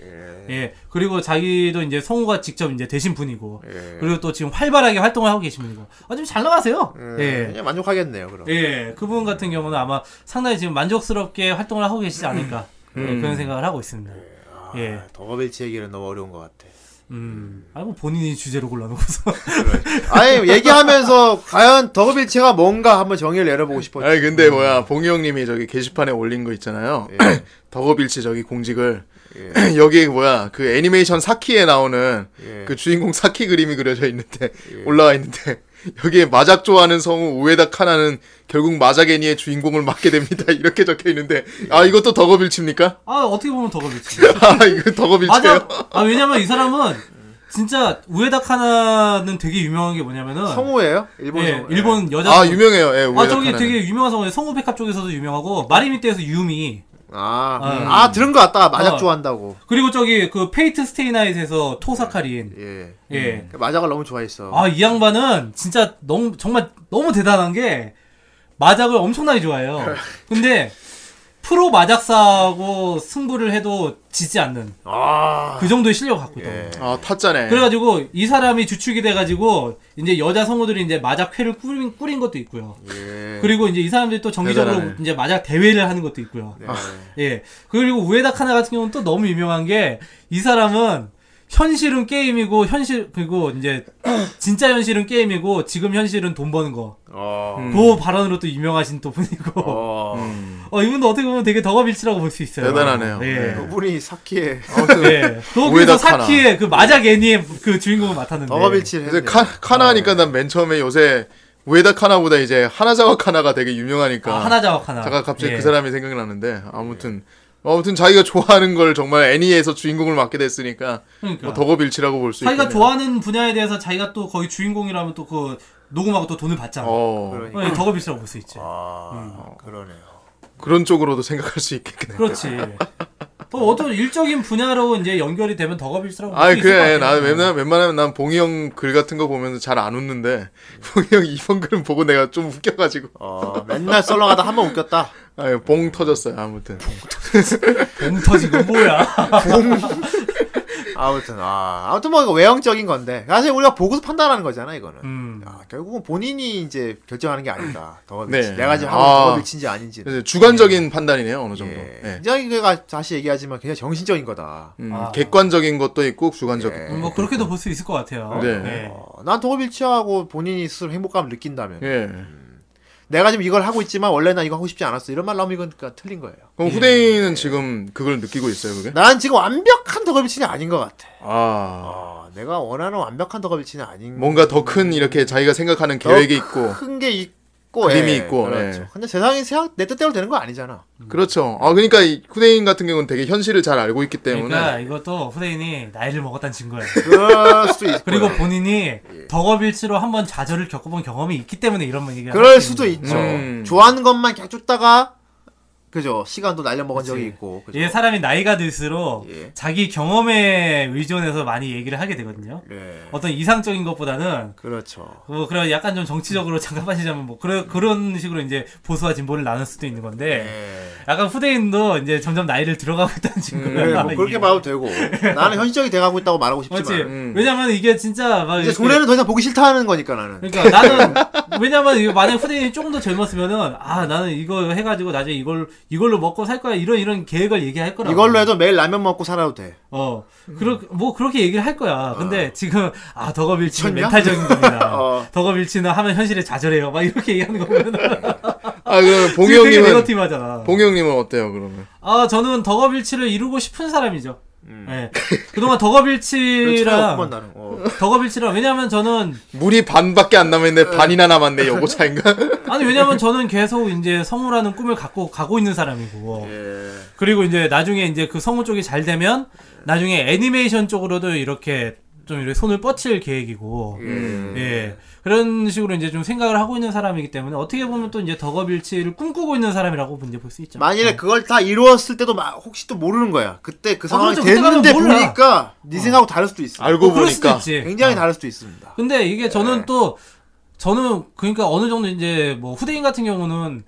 [SPEAKER 2] 예. 그리고 자기도 이제 성우가 직접 이제 되신 분이고 그리고 또 지금 활발하게 활동을 하고 계신 분이고 아주 잘 나가세요 예.
[SPEAKER 1] 그냥 만족하겠네요 그럼.
[SPEAKER 2] 예, 그분 같은 경우는 아마 상당히 지금 만족스럽게 활동을 하고 계시지 않을까 예, 그런 생각을 하고 있습니다. 예,
[SPEAKER 1] 덕업일치 얘기는 너무 어려운 것 같아.
[SPEAKER 2] 음, 아니 뭐 본인이 주제로 골라놓고서
[SPEAKER 1] 아니 얘기하면서 과연 덕업일체가 뭔가 한번 정의를 내려보고 싶었죠.
[SPEAKER 3] 아니 근데 뭐야 봉이 형님이 저기 게시판에 올린 거 있잖아요.
[SPEAKER 1] 예.
[SPEAKER 2] 예.
[SPEAKER 3] 덕업일치 저기 공직을 여기 뭐야 그 애니메이션 사키에 나오는
[SPEAKER 1] 예.
[SPEAKER 3] 그 주인공 사키 그림이 그려져 있는데 올라와 있는데 여기에 마작 좋아하는 성우 우에다 카나는 결국 마작 애니의 주인공을 맡게 됩니다. 이렇게 적혀 있는데 아 이것도 덕업일치입니까?
[SPEAKER 2] 아 어떻게 보면 더 그렇지.
[SPEAKER 3] 아 이거 덕업일치예요?
[SPEAKER 2] 맞아. 아 왜냐면 이 사람은 진짜 우에다카나는 되게 유명한 게 뭐냐면은
[SPEAKER 1] 성우예요? 일본
[SPEAKER 2] 예,
[SPEAKER 1] 성우.
[SPEAKER 2] 일본 여자
[SPEAKER 3] 아
[SPEAKER 2] 성우.
[SPEAKER 3] 유명해요. 예,
[SPEAKER 2] 아
[SPEAKER 3] 우에다
[SPEAKER 2] 저기
[SPEAKER 3] 카나는.
[SPEAKER 2] 되게 유명한 성우예요. 성우 백합 쪽에서도 유명하고 마리미떼에서 유미
[SPEAKER 1] 아,
[SPEAKER 2] 아,
[SPEAKER 1] 음. 아 들은 것 같다. 마작
[SPEAKER 2] 어.
[SPEAKER 1] 좋아한다고.
[SPEAKER 2] 그리고 저기 그 페이트 스테이나잇에서 토사카린
[SPEAKER 1] 예.
[SPEAKER 2] 예.
[SPEAKER 1] 그 마작을 너무 좋아했어.
[SPEAKER 2] 아 이 양반은 진짜 너무 정말 너무 대단한 게 마작을 엄청나게 좋아해요. 근데 프로 마작사하고 승부를 해도 지지 않는
[SPEAKER 1] 아.
[SPEAKER 2] 그 정도의 실력을 갖고 있다고.
[SPEAKER 1] 예.
[SPEAKER 3] 아 탔잖아요.
[SPEAKER 2] 그래가지고 이 사람이 주축이 돼가지고 이제 여자 성우들이 이제 마작회를 꾸린, 꾸린 것도 있고요.
[SPEAKER 1] 예.
[SPEAKER 2] 그리고 이제 이 사람들이 또 정기적으로
[SPEAKER 3] 대단하네. 네.
[SPEAKER 2] 이제 마작 대회를 하는 것도 있고요. 예. 그리고 우에다 카나 같은 경우는 또 너무 유명한 게 이 사람은 현실은 게임이고 현실 그리고 이제 진짜 현실은 게임이고 지금 현실은 돈 버는 거. 음.
[SPEAKER 1] 어.
[SPEAKER 2] 그 발언으로 또 유명하신 또 분이고.
[SPEAKER 1] 어.
[SPEAKER 2] 어, 이분도 어떻게 보면 되게 덕업일치라고 볼 수 있어요.
[SPEAKER 3] 대단하네요.
[SPEAKER 2] 예.
[SPEAKER 3] 네.
[SPEAKER 1] 그분이 사키의
[SPEAKER 3] 아무튼
[SPEAKER 2] 예. 또
[SPEAKER 3] 우에다
[SPEAKER 2] 그래서
[SPEAKER 3] 카나.
[SPEAKER 2] 사키의 그 마작 애니의 그 주인공을 맡았는데.
[SPEAKER 1] 덕업일치를
[SPEAKER 3] 이제
[SPEAKER 1] 했네요.
[SPEAKER 3] 카, 카나하니까 난 맨 처음에 요새 우에다 카나보다 이제 하나자와 카나가 되게 유명하니까
[SPEAKER 2] 아, 하나 작업 하나.
[SPEAKER 3] 잠깐 갑자기
[SPEAKER 2] 예.
[SPEAKER 3] 그 사람이 생각났는데 아무튼 아무튼 자기가 좋아하는 걸 정말 애니에서 주인공을 맡게 됐으니까
[SPEAKER 2] 그러니까.
[SPEAKER 3] 뭐 덕업일치라고 볼 수 있겠네요.
[SPEAKER 2] 자기가 좋아하는 분야에 대해서 자기가 또 거기 주인공이라면 또 그 녹음하고 또 돈을 받잖아.
[SPEAKER 3] 어,
[SPEAKER 1] 그러니까.
[SPEAKER 2] 예, 음. 덕업일치라고 볼 수 있지.
[SPEAKER 1] 아, 그러네요.
[SPEAKER 3] 그런 쪽으로도 생각할 수 있겠네.
[SPEAKER 2] 그렇지. 예. 또 어떤 일적인 분야로 이제 연결이 되면 덕업일치라고 볼 수
[SPEAKER 3] 아
[SPEAKER 2] 있을 것 같아요.
[SPEAKER 3] 그래 나 웬만, 웬만하면 난 봉이 형 글 같은 거 보면서 잘 안 웃는데 봉이 형 이번 글은 보고 내가 좀 웃겨가지고
[SPEAKER 1] 어, 맨날 썰렁하다 한 번 웃겼다.
[SPEAKER 3] 아유 봉 터졌어요 아무튼
[SPEAKER 2] 봉 터진 건 뭐야?
[SPEAKER 1] 아무튼 아, 아무튼 뭐 이거 외형적인 건데 사실 우리가 보고서 판단하는 거잖아 이거는.
[SPEAKER 2] 음.
[SPEAKER 1] 아, 결국은 본인이 이제 결정하는 게 아니다. 덕업일치.
[SPEAKER 3] 네.
[SPEAKER 1] 내가 지금
[SPEAKER 3] 아.
[SPEAKER 1] 하고 있는 덕업일치인지 아닌지.
[SPEAKER 3] 그래서 주관적인 판단이네요 어느 정도.
[SPEAKER 1] 예.
[SPEAKER 3] 예.
[SPEAKER 1] 굉장히 그가 다시 얘기하지만 굉장히 정신적인 거다.
[SPEAKER 3] 음,
[SPEAKER 2] 아.
[SPEAKER 3] 객관적인 것도 있고 주관적인.
[SPEAKER 1] 예.
[SPEAKER 2] 음, 뭐 그렇게도 볼 수 있을 것 같아요.
[SPEAKER 3] 네.
[SPEAKER 2] 예.
[SPEAKER 1] 어, 난 덕업일치하고 본인이 스스로 행복감을 느낀다면
[SPEAKER 3] 예.
[SPEAKER 1] 내가 지금 이걸 하고 있지만 원래 난 이거 하고 싶지 않았어. 이런 말 나오면 이건 그러니까 틀린 거예요.
[SPEAKER 3] 그럼 후대인은 지금 그걸 느끼고 있어요 그게?
[SPEAKER 1] 난 지금 완벽한 덕업일치는 아닌 것 같아.
[SPEAKER 3] 아
[SPEAKER 1] 어, 내가 원하는 완벽한 덕업일치는 아닌
[SPEAKER 3] 뭔가 더 큰 이렇게 자기가 생각하는
[SPEAKER 1] 더
[SPEAKER 3] 계획이 있고
[SPEAKER 1] 큰 게 있고
[SPEAKER 3] 그림이
[SPEAKER 1] 예,
[SPEAKER 3] 있고,
[SPEAKER 1] 그렇죠.
[SPEAKER 3] 예.
[SPEAKER 1] 근데 세상이 생각 내 뜻대로 되는 거 아니잖아.
[SPEAKER 3] 그렇죠. 아 그러니까 이 후대인 같은 경우는 되게 현실을 잘 알고 있기 때문에
[SPEAKER 2] 그러니까 이것도 후대인이 나이를 먹었다는 증거예요.
[SPEAKER 1] 그럴 수도 있고.
[SPEAKER 2] 그리고 본인이
[SPEAKER 1] 예.
[SPEAKER 2] 덕업일치로 한번 좌절을 겪어본 경험이 있기 때문에 이런 얘기가
[SPEAKER 1] 그럴 수도 있죠.
[SPEAKER 3] 음.
[SPEAKER 1] 좋아하는 것만 계속 쫓다가 그죠 시간도 날려 먹은 적이
[SPEAKER 2] 그치.
[SPEAKER 1] 있고. 그죠?
[SPEAKER 2] 예, 사람이 나이가 들수록
[SPEAKER 1] 예.
[SPEAKER 2] 자기 경험에 의존해서 많이 얘기를 하게 되거든요.
[SPEAKER 1] 예.
[SPEAKER 2] 어떤 이상적인 것보다는
[SPEAKER 1] 그렇죠.
[SPEAKER 2] 뭐 그런 약간 좀 정치적으로 잠깐 빠지자면 뭐 그런 그런 식으로 이제 보수와 진보를 나눌 수도 있는 건데
[SPEAKER 1] 예.
[SPEAKER 2] 약간 후대인도 이제 점점 나이를 들어가고 있다는 증거예요.
[SPEAKER 1] 그래, 뭐 그렇게 봐도 되고 나는 현실적이 돼가고 있다고 말하고
[SPEAKER 2] 그렇지. 음.
[SPEAKER 1] 싶지만 음.
[SPEAKER 2] 왜냐면 이게 진짜 막
[SPEAKER 1] 이제
[SPEAKER 2] 이렇게-
[SPEAKER 1] 손해는 더 이상 보기 싫다는 거니까 나는.
[SPEAKER 2] 그러니까 나는 왜냐면 이거 만약 후대인이 조금 더 젊었으면은 아 나는 이거 해가지고 나중에 이걸 이걸로 먹고 살 거야 이런 이런 계획을 얘기할 거라고
[SPEAKER 1] 이걸로 해도 매일 라면 먹고 살아도 돼.
[SPEAKER 2] 어 그렇 뭐 그렇게 얘기를 할 거야 근데 지금 아 덕업일치는
[SPEAKER 1] 어. 미쳤냐?
[SPEAKER 2] 멘탈적인 겁니다
[SPEAKER 1] 어.
[SPEAKER 2] 덕업일치는 하면 현실에 좌절해요 막 이렇게 얘기하는 거면
[SPEAKER 3] 아 그럼 봉이
[SPEAKER 2] 되게
[SPEAKER 3] 형님은
[SPEAKER 2] 네거티브하잖아
[SPEAKER 3] 봉이 형님은 어때요 그러면?
[SPEAKER 2] 아 저는 덕업일치를 이루고 싶은 사람이죠 예 그동안 음. 덕업일치랑
[SPEAKER 1] 음. 나는. 어.
[SPEAKER 2] 음. 덕업일치랑 왜냐면 저는
[SPEAKER 3] 물이 반밖에 안 남았는데
[SPEAKER 2] 예.
[SPEAKER 3] 반이나 남았네 요거 차인가?
[SPEAKER 2] 아니 왜냐면 저는 계속 이제 성우라는 꿈을 갖고 가고 있는 사람이고
[SPEAKER 1] 예.
[SPEAKER 2] 그리고 이제 나중에 이제 그 성우 쪽이 잘 되면 나중에 애니메이션 쪽으로도 이렇게 좀 이렇게 손을 뻗칠 계획이고
[SPEAKER 1] 음.
[SPEAKER 2] 예 그런 식으로 이제 좀 생각을 하고 있는 사람이기 때문에 어떻게 보면 또 이제 덕업일치를 꿈꾸고 있는 사람이라고 이제 볼 수 있죠. 예.
[SPEAKER 1] 만일에 그걸 다 이루었을 때도 막 혹시 또 모르는 거야. 그때 그 상황이
[SPEAKER 2] 그렇죠. 그때 가면
[SPEAKER 1] 됐는데
[SPEAKER 2] 몰라.
[SPEAKER 1] 보니까 네 생각하고 다를 수도 있어.
[SPEAKER 3] 알고
[SPEAKER 2] 뭐 그럴 수도
[SPEAKER 3] 보니까
[SPEAKER 2] 있지.
[SPEAKER 1] 굉장히 네.
[SPEAKER 2] 어.
[SPEAKER 1] 다를 수도 있습니다.
[SPEAKER 2] 근데 이게 저는 또 저는 그러니까 어느 정도 이제 뭐 후대인 같은 경우는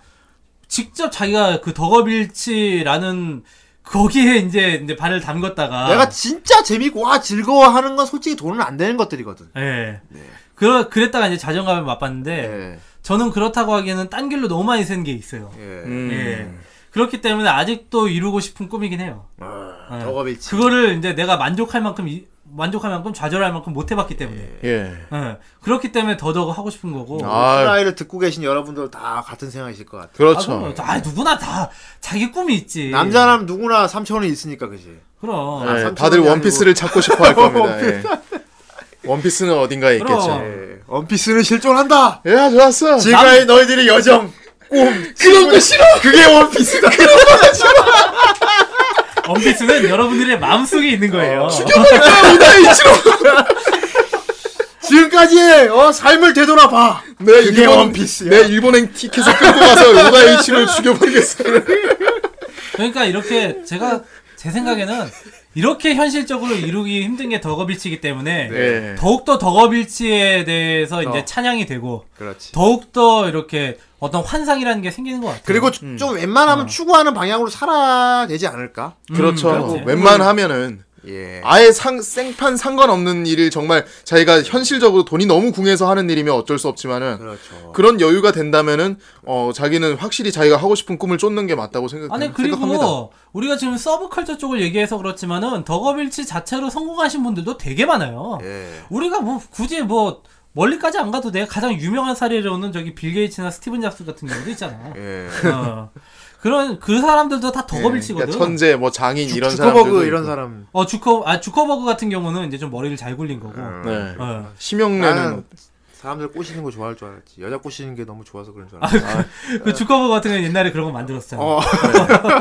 [SPEAKER 2] 직접 자기가 그 덕업일치라는 거기에 이제 이제 발을 담궜다가
[SPEAKER 1] 내가 진짜 재밌고 와 즐거워하는 건 솔직히 돈은 안 되는 것들이거든.
[SPEAKER 2] 예.
[SPEAKER 3] 네.
[SPEAKER 2] 그러 그랬다가 이제 자존감에 맞봤는데
[SPEAKER 1] 예.
[SPEAKER 2] 저는 그렇다고 하기에는 딴 길로 너무 많이 센 게 있어요.
[SPEAKER 1] 예.
[SPEAKER 3] 음.
[SPEAKER 2] 예. 그렇기 때문에 아직도 이루고 싶은 꿈이긴 해요.
[SPEAKER 1] 아,
[SPEAKER 2] 예.
[SPEAKER 1] 덕업일치.
[SPEAKER 2] 그거를 이제 내가 만족할 만큼 이- 만족할 만큼 좌절할 만큼 못 해봤기 때문에.
[SPEAKER 3] 예.
[SPEAKER 2] 예. 그렇기 때문에 더더욱 하고 싶은 거고.
[SPEAKER 3] 아
[SPEAKER 1] 후라이를 듣고 계신 여러분들 다 같은 생각이실 것 같아.
[SPEAKER 3] 그렇죠.
[SPEAKER 2] 아, 누구나 다 자기 꿈이 있지.
[SPEAKER 1] 남자라면 누구나 3천 원이 있으니까 그지.
[SPEAKER 2] 그럼.
[SPEAKER 1] 아,
[SPEAKER 3] 예,
[SPEAKER 1] 삼촌이
[SPEAKER 3] 다들
[SPEAKER 1] 아니고.
[SPEAKER 3] 원피스를 찾고 싶어 할 겁니다. 예. 원피스는 어딘가에
[SPEAKER 2] 그럼.
[SPEAKER 3] 있겠죠.
[SPEAKER 1] 예. 원피스는 실존한다.
[SPEAKER 3] 야 예, 좋았어.
[SPEAKER 1] 지금까지 너희들의 여정, 꿈,
[SPEAKER 3] 그런 거 싫어. 그게 원피스다.
[SPEAKER 2] 원피스는 여러분들의 마음속에 있는 거예요.
[SPEAKER 3] 어,
[SPEAKER 1] 지금까지의 어, 삶을 되돌아봐.
[SPEAKER 3] 내
[SPEAKER 1] 그게
[SPEAKER 3] 일본
[SPEAKER 1] 원피스야.
[SPEAKER 3] 내 일본행 티켓을 끌고 가서 오다이치를 죽여버리겠어.
[SPEAKER 2] 그러니까 이렇게 제가 제 생각에는 이렇게 현실적으로 이루기 힘든 게 덕업일치이기 때문에
[SPEAKER 3] 네.
[SPEAKER 2] 더욱더 덕업일치에 대해서 이제
[SPEAKER 1] 어.
[SPEAKER 2] 찬양이 되고
[SPEAKER 1] 그렇지.
[SPEAKER 2] 더욱더 이렇게 어떤 환상이라는 게 생기는 것 같아요.
[SPEAKER 1] 그리고 좀 웬만하면 추구하는 방향으로 살아야 되지 않을까?
[SPEAKER 3] 그렇죠.
[SPEAKER 2] 그렇지.
[SPEAKER 3] 웬만하면은
[SPEAKER 1] 예.
[SPEAKER 3] 아예 상, 생판 상관없는 일을 정말 자기가 현실적으로 돈이 너무 궁해서 하는 일이면 어쩔 수 없지만은
[SPEAKER 1] 그렇죠.
[SPEAKER 3] 그런 여유가 된다면은 어 자기는 확실히 자기가 하고 싶은 꿈을 쫓는 게 맞다고 생각,
[SPEAKER 2] 아니
[SPEAKER 3] 생각합니다.
[SPEAKER 2] 그리고 우리가 지금 서브컬처 쪽을 얘기해서 그렇지만은 덕업일치 자체로 성공하신 분들도 되게 많아요.
[SPEAKER 3] 네.
[SPEAKER 1] 예.
[SPEAKER 2] 우리가 뭐 굳이 뭐 멀리까지 안 가도 내가 가장 유명한 사례로는 저기 빌 게이츠나 스티븐 잡스 같은 경우도 있잖아.
[SPEAKER 1] 예.
[SPEAKER 2] 어. 그런 그 사람들도 다
[SPEAKER 3] 네. 그러니까
[SPEAKER 2] 덕업일치거든.
[SPEAKER 3] 천재 뭐 장인 이런 사람들
[SPEAKER 1] 주커버그 이런 사람.
[SPEAKER 2] 어 주커 아 주커버그 같은 경우는 이제 좀 머리를 잘 굴린 거고.
[SPEAKER 1] 음.
[SPEAKER 3] 네.
[SPEAKER 2] 어.
[SPEAKER 3] 심형래는
[SPEAKER 1] 나는 사람들 꼬시는 거 좋아할 줄 알았지. 여자 꼬시는 게 너무 좋아서 그런 줄
[SPEAKER 2] 아,
[SPEAKER 1] 알았지.
[SPEAKER 2] 그, 그 주커버그 같은 경우 옛날에 그런 거 만들었잖아.
[SPEAKER 1] 어.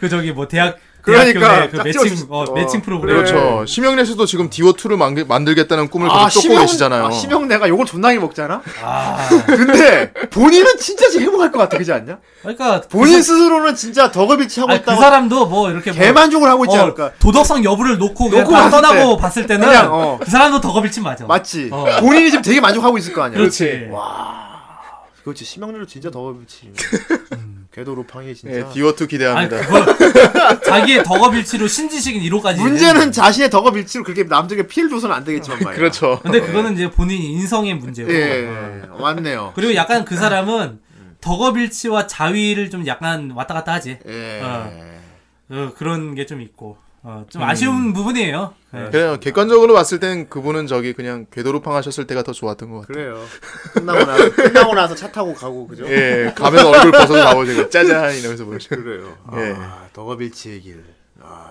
[SPEAKER 2] 그 저기 뭐 대학
[SPEAKER 1] 그러니까,
[SPEAKER 2] 대학교 내그
[SPEAKER 1] 딱
[SPEAKER 2] 매칭
[SPEAKER 1] 찍어주-
[SPEAKER 2] 어,
[SPEAKER 1] 어,
[SPEAKER 2] 매칭 프로그램.
[SPEAKER 3] 그렇죠. 심형래 씨도 지금 디워2를 만들, 만들겠다는 꿈을 계속 쫓고 계시잖아요.
[SPEAKER 1] 아, 심형 내가 욕을 존나게 먹잖아.
[SPEAKER 2] 아
[SPEAKER 1] 근데 본인은 진짜 지금 행복할 것 같아, 그지 않냐?
[SPEAKER 2] 그러니까 그
[SPEAKER 1] 본인
[SPEAKER 2] 사-
[SPEAKER 1] 스스로는 진짜 덕업일치 하고
[SPEAKER 2] 아니, 그
[SPEAKER 1] 있다고
[SPEAKER 2] 사람도 뭐 이렇게 뭐-
[SPEAKER 1] 개만족을 하고 있지
[SPEAKER 2] 어,
[SPEAKER 1] 않을까?
[SPEAKER 2] 도덕성 여부를 놓고 그냥
[SPEAKER 1] 놓고
[SPEAKER 2] 다
[SPEAKER 1] 봤을
[SPEAKER 2] 떠나고
[SPEAKER 1] 때.
[SPEAKER 2] 봤을 때는
[SPEAKER 1] 그냥, 어.
[SPEAKER 2] 그 사람도 덕업일치 맞아.
[SPEAKER 1] 맞지?
[SPEAKER 2] 어.
[SPEAKER 1] 본인이 지금 되게 만족하고 있을 거 아니야?
[SPEAKER 2] 그렇지.
[SPEAKER 1] 그렇지. 심형래로 진짜 덕업일치. 걔도
[SPEAKER 2] 예,
[SPEAKER 1] 루팡이 진짜.
[SPEAKER 3] 네, 디워2
[SPEAKER 2] 아니
[SPEAKER 3] 기대합니다.
[SPEAKER 2] 그걸 자기의 덕업일치로 신지식인 1호까지.
[SPEAKER 1] 문제는 자신의 덕업일치로 그렇게 남들에게 피해를 줘서는 안 되겠지만 말이야.
[SPEAKER 3] 그렇죠.
[SPEAKER 2] 근데 그거는 이제 본인 인성의 문제고. 어.
[SPEAKER 1] 예, 예, 맞네요.
[SPEAKER 2] 그리고 약간
[SPEAKER 1] 아,
[SPEAKER 2] 그 사람은
[SPEAKER 1] 음,
[SPEAKER 2] 덕업일치와 자위를 좀 약간 왔다 갔다 하지.
[SPEAKER 1] 예.
[SPEAKER 2] 어. 어, 그런 게 좀 있고. 어,
[SPEAKER 1] 음.
[SPEAKER 2] 좀 아쉬운 부분이에요. 예.
[SPEAKER 3] 그래요. 객관적으로 봤을 땐 그분은 저기 그냥 궤도루팡 하셨을 때가 더 좋았던 것 같아요.
[SPEAKER 1] 그래요. 끝나고 나서 끝나고 나서 차 타고 가고 그죠?
[SPEAKER 3] 예, 가면 얼굴 벗어서 나오시고 짜잔 이러면서 보시고.
[SPEAKER 1] 그래요.
[SPEAKER 3] 예.
[SPEAKER 1] 아, 덕업일치 얘기를. 아.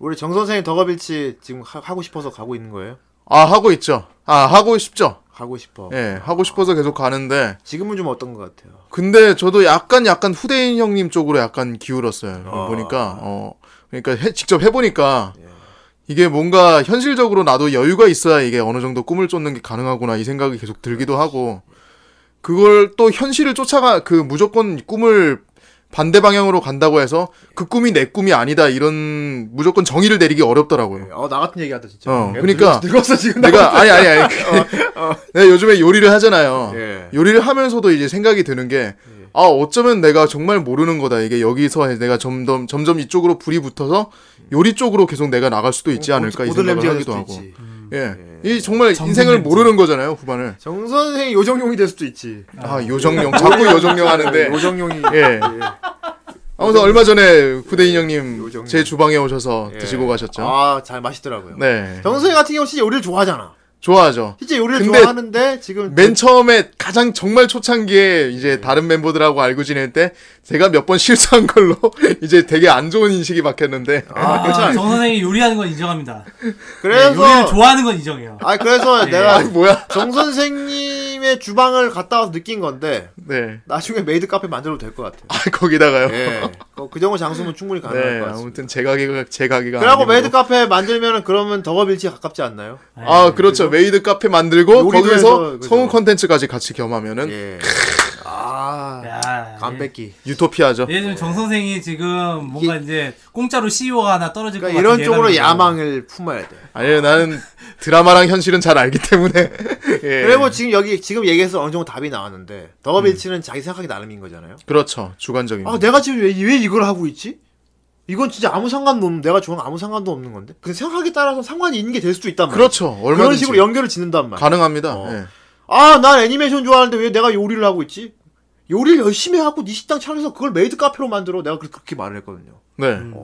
[SPEAKER 1] 우리 정 선생님 덕업일치 지금 하, 하고 싶어서 가고 있는 거예요?
[SPEAKER 3] 아 하고 있죠. 아 하고 싶죠.
[SPEAKER 1] 가고 싶어.
[SPEAKER 3] 예, 하고 싶어서 계속 가는데
[SPEAKER 1] 지금은 좀 어떤 것 같아요?
[SPEAKER 3] 근데 저도 약간 약간 후대인 형님 쪽으로 약간 기울었어요.
[SPEAKER 1] 어.
[SPEAKER 3] 보니까 어 그러니까 해- 직접 해보니까 이게 뭔가 현실적으로 나도 여유가 있어야 이게 어느 정도 꿈을 쫓는 게 가능하구나 이 생각이 계속 들기도 하고 그걸 또 현실을 쫓아가 그 무조건 꿈을 반대 방향으로 간다고 해서 그 꿈이 내 꿈이 아니다 이런 무조건 정의를 내리기 어렵더라고요.
[SPEAKER 1] 어, 나 같은 얘기하다 진짜.
[SPEAKER 3] 어,
[SPEAKER 1] 내가
[SPEAKER 3] 그러니까
[SPEAKER 1] 늙었- 늙었어 지금. 나
[SPEAKER 3] 내가 아니 아니 아니 내가 요즘에 요리를 하잖아요.
[SPEAKER 1] 예.
[SPEAKER 3] 요리를 하면서도 이제 생각이 드는 게 아 어쩌면 내가 정말 모르는 거다 이게 여기서 내가 점점 점점 이쪽으로 불이 붙어서 요리 쪽으로 계속 내가 나갈 수도 있지 않을까 이
[SPEAKER 1] 모든
[SPEAKER 3] 생각을
[SPEAKER 1] 램지가 될
[SPEAKER 3] 하기도
[SPEAKER 1] 수도
[SPEAKER 3] 하고
[SPEAKER 1] 있지.
[SPEAKER 3] 예. 이 정말
[SPEAKER 2] 정든
[SPEAKER 3] 인생을
[SPEAKER 2] 램지.
[SPEAKER 3] 모르는 거잖아요 후반을
[SPEAKER 1] 정 선생이 요정용이 될 수도 있지. 아,
[SPEAKER 3] 아 요정용 자꾸 요정용 하는데
[SPEAKER 1] 요정용이.
[SPEAKER 3] 예 아무튼 얼마 전에 후대인 형님
[SPEAKER 1] 요정용.
[SPEAKER 3] 제 주방에 오셔서
[SPEAKER 1] 예.
[SPEAKER 3] 드시고 가셨죠
[SPEAKER 1] 아, 잘 맛있더라고요.
[SPEAKER 3] 네
[SPEAKER 1] 정 선생 같은 경우 진짜 요리를 좋아하잖아.
[SPEAKER 3] 좋아하죠
[SPEAKER 1] 진짜 요리를
[SPEAKER 3] 근데
[SPEAKER 1] 좋아하는데 지금
[SPEAKER 3] 맨 처음에 가장 정말 초창기에
[SPEAKER 1] 네.
[SPEAKER 3] 이제 다른 멤버들하고 알고 지낼 때 제가 몇 번 실수한 걸로 이제 되게 안 좋은 인식이 박혔는데
[SPEAKER 1] 아,
[SPEAKER 2] 아,
[SPEAKER 1] 괜찮아.
[SPEAKER 2] 정 선생이 요리하는 건 인정합니다.
[SPEAKER 1] 그래서
[SPEAKER 3] 네,
[SPEAKER 2] 요리를 좋아하는 건 인정해요.
[SPEAKER 1] 아 그래서 내가
[SPEAKER 3] 아니 뭐야
[SPEAKER 1] 정 선생님의 주방을 갔다 와서 느낀 건데
[SPEAKER 3] 네 아
[SPEAKER 1] 나중에 메이드 카페 만들어도 될 것 같아요.
[SPEAKER 3] 거기다가요
[SPEAKER 1] 예. 어, 그 정도 장수면 충분히 가능할
[SPEAKER 3] 네
[SPEAKER 1] 것 같습니다.
[SPEAKER 3] 아무튼 제 가게가 제 가게가
[SPEAKER 1] 그리고
[SPEAKER 3] 아니고.
[SPEAKER 1] 메이드 카페 만들면은 그러면 덕업일치 가깝지 않나요?
[SPEAKER 2] 예.
[SPEAKER 3] 아 그렇죠 메이드 카페 만들고
[SPEAKER 1] 요리도
[SPEAKER 3] 거기에서
[SPEAKER 1] 해서, 그죠.
[SPEAKER 3] 성우 컨텐츠까지 같이 겸하면은
[SPEAKER 1] 예. 아.
[SPEAKER 2] 야,
[SPEAKER 3] 음.
[SPEAKER 1] 간뺏기.
[SPEAKER 3] 유토피아죠
[SPEAKER 2] 예, 지금 정 선생이 지금 뭔가 이제 공짜로 CEO가 하나 떨어질 것
[SPEAKER 1] 그러니까
[SPEAKER 2] 같은
[SPEAKER 1] 이런 쪽으로
[SPEAKER 2] 예감이 들어요.
[SPEAKER 1] 야망을 품어야 돼.
[SPEAKER 3] 아니 나는 드라마랑 현실은 잘 알기 때문에 예.
[SPEAKER 1] 그리고 지금 여기 지금 얘기해서 어느 정도 답이 나왔는데
[SPEAKER 3] 음.
[SPEAKER 1] 덕업일치는 자기 생각이 나름인 거잖아요.
[SPEAKER 3] 그렇죠 주관적입니다
[SPEAKER 1] 아 내가 지금 왜, 왜 이걸 하고 있지? 이건 진짜 아무 상관도 없는 내가 좋아하는 거 아무 상관도 없는 건데. 근데 생각에 따라서 상관이 있는 게 될 수도 있단 말이야.
[SPEAKER 3] 그렇죠 얼마든지
[SPEAKER 1] 그런 식으로 연결을 짓는단 말이야.
[SPEAKER 3] 가능합니다
[SPEAKER 1] 어.
[SPEAKER 3] 예.
[SPEAKER 1] 아, 난 애니메이션 좋아하는데 왜 내가 요리를 하고 있지? 요리를 열심히 하고 네 식당 차려서 그걸 메이드 카페로 만들어. 내가 그- 그렇게 말을 했거든요. 어.
[SPEAKER 3] 네
[SPEAKER 1] 음.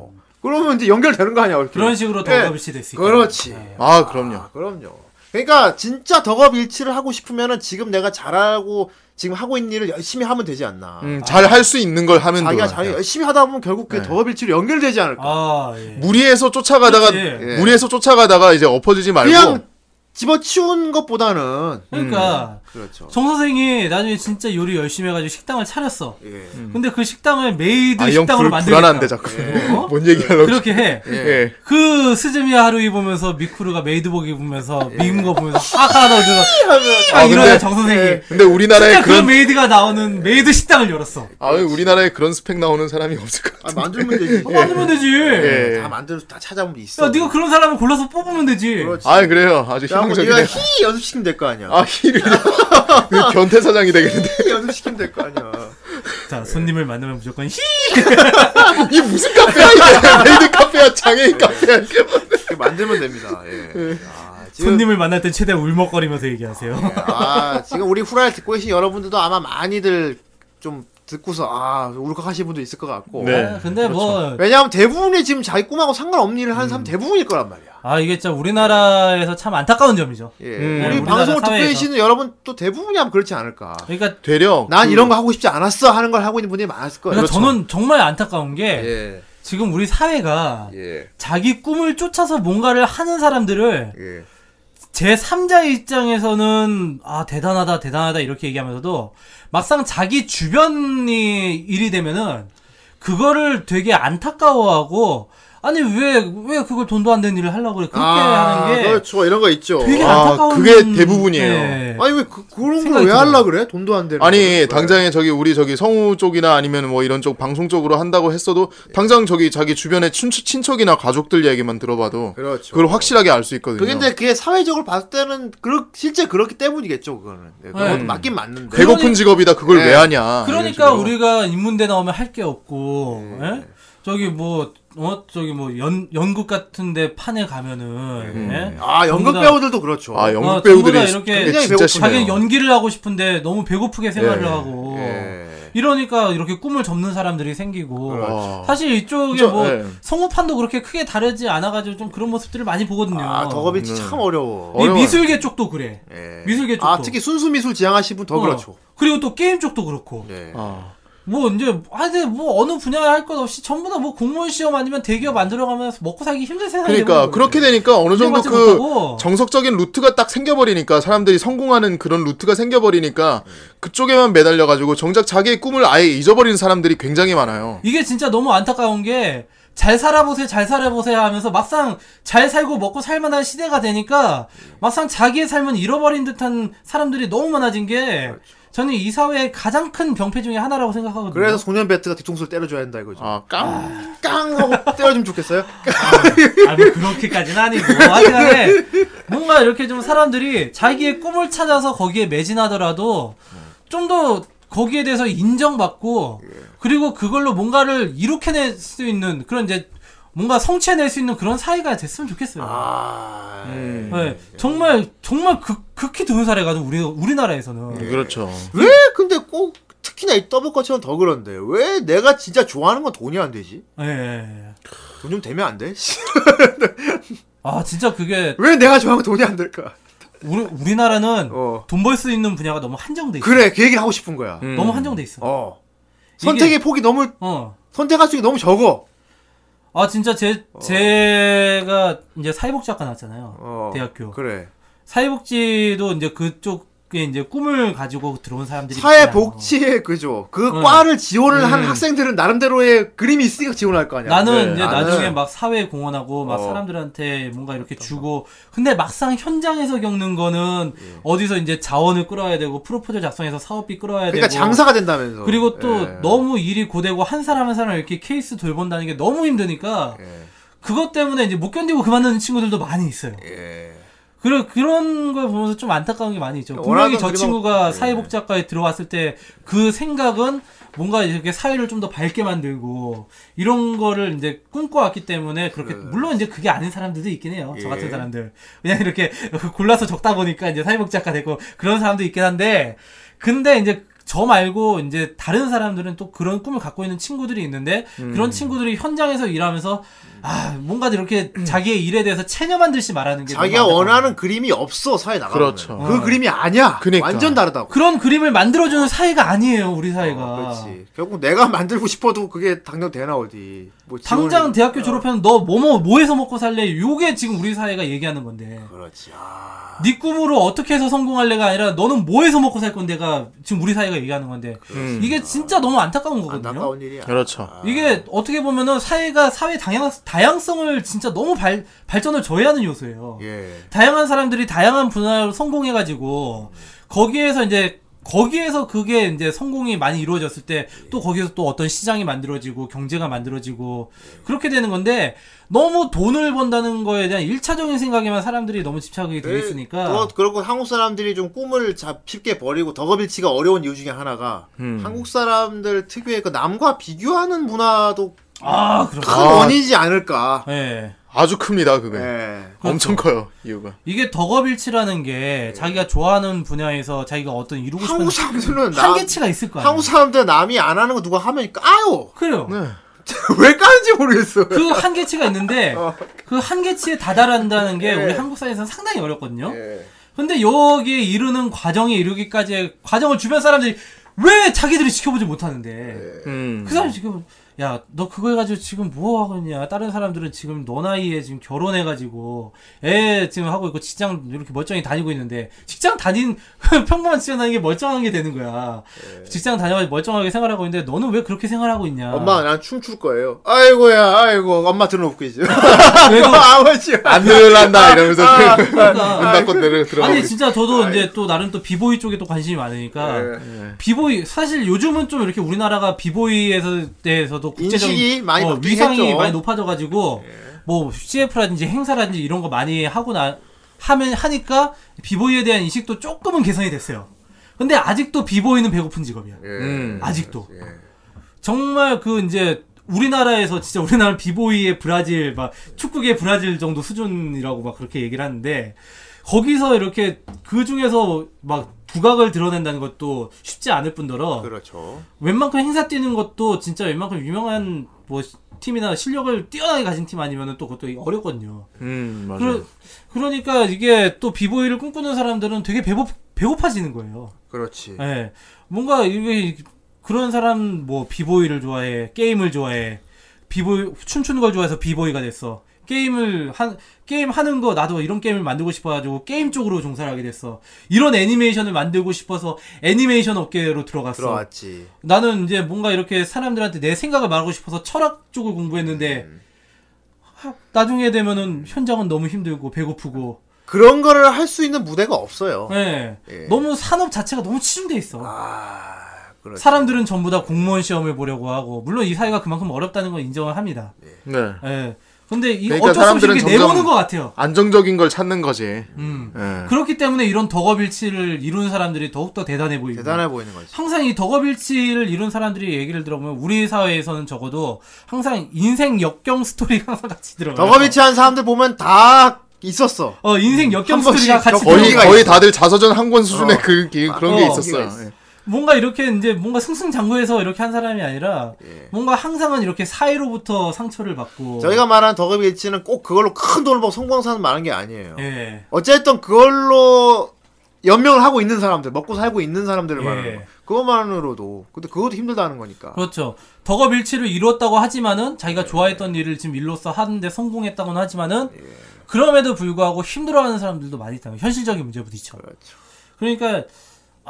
[SPEAKER 1] 그러면 이제 연결되는 거 아니야, 이렇게.
[SPEAKER 2] 그런 식으로
[SPEAKER 1] 예.
[SPEAKER 2] 덕업일치 됐을 거예요.
[SPEAKER 1] 그렇지.
[SPEAKER 2] 네.
[SPEAKER 3] 아 그럼요
[SPEAKER 1] 아, 그럼요. 그러니까 진짜 덕업 일치를 하고 싶으면은 지금 내가 잘하고 지금 하고 있는 일을 열심히 하면 되지 않나.
[SPEAKER 3] 음, 잘 할 수 있는 걸 하면
[SPEAKER 1] 자기가
[SPEAKER 3] 돼요.
[SPEAKER 1] 잘 열심히 하다 보면 결국 그게
[SPEAKER 3] 네.
[SPEAKER 1] 덕업 일치로 연결되지 않을까.
[SPEAKER 2] 아, 예.
[SPEAKER 3] 무리해서 쫓아가다가
[SPEAKER 2] 그치.
[SPEAKER 1] 예.
[SPEAKER 3] 무리해서 쫓아가다가 이제 엎어지지 말고
[SPEAKER 1] 그냥 집어치운 것보다는
[SPEAKER 2] 그러니까
[SPEAKER 1] 그렇죠.
[SPEAKER 2] 정 선생이 나중에 진짜 요리 열심히 해가지고 식당을 차렸어.
[SPEAKER 1] 예.
[SPEAKER 2] 근데 그 식당을 메이드
[SPEAKER 3] 아형
[SPEAKER 2] 식당으로 만들겠다.
[SPEAKER 3] 불안한데 자꾸
[SPEAKER 2] 어?
[SPEAKER 3] 뭔 얘기하려고
[SPEAKER 2] 그렇게 해.
[SPEAKER 3] 예.
[SPEAKER 2] 그 스즈미야 하루이 보면서 미쿠르가 메이드복 입으면서 미은 거 보면서 아카라다 오면서
[SPEAKER 3] 예. 아,
[SPEAKER 2] 막 이러는
[SPEAKER 3] 근데-
[SPEAKER 2] 정 선생이.
[SPEAKER 3] 근데 우리나라에
[SPEAKER 2] 진짜 그
[SPEAKER 3] 그런
[SPEAKER 2] 메이드가 나오는 메이드 식당을 열었어.
[SPEAKER 3] 아 우리나라에 그런 스펙 나오는 사람이 없을 것
[SPEAKER 1] 아,
[SPEAKER 3] 같아.
[SPEAKER 1] 만들면 되지.
[SPEAKER 2] 어, 만들면 되지.
[SPEAKER 3] 예.
[SPEAKER 1] 다 만들어서 다 찾아보면 있어.
[SPEAKER 2] 야, 네가 그런 사람을 골라서 뽑으면 되지.
[SPEAKER 1] 그렇지.
[SPEAKER 3] 아 그래요 아주
[SPEAKER 1] 야, 뭐 네가
[SPEAKER 3] 희망적이네.
[SPEAKER 1] 히 연습시키면 될 거 아니야.
[SPEAKER 3] 아 희를 그 변태 사장이 되겠는데
[SPEAKER 1] 히 연습시키면 될 거 아니야.
[SPEAKER 2] 자, 손님을 만나면 무조건 히!
[SPEAKER 3] 예. 이 무슨 카페야 이게 메이드 카페야 장애인 카페야 이게
[SPEAKER 1] 이렇게 만들면 됩니다. 예. 아, 지금,
[SPEAKER 2] 네. 손님을 만날 땐 최대한 울먹거리면서 얘기하세요.
[SPEAKER 1] 아, 지금 우리 후라이 듣고 계신 여러분들도 아마 많이들 좀 듣고서 아 울컥하신 분도 있을 것 같고.
[SPEAKER 3] 네.
[SPEAKER 2] 아, 근데 뭐, 음.
[SPEAKER 1] 왜냐하면 대부분이 지금 자기 꿈하고 상관없는 일을 하는 사람 대부분일 거란 말이야.
[SPEAKER 2] 아 이게 진짜 우리나라에서 참 안타까운 점이죠.
[SPEAKER 1] 예.
[SPEAKER 3] 음.
[SPEAKER 1] 우리
[SPEAKER 2] 우리나라
[SPEAKER 1] 방송을 듣고
[SPEAKER 2] 사회에서.
[SPEAKER 1] 계시는 여러분 또 대부분이 아마 그렇지 않을까.
[SPEAKER 2] 그러니까
[SPEAKER 3] 되려
[SPEAKER 1] 난
[SPEAKER 3] 그-
[SPEAKER 1] 이런 거 하고 싶지 않았어 하는 걸 하고 있는 분들이 많았을 거예요.
[SPEAKER 2] 그러니까 저는 정말 안타까운 게
[SPEAKER 1] 그렇죠. 예.
[SPEAKER 2] 지금 우리 사회가
[SPEAKER 1] 예.
[SPEAKER 2] 자기 꿈을 쫓아서 뭔가를 하는 사람들을
[SPEAKER 1] 예.
[SPEAKER 2] 제 3자의 입장에서는 아 대단하다 대단하다 이렇게 얘기하면서도 막상 자기 주변이 일이 되면은 그거를 되게 안타까워하고 아니 왜 왜 그걸 돈도 안 되는 일을 하려고 그래 그렇게
[SPEAKER 1] 아,
[SPEAKER 2] 하는 게
[SPEAKER 1] 그렇죠. 이런 거 있죠.
[SPEAKER 2] 되게
[SPEAKER 3] 아,
[SPEAKER 2] 안타까운
[SPEAKER 3] 그게 대부분이에요.
[SPEAKER 2] 예.
[SPEAKER 1] 아니 왜 그, 런 걸
[SPEAKER 2] 생각이
[SPEAKER 1] 왜
[SPEAKER 2] 들어요.
[SPEAKER 1] 하려 그래? 돈도 안 되는.
[SPEAKER 3] 음. 아니
[SPEAKER 1] 거를.
[SPEAKER 3] 당장에 저기 우리 저기 성우 쪽이나 아니면 뭐 이런 쪽 방송 쪽으로 한다고 했어도 당장 저기 자기 주변에 친, 친척이나 가족들 얘기만 들어봐도
[SPEAKER 1] 그렇죠.
[SPEAKER 3] 그걸 확실하게 알 수 있거든요.
[SPEAKER 1] 그게 근데 그게 사회적으로 봤을 때는 그 실제 그렇기 때문이겠죠 그거는 네, 그건
[SPEAKER 2] 네.
[SPEAKER 1] 맞긴 맞는데
[SPEAKER 3] 배고픈 직업이다 그걸
[SPEAKER 1] 네.
[SPEAKER 3] 왜 하냐.
[SPEAKER 2] 그러니까
[SPEAKER 3] 아, 이런 식으로. 네.
[SPEAKER 2] 우리가 인문대 나오면 할 게 없고 예? 저기 뭐 어? 저기 뭐 연, 연극 같은데 판에
[SPEAKER 3] 네.
[SPEAKER 2] 가면은 예?
[SPEAKER 3] 음.
[SPEAKER 1] 아 연극
[SPEAKER 2] 전부 다-
[SPEAKER 1] 배우들도 그렇죠
[SPEAKER 3] 아
[SPEAKER 2] 어, 전부 다
[SPEAKER 3] 영국 배우들이
[SPEAKER 2] 이렇게
[SPEAKER 3] 그게 진짜
[SPEAKER 1] 배고파.
[SPEAKER 3] 심해요.
[SPEAKER 2] 자기는 연기를 하고 싶은데 너무 배고프게 생활을
[SPEAKER 3] 예,
[SPEAKER 2] 하고
[SPEAKER 1] 예.
[SPEAKER 2] 이러니까 이렇게 꿈을 접는 사람들이 생기고
[SPEAKER 3] 와.
[SPEAKER 2] 사실 이쪽에
[SPEAKER 3] 그렇죠. 그죠,
[SPEAKER 2] 뭐
[SPEAKER 3] 예.
[SPEAKER 2] 성우판도 그렇게 크게 다르지 않아가지고 좀 그런 모습들을 많이 보거든요.
[SPEAKER 1] 아
[SPEAKER 3] 음.
[SPEAKER 1] 덕업이 참 어려워
[SPEAKER 2] 이
[SPEAKER 3] 어려워요.
[SPEAKER 2] 미술계 쪽도 그래.
[SPEAKER 1] 예.
[SPEAKER 2] 미술계 쪽도.
[SPEAKER 1] 아 특히 순수 미술 지향하신 분 더
[SPEAKER 2] 어.
[SPEAKER 1] 그렇죠
[SPEAKER 2] 그리고 또 게임 쪽도 그렇고
[SPEAKER 1] 예.
[SPEAKER 3] 아.
[SPEAKER 2] 뭐 이제 하여튼 뭐 어느 분야 할 것 없이 전부 다 뭐 공무원 시험 아니면 대기업 만들어가면서 먹고 살기 힘든 세상이
[SPEAKER 3] 그러니까
[SPEAKER 2] 돼버린 거예요.
[SPEAKER 3] 그렇게 되니까 어느 정도
[SPEAKER 2] 인정받지
[SPEAKER 3] 그
[SPEAKER 2] 못하고.
[SPEAKER 3] 정석적인 루트가 딱 생겨버리니까 사람들이 성공하는 그런 루트가 생겨버리니까 그쪽에만 매달려가지고 정작 자기의 꿈을 아예 잊어버리는 사람들이 굉장히 많아요.
[SPEAKER 2] 이게 진짜 너무 안타까운 게 잘 살아보세요, 잘 살아보세요 하면서 막상 잘 살고 먹고 살만한 시대가 되니까 막상 자기의 삶은 잃어버린 듯한 사람들이 너무 많아진 게
[SPEAKER 3] 그렇죠.
[SPEAKER 2] 저는 이 사회의 가장 큰 병폐 중에 하나라고 생각하거든요.
[SPEAKER 1] 그래서 소년 배트가 뒤통수를 때려줘야 한다 이거죠
[SPEAKER 3] 아 깜.
[SPEAKER 1] 깡 하고 때려주면 좋겠어요
[SPEAKER 2] 아, 뭐 그렇게까지는 아니고 하여튼 간에 뭔가 이렇게 좀 사람들이 자기의 꿈을 찾아서 거기에 매진하더라도 좀 더 거기에 대해서 인정받고 그리고 그걸로 뭔가를 이룩해낼 수 있는 그런 이제 뭔가 성취해낼 수 있는 그런 사회가 됐으면 좋겠어요.
[SPEAKER 1] 아
[SPEAKER 3] 음.
[SPEAKER 2] 네, 정말 정말 극, 극히 드문 사례가 우리 우리나라에서는
[SPEAKER 1] 예.
[SPEAKER 3] 그렇죠.
[SPEAKER 1] 왜 근데 꼭 특히나 이 더블 것처럼 더 그런데 왜 내가 진짜 좋아하는 건 돈이 안 되지
[SPEAKER 2] 예, 예.
[SPEAKER 1] 돈 좀 되면 안 돼?
[SPEAKER 2] 아 진짜 그게
[SPEAKER 1] 왜 내가 좋아하는 건 돈이 안 될까
[SPEAKER 2] 우리 우리나라는
[SPEAKER 1] 어.
[SPEAKER 2] 돈 벌 수 있는 분야가 너무 한정돼 있어.
[SPEAKER 1] 그래 그 얘기를 하고 싶은 거야
[SPEAKER 3] 음.
[SPEAKER 2] 너무 한정돼 있어.
[SPEAKER 1] 어 선택의 폭이 너무
[SPEAKER 2] 어.
[SPEAKER 1] 선택할 수 있는 게 너무 적어
[SPEAKER 2] 아 진짜 제 제가 이제 사회복지학과 나왔잖아요.
[SPEAKER 1] 어,
[SPEAKER 2] 대학교.
[SPEAKER 1] 그래
[SPEAKER 2] 사회복지도 이제 그쪽에 이제 꿈을 가지고 들어온 사람들이
[SPEAKER 1] 사회복지의 그죠 그
[SPEAKER 2] 응.
[SPEAKER 1] 과를 지원을 한
[SPEAKER 3] 음.
[SPEAKER 1] 학생들은 나름대로의 그림이 있으니까 지원할 거 아니야
[SPEAKER 2] 많아요. 나는
[SPEAKER 3] 네,
[SPEAKER 2] 이제
[SPEAKER 1] 나는-
[SPEAKER 2] 나중에 막 사회에 공헌하고 막
[SPEAKER 1] 어.
[SPEAKER 2] 사람들한테 뭔가 이렇게 주고 근데 막상 현장에서 겪는 거는
[SPEAKER 1] 예.
[SPEAKER 2] 어디서 이제 자원을 끌어야 되고 프로포즈 작성해서 사업비 끌어야
[SPEAKER 1] 그러니까
[SPEAKER 2] 되고
[SPEAKER 1] 장사가 된다면서
[SPEAKER 2] 그리고 또
[SPEAKER 1] 예.
[SPEAKER 2] 너무 일이 고되고 한 사람 한 사람 이렇게 케이스 돌본다는 게 너무 힘드니까
[SPEAKER 1] 예.
[SPEAKER 2] 그것 때문에 이제 못 견디고 그만두는 친구들도 많이 있어요.
[SPEAKER 1] 예.
[SPEAKER 2] 그런 그런 걸 보면서 좀 안타까운 게 많이 있죠.
[SPEAKER 1] 원하는
[SPEAKER 2] 분명히 저
[SPEAKER 1] 그림하고-
[SPEAKER 2] 친구가
[SPEAKER 1] 예.
[SPEAKER 2] 사회복지학과에 들어왔을 때 그 생각은 뭔가 이렇게 사회를 좀 더 밝게 만들고 이런 거를 이제 꿈꿔왔기 때문에 그렇게 물론 이제 그게 아닌 사람들도 있긴 해요. 저 같은
[SPEAKER 1] 네. 예.
[SPEAKER 2] 사람들 그냥 이렇게 골라서 적다 보니까 이제 사회복지학과 됐고 그런 사람도 있긴 한데 근데 이제 저 말고 이제 다른 사람들은 또 그런 꿈을 갖고 있는 친구들이 있는데
[SPEAKER 1] 음.
[SPEAKER 2] 그런 친구들이 현장에서 일하면서 아 뭔가 이렇게 자기의 일에 대해서 체념한 듯이 말하는 게
[SPEAKER 1] 자기가
[SPEAKER 2] 너무 어. 안타까워요.
[SPEAKER 1] 원하는 그림이 없어 사회 나가면
[SPEAKER 3] 그렇죠.
[SPEAKER 1] 그 그림이 아니야
[SPEAKER 3] 그러니까.
[SPEAKER 1] 완전 다르다고
[SPEAKER 2] 그런 그림을 만들어주는 사회가 아니에요, 우리 사회가.
[SPEAKER 1] 어, 그렇지 결국 내가 만들고 싶어도 그게 당장 되나 어디 뭐 지원을-
[SPEAKER 2] 당장 대학교 졸업하면 너 뭐, 뭐, 뭐 해서 먹고 살래? 요게 지금 우리 사회가 얘기하는 건데.
[SPEAKER 1] 그렇지 아,
[SPEAKER 2] 네 꿈으로 어떻게 해서 성공할래가 아니라 너는 뭐 해서 먹고 살 건데가 지금 우리 사회가 얘기하는 건데.
[SPEAKER 3] 음.
[SPEAKER 2] 이게 진짜 너무 안타까운 거거든요.
[SPEAKER 1] 어. 안타까운 아. 일이야
[SPEAKER 3] 그렇죠.
[SPEAKER 2] 이게 어떻게 보면은 사회가 사회 다양, 다양성을 진짜 너무 발, 발전을 저해하는 요소예요.
[SPEAKER 1] 예
[SPEAKER 2] 다양한 사람들이 다양한 분야로 성공해가지고 거기에서 이제 거기에서 그게 이제 성공이 많이 이루어졌을 때 또 거기에서 또 어떤 시장이 만들어지고 경제가 만들어지고 그렇게 되는 건데 너무 돈을 번다는 거에 대한 일차적인 생각에만 사람들이 너무
[SPEAKER 1] 네.
[SPEAKER 2] 집착이 돼 있으니까
[SPEAKER 1] 또 그렇고 한국 사람들이 좀 꿈을 잡- 쉽게 버리고 덕업일치가 어려운 이유 중에 하나가
[SPEAKER 2] 음.
[SPEAKER 1] 한국 사람들 특유의 그 남과 비교하는 문화도
[SPEAKER 2] 아 네. 그렇죠.
[SPEAKER 1] 큰
[SPEAKER 3] 아.
[SPEAKER 1] 원인이지 않을까.
[SPEAKER 2] 예.
[SPEAKER 3] 아주 큽니다 그게.
[SPEAKER 1] 예.
[SPEAKER 3] 엄청
[SPEAKER 2] 그렇죠.
[SPEAKER 3] 커요 이유가.
[SPEAKER 2] 이게 덕업일치라는 게 자기가 좋아하는 분야에서 자기가 어떤 이루고 싶은
[SPEAKER 1] 네. 한국 사람들은 나,
[SPEAKER 2] 한계치가 있을 거 아니에요.
[SPEAKER 1] 한국 사람들 남이 안 하는 거 누가 하면 까요.
[SPEAKER 2] 그래요.
[SPEAKER 3] 네.
[SPEAKER 1] 왜 까는지 모르겠어요.
[SPEAKER 2] 그 한계치가 있는데
[SPEAKER 1] 어.
[SPEAKER 2] 그 한계치에 다다란다는 게
[SPEAKER 1] 예.
[SPEAKER 2] 우리 한국 사회에서는 상당히 어렵거든요.
[SPEAKER 1] 예.
[SPEAKER 2] 근데 여기에 이르는 과정에 이르기까지의 과정을 주변 사람들이 왜 자기들이 지켜보지
[SPEAKER 1] 예.
[SPEAKER 2] 못하는데
[SPEAKER 3] 음.
[SPEAKER 2] 그 사람 지금 야 너 그거 해가지고 지금 뭐 하고 있냐 다른 사람들은 지금 너 나이에 지금 결혼해가지고 애 지금 하고 있고 직장 이렇게 멀쩡히 다니고 있는데 직장 다닌 평범한 직장 다니는 게 멀쩡한 게 되는 거야 직장 다녀가지고 멀쩡하게 생활하고 있는데 너는 왜 그렇게 생활하고 있냐
[SPEAKER 1] 예. 엄마, 난 춤출 거예요. 아이고야, 아이고. 엄마 들어놓고 있지.
[SPEAKER 2] 왜도
[SPEAKER 1] 아버지.
[SPEAKER 3] 안 늘어난다 이러면서
[SPEAKER 1] 아,
[SPEAKER 3] 문
[SPEAKER 2] 그러니까
[SPEAKER 3] 닫고 내려 들어가.
[SPEAKER 2] 아니 진짜 저도
[SPEAKER 1] 예.
[SPEAKER 2] 이제 또 나름 또 비보이 쪽에 또 관심이 많으니까 비보이 사실 요즘은 좀 이렇게 우리나라가 비보이에서 대해서도 국제적인
[SPEAKER 1] 인식이 많이
[SPEAKER 2] 어,
[SPEAKER 1] 바뀌긴
[SPEAKER 2] 위상이
[SPEAKER 1] 했죠. 예.
[SPEAKER 2] 많이 높아져가지고 뭐 CF라든지 행사라든지 이런 거 많이 하고 나 하면 하니까 비보이에 대한 인식도 조금은 개선이 됐어요. 근데 아직도 비보이는 배고픈 직업이야.
[SPEAKER 1] 예.
[SPEAKER 3] 음.
[SPEAKER 2] 아직도 정말 그 이제 우리나라에서 진짜 우리나라 비보이의 브라질 막 축구계 브라질 정도 수준이라고 막 그렇게 얘기를 하는데 거기서 이렇게 그 중에서 막 두각을 드러낸다는 것도 쉽지 않을 뿐더러
[SPEAKER 1] 그렇죠.
[SPEAKER 2] 웬만큼 행사 뛰는 것도 진짜 웬만큼 유명한 뭐 팀이나 실력을 뛰어나게 가진 팀 아니면은 또 그것도 어렵거든요.
[SPEAKER 3] 음 맞아.
[SPEAKER 2] 그러, 그러니까 이게 또 비보이를 꿈꾸는 사람들은 되게 배고 배고파지는 거예요.
[SPEAKER 1] 그렇지.
[SPEAKER 2] 예. 뭔가 이게 그런 사람 뭐 비보이를 좋아해, 게임을 좋아해, 비보이 춤추는 걸 좋아해서 비보이가 됐어. 게임을 한 게임 하는 거 나도 이런 게임을 만들고 싶어가지고 게임 쪽으로 종사를 하게 됐어. 이런 애니메이션을 만들고 싶어서 애니메이션 업계로 들어갔어.
[SPEAKER 1] 들어왔지.
[SPEAKER 2] 나는 이제 뭔가 이렇게 사람들한테 내 생각을 말하고 싶어서 철학 쪽을 공부했는데
[SPEAKER 3] 음.
[SPEAKER 2] 하- 나중에 되면은 현장은 너무 힘들고 배고프고
[SPEAKER 1] 그런 거를 할 수 있는 무대가 없어요.
[SPEAKER 2] 예.
[SPEAKER 1] 예.
[SPEAKER 2] 너무 산업 자체가 너무 치중돼 있어.
[SPEAKER 1] 아,
[SPEAKER 3] 그렇죠.
[SPEAKER 1] 그렇지.
[SPEAKER 2] 사람들은 전부 다 공무원 시험을 보려고 하고 물론 이 사회가 그만큼 어렵다는 건 인정을 합니다.
[SPEAKER 3] 네.
[SPEAKER 2] 예. 근데 이
[SPEAKER 3] 그러니까
[SPEAKER 2] 어쩔 수 없이 이렇게
[SPEAKER 3] 사람들은
[SPEAKER 2] 내보는
[SPEAKER 3] 점점-
[SPEAKER 2] 것 같아요.
[SPEAKER 3] 안정적인 걸 찾는 거지.
[SPEAKER 2] 음.
[SPEAKER 3] 예.
[SPEAKER 2] 그렇기 때문에 이런 덕업일치를 이룬 사람들이 더욱더 대단해 보이고
[SPEAKER 1] 대단해 보이는 거지.
[SPEAKER 2] 항상 이 덕업일치를 이룬 사람들이 얘기를 들어보면 우리 사회에서는 적어도 항상 인생 역경 스토리가 항상 같이 들어가요.
[SPEAKER 1] 덕업이치 한 사람들 보면 다 있었어.
[SPEAKER 2] 어 인생 역경
[SPEAKER 1] 한 번씩
[SPEAKER 2] 스토리가
[SPEAKER 1] 덕업-
[SPEAKER 2] 같이
[SPEAKER 3] 거의
[SPEAKER 2] 들어가.
[SPEAKER 1] 의미가
[SPEAKER 3] 거의
[SPEAKER 1] 있어.
[SPEAKER 3] 다들 자서전 한 권 수준의
[SPEAKER 1] 어.
[SPEAKER 3] 그 기- 그런 게
[SPEAKER 1] 의미가
[SPEAKER 2] 어,
[SPEAKER 3] 있었어요.
[SPEAKER 1] 있어.
[SPEAKER 3] 예.
[SPEAKER 2] 뭔가 이렇게 이제 뭔가 승승장구해서 이렇게 한 사람이 아니라 뭔가 항상은 이렇게 사회로부터 상처를 받고
[SPEAKER 1] 예. 저희가 말한 덕업이치는 꼭 그걸로 큰 돈을 벌고 성공하는 많은 게 아니에요.
[SPEAKER 2] 예.
[SPEAKER 1] 어쨌든 그걸로 연명을 하고 있는 사람들, 먹고 살고 있는 사람들을
[SPEAKER 2] 예.
[SPEAKER 1] 말하는 거. 그것만으로도. 근데 그것도 힘들다는 거니까.
[SPEAKER 2] 그렇죠. 덕업일치를 이뤘다고 하지만은
[SPEAKER 1] 예.
[SPEAKER 2] 자기가 좋아했던 일을 지금 일로써 하는데 성공했다고는 하지만은
[SPEAKER 1] 예.
[SPEAKER 2] 그럼에도 불구하고 힘들어하는 사람들도 많이 있다. 현실적인 문제에 부딪혀.
[SPEAKER 1] 그렇죠.
[SPEAKER 2] 그러니까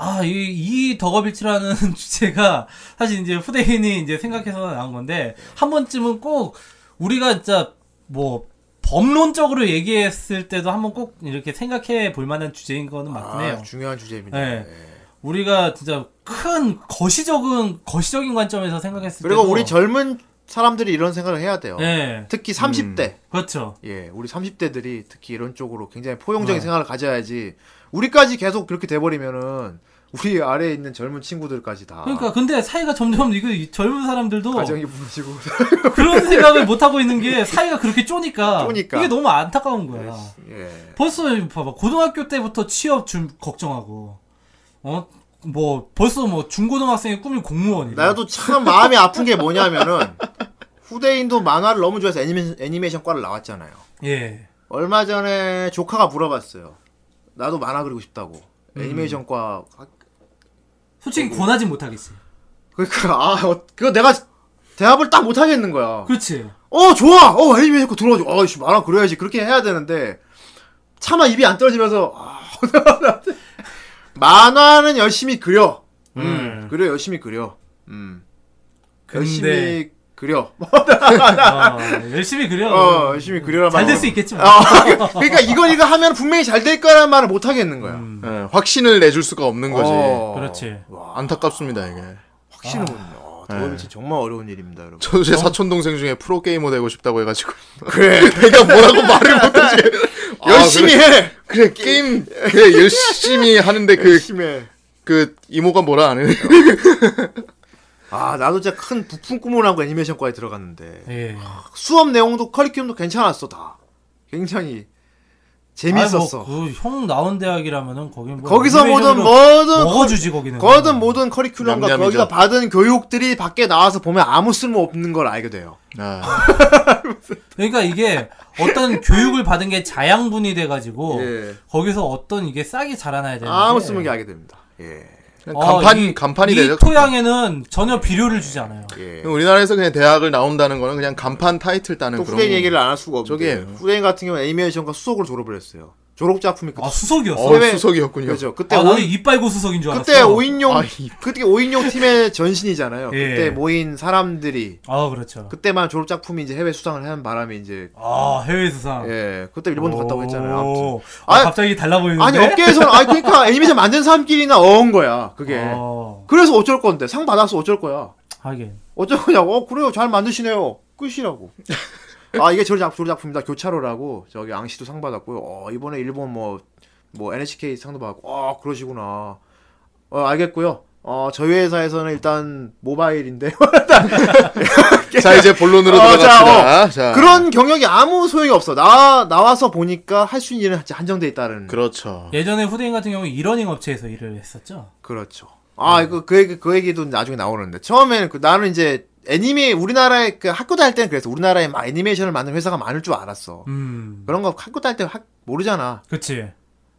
[SPEAKER 2] 아, 이, 이 덕업일치라는 주제가 사실 이제 후대인이 이제 생각해서 나온 건데 한 번쯤은 꼭 우리가 진짜 뭐 법론적으로 얘기했을 때도 한번 꼭 이렇게 생각해 볼 만한 주제인 거는 맞긴 해요.
[SPEAKER 1] 아, 중요한 주제입니다.
[SPEAKER 2] 예.
[SPEAKER 1] 예.
[SPEAKER 2] 우리가 진짜 큰 거시적인 거시적인 관점에서 생각했을 때
[SPEAKER 1] 그리고 우리 젊은 사람들이 이런 생각을 해야 돼요.
[SPEAKER 2] 예.
[SPEAKER 1] 특히 30대.
[SPEAKER 2] 그렇죠.
[SPEAKER 1] 예, 우리 30대들이 특히 이런 쪽으로 굉장히 포용적인
[SPEAKER 2] 어.
[SPEAKER 1] 생각을 가져야지. 우리까지 계속 그렇게 돼버리면은 우리 아래에 있는 젊은 친구들까지 다
[SPEAKER 2] 그러니까 근데 사회가 점점 이거 이 젊은 사람들도
[SPEAKER 1] 아. 가정이 무너지고
[SPEAKER 2] 그런 생각을 못 하고 있는 게 사회가 그렇게 쪼니까,
[SPEAKER 1] 쪼니까.
[SPEAKER 2] 이게 너무 안타까운 거야.
[SPEAKER 1] 예,
[SPEAKER 2] 벌써 봐봐 고등학교 때부터 취업 좀 걱정하고 어 뭐 벌써 뭐 중고등학생의 꿈이 공무원이야.
[SPEAKER 1] 나도 참 마음이 아픈 게 뭐냐면은 후대인도 만화를 너무 좋아해서 애니메이션, 애니메이션과를 나왔잖아요.
[SPEAKER 2] 예.
[SPEAKER 1] 얼마 전에 조카가 물어봤어요. 나도 만화 그리고 싶다고. 애니메이션과 학- 그
[SPEAKER 2] 솔직히 권하진 못하겠어.
[SPEAKER 1] 그러니까 아 어, 그거 내가 대답을 딱 못 하겠는 거야.
[SPEAKER 2] 그렇지.
[SPEAKER 1] 어 좋아 어 애니메이션 거 들어가지 아이씨 말아 그래야지 그렇게 해야 되는데 차마 입이 안 떨어지면서 아, 만화는 열심히 그려 음, 그래 열심히 그려 음
[SPEAKER 2] 근데
[SPEAKER 1] 열심히 그려
[SPEAKER 2] 어, 열심히 그려.
[SPEAKER 1] 어 열심히 그려라
[SPEAKER 2] 잘 될
[SPEAKER 1] 말하고.
[SPEAKER 2] 수 있겠지만.
[SPEAKER 1] 어, 그러니까 이거 이거 하면 분명히 잘 될 거라는 말을 못 하겠는 거야
[SPEAKER 2] 음,
[SPEAKER 3] 예, 확신을 내줄 수가 없는 거지.
[SPEAKER 1] 어,
[SPEAKER 2] 그렇지.
[SPEAKER 1] 와
[SPEAKER 3] 안타깝습니다 이게.
[SPEAKER 1] 확실은 아, 더블치 정말 어려운 일입니다 여러분
[SPEAKER 3] 저도 제 사촌 동생 중에 프로 게이머 되고 싶다고 해가지고
[SPEAKER 1] 그래
[SPEAKER 3] 내가 뭐라고 말을 못하지. 아,
[SPEAKER 1] 열심히
[SPEAKER 3] 그래.
[SPEAKER 1] 해
[SPEAKER 3] 그래 게임 그래 열심히 하는데 그 그
[SPEAKER 1] 열심히 해
[SPEAKER 3] 이모가 뭐라 안 해.
[SPEAKER 1] 아 나도 진짜 큰 부품 꿈을 하고 애니메이션과에 들어갔는데
[SPEAKER 2] 예.
[SPEAKER 1] 수업 내용도 커리큘럼도 괜찮았어 다 굉장히 재밌었어.
[SPEAKER 2] 그형 나온 대학이라면은 거기 뭐
[SPEAKER 1] 거기서 모든
[SPEAKER 2] 의외적으로
[SPEAKER 1] 뭐든
[SPEAKER 2] 먹어주지 거기는.
[SPEAKER 1] 거든 뭐- 모든 커리큘럼과
[SPEAKER 3] 냠냠이죠.
[SPEAKER 1] 거기서 받은 교육들이 밖에 나와서 보면 아무 쓸모 없는 걸 알게 돼요.
[SPEAKER 3] 아,
[SPEAKER 2] 그러니까 이게 어떤 교육을 받은 게 자양분이 돼가지고
[SPEAKER 1] 예.
[SPEAKER 2] 거기서 어떤 이게 싹이 자라나야 되는데
[SPEAKER 1] 아무 쓸모 없게 알게 됩니다. 예.
[SPEAKER 3] 그냥 간판
[SPEAKER 2] 이-
[SPEAKER 3] 간판이
[SPEAKER 2] 이
[SPEAKER 3] 되죠.
[SPEAKER 2] 토양에는 전혀 비료를 주지 않아요.
[SPEAKER 1] 예.
[SPEAKER 3] 우리나라에서 그냥 대학을 나온다는 거는 그냥 간판 타이틀 따는
[SPEAKER 2] 네,
[SPEAKER 1] 또
[SPEAKER 3] 그런
[SPEAKER 1] 후대인 얘기를 안 할 수가 없는데
[SPEAKER 3] 저기예요.
[SPEAKER 1] 후대인 같은 경우는 애니메이션과 수석을 졸업을 했어요. 졸업 작품이 그
[SPEAKER 2] 아 수석이었어.
[SPEAKER 3] 어,
[SPEAKER 1] 해외-
[SPEAKER 3] 수석이었군요.
[SPEAKER 1] 그죠. 그때
[SPEAKER 2] 아, 나는
[SPEAKER 1] 오인
[SPEAKER 2] 이빨고 수석인 줄 알았어.
[SPEAKER 1] 그때 오인용
[SPEAKER 3] 아, 이-
[SPEAKER 1] 그때 오인용 팀의 전신이잖아요.
[SPEAKER 2] 예.
[SPEAKER 1] 그때 모인 사람들이
[SPEAKER 2] 아 그렇죠.
[SPEAKER 1] 그때만 졸업 작품이 이제 해외 수상을 하는 바람에 이제
[SPEAKER 2] 아 해외 수상.
[SPEAKER 1] 예 그때 일본도 갔다고 했잖아요. 아무튼.
[SPEAKER 2] 오. 아,
[SPEAKER 1] 아니,
[SPEAKER 2] 갑자기 달라 보이는데.
[SPEAKER 1] 아니 업계에서는 아 그러니까 애니메이션 만든 사람끼리나 어은 거야 그게.
[SPEAKER 2] 어,
[SPEAKER 1] 그래서 어쩔 건데 상 받아서 어쩔 거야.
[SPEAKER 2] 하긴.
[SPEAKER 1] 어쩔 거냐고. 어 그래요 잘 만드시네요. 끝이라고. 아 이게 저작 저작 작품이다 교차로라고 저기 앙시도 상 받았고요. 어 이번에 일본 뭐 뭐 NHK 상도 받았고 아 그러시구나. 어 알겠고요. 어 저희 회사에서는 일단 모바일인데
[SPEAKER 3] 자 이제 본론으로
[SPEAKER 1] 어,
[SPEAKER 3] 들어갑시다. 자,
[SPEAKER 1] 그런 경력이 아무 소용이 없어. 나 나와서 보니까 할 수 있는 일은 한정돼 있다는.
[SPEAKER 3] 그렇죠.
[SPEAKER 2] 예전에 후대인 같은 경우 이러닝 업체에서 일을 했었죠.
[SPEAKER 1] 그렇죠. 아, 그, 그 얘기, 그 얘기도 나중에 나오는데. 처음에는 그, 나는 이제, 애니메, 우리나라에, 그, 학교 다닐 때는 그래서 우리나라에 막 애니메이션을 만든 회사가 많을 줄 알았어.
[SPEAKER 2] 음,
[SPEAKER 1] 그런 거 학교 다닐 때 학, 모르잖아.
[SPEAKER 2] 그렇지.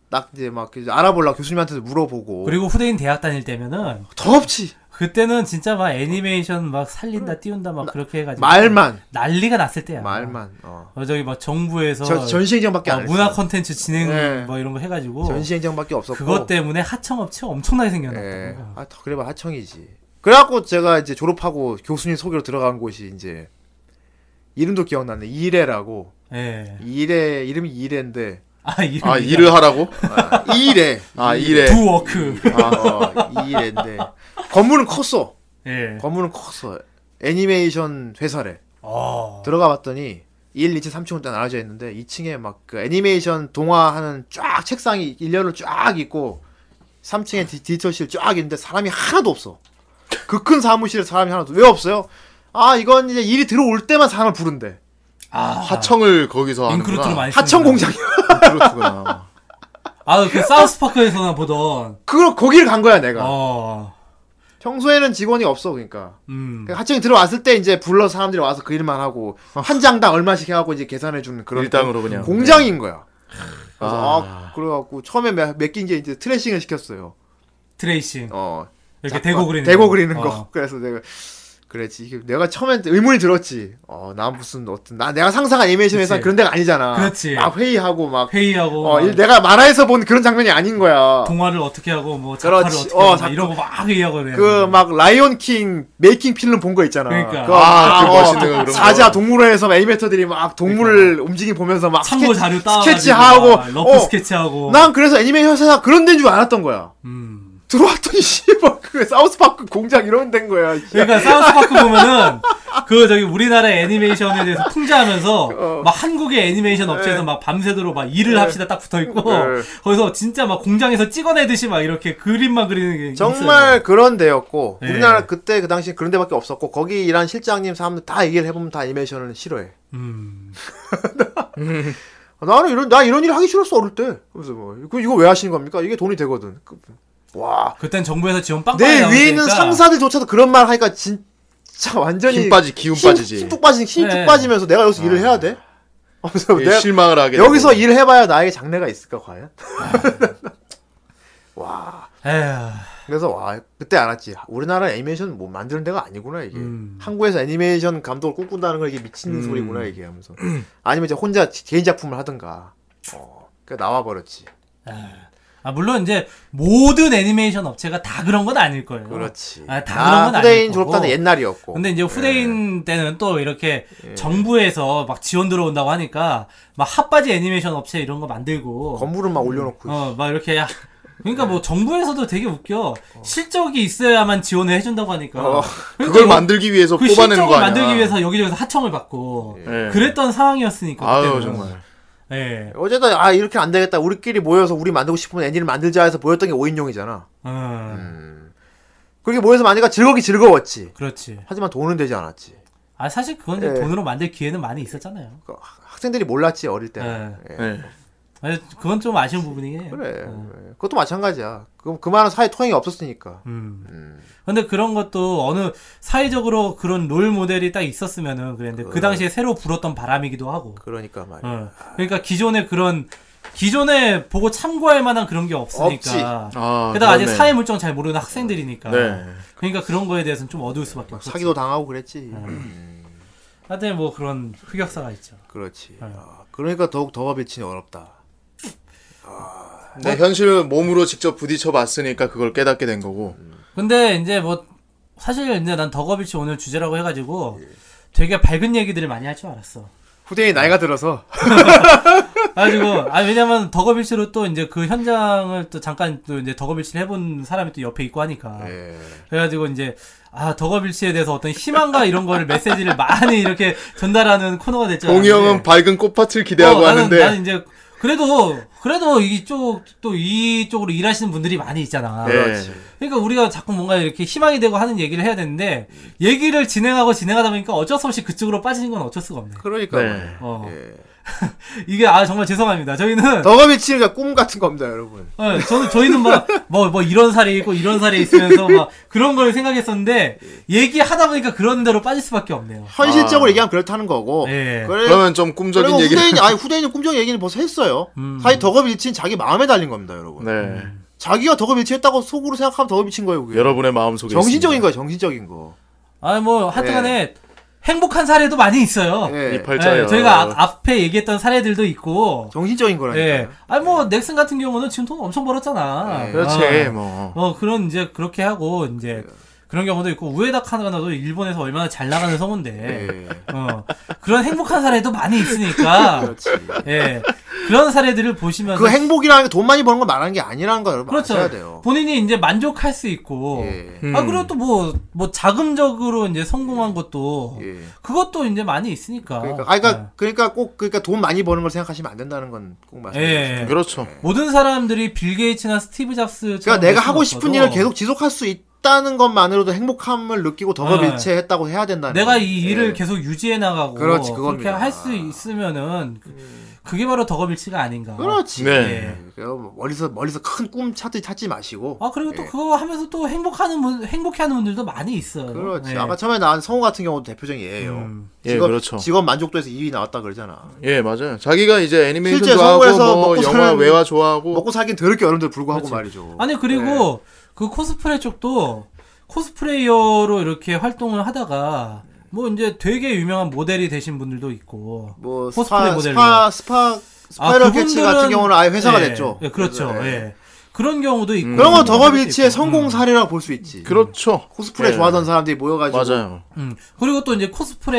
[SPEAKER 1] 딱 이제 막, 이제 알아보려고 교수님한테도 물어보고.
[SPEAKER 2] 그리고 후대인 대학 다닐 때면은
[SPEAKER 1] 더 없지.
[SPEAKER 2] 그때는 진짜 막 애니메이션 막 살린다 띄운다 막 그렇게 해가지고
[SPEAKER 1] 말만.
[SPEAKER 2] 난리가 났을 때야.
[SPEAKER 1] 말만. 어.
[SPEAKER 2] 어, 저기 막 정부에서
[SPEAKER 1] 전- 전시행정밖에
[SPEAKER 2] 어,
[SPEAKER 1] 안 했어.
[SPEAKER 2] 문화 컨텐츠 진행
[SPEAKER 1] 예.
[SPEAKER 2] 뭐 이런 거 해가지고
[SPEAKER 1] 전시행정밖에 없었고.
[SPEAKER 2] 그것 때문에 하청 업체 엄청나게
[SPEAKER 1] 예.
[SPEAKER 2] 생겨났다는 거.
[SPEAKER 1] 아, 더 그래봐 하청이지. 그래갖고 제가 이제 졸업하고 교수님 소개로 들어간 곳이 이제, 이름도 기억나네. 이래라고.
[SPEAKER 2] 예.
[SPEAKER 1] 이래, 이름이 이래인데.
[SPEAKER 2] 아 이름
[SPEAKER 1] 예.
[SPEAKER 3] 아 일을 하라고?
[SPEAKER 1] 아, 이래.
[SPEAKER 3] 아 일에
[SPEAKER 2] 두 워크.
[SPEAKER 1] 아, 어, 이래인데 건물은 컸어.
[SPEAKER 2] 예.
[SPEAKER 1] 건물은 컸어. 애니메이션 회사래.
[SPEAKER 2] 어.
[SPEAKER 1] 들어가 봤더니 1, 2층, 3층으로 딱 나눠져 있는데 2층에 막 그 애니메이션 동화하는 쫙 책상이 일렬로 쫙 있고 3층에 디, 디지털실 쫙 있는데 사람이 하나도 없어. 그 큰 사무실에 사람이 하나도 왜 없어요? 아 이건 이제 일이 들어올 때만 사람을 부른대.
[SPEAKER 2] 아
[SPEAKER 3] 하청을 거기서
[SPEAKER 2] 인크루트로
[SPEAKER 3] 하는구나.
[SPEAKER 2] 많이
[SPEAKER 1] 하청
[SPEAKER 2] 쓰는구나.
[SPEAKER 1] 공장이.
[SPEAKER 3] 인크루트구나.
[SPEAKER 2] 아그 사우스파크에서나 보던.
[SPEAKER 1] 그걸 거기를 간 거야 내가.
[SPEAKER 2] 어.
[SPEAKER 1] 평소에는 직원이 없어 그러니까.
[SPEAKER 2] 음.
[SPEAKER 1] 그 하청이 들어왔을 때 이제 불러 사람들이 와서 그 일만 하고 한 장당 얼마씩 해갖고 이제 계산해 주는 그런
[SPEAKER 3] 어. 일당으로 그냥.
[SPEAKER 1] 공장인 거야. 그래서
[SPEAKER 3] 아.
[SPEAKER 1] 아, 그래갖고 처음에 매- 맡긴 게 이제 트레싱을 시켰어요.
[SPEAKER 2] 트레이싱.
[SPEAKER 1] 어
[SPEAKER 2] 이렇게
[SPEAKER 1] 자,
[SPEAKER 2] 대고
[SPEAKER 1] 어,
[SPEAKER 2] 그리는.
[SPEAKER 1] 대고 그리는 거.
[SPEAKER 2] 어.
[SPEAKER 1] 그래서 내가 그랬지 이게 내가 처음엔 의문이 들었지. 어나 무슨 어떤 나 내가 상상한 애니메이션 회사
[SPEAKER 2] 그치.
[SPEAKER 1] 그런 데가 아니잖아.
[SPEAKER 2] 그렇지.
[SPEAKER 1] 막 회의하고 막
[SPEAKER 2] 회의하고.
[SPEAKER 1] 어,
[SPEAKER 2] 막
[SPEAKER 1] 일- 내가 만화에서 본 그런 장면이 아닌 거야.
[SPEAKER 2] 동화를 어떻게 하고 뭐 작화를
[SPEAKER 1] 그렇지.
[SPEAKER 2] 어떻게
[SPEAKER 1] 어,
[SPEAKER 2] 하고 막
[SPEAKER 1] 작품.
[SPEAKER 2] 이러고 막 얘기하고 그래.
[SPEAKER 1] 그 막 라이온 킹 메이킹 필름 본 거 있잖아.
[SPEAKER 2] 그러니까.
[SPEAKER 1] 그거 그러니까.
[SPEAKER 3] 아,
[SPEAKER 1] 막,
[SPEAKER 3] 그
[SPEAKER 1] 어,
[SPEAKER 3] 멋있는 거 그런 거.
[SPEAKER 1] 사자 동물원에서 애니메이터들이 막 동물을 움직임 보면서 막
[SPEAKER 2] 참고 자료 따.
[SPEAKER 1] 스케치하고
[SPEAKER 2] 러프
[SPEAKER 1] 어,
[SPEAKER 2] 스케치하고.
[SPEAKER 1] 난 그래서 애니메이션 회사 그런 데인 줄 알았던 거야.
[SPEAKER 2] 음.
[SPEAKER 1] 들어왔더니 씨발 그 사우스파크 공장 이런 데인 거야. 씨.
[SPEAKER 2] 그러니까 사우스파크 보면은 그 저기 우리나라 애니메이션에 대해서 풍자하면서
[SPEAKER 1] 어.
[SPEAKER 2] 막 한국의 애니메이션 업체에서 막 밤새도록 막 일을 합시다 딱 붙어 있고
[SPEAKER 1] 네.
[SPEAKER 2] 거기서 진짜 막 공장에서 찍어내듯이 막 이렇게 그림만 그리는 게
[SPEAKER 1] 정말 그런 데였고
[SPEAKER 2] 예.
[SPEAKER 1] 우리나라 그때 그 당시 그런 데밖에 없었고 거기 일한 실장님 사람들 다 얘기를 해보면 다 애니메이션을 싫어해.
[SPEAKER 2] 음.
[SPEAKER 1] 나는 이런 나 이런 일 하기 싫었어 어릴 때. 그래서 뭐 이거, 이거 왜 하시는 겁니까? 이게 돈이 되거든. 그- 와.
[SPEAKER 2] 그땐 정부에서 지원 빵빵
[SPEAKER 1] 내 네, 위에 있는 상사들조차도 그런 말 하니까 진짜 완전히
[SPEAKER 3] 힘 빠지 기운 빠지지.
[SPEAKER 1] 힘쭉 빠지 힘쭉
[SPEAKER 2] 네.
[SPEAKER 1] 빠지면서 내가 여기서 일을 해야 돼? 하면서
[SPEAKER 3] 예,
[SPEAKER 1] 내가
[SPEAKER 3] 실망을 하게.
[SPEAKER 1] 여기서
[SPEAKER 3] 되고. 아.
[SPEAKER 1] 일해봐야 나에게 장래가 있을까 과연? 와
[SPEAKER 2] 에휴.
[SPEAKER 1] 그래서 와 그때 알았지 우리나라 애니메이션 뭐 만드는 데가 아니구나 이게
[SPEAKER 2] 음.
[SPEAKER 1] 한국에서 애니메이션 감독을 꿈꾼다는 거 이게 미친 소리구나 이게 하면서 아니면 이제 혼자 지- 개인 작품을 하든가 어, 그 나와 버렸지
[SPEAKER 2] 아 물론 이제 모든 애니메이션 업체가 다 그런 건 아닐 거예요.
[SPEAKER 1] 그렇지
[SPEAKER 2] 아, 다 그런
[SPEAKER 1] 나
[SPEAKER 2] 건
[SPEAKER 1] 후대인
[SPEAKER 2] 아닐
[SPEAKER 1] 졸업 때는
[SPEAKER 2] 거고.
[SPEAKER 1] 옛날이었고 네. 예.
[SPEAKER 2] 근데 이제 후대인 때는 또 이렇게 정부에서 막 지원 들어온다고 하니까 막 핫바지 애니메이션 업체 이런 거 만들고
[SPEAKER 1] 건물은 막 올려놓고
[SPEAKER 2] 어, 막 이렇게 야- 그러니까
[SPEAKER 3] 네.
[SPEAKER 2] 뭐 정부에서도 되게 웃겨.
[SPEAKER 3] 어.
[SPEAKER 2] 실적이 있어야만 지원을 해준다고 하니까.
[SPEAKER 1] 어,
[SPEAKER 3] 그걸 만들기 위해서
[SPEAKER 2] 그
[SPEAKER 3] 뽑아내는
[SPEAKER 2] 실적을
[SPEAKER 3] 거 아니야.
[SPEAKER 2] 만들기 위해서 여기저기서 하청을 받고
[SPEAKER 3] 예.
[SPEAKER 2] 그랬던 상황이었으니까.
[SPEAKER 3] 아유
[SPEAKER 2] 그때는.
[SPEAKER 3] 정말.
[SPEAKER 2] 예.
[SPEAKER 1] 어쨌든 아 이렇게 안 되겠다 우리끼리 모여서 우리 만들고 싶으면 애니를 만들자 해서 모였던 게 5인용이잖아
[SPEAKER 2] 어,
[SPEAKER 3] 음.
[SPEAKER 1] 그렇게 모여서 만드니까 즐거기 즐거웠지
[SPEAKER 2] 그렇지.
[SPEAKER 1] 하지만 돈은 되지 않았지
[SPEAKER 2] 아
[SPEAKER 3] 네.
[SPEAKER 2] 사실 그건 이제
[SPEAKER 1] 예. 그러니까
[SPEAKER 2] 돈으로 만들 기회는 많이 있었잖아요.
[SPEAKER 3] 네.
[SPEAKER 1] 그 학- 학생들이 몰랐지 어릴 때는
[SPEAKER 3] 예.
[SPEAKER 2] 아니, 그건 좀 아쉬운 부분이긴 해요.
[SPEAKER 1] 그래.
[SPEAKER 2] 어.
[SPEAKER 1] 그래. 그것도 마찬가지야. 그, 그만한 사회 통행이 없었으니까.
[SPEAKER 2] 음. 근데 그런 것도 어느 사회적으로 그런 롤 모델이 딱 있었으면은 그랬는데 그 당시에 새로 불었던 바람이기도 하고.
[SPEAKER 1] 그러니까 말이야.
[SPEAKER 2] 어. 그러니까 기존에 그런 기존에 보고 참고할 만한 그런 게 없으니까.
[SPEAKER 1] 없지.
[SPEAKER 3] 아,
[SPEAKER 2] 게다가 아직
[SPEAKER 3] 그렇네.
[SPEAKER 2] 사회 물정 잘 모르는 학생들이니까.
[SPEAKER 3] 네.
[SPEAKER 2] 그러니까 그런 거에 대해서는 좀 어두울 수밖에 없어.
[SPEAKER 1] 사기도 당하고 그랬지.
[SPEAKER 2] 하여튼 뭐 그런 흑역사가 있죠.
[SPEAKER 1] 그렇지. 아, 그러니까 더욱 더워 배치는 어렵다.
[SPEAKER 3] 네, 현실은 몸으로 직접 부딪혀 봤으니까 그걸 깨닫게 된 거고.
[SPEAKER 2] 음. 근데 이제 뭐 사실 이제 난 덕업일치 오늘 주제라고 해가지고 되게 밝은 얘기들을 많이 할 줄 알았어.
[SPEAKER 1] 후대인 나이가 들어서
[SPEAKER 2] 가지고 아 왜냐면 덕업일치로 또 이제 그 현장을 또 잠깐 또 이제 덕업일치를 해본 사람이 또 옆에 있고 하니까
[SPEAKER 3] 네.
[SPEAKER 1] 예.
[SPEAKER 2] 그래가지고 이제 아 덕업일치에 대해서 어떤 희망과 이런 거를 메시지를 많이 이렇게 전달하는 코너가 됐죠. 네.
[SPEAKER 3] 동이 형은 밝은 꽃밭을 기대하고
[SPEAKER 2] 어, 나는,
[SPEAKER 3] 하는데
[SPEAKER 2] 나는 이제 그래도 그래도 이쪽 또 이쪽으로 일하시는 분들이 많이 있잖아.
[SPEAKER 3] 네.
[SPEAKER 2] 그러니까 우리가 자꾸 뭔가 이렇게 희망이 되고 하는 얘기를 해야 되는데 얘기를 진행하고 진행하다 보니까 어쩔 수 없이 그쪽으로 빠지는 건 어쩔 수가 없네.
[SPEAKER 1] 그러니까
[SPEAKER 3] 네.
[SPEAKER 1] 말이야.
[SPEAKER 2] 어.
[SPEAKER 1] 예.
[SPEAKER 2] 이게 아 정말 죄송합니다. 저희는
[SPEAKER 1] 더워 배치는 꿈 같은 겁니다, 여러분.
[SPEAKER 2] 어, 저는 저희는 막 뭐 뭐 이런 사례 있고 이런 사례 있으면서 막 그런 걸 생각했었는데 얘기하다 보니까 그런 대로 빠질 수밖에 없네요.
[SPEAKER 1] 현실적으로
[SPEAKER 3] 아.
[SPEAKER 1] 얘기하면 그렇다는 거고.
[SPEAKER 2] 예.
[SPEAKER 1] 네. 그래,
[SPEAKER 3] 그러면 좀
[SPEAKER 1] 그리고
[SPEAKER 3] 꿈적인 얘기를
[SPEAKER 1] 후대인, 아니 후대인이 꿈쩍 얘기는 벌써 했어요.
[SPEAKER 2] 음.
[SPEAKER 1] 사실 덕업 일치는 자기 마음에 달린 겁니다, 여러분.
[SPEAKER 3] 네.
[SPEAKER 1] 자기가 덕업 일치했다고 속으로 생각하면 덕업 일치인 거예요, 그게.
[SPEAKER 3] 여러분의 마음 속에
[SPEAKER 1] 정신적인 거야, 정신적인 거.
[SPEAKER 2] 아 뭐 하여튼간에 행복한 사례도 많이 있어요.
[SPEAKER 1] 예.
[SPEAKER 3] 네. 이 팔자요.
[SPEAKER 2] 예, 저희가 아- 앞에 얘기했던 사례들도 있고.
[SPEAKER 1] 정신적인 거라니까.
[SPEAKER 2] 예. 아니 뭐 넥슨 같은 경우는 지금 돈 엄청 벌었잖아.
[SPEAKER 1] 예.
[SPEAKER 3] 그렇지
[SPEAKER 2] 아.
[SPEAKER 3] 뭐.
[SPEAKER 2] 어 그런 이제 그렇게 하고 이제 그런 경우도 있고 우에다 카나도 일본에서 얼마나 잘 나가는 성우인데
[SPEAKER 3] 네.
[SPEAKER 1] 예.
[SPEAKER 2] 어 그런 행복한 사례도 많이 있으니까
[SPEAKER 1] 그렇지.
[SPEAKER 2] 예 그런 사례들을 보시면서
[SPEAKER 1] 그 행복이라는 게 돈 많이 버는 걸 말하는 게 아니라는 걸 여러분
[SPEAKER 2] 그렇죠
[SPEAKER 1] 아셔야 돼요.
[SPEAKER 2] 본인이 이제 만족할 수 있고
[SPEAKER 1] 예.
[SPEAKER 2] 아 그리고 또 뭐 뭐 자금적으로 이제 성공한 것도
[SPEAKER 1] 예.
[SPEAKER 2] 그것도 이제 많이 있으니까
[SPEAKER 1] 그러니까, 아, 그러니까,
[SPEAKER 2] 네.
[SPEAKER 1] 그러니까 꼭 그러니까 돈 많이 버는 걸 생각하시면 안 된다는 건 꼭
[SPEAKER 2] 예.
[SPEAKER 1] 말씀드리고 싶어요.
[SPEAKER 2] 예.
[SPEAKER 3] 그렇죠.
[SPEAKER 2] 모든 사람들이 빌 게이츠나 스티브 잡스
[SPEAKER 1] 그러니까 내가 하고 싶은 일을 계속 지속할 수 있다는 것만으로도 행복함을 느끼고 덕업일체했다고 해야 된다는.
[SPEAKER 2] 내가
[SPEAKER 1] 거예요.
[SPEAKER 2] 이 일을
[SPEAKER 1] 예.
[SPEAKER 2] 계속 유지해 나가고
[SPEAKER 1] 그렇지,
[SPEAKER 2] 렇게
[SPEAKER 1] 그겁니다. 음.
[SPEAKER 2] 할 수 있으면은 그- 그게 바로 덕업일치가 아닌가.
[SPEAKER 1] 그렇지.
[SPEAKER 3] 네.
[SPEAKER 1] 예. 그래서 멀리서 멀리서 큰 꿈 찾지 찾지 마시고.
[SPEAKER 2] 아 그리고 또
[SPEAKER 1] 예.
[SPEAKER 2] 그거 하면서 또 행복하는 분 행복해하는 분들도 많이 있어요.
[SPEAKER 1] 그렇지.
[SPEAKER 2] 예.
[SPEAKER 1] 아까 처음에 나온 성우 같은 경우도 대표적인 예예요.
[SPEAKER 2] 음.
[SPEAKER 3] 예, 그렇죠.
[SPEAKER 1] 직업 만족도에서 2위 나왔다 그러잖아.
[SPEAKER 3] 예, 맞아요. 자기가 이제
[SPEAKER 1] 실제
[SPEAKER 3] 애니메이션도 하고
[SPEAKER 1] 성우에서
[SPEAKER 3] 뭐
[SPEAKER 1] 먹고
[SPEAKER 3] 영화
[SPEAKER 1] 사는-
[SPEAKER 3] 외화 좋아하고
[SPEAKER 1] 먹고 살긴 더럽게 어른들 불구하고
[SPEAKER 2] 뭐 그렇지.
[SPEAKER 1] 말이죠.
[SPEAKER 2] 아니
[SPEAKER 1] 네.
[SPEAKER 2] 그리고 그 코스프레 쪽도 코스프레이어로 이렇게 활동을 하다가 뭐 이제 되게 유명한 모델이 되신 분들도 있고
[SPEAKER 1] 뭐
[SPEAKER 2] 코스프레
[SPEAKER 1] 스파
[SPEAKER 2] 모델로. 아,
[SPEAKER 1] 스파 스파 스파이럴 캐치 같은 경우는 아예 회사가
[SPEAKER 2] 예,
[SPEAKER 1] 됐죠.
[SPEAKER 2] 예, 그렇죠.
[SPEAKER 1] 그래서,
[SPEAKER 2] 예.
[SPEAKER 1] 예.
[SPEAKER 2] 그런 경우도 있고.
[SPEAKER 1] 그런 건
[SPEAKER 2] 음.
[SPEAKER 1] 덕업일치의 성공 사례라고 볼 수 있지.
[SPEAKER 3] 그렇죠.
[SPEAKER 1] 코스프레
[SPEAKER 3] 예.
[SPEAKER 1] 좋아하던 사람들이 모여가지고
[SPEAKER 3] 맞아요.
[SPEAKER 2] 음. 그리고 또 이제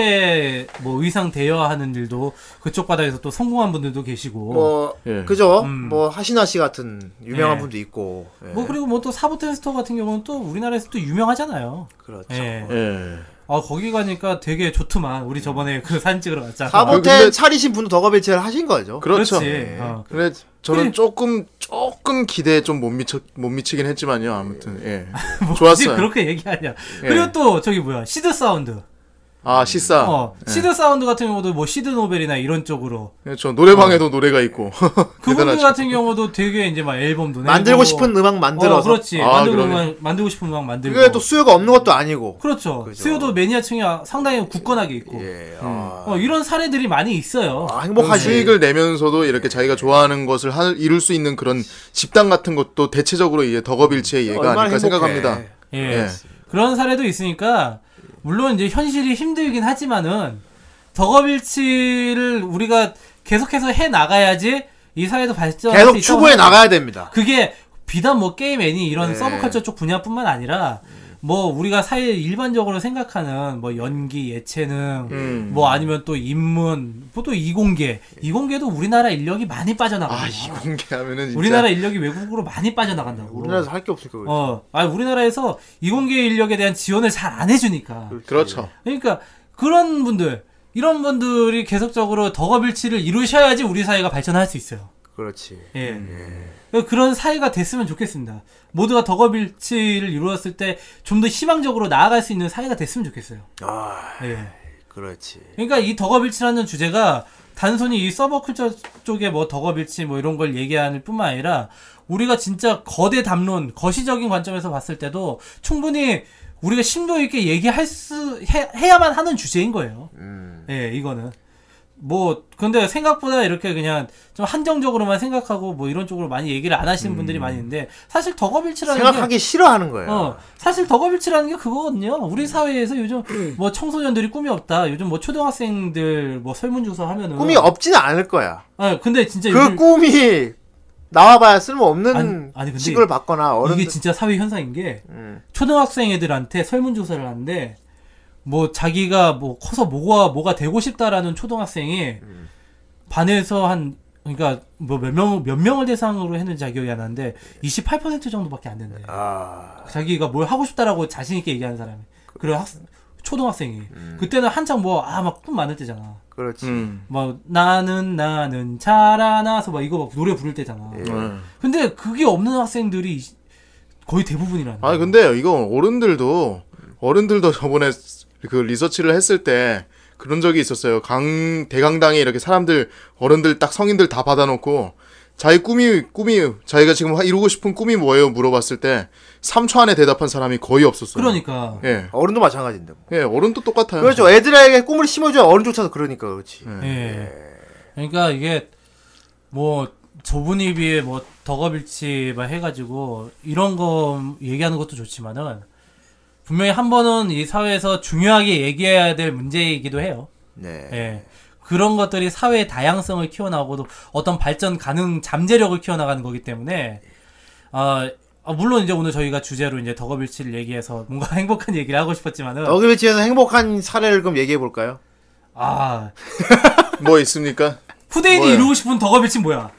[SPEAKER 2] 코스프레 뭐 의상 대여하는 일도 그쪽 바닥에서 또 성공한 분들도 계시고 뭐,
[SPEAKER 1] 뭐
[SPEAKER 3] 예.
[SPEAKER 1] 그죠?
[SPEAKER 2] 음.
[SPEAKER 1] 뭐 하시나 씨 같은 유명한
[SPEAKER 2] 예.
[SPEAKER 1] 분도 있고. 예.
[SPEAKER 2] 그리고 뭐 또 사보텐스터 같은 경우는 또 우리나라에서 또 유명하잖아요.
[SPEAKER 1] 그렇죠.
[SPEAKER 2] 예.
[SPEAKER 3] 예.
[SPEAKER 2] 아 거기 가니까 되게 좋더만. 우리 저번에 그 사진 찍으러 갔잖아.
[SPEAKER 1] 사보텐
[SPEAKER 3] 근데-
[SPEAKER 1] 차리신 분도 덕업일체를 하신 거죠. 네.
[SPEAKER 3] 그렇죠.
[SPEAKER 2] 그렇지. 어.
[SPEAKER 3] 근데 저는
[SPEAKER 2] 그래.
[SPEAKER 3] 조금 조금 기대에 좀 못 미쳐 못 미치긴 했지만요. 아무튼 예. 좋았어요.
[SPEAKER 2] 뭐 굳이 그렇게 얘기하냐.
[SPEAKER 1] 예.
[SPEAKER 2] 그리고 또 저기 뭐야 시드 사운드.
[SPEAKER 3] 아 시사.
[SPEAKER 2] 어
[SPEAKER 1] 예.
[SPEAKER 2] 시드 사운드 같은 경우도 뭐 시드 노벨이나 이런 쪽으로
[SPEAKER 3] 예, 저 노래방에도 노래가 있고.
[SPEAKER 2] 어. 그분들
[SPEAKER 3] 대단하죠.
[SPEAKER 2] 같은 경우도 되게 이제 막 앨범도 내고
[SPEAKER 1] 만들고 싶은 음악
[SPEAKER 2] 어,
[SPEAKER 1] 만들어서
[SPEAKER 2] 그렇지
[SPEAKER 3] 아,
[SPEAKER 2] 만들고
[SPEAKER 3] 그러네.
[SPEAKER 2] 음악- 만들고 싶은 음악 만들고
[SPEAKER 1] 그게 또 수요가 없는 것도 아니고.
[SPEAKER 2] 그렇죠.
[SPEAKER 1] 그죠.
[SPEAKER 2] 수요도 매니아층이 상당히 굳건하게 있고.
[SPEAKER 1] 예. 아,
[SPEAKER 2] 어, 이런 사례들이 많이 있어요.
[SPEAKER 1] 아, 행복하지.
[SPEAKER 3] 수익을 뭐 내면서도 이렇게 자기가 좋아하는 것을 할, 이룰 수 있는 그런 집단 같은 것도 대체적으로 이제 덕업일체의 예가
[SPEAKER 1] 얼마나
[SPEAKER 3] 아닐까
[SPEAKER 1] 행복해.
[SPEAKER 3] 생각합니다.
[SPEAKER 2] 예.
[SPEAKER 3] 예.
[SPEAKER 2] 그런 사례도 있으니까, 물론 이제 현실이 힘들긴 하지만은, 덕업일치를 우리가 계속해서 해 나가야지 이 사회도 발전할 수 어.
[SPEAKER 1] 계속
[SPEAKER 2] 있다고
[SPEAKER 1] 추구해
[SPEAKER 2] 생각해요.
[SPEAKER 1] 나가야 됩니다.
[SPEAKER 2] 그게 비단 뭐 게임 애니 이런
[SPEAKER 1] 예.
[SPEAKER 2] 서브컬처 쪽 분야뿐만 아니라 뭐 우리가 사회 일반적으로 생각하는 뭐 연기 예체능
[SPEAKER 3] 음.
[SPEAKER 2] 뭐 아니면 또 인문 뭐 또 이공계 이공계도 우리나라 인력이 많이 빠져나가
[SPEAKER 3] 아
[SPEAKER 2] 요
[SPEAKER 3] 이공개하면은 진짜
[SPEAKER 2] 우리나라 인력이 외국으로 많이 빠져나간다고
[SPEAKER 1] 우리나라에서 할 게 없으니까. 그렇지.
[SPEAKER 2] 어 아니 우리나라에서 이공계 인력에 대한 지원을 잘 안 해주니까
[SPEAKER 3] 그렇죠.
[SPEAKER 2] 그러니까 그런 분들 이런 분들이 계속적으로 덕업일치를 이루셔야지 우리 사회가 발전할 수 있어요
[SPEAKER 1] 그렇지.
[SPEAKER 2] 예. 그러니까 그런 사회가 됐으면 좋겠습니다. 모두가 덕업일치를 이루었을 때 좀 더 희망적으로 나아갈 수 있는 사회가 됐으면 좋겠어요.
[SPEAKER 1] 아,
[SPEAKER 2] 예.
[SPEAKER 1] 그렇지.
[SPEAKER 2] 그러니까 이 덕업일치라는 주제가 단순히 이 서버cul처 쪽에 뭐 덕업일치 뭐 이런 걸 얘기하는 뿐만 아니라 우리가 진짜 거대 담론 거시적인 관점에서 봤을 때도 충분히 우리가 심도 있게 얘기할 수 해, 해야만 하는 주제인 거예요. 예, 이거는. 뭐 근데 생각보다 이렇게 그냥 좀 한정적으로만 생각하고 뭐 이런 쪽으로 많이 얘기를 안 하시는 분들이 많이 있는데 사실 덕업일치라는 게
[SPEAKER 1] 생각하기 싫어하는 음. 거예요.
[SPEAKER 2] 어, 사실 덕업일치라는 게 그거거든요. 우리 사회에서 요즘 뭐 청소년들이 꿈이 없다. 요즘 뭐 초등학생들 뭐 설문조사 하면은
[SPEAKER 1] 꿈이 없지는 않을 거야.
[SPEAKER 2] 아, 근데 진짜
[SPEAKER 1] 그
[SPEAKER 2] 요즘
[SPEAKER 1] 꿈이 나와봐야 쓸모없는
[SPEAKER 2] 아니- 아니, 근데
[SPEAKER 1] 시골 받거나 어른들
[SPEAKER 2] 이게 진짜 사회 현상인 게
[SPEAKER 1] 음.
[SPEAKER 2] 초등학생 애들한테 설문조사를 하는데 뭐 자기가 뭐 커서 뭐가 뭐가 되고 싶다라는 초등학생이
[SPEAKER 1] 음.
[SPEAKER 2] 반에서 한 그러니까 뭐 몇 명 몇 명을 대상으로 했는지 기억이 안
[SPEAKER 1] 예.
[SPEAKER 2] 나는데 28% 정도밖에 안 된대.
[SPEAKER 1] 아,
[SPEAKER 2] 자기가 뭘 하고 싶다라고 자신 있게 얘기하는 사람이 그런 학 초등학생이 그때는 한창 뭐 아 막 꿈 많을 때잖아
[SPEAKER 1] 그렇지.
[SPEAKER 3] 음.
[SPEAKER 2] 막 나는 나는 자라나서 막 이거 막 노래 부를 때잖아
[SPEAKER 3] 음.
[SPEAKER 2] 근데 그게 없는 학생들이 이- 거의 대부분이라는
[SPEAKER 3] 아니 근데 이거 어른들도 어른들도 저번에 그 리서치를 했을 때 그런 적이 있었어요. 강 대강당에 이렇게 사람들 어른들 딱 성인들 다 받아놓고 자기 꿈이 꿈이 자기가 지금 하- 이루고 싶은 꿈이 뭐예요 물어봤을 때 3초 안에 대답한 사람이 거의 없었어요.
[SPEAKER 2] 그러니까
[SPEAKER 3] 예,
[SPEAKER 1] 어른도 마찬가지인데. 뭐.
[SPEAKER 3] 예, 어른도 똑같아요.
[SPEAKER 1] 그렇죠. 애들에게 꿈을 심어줘야 어른조차도 그러니까 그렇지.
[SPEAKER 3] 음.
[SPEAKER 2] 예. 그러니까 이게 뭐 좁은 입에 뭐 덕업일치 막 해가지고 이런 거 얘기하는 것도 좋지만은 분명히 한 번은 이 사회에서 중요하게 얘기해야 될 문제이기도 해요.
[SPEAKER 1] 네.
[SPEAKER 2] 예. 그런 것들이 사회의 다양성을 키워나가고도 어떤 발전 가능 잠재력을 키워나가는 거기 때문에 아 아, 물론 이제 오늘 저희가 주제로 이제 덕업일치를 얘기해서 뭔가 행복한 얘기를 하고 싶었지만은
[SPEAKER 1] 너그비치에서 행복한 사례를 그럼 얘기해 볼까요?
[SPEAKER 2] 아
[SPEAKER 3] 뭐 있습니까?
[SPEAKER 2] 후대인이
[SPEAKER 3] 뭐예요?
[SPEAKER 2] 이루고 싶은 덕업일치 뭐야?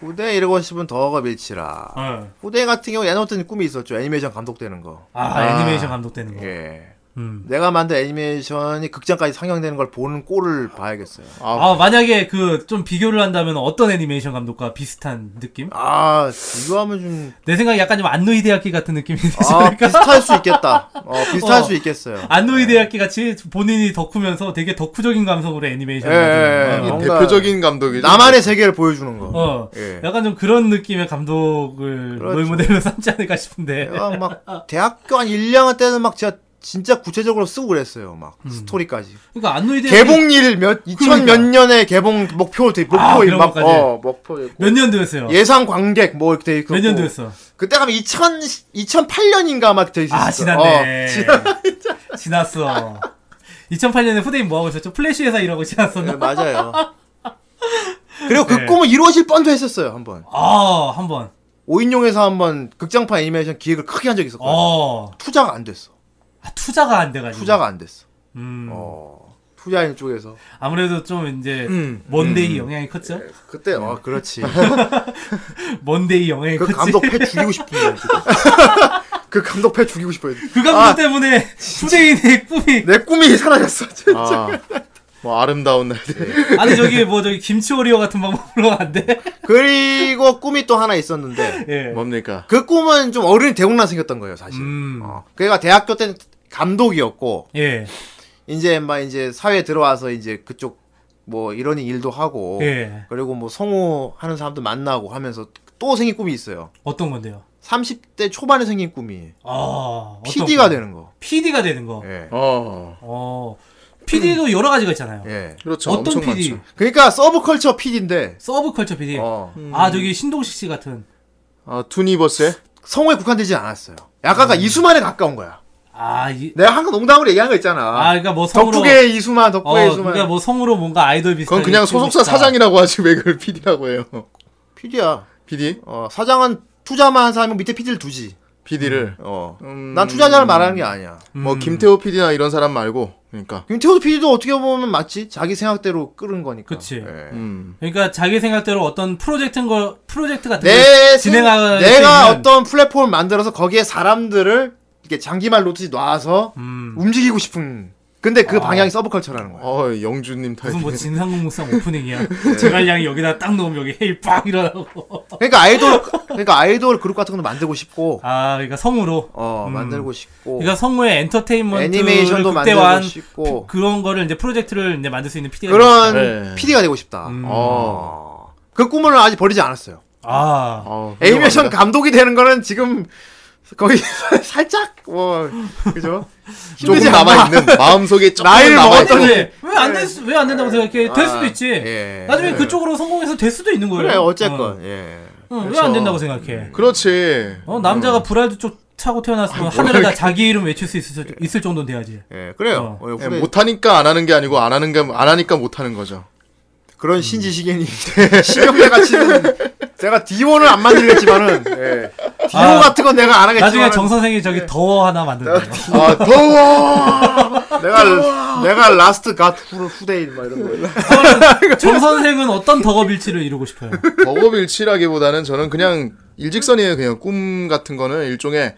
[SPEAKER 1] 후대 이러고 싶은 더가 밀치라.
[SPEAKER 2] 어.
[SPEAKER 1] 후대 같은 경우 예전부터 꿈이 있었죠. 애니메이션 감독 되는 거.
[SPEAKER 2] 아, 애니메이션 감독되는 거.
[SPEAKER 1] 예.
[SPEAKER 2] 음.
[SPEAKER 1] 내가 만든 애니메이션이 극장까지 상영되는 걸 보는 꼴을 봐야겠어요.
[SPEAKER 2] 아 만약에 그 좀 비교를 한다면 어떤 애니메이션 감독과 비슷한 느낌?
[SPEAKER 1] 아, 이거 하면 좀
[SPEAKER 2] 내 생각에 약간 좀 안노이 대학기 같은 느낌이 되지
[SPEAKER 1] 아,
[SPEAKER 2] 않을까?
[SPEAKER 1] 비슷할 수 있겠다. 어, 비슷할
[SPEAKER 2] 어.
[SPEAKER 1] 수 있겠어요.
[SPEAKER 2] 안노이 대학기 같이 본인이 덕후면서 되게 덕후적인 감성으로 애니메이션.
[SPEAKER 1] 예, 예, 예.
[SPEAKER 2] 을
[SPEAKER 1] 뭔가
[SPEAKER 3] 대표적인 감독이죠.
[SPEAKER 1] 나만의 세계를 보여주는 거.
[SPEAKER 2] 어,
[SPEAKER 1] 예.
[SPEAKER 2] 약간 좀 그런 느낌의 감독을
[SPEAKER 1] 그렇죠. 예.
[SPEAKER 2] 롤모델로 삼지 않을까 싶은데.
[SPEAKER 1] 내가 막 대학교 한 1학년 때는 막 진짜 진짜 구체적으로 쓰고 그랬어요. 막
[SPEAKER 2] 음.
[SPEAKER 1] 스토리까지.
[SPEAKER 2] 그러니까 안노이 대학기
[SPEAKER 1] 개봉일 몇 2000 몇 년에 개봉 목표 목표
[SPEAKER 2] 음. 그러니까. 아, 그런
[SPEAKER 1] 막
[SPEAKER 2] 것까지.
[SPEAKER 1] 어, 목표 있고.
[SPEAKER 2] 몇 년도였어요?
[SPEAKER 1] 예상 관객 뭐 이렇게 돼 있고.
[SPEAKER 2] 몇 년도였어?
[SPEAKER 1] 그때 가면 2000 2008년인가 막 돼 있었어. 어,
[SPEAKER 2] 아 지났네. 지났어. 2008년에 후대인 뭐하고 있었죠? 플래시 회사 일하고
[SPEAKER 1] 네,
[SPEAKER 2] 지났었나?
[SPEAKER 1] 맞아요. 그리고 그
[SPEAKER 2] 네.
[SPEAKER 1] 꿈은 이루어질 뻔도 했었어요, 한번.
[SPEAKER 2] 아, 한 번.
[SPEAKER 1] 오인용에서 한번 극장판 애니메이션 기획을 크게 한 적이 있었거든요.
[SPEAKER 2] 어.
[SPEAKER 1] 투자가 안 됐어.
[SPEAKER 2] 아, 투자가 안 돼가지고.
[SPEAKER 1] 그렇죠. 투자가 안 됐어.
[SPEAKER 2] 음.
[SPEAKER 1] 어. 투자인 쪽에서
[SPEAKER 2] 아무래도 좀 이제
[SPEAKER 3] 음.
[SPEAKER 2] 먼데이 영향이 컸죠.
[SPEAKER 1] 그때
[SPEAKER 2] 네.
[SPEAKER 1] 어 그렇지.
[SPEAKER 2] 먼데이 영향이
[SPEAKER 1] 그
[SPEAKER 2] 컸지.
[SPEAKER 1] 감독 패 죽이고 싶은데. 그 감독 패 죽이고 싶어요.
[SPEAKER 2] 그 감독
[SPEAKER 1] 아.
[SPEAKER 2] 때문에 후대인의 꿈이
[SPEAKER 1] 내 꿈이 사라졌어. 진짜.
[SPEAKER 3] 아, 뭐 아름다운 날들.
[SPEAKER 1] 네.
[SPEAKER 2] 아니 저기 뭐 저기 김치 오리오 같은 방법으로 안 돼?
[SPEAKER 1] 뭐 그리고 꿈이 또 하나 있었는데
[SPEAKER 2] 예.
[SPEAKER 3] 뭡니까?
[SPEAKER 1] 그 꿈은 좀 어른이 대공난 생겼던 거예요, 사실.
[SPEAKER 2] 음.
[SPEAKER 1] 어. 그애가 대학교 때는 감독이었고
[SPEAKER 2] 예.
[SPEAKER 1] 이제 막 이제 사회에 들어와서 이제 그쪽 뭐 이런 일도 하고
[SPEAKER 2] 예.
[SPEAKER 1] 그리고 뭐 성우 하는 사람도 만나고 하면서 또 생긴 꿈이 있어요.
[SPEAKER 2] 어떤 건데요?
[SPEAKER 1] 30대 초반에 생긴 꿈이
[SPEAKER 2] 아,
[SPEAKER 1] PD가 되는 거.
[SPEAKER 2] PD가 되는 거.
[SPEAKER 1] 예.
[SPEAKER 3] 어,
[SPEAKER 2] 어. PD도 여러 가지가 있잖아요.
[SPEAKER 1] 예.
[SPEAKER 3] 그렇죠.
[SPEAKER 2] 어떤
[SPEAKER 3] 엄청
[SPEAKER 2] PD?
[SPEAKER 3] 많죠.
[SPEAKER 1] 그러니까 서브컬처 PD인데
[SPEAKER 2] 서브컬처 PD.
[SPEAKER 1] 어.
[SPEAKER 2] 아, 저기 신동식 씨 같은.
[SPEAKER 3] 아, 투니버스에
[SPEAKER 1] 성우에 국한되지 않았어요. 약간 그러니까
[SPEAKER 2] 음.
[SPEAKER 1] 이수만에 가까운 거야.
[SPEAKER 2] 아, 이,
[SPEAKER 1] 내가 항상 농담으로 얘기한 거 있잖아.
[SPEAKER 2] 아, 그러니까 뭐 성으로
[SPEAKER 1] 덕후계 이수만,
[SPEAKER 2] 어,
[SPEAKER 1] 덕후계 이수만.
[SPEAKER 2] 그러니까 뭐 성으로 뭔가 아이돌 비슷한 뭐
[SPEAKER 3] 그건 그냥 소속사 사장이라고 하지 왜 그걸 PD라고 해요?
[SPEAKER 1] PD야.
[SPEAKER 3] PD?
[SPEAKER 1] 어, 사장은 투자만 한 사람이 밑에 PD를 두지.
[SPEAKER 3] PD를
[SPEAKER 1] 어.
[SPEAKER 3] 음.
[SPEAKER 1] 난 투자자를 말하는 게 아니야.
[SPEAKER 3] 뭐 김태호 PD나 이런 사람 말고 그러니까
[SPEAKER 1] 김태호 PD도 어떻게 보면 맞지? 자기 생각대로 끄는 거니까.
[SPEAKER 2] 그치.
[SPEAKER 1] 예.
[SPEAKER 3] 음.
[SPEAKER 2] 그러니까 자기 생각대로 어떤 프로젝트인 걸 프로젝트 같은
[SPEAKER 1] 내
[SPEAKER 2] 걸
[SPEAKER 1] 생-
[SPEAKER 2] 그 진행할 수
[SPEAKER 1] 내가
[SPEAKER 2] 있는-
[SPEAKER 1] 어떤 플랫폼을 만들어서 거기에 사람들을 이렇게 장기말 놓듯이 놔서
[SPEAKER 2] 음. 아.
[SPEAKER 1] 움직이고 싶은 근데 그 방향이 서브컬처라는 거야.
[SPEAKER 3] 어, 영주님
[SPEAKER 2] 무슨 뭐
[SPEAKER 3] 타이틀.
[SPEAKER 2] 진상공무상 오프닝이야.
[SPEAKER 1] 예.
[SPEAKER 2] 제갈량이 여기다 딱 놓으면 여기 헤이 빵 일어나고.
[SPEAKER 1] 그러니까 아이돌 그러니까 아이돌 그룹 같은 것도 만들고 싶고
[SPEAKER 2] 아, 그러니까 성우로.
[SPEAKER 1] 어
[SPEAKER 2] 음.
[SPEAKER 1] 만들고 싶고
[SPEAKER 2] 그러니까 성우의 엔터테인먼트
[SPEAKER 1] 애니메이션도
[SPEAKER 2] 극대화한
[SPEAKER 1] 만들고 싶고.
[SPEAKER 2] 피- 그런 거를 이제 프로젝트를 이제 만들 수 있는 PD가
[SPEAKER 1] 그런
[SPEAKER 3] 네.
[SPEAKER 1] PD가 되고 싶다.
[SPEAKER 2] 음.
[SPEAKER 1] 어. 그 꿈을 아직 버리지 않았어요.
[SPEAKER 2] 아.
[SPEAKER 3] 어,
[SPEAKER 1] 애니메이션 감독이 되는 거는 지금 거의 살짝 뭐 그죠?
[SPEAKER 3] 조금
[SPEAKER 1] 힘들지 않나?
[SPEAKER 3] 남아 있는 마음속에 조금
[SPEAKER 1] 나이를
[SPEAKER 3] 남아 있는
[SPEAKER 1] 먹었더니
[SPEAKER 2] 네. 왜안될왜안 된다고 생각해? 될 수도
[SPEAKER 1] 아,
[SPEAKER 2] 있지.
[SPEAKER 1] 예.
[SPEAKER 2] 나중에
[SPEAKER 1] 예.
[SPEAKER 2] 그쪽으로 성공해서 될 수도 있는 거예요.
[SPEAKER 1] 그래 어쨌건 음. 예.
[SPEAKER 2] 왜 안 된다고 생각해?
[SPEAKER 3] 그렇지.
[SPEAKER 2] 어,
[SPEAKER 1] 음.
[SPEAKER 2] 남자가 브라이드 쪽 차고
[SPEAKER 1] 아, 뭐
[SPEAKER 2] 태어났으면 하늘에다 자기 이름 외칠 수
[SPEAKER 1] 네.
[SPEAKER 2] 있을, 있을 정도는 돼야지.
[SPEAKER 1] 예 그래요.
[SPEAKER 2] 어.
[SPEAKER 1] 어,
[SPEAKER 3] 예,
[SPEAKER 1] 후대-
[SPEAKER 3] 못하니까 안 하는 게 아니고 안 하는 게안 하니까 못 하는 거죠.
[SPEAKER 1] 그런 신지식인이 음. 신경대가 치는 제가 D1을 안 만들겠지만은 예. D1
[SPEAKER 2] 아,
[SPEAKER 1] 같은 건 내가 안 하겠지만
[SPEAKER 2] 나중에 정 선생이
[SPEAKER 1] 네.
[SPEAKER 2] 저기 더워 하나 만든다.
[SPEAKER 3] 아 더워.
[SPEAKER 1] 내가 내가 라스트 갓 후- 후대인 막 이런 거
[SPEAKER 2] 정 선생은 어떤 덕업일치를 이루고 싶어요?
[SPEAKER 3] 버거빌치라기보다는 저는 그냥 일직선이에요. 그냥 꿈 같은 거는 일종의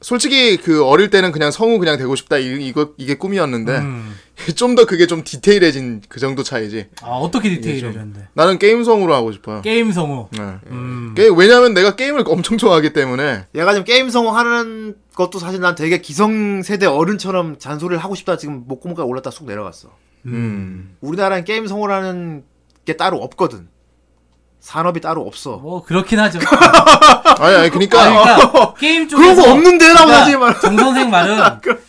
[SPEAKER 3] 솔직히 그 어릴 때는 그냥 성우 그냥 되고 싶다 이, 이거 이게 꿈이었는데
[SPEAKER 2] 음.
[SPEAKER 3] 좀 더 그게 좀 디테일해진 그 정도 차이지.
[SPEAKER 2] 아 어떻게 디테일을 했는데?
[SPEAKER 3] 나는 게임 성우로 하고 싶어요.
[SPEAKER 2] 게임 성우.
[SPEAKER 3] 네.
[SPEAKER 2] 음.
[SPEAKER 3] 게, 왜냐면 내가 게임을 엄청 좋아하기 때문에
[SPEAKER 1] 얘가 지금 게임 성공하는 것도 사실 난 되게 기성세대 어른처럼 잔소리를 하고 싶다 지금 목구멍까지 올랐다 쑥 내려갔어
[SPEAKER 3] 음.
[SPEAKER 1] 우리나라는 게임 성공하는 게 따로 없거든 산업이 따로 없어
[SPEAKER 2] 뭐 그렇긴 하죠.
[SPEAKER 3] 아니 아니 그러니까
[SPEAKER 2] 그러니까 게임 쪽에서
[SPEAKER 1] 그런 거 없는데라고
[SPEAKER 2] 그러니까
[SPEAKER 1] 하지 말
[SPEAKER 2] 정 선생 말은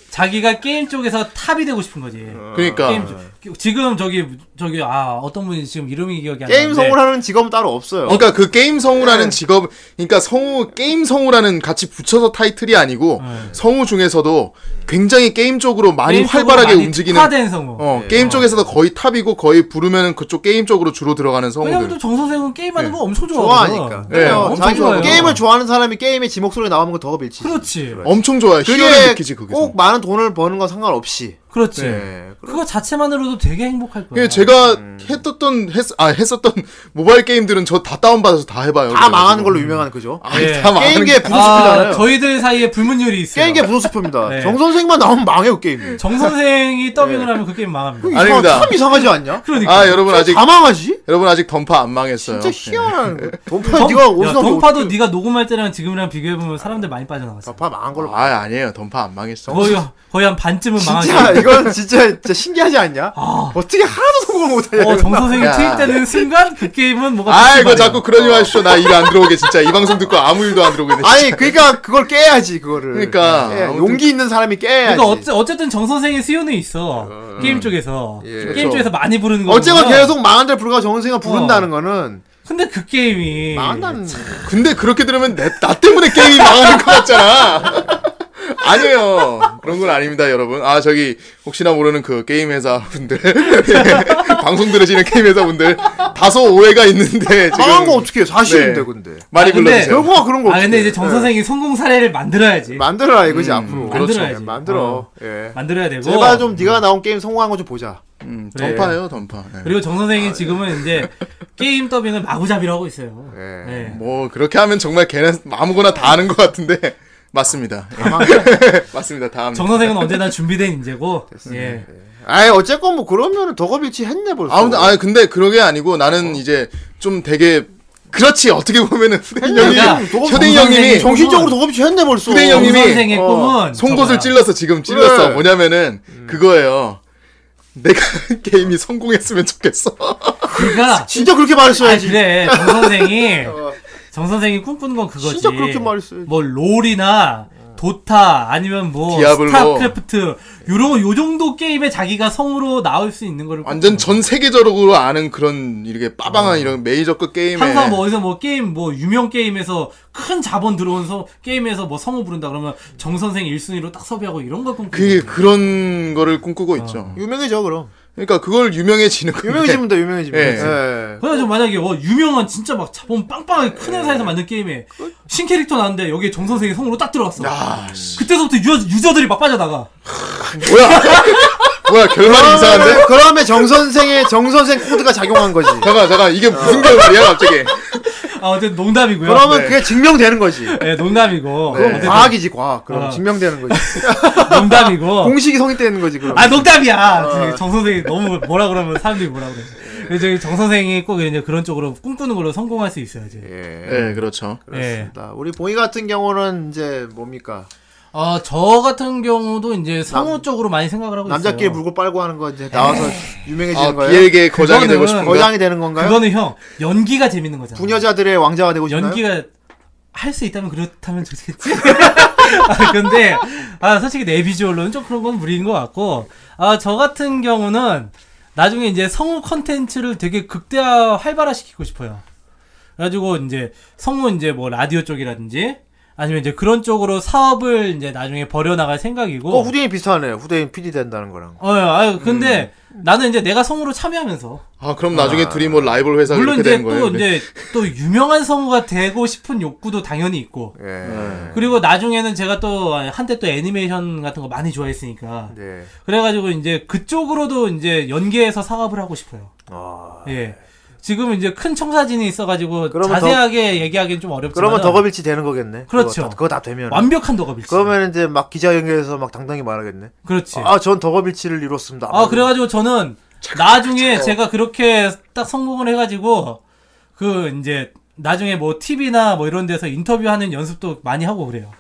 [SPEAKER 2] 자기가 게임 쪽에서 탑이 되고 싶은 거지. 게임
[SPEAKER 3] 그러니까
[SPEAKER 2] 쪽- 지금 저기 저기 아 어떤 분이 지금 이름이 기억이 안
[SPEAKER 1] 게임
[SPEAKER 2] 나는데
[SPEAKER 1] 성공하는 직업은 따로 없어요
[SPEAKER 3] 그러니까 그 게임
[SPEAKER 2] 네.
[SPEAKER 3] 성우라는 직업 그러니까 성우 게임 성우라는 같이 붙여서 타이틀이 아니고
[SPEAKER 2] 네.
[SPEAKER 3] 성우 중에서도 굉장히 게임 쪽으로 많이
[SPEAKER 2] 게임 쪽으로
[SPEAKER 3] 활발하게
[SPEAKER 2] 많이
[SPEAKER 3] 움직이는
[SPEAKER 2] 특화된 성우.
[SPEAKER 3] 어,
[SPEAKER 1] 아.
[SPEAKER 3] 게임 쪽에서도 거의 탑이고 거의 부르면은 그쪽 게임 쪽으로 주로 들어가는
[SPEAKER 2] 왜냐면 또
[SPEAKER 3] 성우들.
[SPEAKER 2] 정 선생은 게임하는 거 엄청 좋아하거든.
[SPEAKER 1] 좋아하니까
[SPEAKER 3] 네,
[SPEAKER 1] 그래요.
[SPEAKER 2] 엄청
[SPEAKER 1] 자기
[SPEAKER 2] 좋아해요.
[SPEAKER 1] 게임을 좋아하는 사람이 게임에 지 목소리 나오는 거 더 빌치
[SPEAKER 2] 그렇지.
[SPEAKER 3] 엄청 좋아해. 희열을 느끼지
[SPEAKER 1] 그게
[SPEAKER 3] 그게.
[SPEAKER 1] 꼭 많은 돈을 버는 건 상관없이
[SPEAKER 2] 그렇지. 네.
[SPEAKER 1] 예.
[SPEAKER 2] 그거 자체만으로도 되게 행복할
[SPEAKER 1] 음.
[SPEAKER 2] 거야.
[SPEAKER 3] 그 제가 했었던 했, 아 했었던 모바일 게임들은 저 다 다운 받아서 다 해봐요.
[SPEAKER 1] 다
[SPEAKER 3] 그래가지고.
[SPEAKER 1] 망하는 걸로 유명한 그죠?
[SPEAKER 3] 아니, 네.
[SPEAKER 2] 예.
[SPEAKER 3] 다 망하는
[SPEAKER 1] 게임계
[SPEAKER 3] 게-
[SPEAKER 1] 부도수표잖아요.
[SPEAKER 2] 아, 저희들 사이에 불문율이 있어요.
[SPEAKER 1] 게임계 부도수표입니다.
[SPEAKER 2] 네.
[SPEAKER 1] 정 선생만 나오면 망해요 게임이.
[SPEAKER 2] 정 선생이 더빙을 하면 그 게임 망합니다.
[SPEAKER 1] 이상하-
[SPEAKER 3] 아닙니다.
[SPEAKER 1] 참 이상하지 않냐?
[SPEAKER 2] 그러니까.
[SPEAKER 3] 아 여러분 아직
[SPEAKER 1] 다 망하지?
[SPEAKER 3] 여러분 아직 던파 안 망했어요.
[SPEAKER 1] 진짜
[SPEAKER 3] 예.
[SPEAKER 1] 희한한 거. 돈파 네가
[SPEAKER 2] 야,
[SPEAKER 1] 어디서
[SPEAKER 2] 동파도 네가 녹음할 때랑 지금이랑 비교해보면 사람들 많이 빠져나갔어.
[SPEAKER 1] 파 망한 걸로.
[SPEAKER 3] 아
[SPEAKER 1] 봐.
[SPEAKER 3] 아니에요. 던파 안 망했어.
[SPEAKER 2] 거의 거의 한 반쯤은
[SPEAKER 1] 아, 진짜
[SPEAKER 2] 망하지.
[SPEAKER 1] 이건 진짜 진짜 신기하지 않냐?
[SPEAKER 2] 아.
[SPEAKER 1] 어떻게 하나도 성공 못하냐?
[SPEAKER 2] 어, 정 선생이
[SPEAKER 3] 야.
[SPEAKER 2] 투입되는 순간 그 게임은 뭐가
[SPEAKER 3] 아이고
[SPEAKER 2] 좋지
[SPEAKER 3] 자꾸 그러지 마십시오. 나 일 안 들어오게 진짜 이 방송 듣고 아무 일도 안 들어오게. 됐어.
[SPEAKER 1] 아니 그러니까 그걸 깨야지 그거를.
[SPEAKER 3] 그러니까.
[SPEAKER 1] 깨야-
[SPEAKER 3] 아무튼-
[SPEAKER 1] 용기 있는 사람이 깨야지.
[SPEAKER 2] 그러니까 어째, 어쨌든 정 선생의 수요는 있어 게임 쪽에서
[SPEAKER 1] 예.
[SPEAKER 2] 게임
[SPEAKER 1] 그렇죠.
[SPEAKER 2] 쪽에서 많이 부르는 거
[SPEAKER 1] 어쨌건
[SPEAKER 2] 보면. 어.
[SPEAKER 1] 계속 망한 데 불과 정 선생이가 부른다는 거는
[SPEAKER 2] 근데 그 게임이
[SPEAKER 1] 망한다는.
[SPEAKER 3] 근데 그렇게 들으면 내, 나 때문에 게임이 망하는 것 같잖아. 아니에요. 그런 건 아닙니다, 여러분. 아, 저기, 혹시나 모르는 그 게임 회사 분들. 방송 들으시는 게임 회사 분들. 다소 오해가 있는데. 지금
[SPEAKER 1] 망한 거 어떻게 해? 사실인데
[SPEAKER 3] 네.
[SPEAKER 1] 근데.
[SPEAKER 3] 많이
[SPEAKER 2] 아, 근데
[SPEAKER 3] 불러주세요.
[SPEAKER 1] 결국은 그런 거.
[SPEAKER 2] 아 근데
[SPEAKER 1] 어떡해.
[SPEAKER 2] 이제 정
[SPEAKER 1] 예.
[SPEAKER 2] 선생이 성공 사례를 만들어야지
[SPEAKER 1] 만들어라 이거지 앞으로.
[SPEAKER 2] 만들어야지.
[SPEAKER 1] 그렇죠. 만들어. 예.
[SPEAKER 2] 만들어야 되고
[SPEAKER 1] 제발 좀 네가 나온 게임 성공한 거 좀 보자.
[SPEAKER 3] 음,
[SPEAKER 1] 네.
[SPEAKER 3] 던파예요, 던파. 예.
[SPEAKER 2] 그리고 정
[SPEAKER 1] 아,
[SPEAKER 2] 선생이 지금은 이제 게임 더빙을 마구잡이로 하고 있어요.
[SPEAKER 1] 예.
[SPEAKER 2] 네.
[SPEAKER 3] 뭐, 그렇게 하면 정말 걔는 아무거나 다 하는 것 같은데. 맞습니다. 예,
[SPEAKER 1] 아, 망-
[SPEAKER 3] 맞습니다. 다음.
[SPEAKER 2] 정 선생은 언제나 준비된 인재고. 예.
[SPEAKER 1] 아이 어쨌건 뭐 그러면은 덕업일치 했네 벌써.
[SPEAKER 3] 아무튼, 아 근데 그러게 아니고 나는 이제 좀 되게, 그렇지, 어떻게 보면은 후대인 형님이,
[SPEAKER 2] 야,
[SPEAKER 1] 저거
[SPEAKER 2] 정선생이
[SPEAKER 3] 후대인 네. 형님이
[SPEAKER 1] 네, 정신적으로
[SPEAKER 2] 뭐
[SPEAKER 1] 덕업일치 했네 벌써.
[SPEAKER 3] 후대인
[SPEAKER 2] 정
[SPEAKER 3] 형님이
[SPEAKER 2] 선생의
[SPEAKER 1] 어,
[SPEAKER 2] 꿈은
[SPEAKER 3] 송곳을
[SPEAKER 2] 저거야.
[SPEAKER 3] 찔러서 지금 찔렀어.
[SPEAKER 1] 그래.
[SPEAKER 3] 뭐냐면은 그거예요. 내가 게임이 성공했으면 좋겠어.
[SPEAKER 2] 그러니까
[SPEAKER 1] 진짜 그렇게
[SPEAKER 2] 아니,
[SPEAKER 1] 말했어야지.
[SPEAKER 2] 그래 정 선생이 정 선생이 꿈꾸는 건 그거지.
[SPEAKER 1] 진짜 그렇게 말했어야지.
[SPEAKER 2] 뭐 롤이나 도타 아니면 뭐
[SPEAKER 3] 디아블로.
[SPEAKER 2] 스타크래프트 요런 요 정도 게임에 자기가 성으로 나올 수 있는 거를 꿈꾸는
[SPEAKER 3] 완전 전 세계적으로 아는 그런 이렇게 빠방한 이런 메이저급 게임에
[SPEAKER 2] 항상 뭐 어디서 뭐 게임 뭐 유명 게임에서 큰 자본 들어온 성, 게임에서 뭐 성우 부른다 그러면 정 선생 1순위로 딱 섭외하고 이런 걸 꿈꾸는
[SPEAKER 3] 그
[SPEAKER 2] 거지.
[SPEAKER 3] 그런 거를 꿈꾸고 있죠.
[SPEAKER 1] 유명해져 그럼.
[SPEAKER 3] 그러니까 그걸 유명해지는 거.
[SPEAKER 1] 유명해지면
[SPEAKER 2] 네.
[SPEAKER 1] 돼 유명해지면.
[SPEAKER 3] 예.
[SPEAKER 1] 예.
[SPEAKER 2] 그래서 좀 만약에 어, 유명한 진짜 막 자본 빵빵하게
[SPEAKER 1] 네.
[SPEAKER 2] 큰 회사에서 만든 게임에
[SPEAKER 1] 그-
[SPEAKER 2] 신캐릭터 나왔는데 여기에 정 선생이 성우로 딱 들어갔어.
[SPEAKER 3] 아, 씨.
[SPEAKER 2] 그때서부터 유저, 들이막 빠져나가.
[SPEAKER 3] 뭐야? 뭐야
[SPEAKER 1] 아,
[SPEAKER 3] 결말이 이상한데?
[SPEAKER 1] 네. 그러면- 그러면 정 선생의 정 선생 코드가 작용한 거지.
[SPEAKER 3] 잠깐 잠깐 이게 무슨 결말이야 갑자기?
[SPEAKER 2] 아, 어쨌든 농담이고요.
[SPEAKER 1] 그러면
[SPEAKER 3] 네.
[SPEAKER 1] 그게 증명되는 거지.
[SPEAKER 2] 예, 농담이고.
[SPEAKER 3] 네.
[SPEAKER 2] 어쨌든
[SPEAKER 1] 과학이지 과학. 그럼
[SPEAKER 2] 어.
[SPEAKER 1] 증명되는 거지.
[SPEAKER 2] 농담이고.
[SPEAKER 1] 공식이 성립되는 거지 그럼.
[SPEAKER 2] 아
[SPEAKER 1] 어.
[SPEAKER 2] 농담이야. 저기 정 선생이 너무 뭐라 그러면 사람들이 뭐라 그래. 근데 저기 정 선생이 꼭 이제 그런 쪽으로 꿈꾸는 걸로 성공할 수 있어야지.
[SPEAKER 1] 예.
[SPEAKER 3] 네, 그렇죠.
[SPEAKER 1] 그렇습니다. 우리 봉이 같은 경우는 이제 뭡니까
[SPEAKER 2] 어저 같은 경우도 이제 성우 쪽으로 많이 생각을 하고
[SPEAKER 1] 남자끼리
[SPEAKER 2] 아, 있어요.
[SPEAKER 1] 물고 빨고 하는 거 이제 나와서 유명해지는
[SPEAKER 3] 아,
[SPEAKER 1] 거예요?
[SPEAKER 3] 비엘계의 거장이
[SPEAKER 2] 그거는-
[SPEAKER 3] 되고 싶은가?
[SPEAKER 1] 거장이 되는 건가요?
[SPEAKER 2] 그거는 형 연기가 재밌는 거잖아.
[SPEAKER 1] 부녀자들의 왕자가 되고 싶나요?
[SPEAKER 2] 연기가 할 수 있다면 그렇다면 좋겠지. 아, 근데 아 솔직히 내 비주얼로는 좀 그런 건 무리인 것 같고 아 저 같은 경우는 나중에 이제 성우 컨텐츠를 되게 극대화 활발화시키고 싶어요. 그래가지고 이제 성우 이제 뭐 라디오 쪽이라든지 아니면 이제 그런 쪽으로 사업을 이제 나중에 벌여나갈 생각이고.
[SPEAKER 1] 어, 후대인 비슷하네요. 후대인 PD 된다는 거랑.
[SPEAKER 2] 어, 아 근데 나는 이제 내가 성우로 참여하면서
[SPEAKER 3] 아, 그럼 나중에 둘이 뭐 라이벌 회사
[SPEAKER 2] 물론
[SPEAKER 3] 이렇게
[SPEAKER 2] 이제
[SPEAKER 3] 되는
[SPEAKER 2] 또
[SPEAKER 3] 거예요. 네.
[SPEAKER 2] 이제 또 유명한 성우가 되고 싶은 욕구도 당연히 있고.
[SPEAKER 1] 예.
[SPEAKER 2] 네. 그리고 나중에는 제가 또 한때 또 애니메이션 같은 거 많이 좋아했으니까
[SPEAKER 1] 네.
[SPEAKER 2] 그래가지고 이제 그쪽으로도 이제 연계해서 사업을 하고 싶어요.
[SPEAKER 1] 아.
[SPEAKER 2] 예. 지금 이제 큰 청사진이 있어가지고
[SPEAKER 1] 그러면
[SPEAKER 2] 자세하게 얘기하기는 좀 어렵지만
[SPEAKER 1] 그러면 덕업일치 되는 거겠네.
[SPEAKER 2] 그렇죠.
[SPEAKER 1] 그거 다, 그거 다 되면.
[SPEAKER 2] 완벽한 덕업일지.
[SPEAKER 1] 그러면 이제 막 기자 연결해서 막 당당히 말하겠네.
[SPEAKER 2] 그렇지. 아,
[SPEAKER 1] 아, 전 덕업일치를 이뤘습니다.
[SPEAKER 2] 그래가지고 저는 나중에 제가 그렇게 딱 성공을 해가지고 그 이제 나중에 뭐 TV나 뭐 이런 데서 인터뷰하는 연습도 많이 하고 그래요.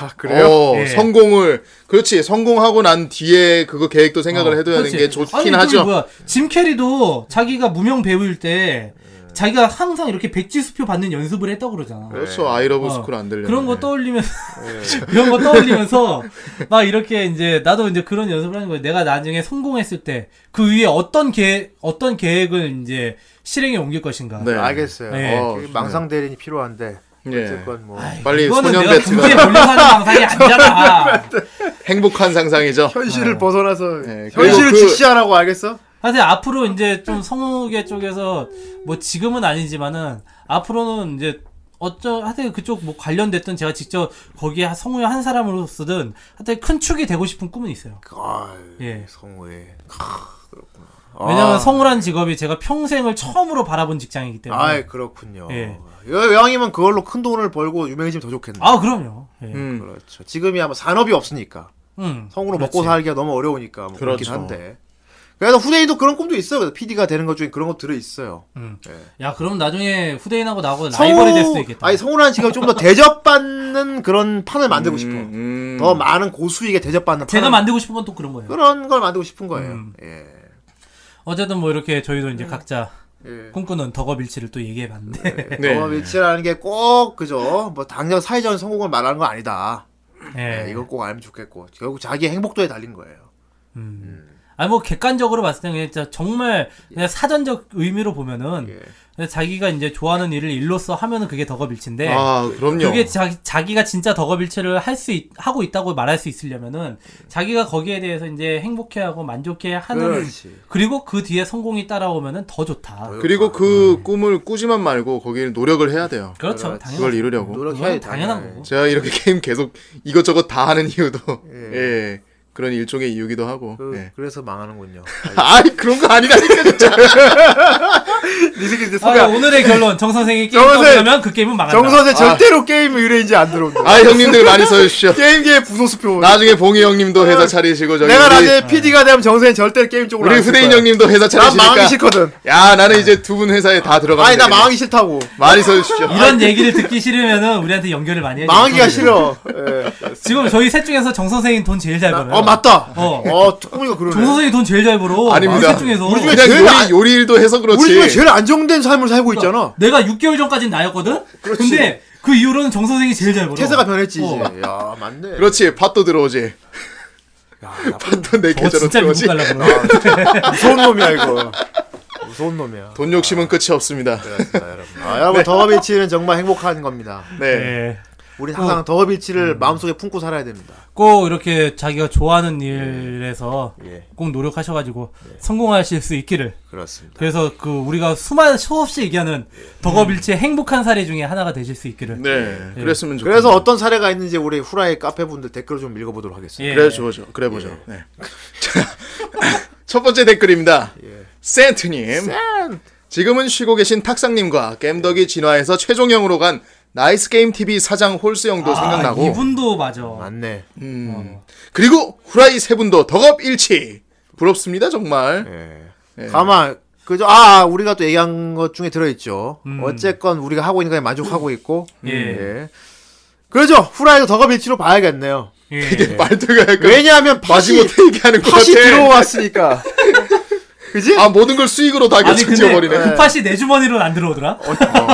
[SPEAKER 1] 아, 그래요?
[SPEAKER 3] 어,
[SPEAKER 2] 예.
[SPEAKER 3] 성공을 그렇지 성공하고 난 뒤에 그거 계획도 생각을 해둬야 되는
[SPEAKER 2] 어, 그렇지.
[SPEAKER 3] 게 좋긴
[SPEAKER 2] 아니, 저기
[SPEAKER 3] 하죠.
[SPEAKER 2] 뭐야, 짐 캐리도 자기가 무명 배우일 때 자기가 항상 이렇게 백지 수표 받는 연습을 했다고 그러잖아.
[SPEAKER 3] 그렇죠. 아이러브
[SPEAKER 2] 어,
[SPEAKER 3] 스쿨 안 네. 들려.
[SPEAKER 2] 그런 거 떠올리면서
[SPEAKER 3] 네.
[SPEAKER 2] 그런 거 떠올리면서 막 이렇게 이제 나도 이제 그런 연습을 하는 거예요. 내가 나중에 성공했을 때 그 위에 어떤 계획 어떤 계획을 이제 실행에 옮길 것인가.
[SPEAKER 3] 네.
[SPEAKER 1] 알겠어요.
[SPEAKER 2] 네.
[SPEAKER 1] 어, 망상 대리인이 필요한데. 어쨌건 뭐.
[SPEAKER 2] 아이,
[SPEAKER 3] 빨리
[SPEAKER 2] 이거는
[SPEAKER 3] 소년
[SPEAKER 2] 내가
[SPEAKER 3] 배트가-
[SPEAKER 2] 군대에 몰려사는 방상이 아니잖아.
[SPEAKER 3] 행복한 상상이죠.
[SPEAKER 1] 현실을 벗어나서
[SPEAKER 3] 네, 그리고
[SPEAKER 1] 현실을
[SPEAKER 3] 그-
[SPEAKER 1] 직시하라고 알겠어?
[SPEAKER 2] 사실 앞으로 이제 좀 성우계 쪽에서 뭐 지금은 아니지만은 앞으로는 이제 어쩌 하여튼 그쪽 뭐 관련됐든 제가 직접 거기에 성우의 한 사람으로서든 하여튼 큰 축이 되고 싶은 꿈은 있어요.
[SPEAKER 1] 아,
[SPEAKER 2] 예.
[SPEAKER 1] 성우의.
[SPEAKER 2] 왜냐면
[SPEAKER 1] 아.
[SPEAKER 2] 성우라는 직업이 제가 평생을 처음으로 바라본 직장이기 때문에.
[SPEAKER 1] 아이, 그렇군요.
[SPEAKER 2] 예.
[SPEAKER 1] 여왕이면 그걸로 큰 돈을 벌고 유명해지면 더 좋겠네.
[SPEAKER 2] 아 그럼요. 예. 음,
[SPEAKER 3] 음.
[SPEAKER 1] 그렇죠. 지금이 아마 산업이 없으니까. 성으로 먹고
[SPEAKER 2] 그렇지.
[SPEAKER 1] 살기가 너무 어려우니까 뭐 그렇긴
[SPEAKER 3] 그렇죠.
[SPEAKER 1] 한데. 그래서 후대인도 그런 꿈도 있어요. 그래서 PD가 되는 것 중에 그런 거 들어 있어요.
[SPEAKER 2] 야 그럼 나중에 후대인하고 나하고 라이벌이 될 수도 있겠다.
[SPEAKER 1] 아니 성우라는 직업 좀더 대접받는 그런 판을 만들고 싶어.
[SPEAKER 3] 음.
[SPEAKER 1] 더 많은 고수에게 대접받는
[SPEAKER 2] 제가
[SPEAKER 1] 판을-
[SPEAKER 2] 만들고 음. 싶은 건 또 그런 거예요.
[SPEAKER 1] 그런 걸 만들고 싶은 거예요. 예.
[SPEAKER 2] 어쨌든 뭐 이렇게 저희도 이제 각자
[SPEAKER 1] 음. 예.
[SPEAKER 2] 꿈꾸는 덕업일치를 또 얘기해봤는데.
[SPEAKER 3] 네.
[SPEAKER 1] 어, 위치라는 게 꼭 그죠. 뭐 당장 사회적인 성공을 말하는 건 아니다.
[SPEAKER 2] 예.
[SPEAKER 1] 예, 이걸 꼭 알면 좋겠고 결국 자기 행복도에 달린 거예요.
[SPEAKER 2] 아니 뭐 객관적으로 봤을 때 그냥 진짜 정말 그냥 사전적 의미로 보면은
[SPEAKER 1] 예.
[SPEAKER 2] 그냥 자기가 이제 좋아하는 일을 일로써 하면은 그게 덕업일치인데
[SPEAKER 3] 아, 그럼요.
[SPEAKER 2] 네. 그게 자기 자기가 진짜 덕업일치를 할 수 하고 있다고 말할 수 있으려면은 자기가 거기에 대해서 이제 행복해하고 만족해하는
[SPEAKER 1] 예. 그렇지. 아,
[SPEAKER 2] 그리고그 뒤에 성공이 따라오면은 더 좋다.
[SPEAKER 1] 음.
[SPEAKER 3] 그리고 그 꿈을 꾸지만 말고 거기를 노력을 해야 돼요.
[SPEAKER 2] 그렇죠,
[SPEAKER 1] 그렇지.
[SPEAKER 2] 당연.
[SPEAKER 3] 그걸 이루려고.
[SPEAKER 1] 노력해야
[SPEAKER 2] 그건 당연한 거고.
[SPEAKER 3] 제가 이렇게 게임 계속 이것저것 다 하는 이유도 예. 그런 일종의 이유기도 하고.
[SPEAKER 1] 그,
[SPEAKER 3] 예.
[SPEAKER 1] 그래서 망하는군요.
[SPEAKER 3] 아이 그런 거 아니라니까 진짜.
[SPEAKER 1] 이 새끼 이제
[SPEAKER 2] 아,
[SPEAKER 1] 소개 안-
[SPEAKER 2] 오늘의 결론 정 선생이 게임
[SPEAKER 1] 정선생!
[SPEAKER 2] 떠오르면 그 게임은 망한다.
[SPEAKER 1] 정선생
[SPEAKER 3] 아.
[SPEAKER 1] 절대로 게임 의뢰인지 안 들어온다.
[SPEAKER 3] 아 형님들 많이 써주십시오.
[SPEAKER 1] 게임계의 부도수표.
[SPEAKER 3] 나중에 봉이 형님도 회사 차리시고 저기
[SPEAKER 1] 아, 내가
[SPEAKER 3] 우리,
[SPEAKER 1] 나중에 PD가 되면 정선생 절대로 게임 쪽으로
[SPEAKER 3] 우리
[SPEAKER 1] 안 쓸
[SPEAKER 3] 후대인
[SPEAKER 1] 거야. 그러니까.
[SPEAKER 3] 형님도 회사
[SPEAKER 1] 난 망하기
[SPEAKER 3] 차리시니까.
[SPEAKER 1] 싫거든.
[SPEAKER 3] 야 나는 이제 두 분 회사에 다 들어가면
[SPEAKER 1] 아니 나
[SPEAKER 3] 되겠네.
[SPEAKER 1] 망하기 싫다고.
[SPEAKER 3] 많이 써주십시오.
[SPEAKER 2] 이런 얘기를 듣기 싫으면은 우리한테 연결을 많이 해.
[SPEAKER 1] 망하기가 싫어. 예.
[SPEAKER 2] 지금 저희 셋 중에서 정 선생이 돈 제일 잘 벌어요.
[SPEAKER 1] 어 맞다.
[SPEAKER 2] 어.
[SPEAKER 1] 어 뚜꾸미가
[SPEAKER 2] 정
[SPEAKER 1] 그러네.
[SPEAKER 2] 선생이 돈 제일 잘 벌어.
[SPEAKER 3] 아닙니다.
[SPEAKER 2] 우리 셋 중에서.
[SPEAKER 1] 우리 중에
[SPEAKER 3] 그냥
[SPEAKER 1] 제일
[SPEAKER 3] 요리
[SPEAKER 1] 안-
[SPEAKER 3] 요리도 해서 그렇지.
[SPEAKER 1] 우리 중에 제일 안정된 삶을 살고 있잖아.
[SPEAKER 2] 내가 6개월 전까지는 나였거든? 근데 그 이후로는 정 선생이 제일 잘 벌어.
[SPEAKER 1] 태세가 변했지
[SPEAKER 2] 어.
[SPEAKER 1] 이제. 야 맞네.
[SPEAKER 3] 그렇지 팥도 들어오지. 팥도 내
[SPEAKER 2] 어,
[SPEAKER 3] 계좌로
[SPEAKER 2] 진짜 미국
[SPEAKER 3] 들어오지. 아,
[SPEAKER 2] 갈라 그러네.
[SPEAKER 1] 무서운 놈이야 이거. 무서운 놈이야.
[SPEAKER 3] 돈 욕심은 끝이 없습니다.
[SPEAKER 1] 그렇습니다, 여러분. 아, 여러분 더업일치는 정말 행복한 겁니다.
[SPEAKER 3] 네.
[SPEAKER 2] 네.
[SPEAKER 1] 우리 항상 더업일치를 어. 마음속에 품고 살아야 됩니다.
[SPEAKER 2] 꼭 이렇게 자기가 좋아하는 일에서
[SPEAKER 1] 예.
[SPEAKER 2] 꼭 노력하셔가지고 성공하실 수 있기를.
[SPEAKER 1] 그렇습니다.
[SPEAKER 2] 그래서 그 우리가 수많은 수없이 얘기하는 덕업일치의 행복한 사례 중에 하나가 되실 수 있기를.
[SPEAKER 3] 네. 그랬으면 좋겠
[SPEAKER 1] 그래서 어떤 사례가 있는지 우리 후라이 카페 분들 댓글을 좀 읽어보도록 하겠습니다.
[SPEAKER 2] 예.
[SPEAKER 3] 그래 보죠. 그래 보죠. 네. 자, 첫 번째 댓글입니다. 센트님. 지금은 쉬고 계신 탁상님과 겜덕이 진화해서 최종형으로 간 나이스 게임 TV 사장 홀스형도 생각나고
[SPEAKER 2] 이분도 맞아.
[SPEAKER 1] 맞네.
[SPEAKER 3] 음. 그리고 후라이 세 분도 덕업 일치 부럽습니다 정말.
[SPEAKER 1] 예. 가만 그저 아 우리가 또 얘기한 것 중에 들어있죠.
[SPEAKER 3] 음.
[SPEAKER 1] 어쨌건 우리가 하고 있는 거에 만족하고 있고.
[SPEAKER 2] 예.
[SPEAKER 1] 예. 그렇죠. 후라이도 덕업 일치로 봐야겠네요.
[SPEAKER 2] 예.
[SPEAKER 3] 이게 말투가 약간
[SPEAKER 1] 왜냐하면 팥이
[SPEAKER 3] 그러니까 마지못해 얘기하는 것 같아.
[SPEAKER 1] 팥이 들어왔으니까. 그지?
[SPEAKER 3] 아 모든 걸 수익으로 다
[SPEAKER 2] 아니 근데
[SPEAKER 3] 결정지어버리네.
[SPEAKER 2] 그 팥이 내 주머니로는 안 들어오더라.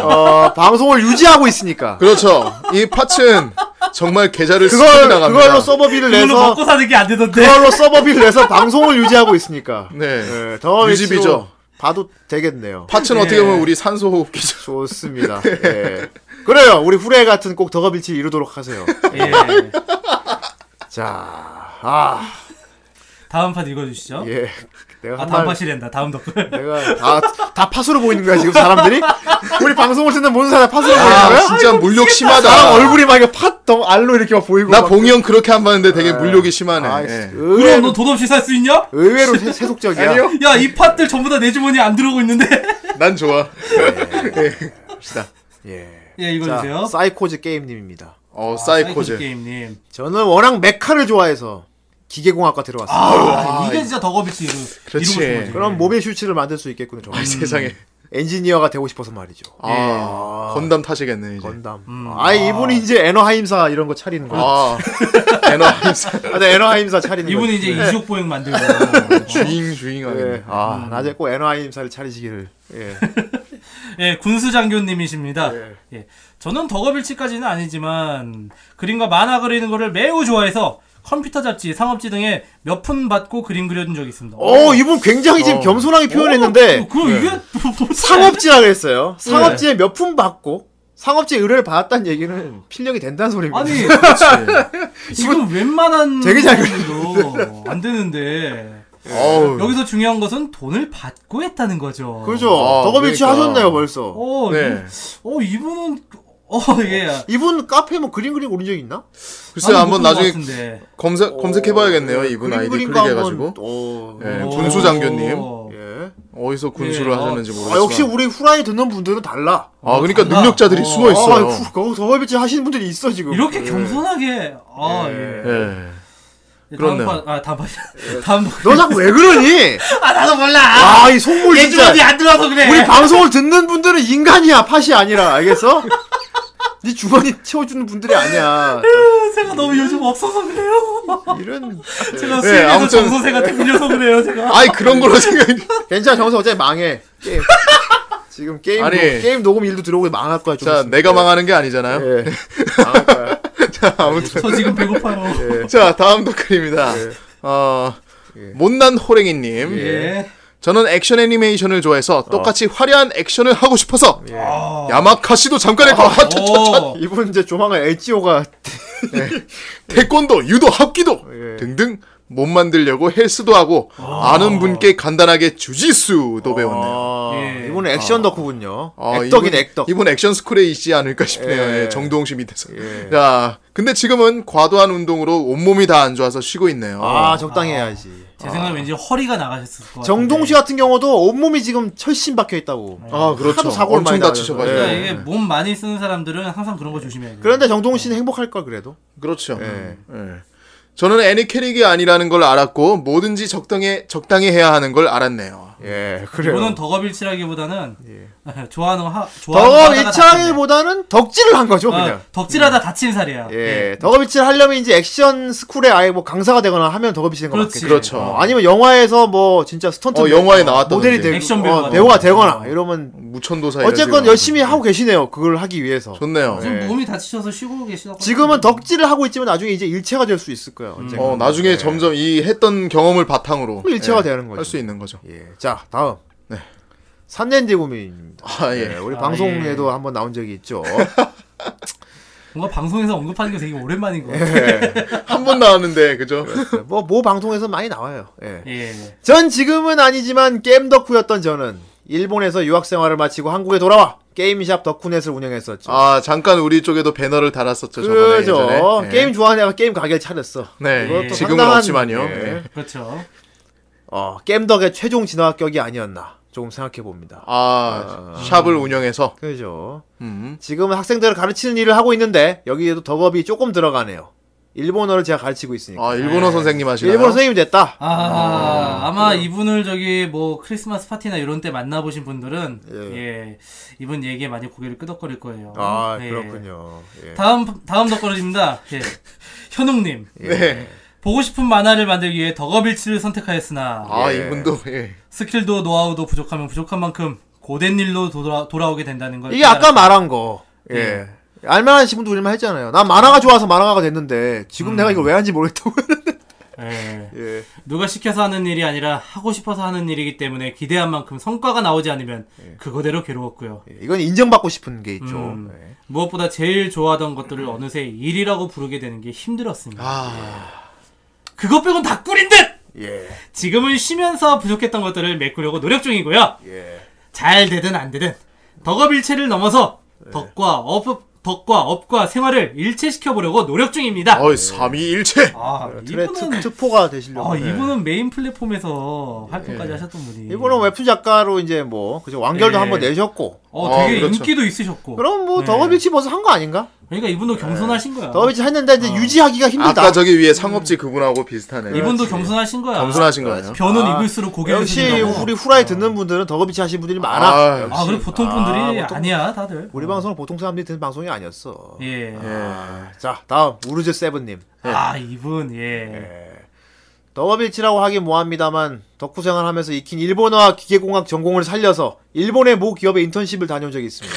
[SPEAKER 1] 어, 방송을 유지하고 있으니까.
[SPEAKER 3] 그렇죠. 이 파츠는 정말 계좌를
[SPEAKER 1] 그걸
[SPEAKER 3] 쓰고 나갑니다.
[SPEAKER 1] 그걸로 서버비를
[SPEAKER 2] 그걸로
[SPEAKER 1] 내서
[SPEAKER 2] 먹고 사는 게 안 되던데.
[SPEAKER 1] 그걸로 서버비를 내서 방송을 유지하고 있으니까.
[SPEAKER 3] 네.
[SPEAKER 1] 예, 덕업
[SPEAKER 3] 유지비죠.
[SPEAKER 1] 일치로 봐도 되겠네요.
[SPEAKER 3] 파츠는
[SPEAKER 2] 네.
[SPEAKER 3] 어떻게 보면 우리 산소호흡기죠.
[SPEAKER 1] 좋습니다.
[SPEAKER 3] 네.
[SPEAKER 1] 예. 그래요. 우리 후레 같은 꼭 덕업 일치 이루도록 하세요.
[SPEAKER 2] 예.
[SPEAKER 1] 자, 아,
[SPEAKER 2] 다음 판 읽어주시죠.
[SPEAKER 1] 예. 내가
[SPEAKER 2] 아
[SPEAKER 1] 한
[SPEAKER 2] 다음
[SPEAKER 1] 말, 네.
[SPEAKER 2] 팟이란다. 다음 덕분.
[SPEAKER 1] 내가 다, 다 파수로 보이는 거야, 지금 사람들이? 우리 방송을 듣는 모든 사람 다 파수로 보이는
[SPEAKER 3] 아
[SPEAKER 1] 거야?
[SPEAKER 3] 진짜 물욕 심하다.
[SPEAKER 1] 사람 얼굴이 막 이렇게 팥덩 알로 이렇게 막 보이고.
[SPEAKER 3] 나
[SPEAKER 1] 막-
[SPEAKER 3] 봉이 형 그렇게 안 봤는데 되게 물욕이 심하네.
[SPEAKER 1] 아,
[SPEAKER 3] 예.
[SPEAKER 2] 그럼
[SPEAKER 1] 의외로,
[SPEAKER 2] 너 돈 없이 살 수 있냐?
[SPEAKER 1] 의외로 세, 세속적이야.
[SPEAKER 3] 아니요.
[SPEAKER 2] 야 이 팟들 전부 다 내 주머니 안 들어오고 있는데.
[SPEAKER 3] 난 좋아.
[SPEAKER 1] 예.
[SPEAKER 2] 예 읽어주세요.
[SPEAKER 1] 자, 사이코즈 게임님입니다.
[SPEAKER 3] 어
[SPEAKER 2] 사이코즈
[SPEAKER 3] 사이코즈.
[SPEAKER 2] 게임님.
[SPEAKER 1] 저는 워낙 메카를 좋아해서 기계공학과 들어왔어요.
[SPEAKER 2] 아, 이게 진짜 덕업이지. 이루,
[SPEAKER 3] 그렇지.
[SPEAKER 2] 이루고 싶은 거지.
[SPEAKER 1] 그럼 모빌 슈츠를 만들 수 있겠군요. 정말.
[SPEAKER 3] 네. 아이, 세상에.
[SPEAKER 1] 음. 엔지니어가 되고 싶어서 말이죠.
[SPEAKER 3] 아 건담 타시겠네 이제.
[SPEAKER 1] 예. 건담. 아, 이분이 이제 에너하임사 이런 거 차리는 거야.
[SPEAKER 3] 음. 아 에너하임사
[SPEAKER 1] 아, 네, 에너하임사 차리는 거.
[SPEAKER 2] 이분이 이제 이족 보행 만들고. 어.
[SPEAKER 3] 주잉 주잉하게.
[SPEAKER 1] 예.
[SPEAKER 3] 음.
[SPEAKER 1] 아, 낮에 꼭 NIM사를 차리시기를. 예.
[SPEAKER 2] 예, 군수 장교님이십니다.
[SPEAKER 1] 예.
[SPEAKER 2] 예. 저는 덕업일치까지는 아니지만 그림과 만화 그리는 거를 매우 좋아해서 컴퓨터 잡지, 상업지 등에 몇 푼 받고 그림 그려준 적이 있습니다.
[SPEAKER 1] 어, 이분 굉장히 지금 겸손하게
[SPEAKER 2] 어,
[SPEAKER 1] 표현했는데
[SPEAKER 2] 그 이게 뭐-
[SPEAKER 1] 상업지라 그랬어요. 상업지에
[SPEAKER 3] 네.
[SPEAKER 1] 몇 푼 받고 상업지 의뢰를 받았다는 얘기는 필력이 된다는 소리입니다.
[SPEAKER 2] 아니 이거 웬만한
[SPEAKER 1] 되게 잘
[SPEAKER 2] 사람들도 안 되는데
[SPEAKER 3] 예. 어우.
[SPEAKER 2] 여기서 중요한 것은 돈을 받고 했다는 거죠.
[SPEAKER 1] 그죠?
[SPEAKER 3] 아,
[SPEAKER 1] 덕업일치 그렇죠.
[SPEAKER 3] 그러니까.
[SPEAKER 1] 하셨네요, 벌써.
[SPEAKER 2] 어,
[SPEAKER 3] 네.
[SPEAKER 2] 이, 어 이분은 어 예.
[SPEAKER 1] 이분 카페에 뭐 그림 그림 오른 적 있나?
[SPEAKER 3] 글쎄
[SPEAKER 2] 나는
[SPEAKER 3] 한번
[SPEAKER 2] 못
[SPEAKER 3] 나중에
[SPEAKER 2] 본것 같은데.
[SPEAKER 3] 어, 검색 검색해봐야겠네요
[SPEAKER 1] 예,
[SPEAKER 3] 이분
[SPEAKER 1] 그림
[SPEAKER 3] 아이디
[SPEAKER 1] 그린 거
[SPEAKER 3] 클릭해가지고.
[SPEAKER 1] 한번, 어,
[SPEAKER 3] 예,
[SPEAKER 2] 어.
[SPEAKER 3] 군수 장교님
[SPEAKER 1] 예.
[SPEAKER 3] 어디서 군수를
[SPEAKER 2] 예,
[SPEAKER 3] 하셨는지
[SPEAKER 1] 아,
[SPEAKER 3] 모르겠어요.
[SPEAKER 1] 역시 우리 후라이 듣는 분들은 달라.
[SPEAKER 3] 아 그러니까
[SPEAKER 2] 달라.
[SPEAKER 3] 능력자들이
[SPEAKER 2] 어.
[SPEAKER 3] 숨어 있어요.
[SPEAKER 1] 아, 후, 거기 덕업일치 하시는 분들이 있어, 지금.
[SPEAKER 2] 이렇게
[SPEAKER 1] 예.
[SPEAKER 2] 겸손하게 아
[SPEAKER 1] 예.
[SPEAKER 2] 예.
[SPEAKER 3] 예.
[SPEAKER 2] 다음
[SPEAKER 3] 그렇네요.
[SPEAKER 2] 번, 아 다음 번, 다음 번.
[SPEAKER 1] 너 자꾸 왜 그러니?
[SPEAKER 2] 아 나도 몰라.
[SPEAKER 1] 아, 이 속물
[SPEAKER 2] 얘
[SPEAKER 1] 진짜.
[SPEAKER 2] 주머니 안 들어서 그래.
[SPEAKER 1] 우리 방송을 듣는 분들은 인간이야 팥이 아니라 알겠어? 네 주머니 채워주는 분들이 아니야
[SPEAKER 2] 제가 너무 요즘 없어서 그래요.
[SPEAKER 1] 이런
[SPEAKER 2] 제가
[SPEAKER 3] 네,
[SPEAKER 2] 수입에서
[SPEAKER 3] 아무튼-
[SPEAKER 2] 정선생한테 밀려서 그래요. 제가.
[SPEAKER 3] 아이 그런 걸로 생각이.
[SPEAKER 1] 괜찮아 정서 어차피 망해 게임 지금 게임
[SPEAKER 3] 아니.
[SPEAKER 1] 녹- 게임 녹음 일도 들어오고 망할 거야 좀
[SPEAKER 3] 자
[SPEAKER 1] 있으면.
[SPEAKER 3] 내가 망하는 게 아니잖아요.
[SPEAKER 1] 예 망할 거야
[SPEAKER 3] 자 아무튼
[SPEAKER 2] 저 지금 배고파요.
[SPEAKER 1] 예.
[SPEAKER 3] 자 다음 댓글입니다. 어 못난 호랭이님.
[SPEAKER 2] 예.
[SPEAKER 3] 저는 액션 애니메이션을 좋아해서 똑같이 화려한 액션을 하고 싶어서
[SPEAKER 1] 예.
[SPEAKER 3] 아. 야마카시도 잠깐 했고 아,
[SPEAKER 1] 어.
[SPEAKER 2] 오.
[SPEAKER 1] 이분 이제 조만간 LGO가
[SPEAKER 3] 태권도, 유도, 합기도
[SPEAKER 1] 예.
[SPEAKER 3] 등등 못 만들려고 헬스도 하고 아는 분께 간단하게 주짓수도 배웠네요.
[SPEAKER 2] 예.
[SPEAKER 1] 어, 이분은 액션 덕후군요
[SPEAKER 3] 아,
[SPEAKER 1] 액덕이네
[SPEAKER 3] 이분-
[SPEAKER 1] 액덕
[SPEAKER 3] 이분 액션 스쿨에 있지 않을까 싶네요.
[SPEAKER 1] 예.
[SPEAKER 3] 예, 정동욱 씨 밑에서. 자, 근데 지금은 과도한 운동으로 온몸이 다 안 좋아서 쉬고 있네요.
[SPEAKER 1] 아 적당히 해야지
[SPEAKER 2] 제 생각엔 왠지 허리가 나가셨을 것 같아요.
[SPEAKER 1] 정동 씨 같은 경우도 온몸이 지금 철심 박혀 있다고
[SPEAKER 3] 아, 그렇죠.
[SPEAKER 1] 하도 사고를
[SPEAKER 3] 엄청
[SPEAKER 1] 많이
[SPEAKER 3] 다치셔가지고.
[SPEAKER 1] 나가지고.
[SPEAKER 2] 그러니까
[SPEAKER 1] 예.
[SPEAKER 2] 이게 몸 많이 쓰는 사람들은 항상 그런 거 조심해야 돼요.
[SPEAKER 1] 그런데 정동 씨는 행복할 걸 그래도
[SPEAKER 3] 그렇죠.
[SPEAKER 1] 예.
[SPEAKER 3] 예. 저는 애니 캐릭이 아니라는 걸 알았고 뭐든지 적당히 적당히 해야 하는 걸 알았네요.
[SPEAKER 1] 예 그래요 예.
[SPEAKER 2] 이거는 덕업일치라기보다는 좋아하는 거 하, 좋아하는 거
[SPEAKER 1] 덕업
[SPEAKER 2] 하다가 다친
[SPEAKER 1] 일창이보다는 덕질을 한 거죠
[SPEAKER 2] 살.
[SPEAKER 1] 그냥.
[SPEAKER 2] 아, 네. 덕질하다 다친 살이야.
[SPEAKER 1] 예, 덕업일치를 하려면 이제 액션 스쿨에 아예 뭐 강사가 되거나 하면 덕업일치 된거
[SPEAKER 2] 그렇지.
[SPEAKER 1] 맞겠죠.
[SPEAKER 3] 그렇죠.
[SPEAKER 1] 어, 아니면 영화에서 뭐 진짜 스턴트
[SPEAKER 3] 어, 영화에 나왔던
[SPEAKER 1] 모델이
[SPEAKER 3] 분들.
[SPEAKER 1] 되고
[SPEAKER 2] 액션
[SPEAKER 1] 배우가,
[SPEAKER 2] 배우가
[SPEAKER 1] 어, 배우가
[SPEAKER 2] 되거나.
[SPEAKER 1] 되거나 이러면
[SPEAKER 3] 무천도사 이런
[SPEAKER 1] 어쨌건
[SPEAKER 3] 식으로.
[SPEAKER 1] 열심히 하고 계시네요. 그걸 하기 위해서.
[SPEAKER 3] 좋네요.
[SPEAKER 2] 지금
[SPEAKER 1] 예.
[SPEAKER 2] 몸이 다치셔서 쉬고 계시다고.
[SPEAKER 1] 지금은 덕질을 하고 있지만 나중에 이제 일체가 될 수 있을 거야.
[SPEAKER 2] 음.
[SPEAKER 1] 언젠가.
[SPEAKER 3] 어 나중에 점점 이 했던 경험을 바탕으로
[SPEAKER 1] 그럼
[SPEAKER 3] 예,
[SPEAKER 1] 음. 예. 뭐 일체가 되는 거죠.
[SPEAKER 3] 할 수 있는 거죠.
[SPEAKER 1] 예, 자 다음.
[SPEAKER 3] 네.
[SPEAKER 1] 산넨디구미입니다.
[SPEAKER 3] 아 예.
[SPEAKER 1] 예, 우리
[SPEAKER 2] 아,
[SPEAKER 1] 방송에도 한번 나온 적이 있죠.
[SPEAKER 2] 뭔가 방송에서 언급하는 게 되게 오랜만인 것 같아요.
[SPEAKER 3] 한 번 나왔는데 그죠?
[SPEAKER 1] 뭐 모 방송에서 많이 나와요. 예.
[SPEAKER 2] 예.
[SPEAKER 1] 전 지금은 아니지만 게임 덕후였던 저는 일본에서 유학 생활을 마치고 한국에 돌아와 게임샵 덕후넷을 운영했었죠.
[SPEAKER 3] 아 잠깐 우리 쪽에도 배너를 달았었죠. 저번에
[SPEAKER 1] 그죠.
[SPEAKER 3] 예전에. 예.
[SPEAKER 1] 게임 좋아하는 애가 게임 가게를 차렸어.
[SPEAKER 3] 네.
[SPEAKER 1] 이것도
[SPEAKER 3] 지금은
[SPEAKER 1] 상당한-
[SPEAKER 3] 없지만요.
[SPEAKER 1] 예.
[SPEAKER 3] 예.
[SPEAKER 2] 그렇죠.
[SPEAKER 1] 어, 게임 덕의 최종 진화 합격이 아니었나. 조금 생각해 봅니다.
[SPEAKER 3] 아, 샵을 운영해서
[SPEAKER 1] 그죠.
[SPEAKER 3] 음.
[SPEAKER 1] 지금은 학생들을 가르치는 일을 하고 있는데 여기에도 덕업이 조금 들어가네요. 일본어를 제가 가르치고 있으니까.
[SPEAKER 3] 아 일본어 선생님 하시나요?
[SPEAKER 1] 예. 일본 선생님 됐다.
[SPEAKER 2] 아, 아마 이분을 저기 뭐 크리스마스 파티나 이런 때 만나보신 분들은
[SPEAKER 1] 예.
[SPEAKER 2] 예, 이분 얘기에 많이 고개를 끄덕거릴 거예요.
[SPEAKER 1] 아
[SPEAKER 2] 예.
[SPEAKER 1] 그렇군요. 예.
[SPEAKER 2] 다음 다음 덕거리입니다. 예. 현웅님
[SPEAKER 3] 네.
[SPEAKER 2] 보고 싶은 만화를 만들기 위해 덕업일치를 선택하였으나
[SPEAKER 3] 아
[SPEAKER 1] 예.
[SPEAKER 3] 이분도 예.
[SPEAKER 2] 스킬도 노하우도 부족하면 부족한 만큼 고된 일로 돌아, 돌아오게 된다는 걸
[SPEAKER 1] 이게 아까
[SPEAKER 2] 깨달았다.
[SPEAKER 1] 말한 거. 예. 알만한 신분도 우리만 했잖아요. 난 만화가 좋아서 만화가가 됐는데 지금 내가 이걸 왜 하는지 모르겠다고.
[SPEAKER 2] 예.
[SPEAKER 1] 예.
[SPEAKER 2] 누가 시켜서 하는 일이 아니라 하고 싶어서 하는 일이기 때문에 기대한 만큼 성과가 나오지 않으면 그거대로 괴로웠고요.
[SPEAKER 1] 예. 이건 인정받고 싶은 게 있죠.
[SPEAKER 2] 음.
[SPEAKER 1] 예.
[SPEAKER 2] 무엇보다 제일 좋아하던 것들을 어느새 일이라고 부르게 되는 게 힘들었습니다. 예.
[SPEAKER 3] 아
[SPEAKER 2] 그것 빼곤 다 꿀인 듯!
[SPEAKER 1] 예.
[SPEAKER 2] 지금은 쉬면서 부족했던 것들을 메꾸려고 노력 중이고요.
[SPEAKER 1] 예.
[SPEAKER 2] 잘 되든 안 되든 덕업 일체를 넘어서
[SPEAKER 1] 네.
[SPEAKER 2] 덕과 업, 덕과 업과 생활을 일체시켜 보려고 노력 중입니다.
[SPEAKER 3] 어이 삼위일체.
[SPEAKER 2] 아,
[SPEAKER 1] 그래 특,
[SPEAKER 2] 이분은
[SPEAKER 1] 특포가 되시려고.
[SPEAKER 2] 아,
[SPEAKER 1] 예.
[SPEAKER 2] 이분은 메인 플랫폼에서 활동까지 하셨던 분이.
[SPEAKER 1] 이분은 웹툰 작가로 이제 뭐 그죠 완결도
[SPEAKER 2] 예.
[SPEAKER 1] 한번 내셨고.
[SPEAKER 2] 어, 되게
[SPEAKER 3] 아, 그렇죠.
[SPEAKER 2] 인기도 있으셨고.
[SPEAKER 1] 그럼 뭐
[SPEAKER 2] 네.
[SPEAKER 1] 덕업일치 벌써 한 거 아닌가?
[SPEAKER 2] 그러니까 이분도 겸손하신 거야.
[SPEAKER 1] 덕업일치 했는데
[SPEAKER 2] 아.
[SPEAKER 1] 이제 유지하기가 힘들다. 예.
[SPEAKER 3] 아까 저기 위에 상업지 그분하고 비슷하네요.
[SPEAKER 2] 이분도 겸손하신 거야.
[SPEAKER 3] 겸손하신 거예요.
[SPEAKER 2] 변은
[SPEAKER 1] 아,
[SPEAKER 2] 입을수록 고개를
[SPEAKER 1] 역시
[SPEAKER 2] 숙인다고.
[SPEAKER 1] 우리 후라이 듣는 분들은 덕업일치 하신 분들이 많아.
[SPEAKER 3] 아,
[SPEAKER 1] 역시.
[SPEAKER 2] 아, 그리고 보통 분들이
[SPEAKER 1] 아,
[SPEAKER 2] 아,
[SPEAKER 1] 보통-
[SPEAKER 2] 니야 다들.
[SPEAKER 1] 우리 방송은 보통 사람들이 듣는 방송이 아니었어.
[SPEAKER 2] 예.
[SPEAKER 3] 예.
[SPEAKER 1] 자 다음 우르즈 세븐님.
[SPEAKER 2] 아, 이분 예.
[SPEAKER 1] 덕업일치라고 하긴 뭐합니다만 덕후 생활하면서 익힌 일본어와 기계공학 전공을 살려서 일본의 모 기업에 인턴십을 다녀온 적이 있습니다.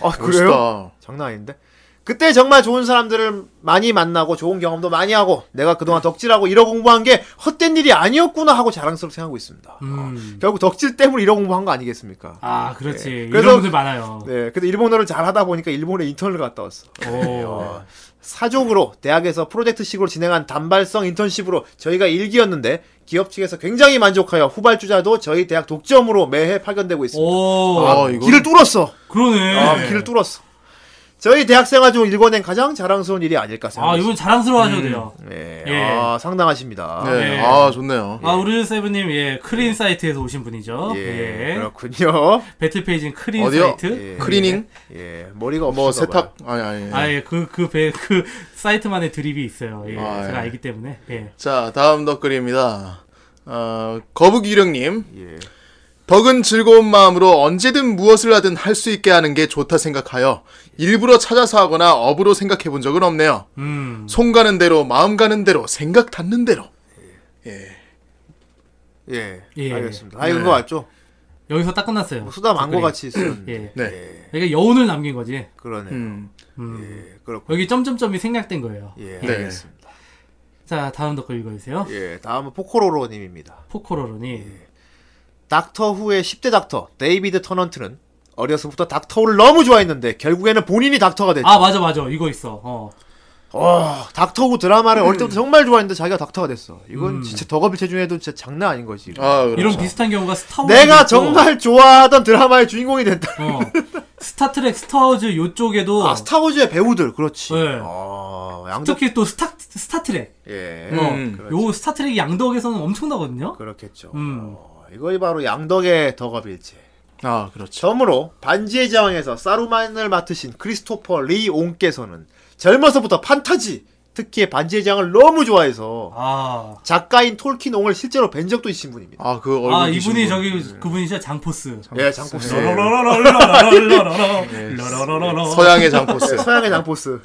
[SPEAKER 1] 어, 아 그래요?
[SPEAKER 3] 멋있다.
[SPEAKER 1] 장난 아닌데? 그때 정말 좋은 사람들을 많이 만나고 좋은 경험도 많이 하고 내가 그동안 덕질하고 이러 공부한 게 헛된 일이 아니었구나 하고 자랑스럽게 생각하고 있습니다.
[SPEAKER 2] 음.
[SPEAKER 1] 결국 덕질 때문에 이러 공부한 거 아니겠습니까? 예.
[SPEAKER 2] 아, 그렇지.
[SPEAKER 1] 그래서-
[SPEAKER 2] 이런 분들 많아요.
[SPEAKER 1] 네, 근데 일본어를 잘하다 보니까 일본에 인턴을 갔다 네. 왔어.
[SPEAKER 2] 오.
[SPEAKER 1] 사족으로 대학에서 프로젝트식으로 진행한 단발성 인턴십으로 저희가 일기였는데 기업 측에서 굉장히 만족하여 후발주자도 저희 대학 독점으로 매해 파견되고 있습니다.
[SPEAKER 2] 오.
[SPEAKER 3] 아, 이거
[SPEAKER 1] 길을 뚫었어.
[SPEAKER 2] 그러네.
[SPEAKER 1] 아,
[SPEAKER 2] 아,
[SPEAKER 1] 길을 뚫었어. 저희 대학생활 중 일궈낸 가장 자랑스러운 일이 아닐까 생각합니다.
[SPEAKER 2] 이분 자랑스러워 하셔도 돼요.
[SPEAKER 1] 네,
[SPEAKER 2] 예.
[SPEAKER 1] 아, 상당하십니다.
[SPEAKER 3] 네.
[SPEAKER 2] 예.
[SPEAKER 3] 아 좋네요.
[SPEAKER 2] 아, 우리 세븐님, 예, 크린 사이트에서 오신 분이죠.
[SPEAKER 1] 예,
[SPEAKER 2] 예.
[SPEAKER 1] 그렇군요.
[SPEAKER 2] 배틀페이지는 크린
[SPEAKER 3] 어디요?
[SPEAKER 2] 사이트.
[SPEAKER 1] 예.
[SPEAKER 3] 클리닝?
[SPEAKER 1] 예, 머리가 없어.
[SPEAKER 3] 뭐 세탁? 아니 아니.
[SPEAKER 2] 아, 예, 그, 그, 배, 그, 사이트만의 드립이 있어요. 예,
[SPEAKER 3] 아,
[SPEAKER 2] 제가
[SPEAKER 3] 예.
[SPEAKER 2] 알기 때문에. 예.
[SPEAKER 3] 자 다음 덧글입니다. 어, 거북이령님
[SPEAKER 1] 예.
[SPEAKER 3] 덕은 즐거운 마음으로 언제든 무엇을 하든 할 수 있게 하는 게 좋다 생각하여 일부러 찾아서 하거나 업으로 생각해 본 적은 없네요.
[SPEAKER 2] 음.
[SPEAKER 3] 손 가는 대로, 마음 가는 대로, 생각 닿는 대로.
[SPEAKER 1] 예.
[SPEAKER 2] 예.
[SPEAKER 1] 알겠습니다. 아,
[SPEAKER 3] 네.
[SPEAKER 1] 이거 맞죠?
[SPEAKER 2] 여기서 딱 끝났어요.
[SPEAKER 1] 수다 망고
[SPEAKER 2] 그래.
[SPEAKER 1] 같이 있으면.
[SPEAKER 2] 예.
[SPEAKER 3] 네.
[SPEAKER 2] 그러니까 여운을 남긴 거지.
[SPEAKER 1] 그러네.
[SPEAKER 3] 음.
[SPEAKER 1] 예, 그렇군.
[SPEAKER 2] 여기 점점점이 생략된 거예요.
[SPEAKER 1] 예,
[SPEAKER 3] 네.
[SPEAKER 1] 알겠습니다.
[SPEAKER 2] 자, 다음 덧글 읽어주세요.
[SPEAKER 1] 예, 다음은 포코로로님입니다.
[SPEAKER 2] 포코로로니.
[SPEAKER 1] 닥터 후의 10대 닥터 데이비드 터넌트는 어려서부터 닥터를 너무 좋아했는데 결국에는 본인이 닥터가 됐죠.
[SPEAKER 2] 아, 맞아, 맞아. 이거 있어. 어.
[SPEAKER 1] 어, 닥터 후
[SPEAKER 2] 음.
[SPEAKER 1] 드라마를 어릴 때부터 정말 좋아했는데 자기가 닥터가 됐어. 이건 진짜 덕업일체 중에도 진짜 장난 아닌 거지.
[SPEAKER 3] 아, 그렇죠.
[SPEAKER 2] 이런 비슷한 경우가 스타워즈.
[SPEAKER 1] 내가 정말
[SPEAKER 2] 음.
[SPEAKER 1] 좋아하던 드라마의 주인공이 된다.
[SPEAKER 2] 어. 스타트렉, 스타워즈 요쪽에도.
[SPEAKER 1] 아, 스타워즈의 배우들, 그렇지.
[SPEAKER 2] 네.
[SPEAKER 1] 아, 양덕.
[SPEAKER 2] 특히 또 스타, 스타트렉.
[SPEAKER 1] 예.
[SPEAKER 2] 어.
[SPEAKER 3] 음,
[SPEAKER 2] 요 스타트렉이 양덕에서는 엄청나거든요?
[SPEAKER 1] 그렇겠죠.
[SPEAKER 2] 음.
[SPEAKER 1] 어, 이거이 바로 양덕의 덕업일체.
[SPEAKER 3] 아, 그렇죠.
[SPEAKER 1] 점으로 반지의 제왕에서 사루만을 맡으신 크리스토퍼 리 옹께서는 젊어서부터 판타지, 특히 반지의 제왕을 너무 좋아해서
[SPEAKER 2] 아.
[SPEAKER 1] 작가인 톨킨 옹을 실제로 뵌 적도 있으신 분입니다.
[SPEAKER 3] 아, 그 얼굴
[SPEAKER 2] 아,
[SPEAKER 3] 뒤집은
[SPEAKER 2] 이분이
[SPEAKER 3] 분.
[SPEAKER 2] 저기, 그분이죠? 장포스.
[SPEAKER 1] 예, 장포스.
[SPEAKER 2] 네. 서양.
[SPEAKER 3] 네. 서양의 장포스.
[SPEAKER 1] 예, 서양의 장포스.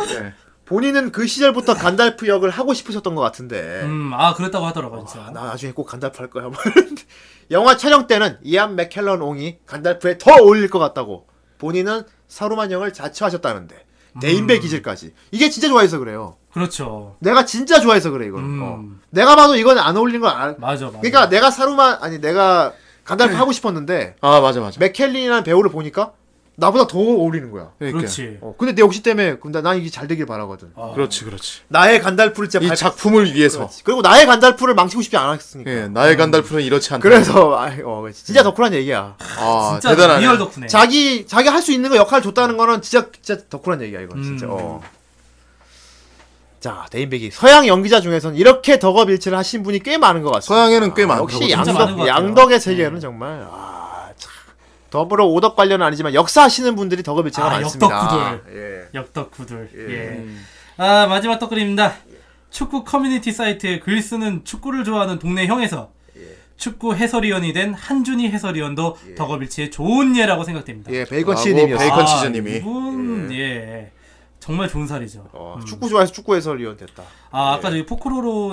[SPEAKER 1] 본인은 그 시절부터 간달프 역을 하고 싶으셨던 것 같은데
[SPEAKER 2] 음, 아, 그랬다고 하더라고요, 진짜.
[SPEAKER 1] 아, 나 나중에 꼭 간달프 할 거야. 뭐 이러는데 영화 촬영 때는 이안 맥켈런 옹이 간달프에 더 어울릴 것 같다고 본인은 사루만 영을 자처하셨다는데 대인배 기질까지 이게 진짜 좋아해서 그래요.
[SPEAKER 2] 그렇죠.
[SPEAKER 1] 내가 진짜 좋아해서 그래 이거는.
[SPEAKER 2] 음.
[SPEAKER 1] 어. 내가 봐도 이건 안 어울리는 걸 알.
[SPEAKER 2] 맞아, 맞아.
[SPEAKER 1] 그러니까 내가 사루만 아니 내가 간달프 하고 싶었는데
[SPEAKER 3] 아, 맞아 맞아.
[SPEAKER 1] 맥켈린이라는 배우를 보니까 나보다 더 어울리는 거야.
[SPEAKER 3] 그러니까.
[SPEAKER 2] 그렇지.
[SPEAKER 1] 어, 근데 내 욕심 때문에 근데 난 이게 잘 되길 바라거든.
[SPEAKER 3] 그렇지, 그렇지.
[SPEAKER 1] 나의 간달프를 진짜
[SPEAKER 3] 이
[SPEAKER 1] 발-
[SPEAKER 3] 작품을 위해서.
[SPEAKER 1] 그렇지. 그리고 나의 간달프를 망치고 싶지 않았으니까.
[SPEAKER 3] 예,
[SPEAKER 2] 음.
[SPEAKER 3] 나의 간달프는 이렇지 않다.
[SPEAKER 1] 그래서 아이, 어, 진짜 덕후란 얘기야.
[SPEAKER 3] 아,
[SPEAKER 2] 진짜
[SPEAKER 3] 대단하네.
[SPEAKER 2] 리얼 덕후네.
[SPEAKER 1] 자기 자기 할 수 있는 거 역할 을 줬다는 거는 진짜 진짜 덕후란 얘기야 이건 진짜.
[SPEAKER 2] 음.
[SPEAKER 1] 어. 자 대인배기 서양 연기자 중에서는 이렇게 덕업일치를 하신 분이 꽤 많은 것 같습니다.
[SPEAKER 3] 서양에는 꽤 많다고.
[SPEAKER 1] 역시
[SPEAKER 3] 생각합니다.
[SPEAKER 2] 진짜 많은
[SPEAKER 1] 양덕,
[SPEAKER 2] 것 같아요. 네.
[SPEAKER 1] 양덕의 세계는 정말 아, 더불어 오덕 관련은 아니지만 역사하시는 분들이 덕업일체가
[SPEAKER 2] 아,
[SPEAKER 1] 많습니다.
[SPEAKER 2] 역덕후들. 역덕후들. 예. 아, 마지막 덕글입니다. 축구 커뮤니티 사이트에 글 쓰는 축구를 좋아하는 동네 형에서 축구 해설위원이 된 한준희 해설위원도 덕업일치의 좋은 예라고 생각됩니다. 아,
[SPEAKER 1] 예, 베이컨
[SPEAKER 3] 라고
[SPEAKER 1] 치즈님이었어요.
[SPEAKER 3] 아, 뭐 베이컨 치즈님이.
[SPEAKER 2] 이분, 예. 정말 좋은 살이죠.
[SPEAKER 1] 어, 축구 좋아해서 축구 해설위원 됐다.
[SPEAKER 2] 아, 아까 저기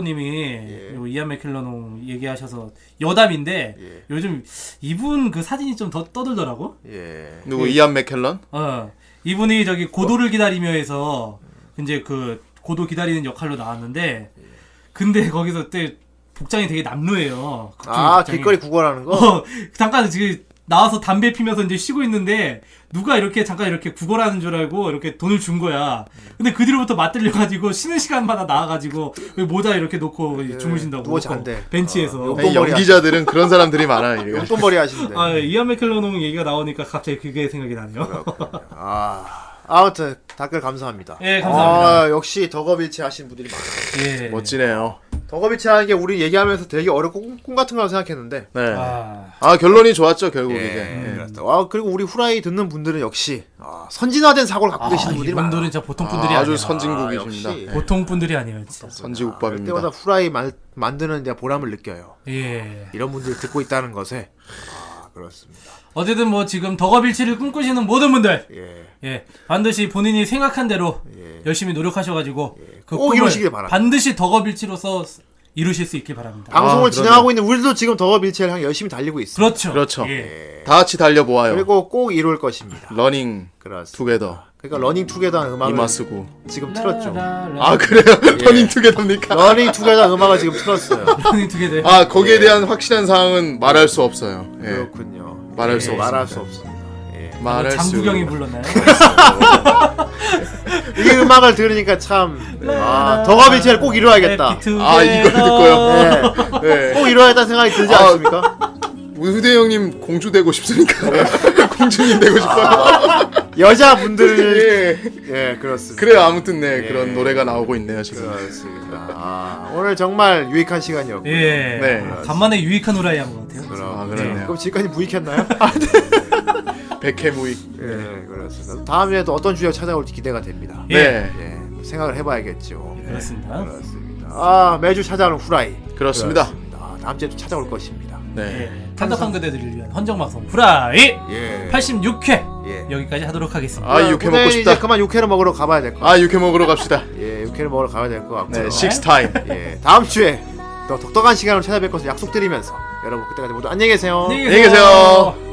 [SPEAKER 2] 포크로로님이 요 이안 맥킬러농 얘기하셔서 여담인데
[SPEAKER 1] 예.
[SPEAKER 2] 요즘 이분 그 사진이 좀 더 떠들더라고.
[SPEAKER 1] 예.
[SPEAKER 3] 누구 이안 맥켈런?
[SPEAKER 2] 어, 이분이 저기
[SPEAKER 1] 어.
[SPEAKER 2] 고도를 기다리며에서 이제 그 고도 기다리는 역할로 나왔는데 근데 거기서 때 복장이 되게 남루해요. 극중
[SPEAKER 1] 아,
[SPEAKER 2] 복장이.
[SPEAKER 1] 길거리 구걸하는 거?
[SPEAKER 2] 어, 잠깐 지금 나와서 담배 피면서 이제 쉬고 있는데 누가 이렇게 잠깐 이렇게 구걸하는 줄 알고 이렇게 돈을 준 거야. 근데 그 뒤로부터 맞들려가지고 쉬는 시간마다 나와가지고 모자 이렇게 놓고 주무신다고
[SPEAKER 1] 네, 누워
[SPEAKER 2] 놓고
[SPEAKER 1] 잔대.
[SPEAKER 2] 벤치에서.
[SPEAKER 1] 어,
[SPEAKER 3] 아니,
[SPEAKER 1] 똥머리
[SPEAKER 3] 연기자들은 그런 사람들이 많아요. 이거.
[SPEAKER 1] 용돈벌이 하시는데.
[SPEAKER 2] 아, 이안 맥켈러농 얘기가 나오니까 갑자기 그게 생각이 나네요.
[SPEAKER 1] 아, 아무튼 댓글 감사합니다.
[SPEAKER 2] 예, 감사합니다.
[SPEAKER 1] 아, 역시 덕업일체 하신 분들이 많아요.
[SPEAKER 2] 예.
[SPEAKER 3] 멋지네요.
[SPEAKER 1] 덕업일체 하는 게 우리 얘기하면서 되게 어렵고 꿈, 꿈 같은 거라고 생각했는데.
[SPEAKER 3] 네. 아,
[SPEAKER 2] 아.
[SPEAKER 3] 결론이 좋았죠 결국
[SPEAKER 1] 예,
[SPEAKER 3] 이게. 예.
[SPEAKER 1] 그렇다. 아, 그리고 우리 후라이 듣는 분들은 역시 아, 선진화된 사고를 갖고 계시는 분들이
[SPEAKER 2] 이분들은
[SPEAKER 1] 많아요.
[SPEAKER 2] 진짜 보통 분들이
[SPEAKER 3] 아,
[SPEAKER 2] 아,
[SPEAKER 3] 아주
[SPEAKER 2] 니에요
[SPEAKER 3] 선진국이십니다.
[SPEAKER 1] 역시. 아,
[SPEAKER 3] 예.
[SPEAKER 2] 보통 분들이 아니에요, 진짜.
[SPEAKER 3] 선지국밥입니다.
[SPEAKER 1] 그때마다 후라이 말, 만드는 데 보람을 느껴요.
[SPEAKER 2] 예.
[SPEAKER 1] 이런 분들이 듣고 있다는 것에. 아, 그렇습니다.
[SPEAKER 2] 어쨌든 뭐 지금 덕업일치를 꿈꾸시는 모든 분들,
[SPEAKER 1] 예.
[SPEAKER 2] 예, 반드시 본인이 생각한 대로 열심히 노력하셔가지고 그
[SPEAKER 1] 꼭
[SPEAKER 2] 꿈을
[SPEAKER 1] 이루시길 바랍니다.
[SPEAKER 2] 반드시 덕업일치로서 이루실 수 있길 바랍니다.
[SPEAKER 1] 방송을
[SPEAKER 3] 아, 그러네요.
[SPEAKER 1] 진행하고 있는 우리도 지금 덕업일체를 향해 열심히 달리고 있습니다.
[SPEAKER 2] 그렇죠.
[SPEAKER 3] 그렇죠.
[SPEAKER 2] 예.
[SPEAKER 3] 다 같이 달려 보아요.
[SPEAKER 1] 그리고 꼭 이룰 것입니다.
[SPEAKER 3] 러닝
[SPEAKER 1] 그렇습니다.
[SPEAKER 3] 투게더
[SPEAKER 1] 그러니까 러닝 투게더한 음악을
[SPEAKER 3] 이마스구.
[SPEAKER 1] 지금 틀었죠.
[SPEAKER 3] 아 그래요? 러닝 투게더입니까?
[SPEAKER 1] 러닝 투게더 음악을 지금 틀었어요.
[SPEAKER 2] 러닝 투게더.
[SPEAKER 3] 아 거기에 대한 확실한 사항은 말할 수 없어요. 예.
[SPEAKER 1] 그렇군요.
[SPEAKER 3] 말할 수
[SPEAKER 1] 예,
[SPEAKER 3] 없습니다.
[SPEAKER 1] 말할 수 없습니다. 예.
[SPEAKER 3] 말할 수.
[SPEAKER 2] 장국영이 불렀나요?
[SPEAKER 1] 이 음악을 들으니까 참
[SPEAKER 2] 네.
[SPEAKER 1] 아, 덕업일체를 꼭 이루어야겠다.
[SPEAKER 3] 아 이걸 듣고요.
[SPEAKER 1] 예.
[SPEAKER 3] 예.
[SPEAKER 1] 꼭 이루어야겠다는 생각이 들지
[SPEAKER 3] 아,
[SPEAKER 1] 않습니까?
[SPEAKER 3] 우대 형님 공주 되고 싶으니까
[SPEAKER 1] 네.
[SPEAKER 3] 공주님 되고 싶어요.
[SPEAKER 1] 여자분들
[SPEAKER 3] 예.
[SPEAKER 1] 아, 예 그렇습니다.
[SPEAKER 3] 그래요 아무튼
[SPEAKER 1] 예.
[SPEAKER 3] 네
[SPEAKER 1] 그렇죠.
[SPEAKER 3] 그런 노래가 나오고 있네요 지금.
[SPEAKER 1] 그렇습니다. 아, 오늘 정말 유익한 시간이었고. 요
[SPEAKER 2] 예.
[SPEAKER 3] 네.
[SPEAKER 2] 간만에 유익한 후라이 한 것 같아요.
[SPEAKER 3] 아
[SPEAKER 1] 네.
[SPEAKER 3] 그렇네요. 아,
[SPEAKER 1] 그럼 지금까지 무익했나요?
[SPEAKER 3] 백해무익.
[SPEAKER 1] 예 그렇습니다. 다음에도 어떤 주제가 찾아올지 기대가 됩니다.
[SPEAKER 2] 예.
[SPEAKER 3] 네
[SPEAKER 1] 예 생각을 해봐야겠죠. 예,
[SPEAKER 2] 그렇습니다.
[SPEAKER 1] 그렇습니다. 아 매주 찾아오는 후라이.
[SPEAKER 3] 그렇습니다.
[SPEAKER 1] 그렇습니다. 다음 주에 또 찾아올 것입니다.
[SPEAKER 3] 네.
[SPEAKER 2] 예. 탄덕한 그대들을 위한 헌정방송 후라이
[SPEAKER 1] 예.
[SPEAKER 2] 86회
[SPEAKER 1] 예.
[SPEAKER 2] 여기까지 하도록 하겠습니다.
[SPEAKER 3] 아 육회
[SPEAKER 1] 오늘
[SPEAKER 3] 먹고
[SPEAKER 1] 이제
[SPEAKER 3] 싶다.
[SPEAKER 1] 그만 육회를 먹으러 가봐야 될 것. 같아요.
[SPEAKER 3] 아 육회 먹으러 갑시다.
[SPEAKER 1] 예, 육회를 먹으러 가야 될 것 같고요.
[SPEAKER 3] 네 식스 타임.
[SPEAKER 1] 예, 다음 주에 더 독특한 시간으로 찾아뵐 것을 약속드리면서 여러분 그때까지 모두 안녕히 계세요.
[SPEAKER 3] 네.
[SPEAKER 2] 안녕히
[SPEAKER 3] 안녕히 계세요.